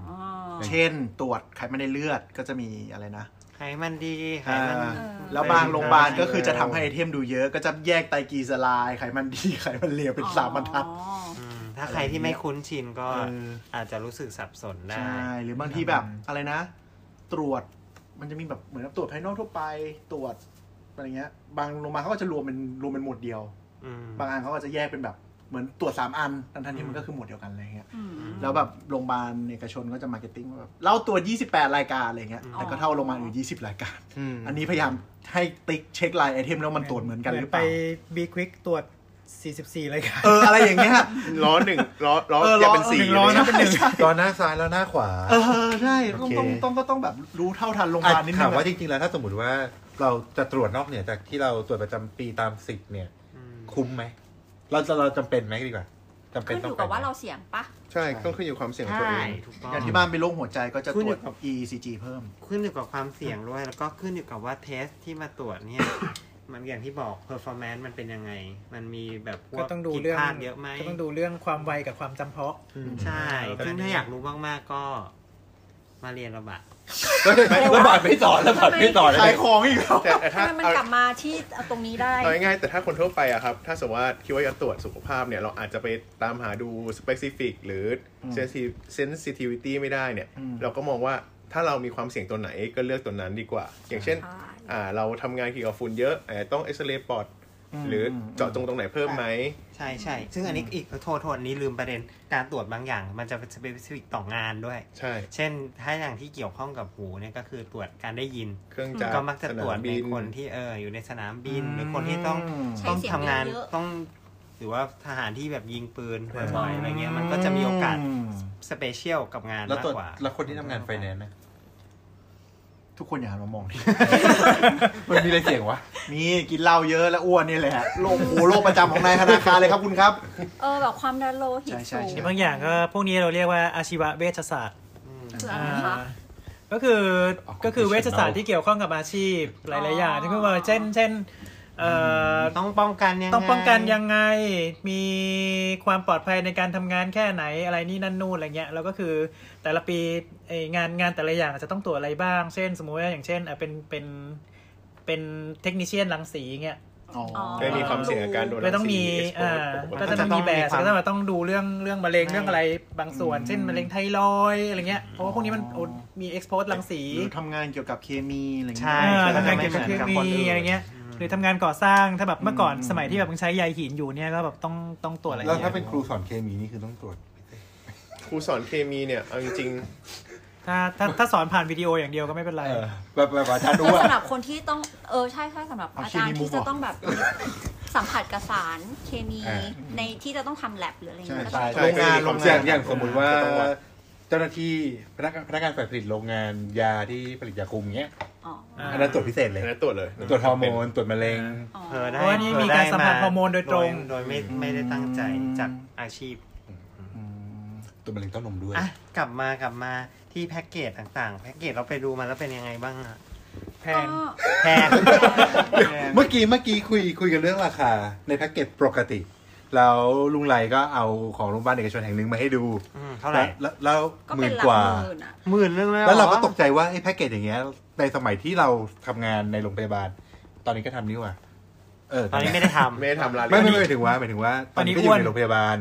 Speaker 6: ม
Speaker 3: ๆ เช่น ตรวจไขมันในเลือดก็จะมีอะไรนะ
Speaker 6: ไขมันดีไขมัน
Speaker 3: อ่า แล้วบางโรงพยาบาลก็คือจะทำให้ไอเทมดูเยอะ ก็จะแยกไตรกลีเซอไรด์ไขมันดี ไขมันเลวเป็นสามบรรทัด
Speaker 2: อ๋อ
Speaker 6: อืมถ้าใครที่ไม่คุ้นชินก็
Speaker 3: เออ
Speaker 6: อาจจะรู้สึกสับสนได้
Speaker 3: ใช่ หรือบางทีแบบอะไรนะ ตรวจมันจะมีแบบเหมือนกับตรวจภายนอกทั่วไปตรวจอะไรเงี้ย บางโรงพยาบาลเขาก็จะรวมเป็นรวมเป็นหมวดเดียว
Speaker 6: อืม
Speaker 3: บางอันเขาก็จะแยกเป็นแบบเหมือนตรวจสามอันทั้งๆที่มันก็คือหมวดเดียวกันอะไรเงี้ย
Speaker 2: อืม
Speaker 3: แล้วแบบโรงพยาบาลเอกชนก็จะมาร์เก็ตติ้งว่าแบบเราตรวจ28 รายการอะไรเงี้ย
Speaker 2: อ๋อ
Speaker 3: แต่ก็เท่าโรงพยาบาลอื่น20 รายการ
Speaker 5: อืม
Speaker 3: อันนี้พยายามให้ติ๊กเช็คลายไอเทมแล้วมันตรวจเหมือนกันหรือเป
Speaker 7: ไป
Speaker 3: ล่า
Speaker 7: บีควิกตรวจ 44เลยค่ะ
Speaker 3: เอออะไรอย่างเงี้ย
Speaker 5: ล้อหนึ่งล้อล้อ
Speaker 3: เออล้อ
Speaker 5: จะเป็นสี่
Speaker 7: หนึ่งล้อนะ
Speaker 5: เลย
Speaker 7: เป็นหนึ่ง
Speaker 4: ตอนหน้าซ้ายแล้วหน้าขวา
Speaker 3: เออใช่ต้องต้อง
Speaker 4: โอเค
Speaker 3: ต้องก็ต้องแบบรู้เท่าทันโรงพยา
Speaker 4: อ่ะ
Speaker 3: บาลนิดนึ
Speaker 4: ถาม
Speaker 3: ง
Speaker 4: ว่า
Speaker 3: อะ
Speaker 4: จริงๆแล้วถ้าสมมติว่าเราจะตรวจนอกเหนือจากที่เราตรวจประจำปีตามสิทธิ์เนี่ย คุ้มไหม เราจะเราจำเป็นไหมดีกว่าจำเป็
Speaker 2: ขึ้
Speaker 4: น
Speaker 2: นอ
Speaker 4: ต้องไป
Speaker 2: ยู่กับว่า
Speaker 4: ไหม
Speaker 2: เราเสี่ยงปะ
Speaker 5: ใช่ต้องขึ้นอยู่ความเสี่ยงของตัวเอ
Speaker 6: ใช่
Speaker 5: ง
Speaker 6: ถูกต้อง
Speaker 3: อย่างที่บ้านเป็นโรคหัวใจก็จะต
Speaker 6: ขึ้น
Speaker 3: ร
Speaker 6: อ
Speaker 3: ว
Speaker 6: ยู่
Speaker 3: จ
Speaker 6: กับ
Speaker 3: ECG เพิ่ม
Speaker 6: ขึ้นอยู่กับความเสี่ยงด้วย แล้วก็ขึ้นอยู่กับว่าเทสที่มาตรวจเนี่ย มันอย่างที่บอก performance มันเป็นยังไง มันมีแบบพว
Speaker 7: ก็
Speaker 6: ก
Speaker 7: ต้องดู
Speaker 6: ผิด
Speaker 7: เรื่อง
Speaker 6: พลาดเยอะไหม
Speaker 7: ก็ต้องดูเรื่องความไวกับความจำเพาะ
Speaker 6: ใช่
Speaker 7: เออ
Speaker 6: ซึ่งถ้าอยากรู้มากๆก็ มาเรียนระบาด
Speaker 4: ระบาดไม่สอนระบาดไม่สอน
Speaker 3: ขายของอีกแล้ว
Speaker 5: แต่แต่ถ้า
Speaker 2: ทำไมมัน
Speaker 5: เอา
Speaker 2: กลับมาที่ตรงนี้ได้
Speaker 5: เอาง่ายๆแต่ถ้าคนทั่วไปอะครับ ถ้าสมมติว่าคิดว่าจะตรวจสุขภาพเนี่ย เราอาจจะไปตามหาดู specific หรือ sensitive- sensitivity ไม่ได้เนี่ย
Speaker 3: อืม
Speaker 5: เราก็มองว่าถ้าเรามีความเสี่ยงตัวไหนก็เลือกตัวนั้นดีกว่า อย่างเช่น
Speaker 2: ใช่
Speaker 5: อ่าเราทำงานเกี่ยวกับฝุ่นเยอะอาจจะต้องเอ็กซเรย์ปอดหรือเจาะตรงตรงไหนเพิ่มไหม
Speaker 6: ใช่ใช่ซึ่งอันนี้อีกโทษโทษอันนี้ลืมประเด็นการตรวจบางอย่าง มันจะเป็น specific ต่องานด้วย
Speaker 5: ใช่
Speaker 6: เช่น ถ้าอย่างที่เกี่ยวข้องกับหูเนี่ยก็คือตรวจการได้ยิน
Speaker 5: เครื่องจักร
Speaker 6: ก็มักจะ
Speaker 5: ส
Speaker 6: ตร
Speaker 5: นาว
Speaker 6: จ
Speaker 5: ม
Speaker 6: ใน
Speaker 5: บิน
Speaker 6: คนที่เอออยู่ในสนามบิน
Speaker 3: อืม
Speaker 6: หรือคนที่ต้อง
Speaker 2: ใช้
Speaker 6: ต้อง
Speaker 2: เสียง
Speaker 6: ทำงาน
Speaker 2: เยอะๆ
Speaker 6: ต้องหรือว่าทหารที่แบบยิงปืนบ่อยๆอะไรเงี้ยมันก็จะมีโอกาส
Speaker 3: อืม
Speaker 6: สเปเชียลกับงาน
Speaker 4: แล้ว
Speaker 6: มาก
Speaker 4: ตรวจ
Speaker 6: กว่า
Speaker 4: แล้วคนที่ทำงานไฟแนนซ์นะ
Speaker 3: ทุกคนอย่าหันมามองดิ
Speaker 4: มันมีอะไรเสี่ยงวะ
Speaker 3: มีกินเหล้าเยอะและอ้วนนี่แหละโรคโอ้โหโรคประจำของนายธนาคารเลยครับคุณครับ
Speaker 2: เออแบบความดันโลหิต
Speaker 3: ใช่ใช่
Speaker 2: สูง
Speaker 3: ใช่
Speaker 7: บางอย่างก็พวกนี้เราเรียกว่าอาชีวะเวชศาสตร์
Speaker 2: คืออะไรนะคะ
Speaker 7: ก็คือ
Speaker 4: ออก
Speaker 7: ก็คือ
Speaker 4: conditional
Speaker 7: เวชศาสตร์ที่เกี่ยวข้องกับอาชีพหลายๆอย่าง
Speaker 2: อ๋อ
Speaker 7: ที่พูดว่าเช่นเช่นเอ่ออ
Speaker 6: ต้องป้องกันยังไง
Speaker 7: ต้องป้องกันยังไงมีความปลอดภัยในการทำงานแค่ไหนอะไรนี่นั่นนู่นอะไรเงี้ยแล้วก็คือแต่ละปีไอ้งานงานแต่ละอย่างอาจจะต้องตรวจอะไรบ้าง เช่น สมมติว่าอย่างเช่นอ่ะเป็นเป็นเป็นเทคนิชเชียนรังสีเงี้ย
Speaker 3: อ๋อ
Speaker 5: ได้มีความเสี่ยงอาการโดน
Speaker 7: ก็ต้องมี
Speaker 5: รัสี
Speaker 7: อ่า
Speaker 5: exposure
Speaker 7: ก็จะต้องมีแบบก็ต้องต้องดูเรื่องเรื่องมะเร็งเรื่องอะไรบางส่วน เช่นมะเร็งไทรอยด์อะไรเงี้ย เพราะว่าพวกนี้มัน
Speaker 3: อ๋อ
Speaker 7: มี expose รังสี
Speaker 3: หรือทำงานเกี่ยวกับเคมีอะไรเงี้ย
Speaker 6: ใช่
Speaker 7: อ่า
Speaker 6: ใช่
Speaker 7: ทำงาน
Speaker 6: ไม่
Speaker 7: เกี่ยว
Speaker 6: เห
Speaker 7: กับ
Speaker 6: มือน
Speaker 7: เคมี
Speaker 6: กับคนอื่น
Speaker 7: อะไรเงี้ย หรือทำงานก่อสร้างถ้าแบบเมื่อก่อนสมัยที่แบบมึงใช้ใยหินอยู่เนี่ยก็แบบต้องต้องตรวจอะไร
Speaker 4: แล้ว
Speaker 7: เงี้
Speaker 4: ถ้าย เป็นครูสอนเคมีนี่คือต้องตรวจ
Speaker 5: ครูสอนเคมีเนี่ยเอาจริงๆ
Speaker 7: ถ้าถ้าถ้าสอนผ่านวิดีโออย่างเดียวก็ไม่เป็นไร
Speaker 4: เออแบบแบบอาจารย์รู้
Speaker 2: ก็
Speaker 4: ว่า
Speaker 2: สำหรับคนที่ต้องเออใช่ใช่สำหรับอาจารย์ที่จะต้องแบบสัมผัสกับสารเคมีในที่จะต้องทำแลบหรืออะไรเงี้ยก็
Speaker 5: ใช่
Speaker 2: ต้อง
Speaker 5: ใช่
Speaker 4: โรงงาน
Speaker 5: ใช่
Speaker 4: โรงงานอ
Speaker 5: ใช่
Speaker 4: ย่างสมมุติว่า
Speaker 5: จะต้องวัด
Speaker 4: เจ้าหน้าที่พนักพนักงานฝ่ายผลิตโรงงานยาที่ผลิตยาคุมเงี้ย
Speaker 2: อ๋อ
Speaker 7: อ่า
Speaker 4: อันนั้นตรวจพิเศษเลย
Speaker 5: อันนั้นตรวจเลย
Speaker 4: ตรวจฮอร์โมนตรวจมะเร็ง
Speaker 2: อ๋อ
Speaker 6: เออได้
Speaker 7: เพราะว่านี่มีการสัมผัสฮอร์โมนโดยตรง
Speaker 6: โดยไม่ไม่ได้ตั้งใจจากอาชีพ
Speaker 4: ตรวจมะเร็งเต้านมด้วย
Speaker 6: อ่ะกลับมากลับมาที่แพ็กเกจต่างๆ แพ็กเกจเราไปดูมาแล้วเป็นยังไงบ้างอะ
Speaker 7: แพ
Speaker 2: ก็
Speaker 7: ง
Speaker 6: แพง
Speaker 4: เมื่อกี้เมื่อกี้คุยคุยกันเรื่องราคา ในแพ็กเกจปกติ แล้วลุงไรก็เอาของโรงพยาบาลเอกชนแห่งหนึ่งมาให้ดู
Speaker 6: อืมเท่าไหร่
Speaker 4: แล้วแล้ว
Speaker 2: ก็
Speaker 4: ห
Speaker 2: เป็
Speaker 4: มื่
Speaker 2: น
Speaker 4: น
Speaker 2: หลัก
Speaker 4: กว่า
Speaker 2: หมื่นอ่ะ
Speaker 6: หมื่นเรื่องแล้ว
Speaker 4: แล้วเราก็ตกใจว่าไอ้แพ็กเกจอย่างเงี้ยในสมัยที่เราทำงานในโรงพยาบาล ตอนนี้ก็ทำนี่หว่าเออ
Speaker 6: ตอนนี้ไม่ได้ทำ
Speaker 5: ไม่ได้ทำร้าน
Speaker 4: ไม่ไม่ไม่หมายถึงว่าหมายถึงว่า ต
Speaker 7: ต
Speaker 4: อ
Speaker 7: อน นนี้
Speaker 4: นี้ก็อยู่
Speaker 7: อ้วน
Speaker 4: ในโรงพยาบาล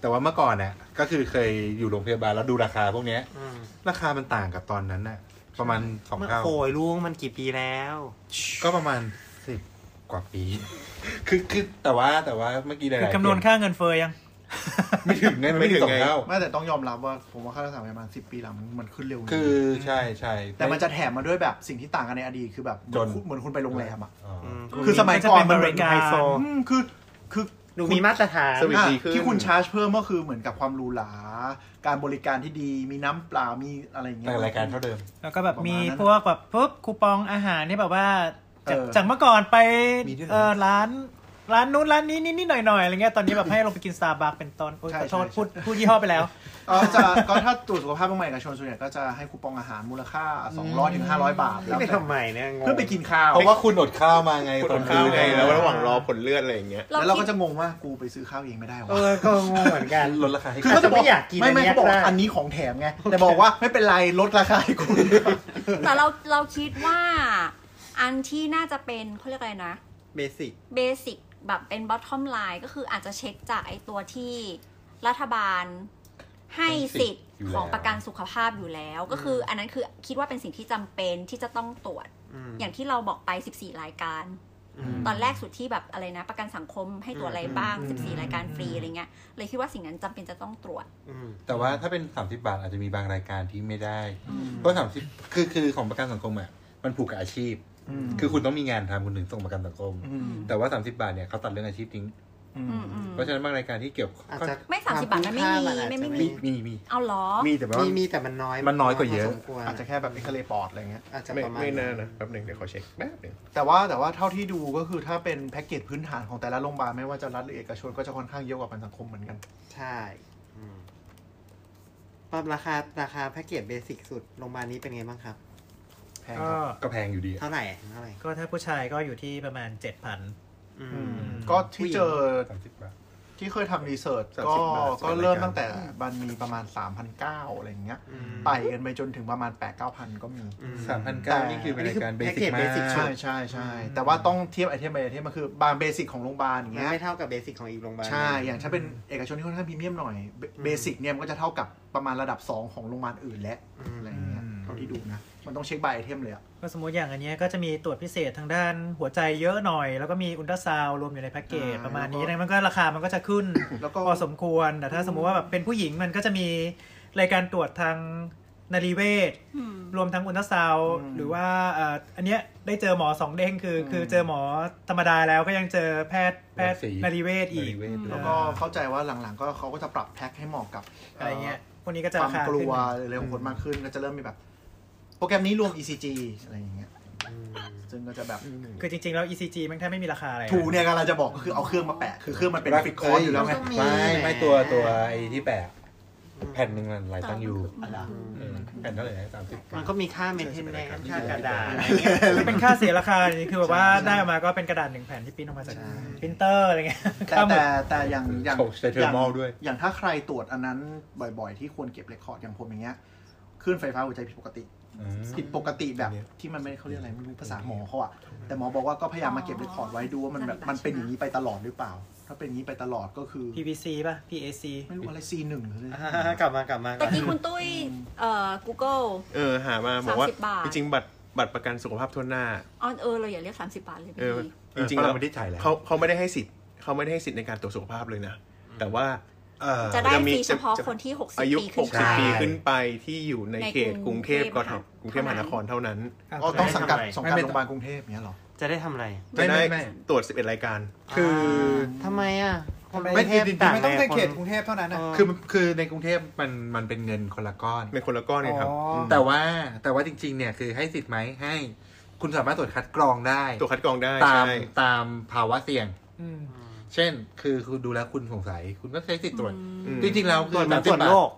Speaker 4: แต่ว่าเมื่อก่อนเนี่ยก็คือเคยอยู่โรงพยาบาลแล้วดูราคาพวกเนี้ย
Speaker 6: อืม
Speaker 4: ราคามันต่างกับตอนนั้นน่ะประมาณสอง
Speaker 6: มัน
Speaker 4: เท่า
Speaker 6: โอยลุงมันกี่ปีแล้ว
Speaker 4: ก็ประมาณสิบกว่าปี คือคือแต่ว่าแต่ว่าเมื่อกี้หลายๆ
Speaker 7: คือกำนวนค่าเงินเฟอ้อยัง
Speaker 4: ไม่ถึงไงไม่ถึงสองเท่า
Speaker 3: ไม่แต่ต้องยอมรับว่าผมว่าค่ารักษาพยาบาลสิบปีหลังมันมันขึ้นเร็วจริง
Speaker 4: คือใช่ใช่
Speaker 3: แต่มันจะแถมมาด้วยแบบสิ่งที่ต่างกันในอดีตคือแบบเหมือน
Speaker 4: จน
Speaker 3: เหมือนคุณไปโรงแรมอ่ะ
Speaker 4: อ๋ออ
Speaker 6: อืม
Speaker 3: คือสมัยก่อนมันเหมือน
Speaker 7: มันเป็นบริการ
Speaker 3: ไฮโซอืมคือคือ
Speaker 6: ดูมีมาตรฐาน
Speaker 5: สวิต
Speaker 3: อ่ะ
Speaker 5: ดีขึ้น
Speaker 3: ที่คุณชาร์จเพิ่มก็คือเหมือนกับความหรูหรา การบริการที่ดี มีน้ำเปล่า มีอะไรอย่างเงี้
Speaker 4: แต่
Speaker 3: ย
Speaker 4: รายการเท่าเดิม
Speaker 7: แล้วก็แบบ
Speaker 3: ประมาณ
Speaker 7: มี
Speaker 3: นั้นอะ
Speaker 7: พวกแบบปุ๊บคูปองอาหารที่แบบว่าจาก
Speaker 3: เออ
Speaker 7: จากเมื่อก่อนไป
Speaker 4: มีด้วยเหรอ
Speaker 7: เออร้าน ร้านนู้นร้านนี้นิดๆหน่อยๆอะไรเงี้ยตอนนี้แบบให้ลงไปกินซาบักเป็นตอนโอ้ยขอโทษพูดพูดยี่ห้อไปแล้ว
Speaker 3: เออจะก็ถ้าตรวจสุขภาพต้องใหม่กับชนส่วนใหญ่ก็จะให้คูปองอาหารมูลค่า 200ถึง500 บาทแล้ว
Speaker 6: ไม่
Speaker 3: แต่
Speaker 6: ทำไมเนี่ยงง
Speaker 3: เพื่อไปกินข้าว
Speaker 4: เพราะว่าคุณอดข้าวมาไง
Speaker 5: คุณ
Speaker 4: ต
Speaker 5: อ
Speaker 4: อน
Speaker 5: ด
Speaker 4: คื
Speaker 5: ข้าวน ไง
Speaker 4: เออ
Speaker 5: แล้วระหว่างรอผลเลือดอะไรอย่างเงี้ย
Speaker 3: แล้วเราก็จะงงว่ากูไปซื้อข้าวเองไม่ได้วะ
Speaker 6: เออ ก็งงเหมือนกัน
Speaker 4: ลดราคาให้
Speaker 6: คือเขาจะไม่อยากกิน
Speaker 3: ไม่ไม่
Speaker 6: อันเนี้ย
Speaker 3: เขาบอกว่า
Speaker 6: ได้
Speaker 3: อันนี้ของแถมไง แต่บอกว่าไม่เป็นไรลดราคาให้คุณ
Speaker 2: แต่เราเราคิดว่าอันที่น่าจะเป็นเขาเรียกอะไรนะ
Speaker 6: เบสิก
Speaker 2: เบสิกแบบเป็น bottom line ก็คืออาจจะเช็คจากไอตัวที่รัฐบาลให้สิทธิ์
Speaker 4: อยู่แล้ว
Speaker 2: ของประกันสุขภาพอยู่แล้ว ก็คืออันนั้นคือคิดว่าเป็นสิ่งที่จำเป็นที่จะต้องตรวจ
Speaker 6: อืม
Speaker 2: อย่างที่เราบอกไป 14 รายการ
Speaker 4: ม
Speaker 2: ตอนแรกสุดที่แบบอะไรนะ ประกันสังคมให้ตรวจอะไรบ้าง
Speaker 3: อืม
Speaker 2: 14 รายการฟรีอะไรเงี้ยเลยคิดว่าสิ่งนั้นจำเป็นจะต้องตรวจ
Speaker 4: แต่ว่าถ้าเป็น 30 บาทอาจจะมีบางรายการที่ไม่ได้ เพราะ 30 คือคือของประกันสังคมอ่ะมันผูกกับอาชีพ
Speaker 3: อืม
Speaker 4: คือคุณต้องมีงานทำคุณถึงส่งประกันสังคม
Speaker 3: อืม
Speaker 4: แต่ว่า 30 บาทเนี่ยเขาตัดเรื่องอาชีพทิ้ง
Speaker 3: อืม
Speaker 2: อืมอืม
Speaker 4: เพราะฉะนั้นบางรายการที่เกี่ยว
Speaker 6: อาจ
Speaker 4: ก็
Speaker 6: จะ
Speaker 2: ไม่30บาทมันไม่มี
Speaker 6: ควาคุ้ค่า
Speaker 2: ไม่ไม่
Speaker 6: อาจจะ
Speaker 4: มีมีมี
Speaker 2: เอาเหรอ
Speaker 4: มีแต่ว่า
Speaker 6: มีมีแต่มันน้อย
Speaker 4: มันน้อยกว่าเยอะ
Speaker 6: พสมควร
Speaker 3: อาจจะแค่แบบเอ็กซเรย์ปอดอะไรเงี้ย
Speaker 6: อาจจะ
Speaker 5: ไม่
Speaker 6: ประมาณ
Speaker 5: ไม่น่านะแป๊บหนึ่งเดี๋ยวขอเช็คแป๊บหนึ่ง
Speaker 3: แต่ว่าแต่ว่าเท่าที่ดูก็คือถ้าเป็นแพ็กเกจพื้นฐานของแต่ละโรงพยาบาลไม่ว่าจะรัฐหรือเอกชนก็จะค่อนข้างเยอะกว่าประกันสังคมเหมือนกัน
Speaker 6: ใช่อืมปรับราคาราคาแพ็กเกจเบสิกสุดโรงพยาบาลนี้เป็นไงบ้างครับ
Speaker 3: แพงคร
Speaker 7: ก็
Speaker 3: ับ
Speaker 4: ก็แพงอยู่ดีอะ
Speaker 6: เท่าไหร่เท่าไหร่
Speaker 7: ก็ถ้าผู้ชายก็อยู่ที่ประมาณเจ็ดพัน
Speaker 6: อื
Speaker 3: อื
Speaker 6: ม
Speaker 3: มก็ที่เจอ
Speaker 4: 30 บาท
Speaker 3: ที่เคยทำรีเสิร์ชก็ก็เริ่มตั้งแต่มันมีประมาณ 3,900อะไรเงี้ย
Speaker 6: อืม
Speaker 3: ไปกันไปจนถึงประมาณ 8-9,000 ก็มี
Speaker 6: อืม
Speaker 4: สามพันเก้านี่คือเป็นรายการเบสิกมา
Speaker 6: นี่คือแพ็กเกจ basic
Speaker 4: ก
Speaker 6: ใช่
Speaker 3: ใช่ใช่ใช่แต่ว่าต้องเทียบไอเทมไปไอเทมมันคือบางเบสิกของโรงพยาบาลอย่าง
Speaker 6: มัน
Speaker 3: เงี้ย
Speaker 6: ไม่เท่ากับเบสิกของอีกโรงพยาบาล
Speaker 3: ใช่ อย่างถ้าเป็นเอกชนที่ค่อนข้างพรีเมียมหน่อย เบสิกเนี่ยมันก็จะเท่ากับประมาณระดับ 2 ของโรงพยาบาลอื่นแล้วอะไรอย่างเงี้ย
Speaker 7: อืม
Speaker 3: เท่าที่ดูนะ มันต้องเช็คใบไอเทมเลยอะ
Speaker 7: ก็สมมติอย่างอันเนี้ยก็จะมีตรวจพิเศษทางด้านหัวใจเยอะหน่อย แล้วก็มีอุลตราซาวด์รวมอยู่ในแพ็กเกจประมาณนี้ดังนั้นมันก็ราคามันก็จะขึ้น
Speaker 3: แล้วก็
Speaker 7: พอสมควร แต่ถ้าสมมุติว่าแบบเป็นผู้หญิงมันก็จะมีรายการตรวจทางนารีเวช
Speaker 2: อืม
Speaker 7: รวมทั้งอุลตราซาวด์หรือว่าเอ่ออันเนี้ยได้เจอหมอสองเด้งคือ คือเจอหมอธรรมดาแล้วก็ยังเจอแพทย์แพทย์
Speaker 4: รังสี
Speaker 7: นารีเวช
Speaker 4: บ
Speaker 7: อีก
Speaker 4: ริเวณ
Speaker 3: แล้วก็เข้าใจว่าหลังๆ ก็เขาก็จะปรับแพ็คให้เหมาะกับ
Speaker 7: อะไรเงี้ยพวกนี้ก็จะราว
Speaker 3: คาม
Speaker 7: คาก
Speaker 3: ลั
Speaker 7: ขึ้น
Speaker 3: วอะไรของคนมากขึ้นก็จะเริ่มมีแบบ โปรแกรมนี้รวม ECG อะไรอย่างเงี้ยซึ่งก็จะแบบ
Speaker 7: คือจริงๆ แล้ว ECG มันแทบไม่มีราคาอะไร
Speaker 3: ถูเนี่ยกำลังจะบอกก็คือเอาเครื่องมาแปะ คือเครื่องมันเป็นฟิกคอร์อยู่แล้วไง
Speaker 4: ไม่ไม่ตัวตัวไอ้ที่แปะแผ่นหนึ่งมันหลายตังค์อยู่เออแผ่นเท่าไหร่สามสิบ
Speaker 6: มันก็มีค่าเมนเทนแนนค่ากระดาษอะไรเงี้ย
Speaker 7: คือเป็นค่าเสียราคานี่คือแบบว่าได้ออกมาก็เป็นกระดาษหนึ่งแผ่นที่ปริ้นออกมาจาก
Speaker 3: ใช่
Speaker 7: ปรินเตอร์อะไรเงี้ย
Speaker 3: แต่
Speaker 7: ค่าหมด
Speaker 3: แต่แต่อย่างอย่าง
Speaker 4: เขาใช้เทอร์มอลด้วย
Speaker 3: อย่างถ้าใครตรวจอันนั้นบ่อยๆ ที่ควรเก็บเรคคอร์ดอย่างผมอย่างเงี้ยคลื่นไฟฟ้าหัวใจผิดปกติ ผิดปกติแบบที่มันไม่เขาเรียกอะไรไม่รู้ภาษาหมอเขาอะแต่หมอบอกว่าก็พยายามมาเก็บเรคคอร์ดไว้ดูว่ามันแบบ
Speaker 2: อ๋อ
Speaker 3: มันเป็นอย่างนี้ไปตลอดหรือเปล่า ถ้าเป็นอย่างนี้ไปตลอดก็คือ
Speaker 7: PVC ป่ะ PAC
Speaker 3: ไม่รู้อะไร C หนึ่งเลย
Speaker 6: กลับมากลับมา
Speaker 2: ตะกี้คุณตุ้ยเอ่อ Google
Speaker 5: เออหามาบอกว่า
Speaker 2: สามสิบบาท
Speaker 5: จริงๆบัตรบัตรประกันสุขภาพทั่วหน้า
Speaker 2: ออนเออเราอย่าเรียก 30 บาทเลย
Speaker 5: เออ
Speaker 2: ดี
Speaker 5: จริง
Speaker 4: เออเพราะ
Speaker 5: ๆแล้ว
Speaker 4: เราไม่ได้จ่ายแล้ว
Speaker 5: เขาเขาไม่ได้ให้สิทธิ์เขาไม่ได้ให้สิทธิ์ในการตรวจสุขภาพเลยนะ แต่ว่า
Speaker 4: เออ
Speaker 2: จะได้
Speaker 5: จะมี
Speaker 2: ฟรีเฉพาะ
Speaker 5: จะ
Speaker 2: คนที่ 60
Speaker 5: อายุ
Speaker 2: ปีขึ้นไป
Speaker 5: 60 ปี
Speaker 4: ใช่
Speaker 5: ขึ้นไปที่อยู่ในเขต
Speaker 2: ในก
Speaker 5: ก
Speaker 2: รุ
Speaker 5: รุ
Speaker 2: ง
Speaker 5: งเทพกท
Speaker 2: เทพ
Speaker 5: มกรุงเทพมหานครเท่านั้น
Speaker 3: ก็ต้องสังกัด
Speaker 6: จะ
Speaker 3: สังกั
Speaker 6: ได้ทำะไร
Speaker 3: ดโรงพยาบาลกรุงเทพเนี้ยเหรอ
Speaker 6: จะได้ทำอะไร
Speaker 5: จะได้
Speaker 4: ไม่ไม่
Speaker 5: ตรวจ 11 รายการ
Speaker 4: คือ
Speaker 6: อ่าทำไมอ่ะคน
Speaker 4: ไม่
Speaker 6: กรุงเทพ
Speaker 4: จริงๆ
Speaker 6: ต่าง
Speaker 1: ไม่ต้อง
Speaker 6: แด
Speaker 1: เป็น
Speaker 6: ค
Speaker 1: เขตกรุงเทพเท่านั้นนะ
Speaker 4: คือคือในกรุงเทพมันมันเป็นเงินคนละก้อน
Speaker 5: เป็นคนละก้อนเนี่ยครับ
Speaker 1: อ๋ออื
Speaker 5: ม
Speaker 4: แต่ว่าแต่ว่าจริง ๆ เนี่ยคือให้สิทธิ์ไหมให้ คุณสามารถตรวจคัดกรองได้
Speaker 5: ตัวจคัดกรองได้
Speaker 4: ตาม
Speaker 5: ใช่
Speaker 4: ตามภาวะเสี่ยง
Speaker 7: อืม
Speaker 4: เช่น คือคุณดูแล้วคุณสงสัย คุณก็ใช้สิทธิ์ตรวจ
Speaker 5: อืม
Speaker 4: จริง ๆ แล้ว
Speaker 6: ต
Speaker 4: คื
Speaker 6: รวจ
Speaker 4: อ
Speaker 6: แบ
Speaker 4: สา
Speaker 6: บ
Speaker 4: ม
Speaker 6: ต
Speaker 4: สิบ
Speaker 6: รวจ
Speaker 4: บา
Speaker 6: โร
Speaker 4: ท
Speaker 6: ค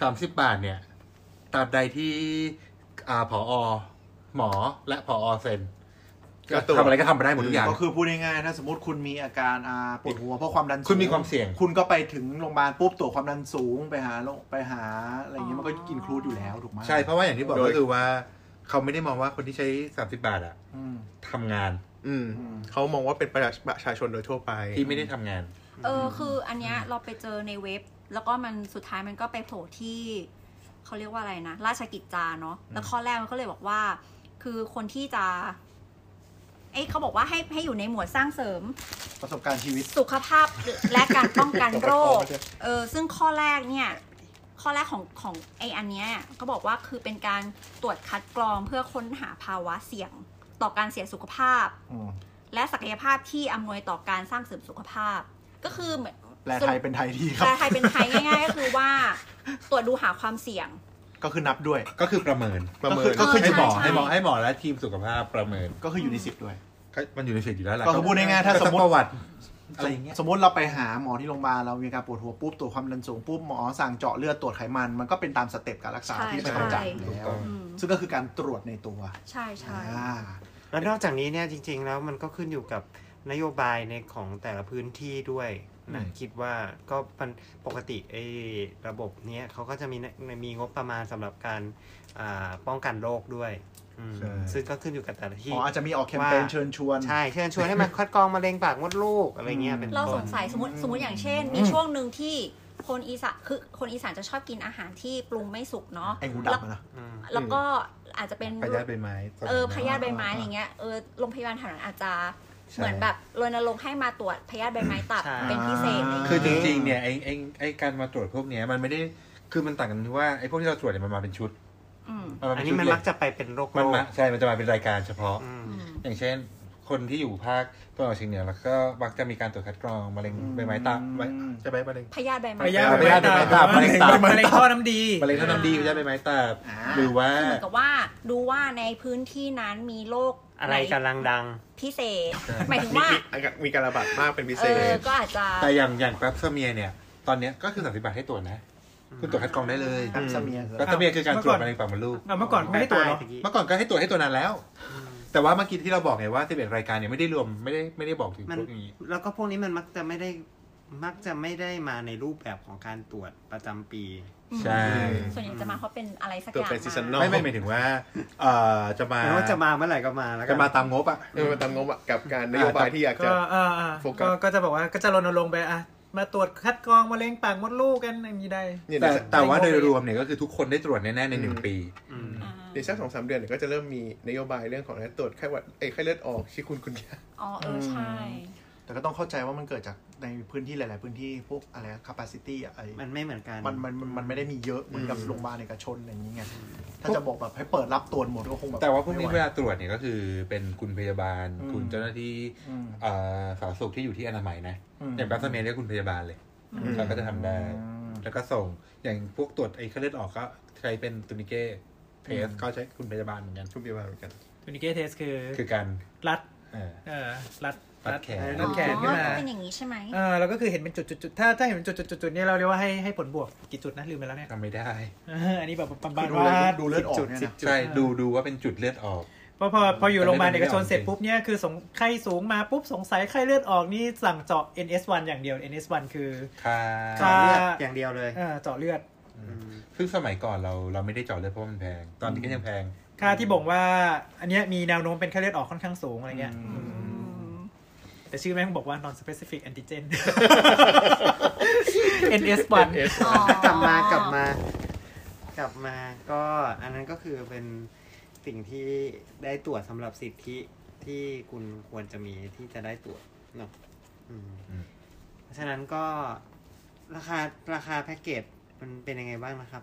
Speaker 4: สามสิบบาทเนี่ย ตามใดที่อ่าผอ หมอและผอ เซ็น
Speaker 5: ก็ตรวจ
Speaker 4: ทำอะไรก็ทำไปได้หมดทุกอย่าง
Speaker 3: ก็คือพูดง่ายๆถ้าสมมติคุณมีอาการอ่าปวดหัวเพราะความดันสูง
Speaker 4: คุณมีความเสี่ยง
Speaker 3: คุณก็ไปถึงโรงพยาบาลปุ๊บตรวจความดันสูงไปหาโรคไปหาอะไรเงี้ยมันก็
Speaker 2: อ๋ออิ
Speaker 3: กินครูดอยู่แล้วถูกไหม
Speaker 4: ใช่ เพราะว่าอย่างที่บอก
Speaker 5: โดย
Speaker 4: ก็คือว่า เขาไม่ได้มองว่าคนที่ใช้สามสิบบาทอะ
Speaker 3: อืม
Speaker 4: ทำงาน
Speaker 5: อืม
Speaker 3: อืม
Speaker 5: เขามองว่าเป็นประชาประชาชนโดยทั่วไป
Speaker 4: ที่ไม่ได้ทำงาน
Speaker 2: เออคืออันเนี้ยเราไปเจอในเว็บ แล้วก็มันสุดท้ายมันก็ไปโผล่ที่เขาเรียกว่าอะไรนะ ราชกิจจาเนาะแล้วข้อแรกมันก็เลยบอกว่า คือคนที่จะ เอ้ยเขาบอกว่าให้ให้อยู่ในหมวดสร้างเสริม
Speaker 3: ประสบการณ์ชีวิต
Speaker 2: สุขภาพและการป้องกันโร ค เออซึ่งข้อแรกเนี่ย ข้อแรกของของไออันเนี้ยก็บอกว่าคือเป็นการตรวจคัดกรองเพื่อค้นหาภาวะเสี่ยง ต่อการเสียสุขภาพ
Speaker 3: อืม
Speaker 2: และศักยภาพที่อำนวยต่อการสร้างเสริมสุขภาพ ก็คือเหมือน
Speaker 3: แปลไทยเป็นไทยดีค
Speaker 2: แป
Speaker 3: รับ
Speaker 2: ลไทยเป็นไทยง่ายๆ ก็คือว่า ตรวจดูหาความเสี่ยง
Speaker 3: ก็คือนับด้วย
Speaker 4: ก็คือประเมิน
Speaker 5: ประเมิน
Speaker 3: ก็คือ
Speaker 4: ให้
Speaker 3: จะ
Speaker 4: หมอ
Speaker 2: ใช่
Speaker 4: ให้หมอให้หมอและทีมสุขภาพประเมิน
Speaker 3: ก็คืออยู่ในสิบด้วย
Speaker 4: ก็มันอยู่ในสิทธิ์อยู่แล้วแหละ
Speaker 3: ก็คือพูดง่ายๆถ้าสมมุติ
Speaker 4: ก็ประวัติอะไรอย่างเงี้ย
Speaker 3: สมมติเราไปหาหมอที่โรงพยาบาลเรามีอาการปวดหัวปุ๊บตรวจความดันสูงปุ๊บหมอสั่งเจาะเลือดตรวจไขมัน มันก็เป็นตามสเต็ปการรักษา
Speaker 2: ใช่
Speaker 3: ที่ไม่ต้องจ่ายอยู่
Speaker 4: ถูก
Speaker 3: แล้ว
Speaker 4: ต้อง
Speaker 2: อืม
Speaker 3: ซึ่งก็คือการตรวจในตัว
Speaker 2: ใช่ใช่
Speaker 3: อ่า
Speaker 6: แล้วนอกจากนี้เนี่ยจริง ๆ แล้วมันก็ขึ้นอยู่กับนโยบายในของแต่ละพื้นที่ด้วย นะคิดว่าก็มันปกติไอ้ระบบเนี้ยเขาก็จะมีนะมีงบประมาณสำหรับการอ่าป้องกันโรคด้วยอืม
Speaker 4: ใช่
Speaker 6: ซึ่งก็ขึ้นอยู่กับแต่ละที่
Speaker 3: อ๋ออาจจะมีออกแคมเปญ
Speaker 6: ว่า
Speaker 3: เชิญชวน
Speaker 6: ใช่เชิญชวนให้มาคัดกรองมะเร็งปากมดลูกอะไรเงี้ยเป็น
Speaker 2: เราส
Speaker 6: ต้น
Speaker 2: งสัยสมมติสมมติอย่างเช่น มีช่วงหนึ่งที่คนอีสานคือคนอีสานจะชอบกินอาหารที่ปรุงไม่สุกเนาะ
Speaker 3: ไอ้หูดับอะนะ
Speaker 6: อืม
Speaker 2: แล้วก็อาจจะเป็น
Speaker 4: พยาธิใบไม้ตนนั้น
Speaker 2: เออพยาธิใบไม้
Speaker 3: อ่า
Speaker 2: อะไรเงี้ยเออโรงพยาบาลแถวนั้นอาจจะ
Speaker 4: ใช่
Speaker 2: เหมือนแบบรณรงค์ให้มาตรวจพยาธิใบไม้ตับ
Speaker 6: ใช่
Speaker 2: เป็นพิเศษอะไรเงี้ย
Speaker 4: คือจริงๆเนี่ยไอ้ไอ้ไอ้การมาตรวจพวกเนี้ยมันไม่ได้คือมันต่างกันที่ว่าไอ้พวกที่เราตรวจเนี่ยมันมาเป็นชุด
Speaker 2: อืม
Speaker 4: มาเป็
Speaker 6: อัน
Speaker 4: น
Speaker 6: นี้
Speaker 4: ชุด
Speaker 6: มัน
Speaker 4: เลย
Speaker 6: มักจะไปเป็นโรค
Speaker 4: มัน
Speaker 6: โรค
Speaker 4: มาใช่มันจะมาเป็นรายการเฉพาะ
Speaker 6: อืม
Speaker 2: อืม
Speaker 4: อย่างเช่น คนที่อยู่ภาคตะวันออกเฉียงเหนือแล้วก็มักจะมีการตรวจคัดกรองมะเร็งใบไม้ตับไว้ใช่ไหมมะเร็ง
Speaker 2: พยาธิใบไม้
Speaker 7: พยาธิ
Speaker 4: พยาธิ
Speaker 7: ใบ
Speaker 4: ใบไม้
Speaker 7: ไม้
Speaker 4: ตั
Speaker 7: ตับบ มะเร็ง
Speaker 4: มะเร็งตับ
Speaker 7: มะเร็งท่อน้ำดี
Speaker 4: มะเร็งเท่าน้ำดีพยาธิใบไม้ตับ
Speaker 3: อ่า
Speaker 4: หรือว่า
Speaker 2: คือเหมือนกับว่าดูว่าในพื้นที่นั้นมีโรค
Speaker 6: อะไรกำลังดัง
Speaker 2: พิเศษหมายถึงว่า
Speaker 5: มีมีการระบาดมากเป็นพิ
Speaker 2: เอ
Speaker 5: เศ
Speaker 2: อ
Speaker 5: ษ
Speaker 2: ก็อาจจะ
Speaker 4: แต่อย่างอย่างแป๊บเซเมียเนี่ย ตอนเนี้ยก็คือสามสิบบาทให้ตรวจนะ คุณตรวจคัดกรองได้เลย
Speaker 3: แอปเสมีย
Speaker 4: แป๊บเซเมียคือการตรวจมะเร็งปากมดลูก
Speaker 7: อ่ะเมื่อก่อนไม่ได้ตรวจเนาะ
Speaker 4: เมื่อก่อนก็ให้ตรวจให้ตัวนานแล้ว แต่ว่าเมื่อกี้ที่เราบอกไงว่าสิบเอ็ดรายการเนี่ยไม่ได้รวมไม่ได้ไม่ได้บอกถึง
Speaker 6: มัน
Speaker 4: พวกนี้
Speaker 6: แล้วก็พวกนี้มันมักจะไม่ได้มักจะไม่ได้มาในรูปแบบของการตรวจประจำปี
Speaker 4: ใช่
Speaker 2: ส่วนใหญ่จะมาเพราะเป็นอะไรสักอ
Speaker 5: ตัว
Speaker 2: ย่าง
Speaker 5: เป็น seasonal
Speaker 2: มา
Speaker 4: ไม่ไม่หมายถึงว่า เอ่อจะมา
Speaker 6: แล้วาจะมาเมื่อไหร่ก็มาแล้วกั
Speaker 4: จะ
Speaker 6: น
Speaker 4: มาตามงบอ่ะ
Speaker 5: เออตามงบอะกับการนโยบายที่อยาก
Speaker 7: ก็
Speaker 5: จะ
Speaker 7: เออเออ
Speaker 5: โฟกั
Speaker 7: ก็
Speaker 5: ส
Speaker 7: ก็จะบอกว่าก็จะรณรงค์ไปอ่ะมาตรวจคัดกรองมะเร็งปากมดลูกกันอย่างนี้ได้
Speaker 5: เนี่ย
Speaker 4: แต่
Speaker 5: เดี๋ยวสัก
Speaker 4: แต่ว่าโดยรวมเนี่ยก็คือทุกคนได้ตรวจแน่ๆในหนึ่งปี
Speaker 6: อืม
Speaker 5: เดี๋ยวสักสองสามเดือนเนี่ยก็จะเริ่มมีนโยบายเรื่องของการตรวจไข้หวัดไอ้ยไข้เลือดออกชิคุณคุณยา
Speaker 2: อ๋อเออใช่
Speaker 3: แต่ก็ต้องเข้าใจว่ามันเกิดจากในพื้นที่หลาย ๆ พื้นที่พวกอะไร capacity อะไอ้
Speaker 6: มันไม่เหมือนกัน
Speaker 3: มันมันมันมันไม่ได้มีเยอะเหมือนกับโรงพยาบาลเอกชนอย่างนี้ไงถ้าจะบอกแบบให้เปิดรับตรวจหมดก็คงแบบ
Speaker 4: แต่ว่าพวกนี้
Speaker 3: ไม่
Speaker 4: เว
Speaker 3: ไห
Speaker 4: ลาตรวจเนี่ยก็คือเป็นคุณพยาบาล
Speaker 3: อืม
Speaker 4: คุณเจ้าหน้าที่
Speaker 3: อืม
Speaker 4: เอ่อสาธารณสุขที่อยู่ที่อนามัยนะ
Speaker 3: อืม
Speaker 4: อย่างแป๊บเซเมียเรียกคุณพยาบาลเลย
Speaker 5: อืม
Speaker 4: เขาก็จะทำได้ แล้วก็ส่งอย่างพวกตรวจไอ้ไข้เลือดออกก็ใครเป็นตุนิเก้เทสก็ใช้คุณพยาบาลเหมือนกัน
Speaker 5: คุณพยาบาลเหมือนกัน
Speaker 7: ทูนิเกเทสคือ
Speaker 4: คือการ
Speaker 7: รัด
Speaker 4: เอ่อ
Speaker 7: เออรัด
Speaker 4: รัดแขน
Speaker 7: รัดแขนขึ้นมา
Speaker 2: อ๋อเป็นอย่างนี้ใช่ไหม
Speaker 7: เออแล้วก็คือเห็นเป็นจุดๆถ้าถ้าเห็นเป็นจุดๆๆเนี่ยเราเรียกว่าให้ให้ผลบวกกี่จุดนะลืมไปแล้วเนี่ย
Speaker 4: ทำไม่ได้
Speaker 7: เอออันนี้แบบประมาณ
Speaker 3: คือดู
Speaker 7: ว่า
Speaker 3: เลือดดูเลือดออก
Speaker 7: จุด
Speaker 3: เนี่ยนะ
Speaker 7: สิบจุด
Speaker 4: ใช่ดูดูว่าเป็นจุดเลือดออก
Speaker 7: เพราะพอพออยู่
Speaker 4: แต่ไม่
Speaker 7: โรงพยาบาล
Speaker 4: ได้
Speaker 7: เอกชน
Speaker 4: ไม่ได้ออก
Speaker 7: เสร็จปุ๊บเนี่ยคือสงไข้สูงมาปุ๊บสงสัยไข้เลือดออกนี่สั่งเจาะ NS1 อย่างเดียว NS1 คือ
Speaker 4: ค่ะ
Speaker 7: ค่ะ
Speaker 6: เลือดอย่างเดียวเลย
Speaker 7: เออเจาะเลือด
Speaker 4: ซึ่งสมัยก่อนเราเราไม่ได้เจาะเลือดเพราะมันแพง ตอนนี้ก็ยังแพง
Speaker 7: ค่าที่บ่งว่า อันเนี้ยมีแนวโน้มเป็นไข้เลือดออกค่อนข้างสูงอะไรเงี้ย แต่ชื่อแม่งบอกว่า non specific antigen NS1
Speaker 2: อ๋อก
Speaker 6: ลับมากลับมา กลับมาก็อันนั้นก็คือเป็นสิ่งที่ได้ตรวจสำหรับสิทธิที่คุณควรจะมีที่จะได้ตรวจเนาะอืม
Speaker 4: อืม
Speaker 6: เพราะฉะนั้นก็ราคาราคาแพ็กเกจมันเป็นยังไงบ้างนะครับ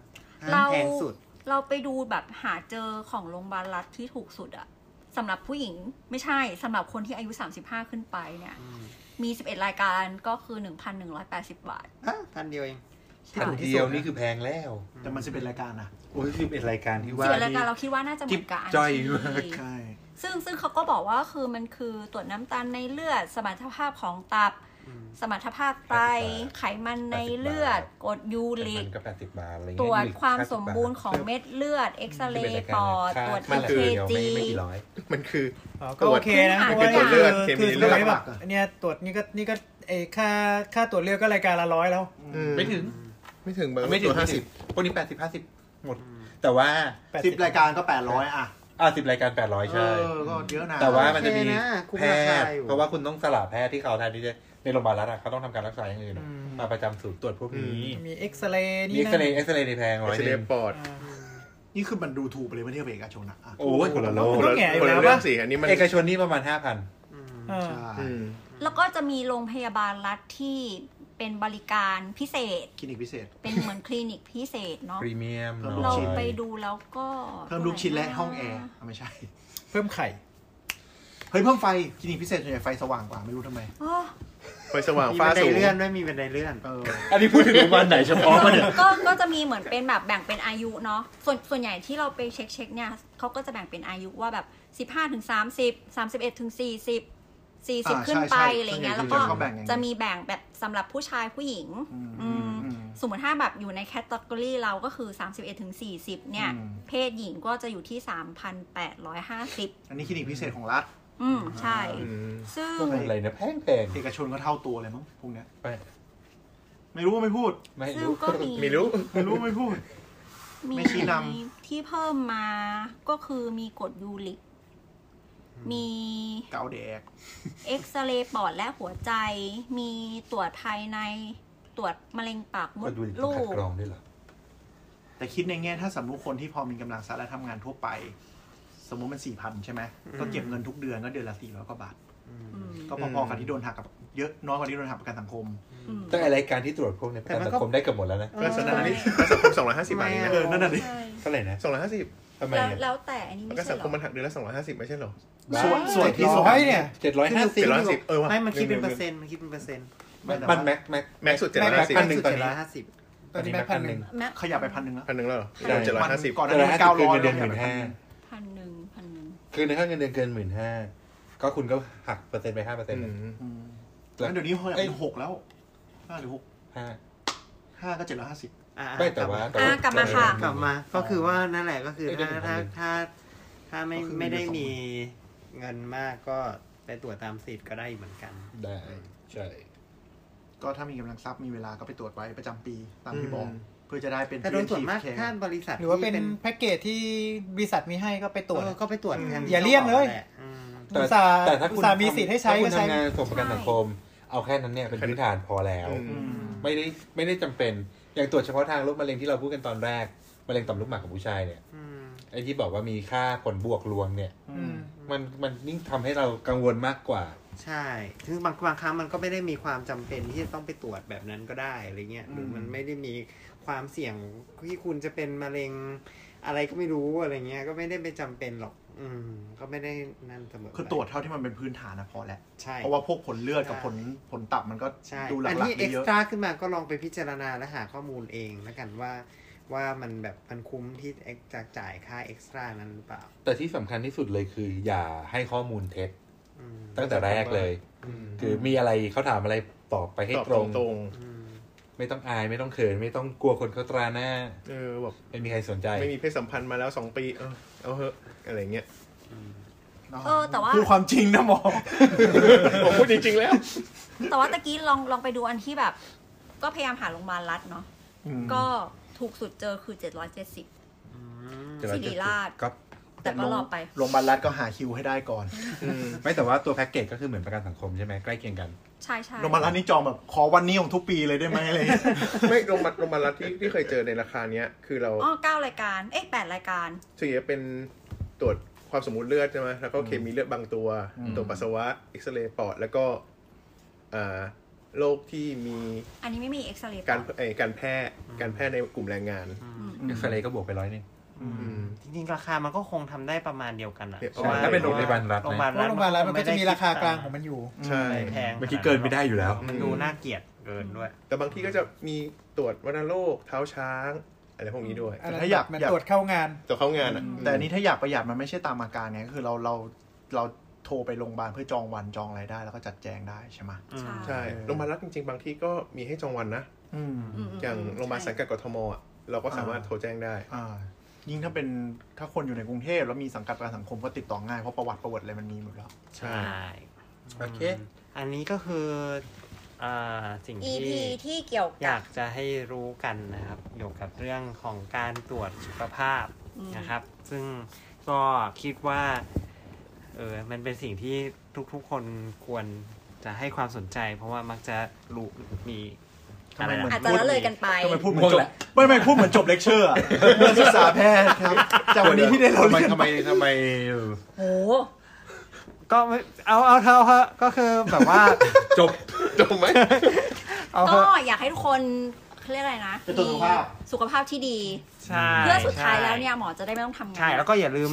Speaker 2: เรา
Speaker 6: แพงสุด
Speaker 2: เราไปดูแบบหาเจอของโรงพยาบาลรัฐที่ถูกสุดอะสำหรับผู้หญิงไม่ใช่สำหรับคนที่อายุ 35 ขึ้นไปเนี่ย
Speaker 6: อืม
Speaker 2: มี 11 รายการก็คือ 1,180 บาท
Speaker 6: อ่ะพันเดียวเอง
Speaker 4: พันเดียวนี่คือแพงแล้ว
Speaker 3: แต่มันจะเป็นรายการนะ
Speaker 4: โอ้ยสิบเอ็ดรายการที่ว่า
Speaker 2: 11 ราย
Speaker 4: นี่
Speaker 2: การเราคิดว่าน่าจะเหมือนกับ
Speaker 4: จิ๊บจ้อย
Speaker 2: ที่
Speaker 4: มาก
Speaker 3: ใช่
Speaker 2: ซึ่งซึ่งเขาก็บอกว่าคือมันคือตรวจน้ำตาลในเลือด สมรรถภาพของตับ
Speaker 6: อืม
Speaker 2: สมรรถภาพไตไขมันในเลือดกรดยูริก
Speaker 4: มันก็แปดสิบบาทอะไรเงี้
Speaker 2: ต
Speaker 4: ย
Speaker 2: รวจความสมบูร
Speaker 4: อ
Speaker 2: ณ์ของเม็ดเลือด เอ็กซเร
Speaker 4: ยู่ที่
Speaker 2: ย์ปอด ตรวจ
Speaker 4: ค่า
Speaker 2: เค
Speaker 4: ค่าเดียว
Speaker 2: จี
Speaker 4: ไม่ไม่กี่ร้อย
Speaker 5: มันคือ
Speaker 7: อ๋อก็โอเคนะ
Speaker 2: ต
Speaker 7: เพ
Speaker 2: รวจตรวจ
Speaker 7: ราะว่า
Speaker 2: เลือด
Speaker 7: คือคือ
Speaker 5: เคมีในเลื
Speaker 7: ตรง
Speaker 5: อด
Speaker 7: นี้แบบเนี่ยตรวจนี่ก็นี่ก็ไอ้ค่าค่าตรวจเลือดก็รายการละร้อยแล้ว
Speaker 5: อืม
Speaker 4: ไม่ถึง
Speaker 5: ไม่ถึงบาง
Speaker 4: ไม่ถึง
Speaker 5: ตัว
Speaker 4: ห้า
Speaker 5: ห้า
Speaker 4: สิ
Speaker 5: สิ
Speaker 4: บบ พวกนี้แปดสิบห้าสิบหมด แต่ว่า
Speaker 3: สิบรายการก็แปดร้อยอ่ะ
Speaker 4: อ่าสิบรายการแปดร้อย
Speaker 3: เอ
Speaker 4: ใช่
Speaker 3: อก็เยอะนะ
Speaker 4: แต่ว่ามันจะมี
Speaker 6: โอเคนะคุ้ม
Speaker 4: แพ
Speaker 6: ราคา
Speaker 4: ทย์
Speaker 6: อยู่
Speaker 4: เพราะว่าคุณต้องสละแพทย์ที่เขาแทนที่จะในโรงพยาบาลรัฐอะเขาต้องทำการรักษาอย่างอื่นอะมาประจำศูนย์ตรวจพวกนี้
Speaker 7: มีเอ็กซเรย์
Speaker 4: มี
Speaker 7: นี่
Speaker 4: เอ็กซ
Speaker 7: นะ
Speaker 4: เรย์เอ็กซเรย์ในแพงร้อย
Speaker 5: เฉ
Speaker 4: ห
Speaker 5: ลี่ย
Speaker 4: นึ่ง
Speaker 5: ปอด
Speaker 3: นี่คือมันดูถูกไปเลยไม่เทียบกับเอกชนอะอ่ะ
Speaker 4: โอ้ยคนละโลก
Speaker 7: มันก็แง่อ
Speaker 5: ค
Speaker 7: ยู่
Speaker 5: น
Speaker 7: แล้
Speaker 5: ละ
Speaker 7: ว
Speaker 5: เรื่อ
Speaker 7: ป่ะ
Speaker 5: งสี่อันนี้มัน
Speaker 4: เอกชนนี่ประมาณห้าพัน
Speaker 6: อืม
Speaker 7: เออ
Speaker 3: ใช่
Speaker 5: อืม
Speaker 2: แล้วก็จะมีโรงพยาบาลรัฐที่เป็นบริการพิเศษ
Speaker 3: คลินิกพิเศษ
Speaker 2: เป็นเหมือนคลินิกพิเศษเนาะ
Speaker 4: พรีเมียม
Speaker 3: เพิ่ม
Speaker 4: ห
Speaker 2: เรา
Speaker 4: น่อย
Speaker 2: ไปดูแล้วก็
Speaker 3: เพิ่มลูกชิ้นและห้องแอร์อ่ะไม่ใช่
Speaker 7: เพิ่มไข่
Speaker 3: เฮ้ยเพิ่มไฟคลินิกพิเศษส่วนใหญ่ไฟสว่างกว่าไม่รู้ทำไม
Speaker 2: โอ้
Speaker 5: ไฟสว่าง
Speaker 6: มี
Speaker 5: ฟ้า
Speaker 6: บันได
Speaker 5: สูง
Speaker 6: เลื่อนด้วยมีบันไดเลื่อน
Speaker 3: เออ
Speaker 4: อันนี้พูดถึงโรงพยาบาลไหนเฉพาะมันเนี่ย
Speaker 2: ก็ก็จะมีเหมือนเป็นแบบแบ่งเป็นอายุเนาะส่วนส่วนใหญ่ที่เราไปเช็คเช็คเนี่ยเขาก็จะแบ่งเป็นอายุว่าแบบ 15ถึง30 31ถึง40
Speaker 3: อ่า
Speaker 2: 40 ขึ้นไป
Speaker 3: ใช่ใช่
Speaker 2: อะไรเงี้ย
Speaker 3: ส่
Speaker 2: แล้ว
Speaker 3: วนใหญ่
Speaker 2: ก็
Speaker 3: เขาแบ่งอย่างนี้
Speaker 2: จะมีแบ่งแบบสำหรับผู้ชายผู้หญิง
Speaker 3: อืม
Speaker 2: อืม
Speaker 3: อืม
Speaker 2: สมมติถ้าแบบอยู่ในแคตตากรีเราก็คือ 31ถึง40 เนี่ย
Speaker 3: อืม
Speaker 2: เพศหญิงก็จะอยู่ที่ 3,850
Speaker 3: อันนี้คลินิกพิเศษของรัฐ
Speaker 2: อืม ใช่ ซึ่ง
Speaker 4: อะไรนะแพงแพง
Speaker 3: เอกชนก็เท่าตัวเลยมั้งพวกเนี้ย
Speaker 4: ไป
Speaker 3: ไม่รู้ว่าไม่พูด
Speaker 4: ไม่
Speaker 2: ซึ่ง
Speaker 4: รู้
Speaker 2: ก็มี
Speaker 5: ไม่รู้
Speaker 3: ไม่รู้ว่าไม่พูด
Speaker 2: มี
Speaker 3: ไม่ชี้นำ
Speaker 2: ที่เพิ่มมาก็คือมีกรดยูริก มี
Speaker 3: เกาแดก
Speaker 2: เอ็กซเรย์ปอดและหัวใจ มีตรวจภายในตรวจมะเร็งปากม
Speaker 4: ก็
Speaker 2: ด
Speaker 4: ดูดิ
Speaker 2: ลู
Speaker 4: คัด
Speaker 2: ก
Speaker 4: กรองด้วยเหรอ
Speaker 3: แต่คิดในแง่ถ้าสมมติคนที่พอมีกำลังทรัพย์และทำงานทั่วไป สมมติมันสี่พันใช่ไหมก็เก็บเงินทุกเดือนก็เดือนละสี่ร้อยกว่าบาท
Speaker 2: อืม
Speaker 3: ก็พอๆกับที่โดนหักกับเยอะน้อยกว่าที่โดนหักประกันสังคม
Speaker 2: อืม
Speaker 4: แต่ไอรายการที่ตรวจพวกเนี่ยประกันสังคมได้เกับหมดแล้วนะ
Speaker 5: ก็สนานนี่ประกันสังคมสองร้อยห้าสิบบาทเองนะ
Speaker 3: เออ นั่นน่ะดิ
Speaker 2: ใช่
Speaker 4: เท่าไหร่นะ
Speaker 5: สองร้อยห้าสิบ
Speaker 4: ทำไม
Speaker 2: แล้ว
Speaker 4: เนี่ย
Speaker 2: แล้วแต่อันนี้
Speaker 5: ประ
Speaker 2: ไม่
Speaker 5: กัน
Speaker 2: ใช่
Speaker 5: สัง
Speaker 2: เหร
Speaker 5: ค
Speaker 2: อ
Speaker 5: มมันหักเดือนละสองร้อยห้าสิบไม่ใช่เหรอ
Speaker 4: บ้า
Speaker 3: ส่วนส่วน
Speaker 4: เจ็
Speaker 3: ที่
Speaker 4: ด
Speaker 3: สอง
Speaker 4: ร้อยเนี่ยเจ็ดร้อยห้าสิบ
Speaker 5: เจ็ดร้อยห้าสิบเออว่ะ
Speaker 6: ไม่มันคิดเป็นเป
Speaker 5: ลื
Speaker 6: อ
Speaker 5: ลื
Speaker 6: ร์เซ็นต์มันคิดเป็นเปอร์เซ็นต์
Speaker 4: มันแม็กแม็ก
Speaker 5: แม็กซ์สุดเจ็ดร้อย
Speaker 4: แม็
Speaker 5: ห้าก
Speaker 4: ซ์
Speaker 5: สิบ
Speaker 4: พันหนึ่งตอนนี้
Speaker 6: เจ็ดร้อยห้าสิบ
Speaker 4: ตอนนี้แม็กพันหนึ่ง
Speaker 3: ขยับไปพันหนึ่งแล้ว
Speaker 5: พันหนึ่งแล้วเหรอ
Speaker 4: ใช่
Speaker 5: เจ็ดร้อยห้าสิบ
Speaker 3: ก่อนห
Speaker 4: เจ็
Speaker 3: น้า
Speaker 4: ดร้อย
Speaker 3: นี้
Speaker 4: ห้าสิบคือ
Speaker 3: เก้าร้อย
Speaker 4: เงินเดือนหมื่นห้า
Speaker 2: พันหนึ่งพันหนึ่ง
Speaker 4: คือในค่าเงินเดือนเกินหมื่นห้าก็คุณก็หักเปอร์เซ็นต์ไปห้าเปอร์เซ็นต์
Speaker 3: แล้วเดี๋ยวนี้เขาอยาก
Speaker 4: เอ้ย
Speaker 3: หกแล้วห้าหรือหก
Speaker 4: ห้า
Speaker 3: ห้าก็เจ็ดร้อยห้าสิบ
Speaker 6: อ่ะ
Speaker 4: ไม่แต่ว่าแต่
Speaker 2: อ่ะ
Speaker 4: ว่าก
Speaker 2: ลับมาค่ะ
Speaker 6: กลับมาก็คือว่านั่นแหละก็คือ
Speaker 4: เอ้ย
Speaker 6: ถ้า
Speaker 4: เดี๋ยว
Speaker 6: ถ้า
Speaker 4: ผม
Speaker 6: ถ้าถ้าไม่ไม่ได้มีเงินมากก็ไปตรวจตามสิทธิ์ก็ได้เหมือนกัน
Speaker 4: ได้ ใช่
Speaker 3: ก็ถ้ามีกำลังทรัพย์มีเวลาก็ไปตรวจไว้ประจำปีตามที่บอก เพื่อจะได้เป็น
Speaker 6: ถ้าโดนตรวจมาก
Speaker 3: preventive
Speaker 6: ถ้า
Speaker 3: care
Speaker 6: บริษัท
Speaker 7: หรือว่า
Speaker 6: ที่
Speaker 7: เป็นแพ็กเกจที่บริษัทมีให้ก็ไปตรวจ
Speaker 6: เออก็ไปตรวจแทน
Speaker 7: อย่าเลี่ยงเลย
Speaker 6: แหะอืม
Speaker 4: แต่
Speaker 7: อุตส่าห์
Speaker 4: แต่ถ้าคุ
Speaker 7: อุ
Speaker 4: ณ
Speaker 7: ตส่าห์มีสิทธิ์ให้ใช้
Speaker 4: ถ้าคุณ
Speaker 7: ก็ใช้
Speaker 4: ทำงานส่วนประกันสังคม เอาแค่นั้นเนี่ยเป็นพื้นฐานพอแล้ว
Speaker 3: อืม
Speaker 4: ไม่ได้ไม่ได้จำเป็น อย่างตรวจเฉพาะทางโรคมะเร็งที่เราพูดกันตอนแรก มะเร็งต่อมลูกหมากของผู้ชายเนี่ย
Speaker 6: อืม
Speaker 4: ไอ้ที่บอกว่ามีค่าผลบวกรวมเนี่ย
Speaker 3: อืม
Speaker 4: มันมันยิ่งทำให้เรากังวลมากกว่า
Speaker 6: ใช่ คือบางบางครั้งมันก็ไม่ได้มีความจำเป็นที่จะต้องไปตรวจแบบนั้นก็ได้อะไรเงี้ย หรือ
Speaker 3: ม
Speaker 6: มันไม่ได้มีความเสี่ยงที่คุณจะเป็นมะเร็งอะไรก็ไม่รู้อะไรเงี้ย ก็ไม่ได้ไปจำเป็นหรอก อืม ก็ไม่ได้นั่นเสมอไป
Speaker 3: คือตรวจเท่าที่มันเป็นพื้นฐานนะพอแล้ว
Speaker 6: ใช่
Speaker 3: เพราะว่าพวกผลเลือดกับ
Speaker 6: ใช่
Speaker 3: ผลผลตับมันก็
Speaker 6: ใช่
Speaker 3: ดูหลั
Speaker 6: อั
Speaker 3: ก
Speaker 6: น
Speaker 3: ๆ
Speaker 6: นี้
Speaker 3: ได้
Speaker 6: เอ็ก
Speaker 3: เย
Speaker 6: ซ์
Speaker 3: อะ
Speaker 6: ตร้าขึ้นมาก็ลองไปพิจารณาและหาข้อมูลเองแล้วกันว่า ว่ามันแบบมันคุ้มที่จะจ่ายค่าเอ็กซ์ตร้านั้นหรือเปล่า
Speaker 4: แต่ที่สำคัญที่สุดเลยคือ อย่าให้ข้อมูลเท็จ
Speaker 6: อืม
Speaker 4: ตั้งแต่แรกเลย คือมีอะไรเขาถามอะไรตอบไปให้
Speaker 5: ตอบ
Speaker 4: ตรง
Speaker 5: ตรง
Speaker 6: อืม
Speaker 4: ไม่ต้องอายไม่ต้องเขิน ไม่ต้องกลัวคนเขาตราหน้า
Speaker 5: ๆเออแบบ
Speaker 4: ไม่มีใครสนใจ
Speaker 5: ไม่มีเพศสัมพันธ์มาแล้วสองปี เออเอาเหอะอะไรเงี้ย
Speaker 2: เออแต่ว่า
Speaker 3: พูดความจริงนะหมอ
Speaker 5: ผมพูดจริงๆแล้ว
Speaker 2: แต่ว่าตะกี้ลองลองไปดูอันที่แบบ ก็พยายามหาโรงพยาบาลรัฐเนาะก็ถูกสุดเจอคือ 770 สิริราช
Speaker 4: ก็
Speaker 2: แต่ก็รอไป
Speaker 3: โรงพยาบาลรัฐก็หาคิวให้ได้ก่อน
Speaker 4: ไม่แต่ว่าตัวแพ็กเกจก็คือเหมือนประกันสังคมใช่ไหมใกล้เคียงกัน
Speaker 2: ใช่ใช่
Speaker 3: โรงพยาบาลรัฐนี่จองแบบขอวันนี้ของทุกปีเลยได้ไหมอะไรอย่างเงี้ย
Speaker 5: ไม่โรงพยาบาลโรงพยาบาลรัฐที่ที่เคยเจอในราคาเนี้ย คือเรา
Speaker 2: อ๋อเก้ารายการ เอ๊ะแปดรายการ
Speaker 5: ส่วนใหญ่จะเป็นตรวจความสมมุติเลือดใช่ไหมแล้วก็เคมีเลือดบางตัว ตรวจปัสสาวะเอ็กซเรย์ปอด แล้วก็อ่าโรคที่มี
Speaker 2: อันนี้ไม่มีเอ็กซเรย์
Speaker 5: การเอ่อการแพร่การแพร่ในกลุ่มแรงงาน
Speaker 4: เอ็กซเรย์ก็บวกไปร้อยหนึง
Speaker 5: อืม
Speaker 6: จริงๆ ราคามันก็คงทำได้ประมาณเดียวกันอะ
Speaker 5: เดี๋ยว
Speaker 6: พะว่
Speaker 4: ถ้าเป็นโรงพยาบาลรัฐนะ
Speaker 6: โรงพยาบา
Speaker 7: เพราะ
Speaker 6: ลรัฐ
Speaker 7: โรงพยาบาลแล้วมันก็จะมีราคากลางของมันอยู่
Speaker 5: ใช่
Speaker 6: ไม่แพง
Speaker 4: เมื่อกี้เกินไม่ได้อยู่แล้ว
Speaker 6: มันดูน่าเกลียดเกินด้วย
Speaker 5: แต่บางที่ก็จะมีตรวจวัณโรคเท้าช้าง อะไรพวกนี้ด้วย
Speaker 7: อันนั้นแบบเหมือนตรวจเข้างาน
Speaker 5: ตรวจเข้างานอ่ะ
Speaker 3: แต่อันนี้ถ้าอยากประหยัดมันไม่ใช่ตามอาการไงก็คือเราเราเราโทรไปโรงพยาบาลเพื่อจองวันจองอะไรได้ แล้วก็จัดแจงได้ใช่ไหม
Speaker 2: ใช่
Speaker 5: ใช่โรงพยาบาลรัฐจริงๆ บางที่ก็มีให้จองวันนะ
Speaker 3: อืม
Speaker 2: อืมม
Speaker 5: อย่างโรงพยาบาลสังกัดกทมอ่ะเราก็สามารถ
Speaker 3: อ่า
Speaker 5: โทรแจ้งได้
Speaker 3: อ่า ยิ่งถ้าเป็นถ้าคนอยู่ในกรุงเทพแล้วมีสังกัดประกันสังคมก็ติดต่อง่ายเพราะประวัติประวัติอะไรมันมีหมด แล้ว
Speaker 5: ใช่
Speaker 6: ใช่
Speaker 4: โอเค
Speaker 6: อันนี้ก็คืออ่าสิ่ง
Speaker 2: อืม
Speaker 6: ที่
Speaker 2: EP ที่เกี่ยว
Speaker 6: อ
Speaker 2: กับ
Speaker 6: ยากจะให้รู้กันนะครับเกี่ยวกับเรื่องของการตรวจสุขภาพ
Speaker 2: อืม
Speaker 6: นะครับ ซึ่งก็คิดว่าเออมันเป็นสิ่งที่ทุกๆ คนควรจะให้ความสนใจ เพราะว่ามักจะรู้มีอะ
Speaker 3: ทำ
Speaker 6: ไร
Speaker 3: ไมเหมืน
Speaker 2: อา
Speaker 6: นะ
Speaker 2: จจะละเลยกันไป
Speaker 3: ทำไมพูดเหมือนจ
Speaker 4: ง่วง
Speaker 3: บ
Speaker 4: ละ
Speaker 3: ไม่ไม่พูดเหมือนจบเลคเชอร์อะเหมือนศึกษาแพทย์ครับจากวันนี้ที่ได้เรา
Speaker 4: ทำไม
Speaker 3: เรียน
Speaker 4: ทำไมทำไม
Speaker 2: โห
Speaker 6: ก็ไม่เอาเอาเท่าเถอะก็คือแบบว่า
Speaker 4: จบ
Speaker 5: จบไหม
Speaker 6: เอาเถ
Speaker 2: ก็
Speaker 6: อะ
Speaker 2: อยากให้ทุกคนเขาเรียกอะไรนะ
Speaker 3: เป็นตัวสุขภาพ
Speaker 2: มีสุขภาพที่ดี
Speaker 6: ใช่
Speaker 2: เพื่อสุดท้ายแล้วเนี่ยหมอจะได้ไม่ต้องทำงาน
Speaker 6: ใช่แล้วก็อย่าลืม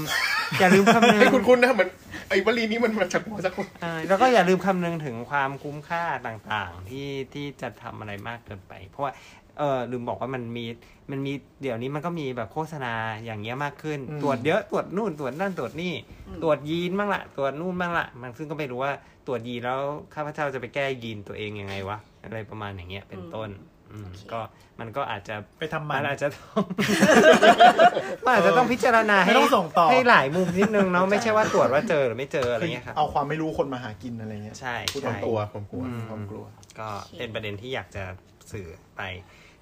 Speaker 6: อย่าลืมคำนึง
Speaker 5: ไอ้คุณคุณนะเหมือนไอ้วลีนี้มันมาจากหัวสักคน
Speaker 6: ใช่แล้วก็อย่าลืมคำนึงถึงความคุ้มค่าต่างๆ ที่ที่จะทำอะไรมากเกินไป เพราะว่าเออลืมบอกว่ามันมีมันมีเดี๋ยวนี้มันก็มีแบบโฆษณาอย่างเงี้ยมากขึ้น
Speaker 3: อืม
Speaker 6: ตรวจเยอะตรวจนู่นตรวจนั่นตรวจนี่
Speaker 2: อืม
Speaker 6: ตรวจยีนบ้างละตรวจนู่นบ้างละมันซึ่งก็ไม่รู้ว่าตรวจยีนแล้วข้าพเจ้าจะไปแก้ยีนตัวเองยังไงวะอะไรประมาณอย่างเงี้ยเป็นต้นอืมก็มันก็อาจจะ
Speaker 7: ไปทำมั
Speaker 6: มัน นอาจจะต้อง มันอาจจะต้องพิจารณา
Speaker 7: ไม่
Speaker 6: ให้
Speaker 7: ต้องส่งต่อ
Speaker 6: ให้หลายมุมนิดนึงเนาะไม่ใช่ว่าตรวจว่าเจอหรือไม่เจออะไรเงี้ยครับ
Speaker 3: เอาความไม่รู้คนมาหากินอะไรเงี้ย
Speaker 6: ใช่
Speaker 3: พูดตร
Speaker 6: ใช่
Speaker 3: งตัวความกลัว
Speaker 6: อืม
Speaker 3: ความกลัว
Speaker 6: ก็เป็นประเด็นที่อยากจะเส สื่อไป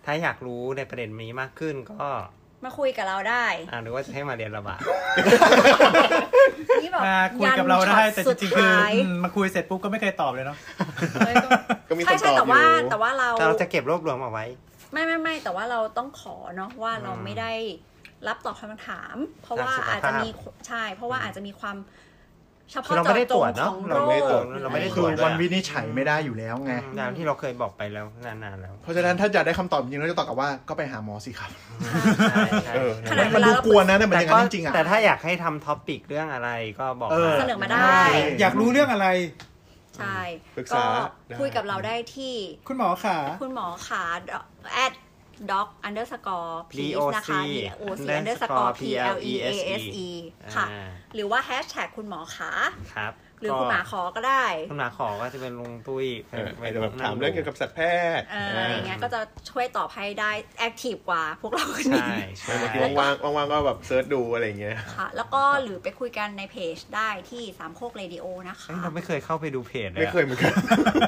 Speaker 6: ถ้าอยากรู้ในประเด็นนี้มากขึ้นก็
Speaker 2: มาคุยกับเราได้
Speaker 6: อ่าหรือว่าจะให้มาเรียนระบาด
Speaker 2: นี่แบบ
Speaker 7: มาคุยกับเราได้ แต่จ
Speaker 2: สุด
Speaker 7: ริงๆคือ
Speaker 2: ท้าย
Speaker 7: อืมมาคุยเสร็จปุ๊บก็ไม่เคยตอบเลยเนาะ
Speaker 2: เลยก็
Speaker 5: ก็มีค
Speaker 2: ใช่
Speaker 5: นต
Speaker 2: ใช่
Speaker 5: อบ
Speaker 2: แต่
Speaker 5: อ
Speaker 2: ว่า
Speaker 5: ยู่
Speaker 2: แต่ว่าเรา
Speaker 6: แต่เราจะเก็บรวบรวมเอาไว้
Speaker 2: ไม่ไม่ไม่แต่ว่าเราต้องขอเนาะว่าเรา
Speaker 6: อืม
Speaker 2: ไม่ได้รับตอบคำถาม เพราะ
Speaker 6: ทาง
Speaker 2: ว่า
Speaker 6: สุขภาพ
Speaker 2: อาจจะมีใช่ เพราะว่าอาจจะมีความเฉ
Speaker 6: คือ
Speaker 2: พาะ
Speaker 6: เรา
Speaker 2: เจาะ
Speaker 6: ไม่ได้
Speaker 2: จ
Speaker 6: ตรง วจ
Speaker 2: ข
Speaker 6: เนาะ
Speaker 2: อง
Speaker 6: เรา
Speaker 2: โร
Speaker 6: ไม่ได้
Speaker 2: ค
Speaker 6: ตรวจเราไม่ได้
Speaker 3: คื
Speaker 6: ตร
Speaker 3: อ
Speaker 6: วจ
Speaker 3: วันวินิจฉัยไม่ได้อยู่แล้วไง
Speaker 6: ตามที่เราเคยบอกไปแล้วนานๆแล้ว
Speaker 3: เพราะฉะนั้นถ้าอยากได้คำตอบจริงๆเราจะตอบกลับว่าก็ไปหาหมอสิครับ
Speaker 6: ใช่ใช่
Speaker 5: เออ
Speaker 2: ขนาดเว
Speaker 3: มัน
Speaker 2: ลา
Speaker 3: ดู
Speaker 2: เรา
Speaker 3: กลัวนนะเนี่ยมันอย่างนั้นจริงๆอ่ะ
Speaker 6: แต่ถ้าอยากให้ทำท็อปิกเรื่องอะไรก็บอก
Speaker 3: เออ
Speaker 2: เสนอมาได้
Speaker 7: อยากรู้เรื่องอะไร
Speaker 2: ใช่
Speaker 5: ปรึก
Speaker 2: ก็
Speaker 5: ษา
Speaker 2: คุยกับเราได้ที่
Speaker 7: คุณหมอขา
Speaker 2: คุณหมอขา at doc underscore please
Speaker 6: POC
Speaker 2: นะคะ doc
Speaker 6: underscore
Speaker 2: underscore please ค่ะ
Speaker 6: อ่า
Speaker 2: หรือว่า hashtag คุณหมอขา
Speaker 6: ครับ
Speaker 2: หรือคุณหมาขอก็ได้
Speaker 6: คุณหมาขอก็จะเป็นลุงตุ้ย
Speaker 5: เอออาจจะแบบถามเรื่องเกี่ยวกับสัตวแพทย์
Speaker 2: เอ่ออะไรเงี้ยก็จะช่วยตอบให้ได้ active กว่าพวกเราคนนี้
Speaker 6: ใช่ใช่
Speaker 5: บางทีว่างๆว่างๆก็แบบเซิร์ชดูอะไรอย่างเงี้ย
Speaker 2: ค่ะ แล้วก็หรือไปคุยกันในเพจได้ที่สามโคกเรดิโอนะ
Speaker 6: เอ้
Speaker 2: คะ
Speaker 6: ยเราไม่เคยเข้าไปดูเพจเลย
Speaker 5: ไม่
Speaker 6: อะ
Speaker 5: เคยเหมือนกัน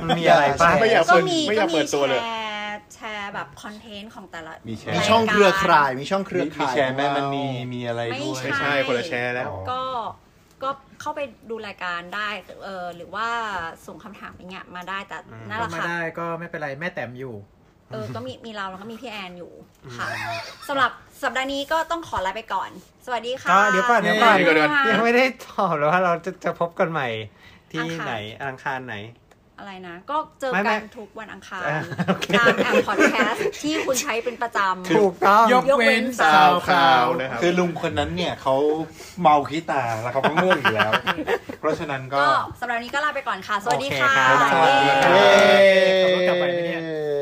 Speaker 6: มันมีอะไรป้า
Speaker 5: ไม่อยาก
Speaker 2: ก็
Speaker 5: เปิด
Speaker 2: มี
Speaker 5: ไม่อ
Speaker 2: ก็
Speaker 5: ยาก
Speaker 2: มี
Speaker 5: เปิดตัว
Speaker 2: แช
Speaker 5: เล
Speaker 2: ร
Speaker 5: ย
Speaker 2: ์แชร์แบบคอนเทนต์ของแต่ละ
Speaker 6: มีแชร์
Speaker 3: มีช่องเครือข่าย
Speaker 2: ย
Speaker 3: มีช่องเครือข่ายของเรา
Speaker 6: มีอะไรด้วย
Speaker 2: ไม่
Speaker 5: ไม่ใช่คนละแชร์แล้ว
Speaker 2: ก็ก็เข้าไปดูรายการได้เออหรือว่าส่งคำถามอย่างเงี้ยมาได้แต่
Speaker 6: อืม
Speaker 2: นั่นแหละ
Speaker 7: ก็มา
Speaker 2: ค่ะ
Speaker 7: ได้ก็ไม่เป็นไรแม่แต้มอยู่
Speaker 2: เออก็มีมีเราแล้วก็มีพี่แอนอยู่ค่ะสำหรับสัปดาห์นี้ก็ต้องขอลาไปก่อน สวัสดีค่ะ
Speaker 6: ก็เดี๋ยวก่อนเดี๋ยวก่อน
Speaker 5: เดี๋ยวก่อน
Speaker 6: ยังไม่ได้ตอบเลยว่าเราจะจะพบกันใหม่ที่ไหนอังคารไหน
Speaker 2: อะไรนะ ก็เจอ
Speaker 6: ไม่ไม่
Speaker 2: กันทุกวันอังคาร
Speaker 6: อ่ะโอเค
Speaker 2: ตามแอปพอดแคสต์ที่คุณใช้เป็นประจำ
Speaker 6: ถูกต้อง
Speaker 7: ยกเว้น
Speaker 2: ส
Speaker 7: สา
Speaker 5: ข่าว ว
Speaker 7: ขา
Speaker 5: ข่าว วนะครับ
Speaker 4: คือลุงคนนั้นเนี่ยเขาเมาขี้ตาแล้วเขาก็ง่วงอยู่แล้ว เพราะฉะนั้นก็
Speaker 2: ก็สำหรับวันนี้ก็ลาไปก่อนค่ะ สวัสดีค่ะ
Speaker 6: โอเคครับสวัสดีครั
Speaker 7: เ
Speaker 6: บ
Speaker 7: ย้ขับรถกลับไปไหมเนี่ย
Speaker 4: เย้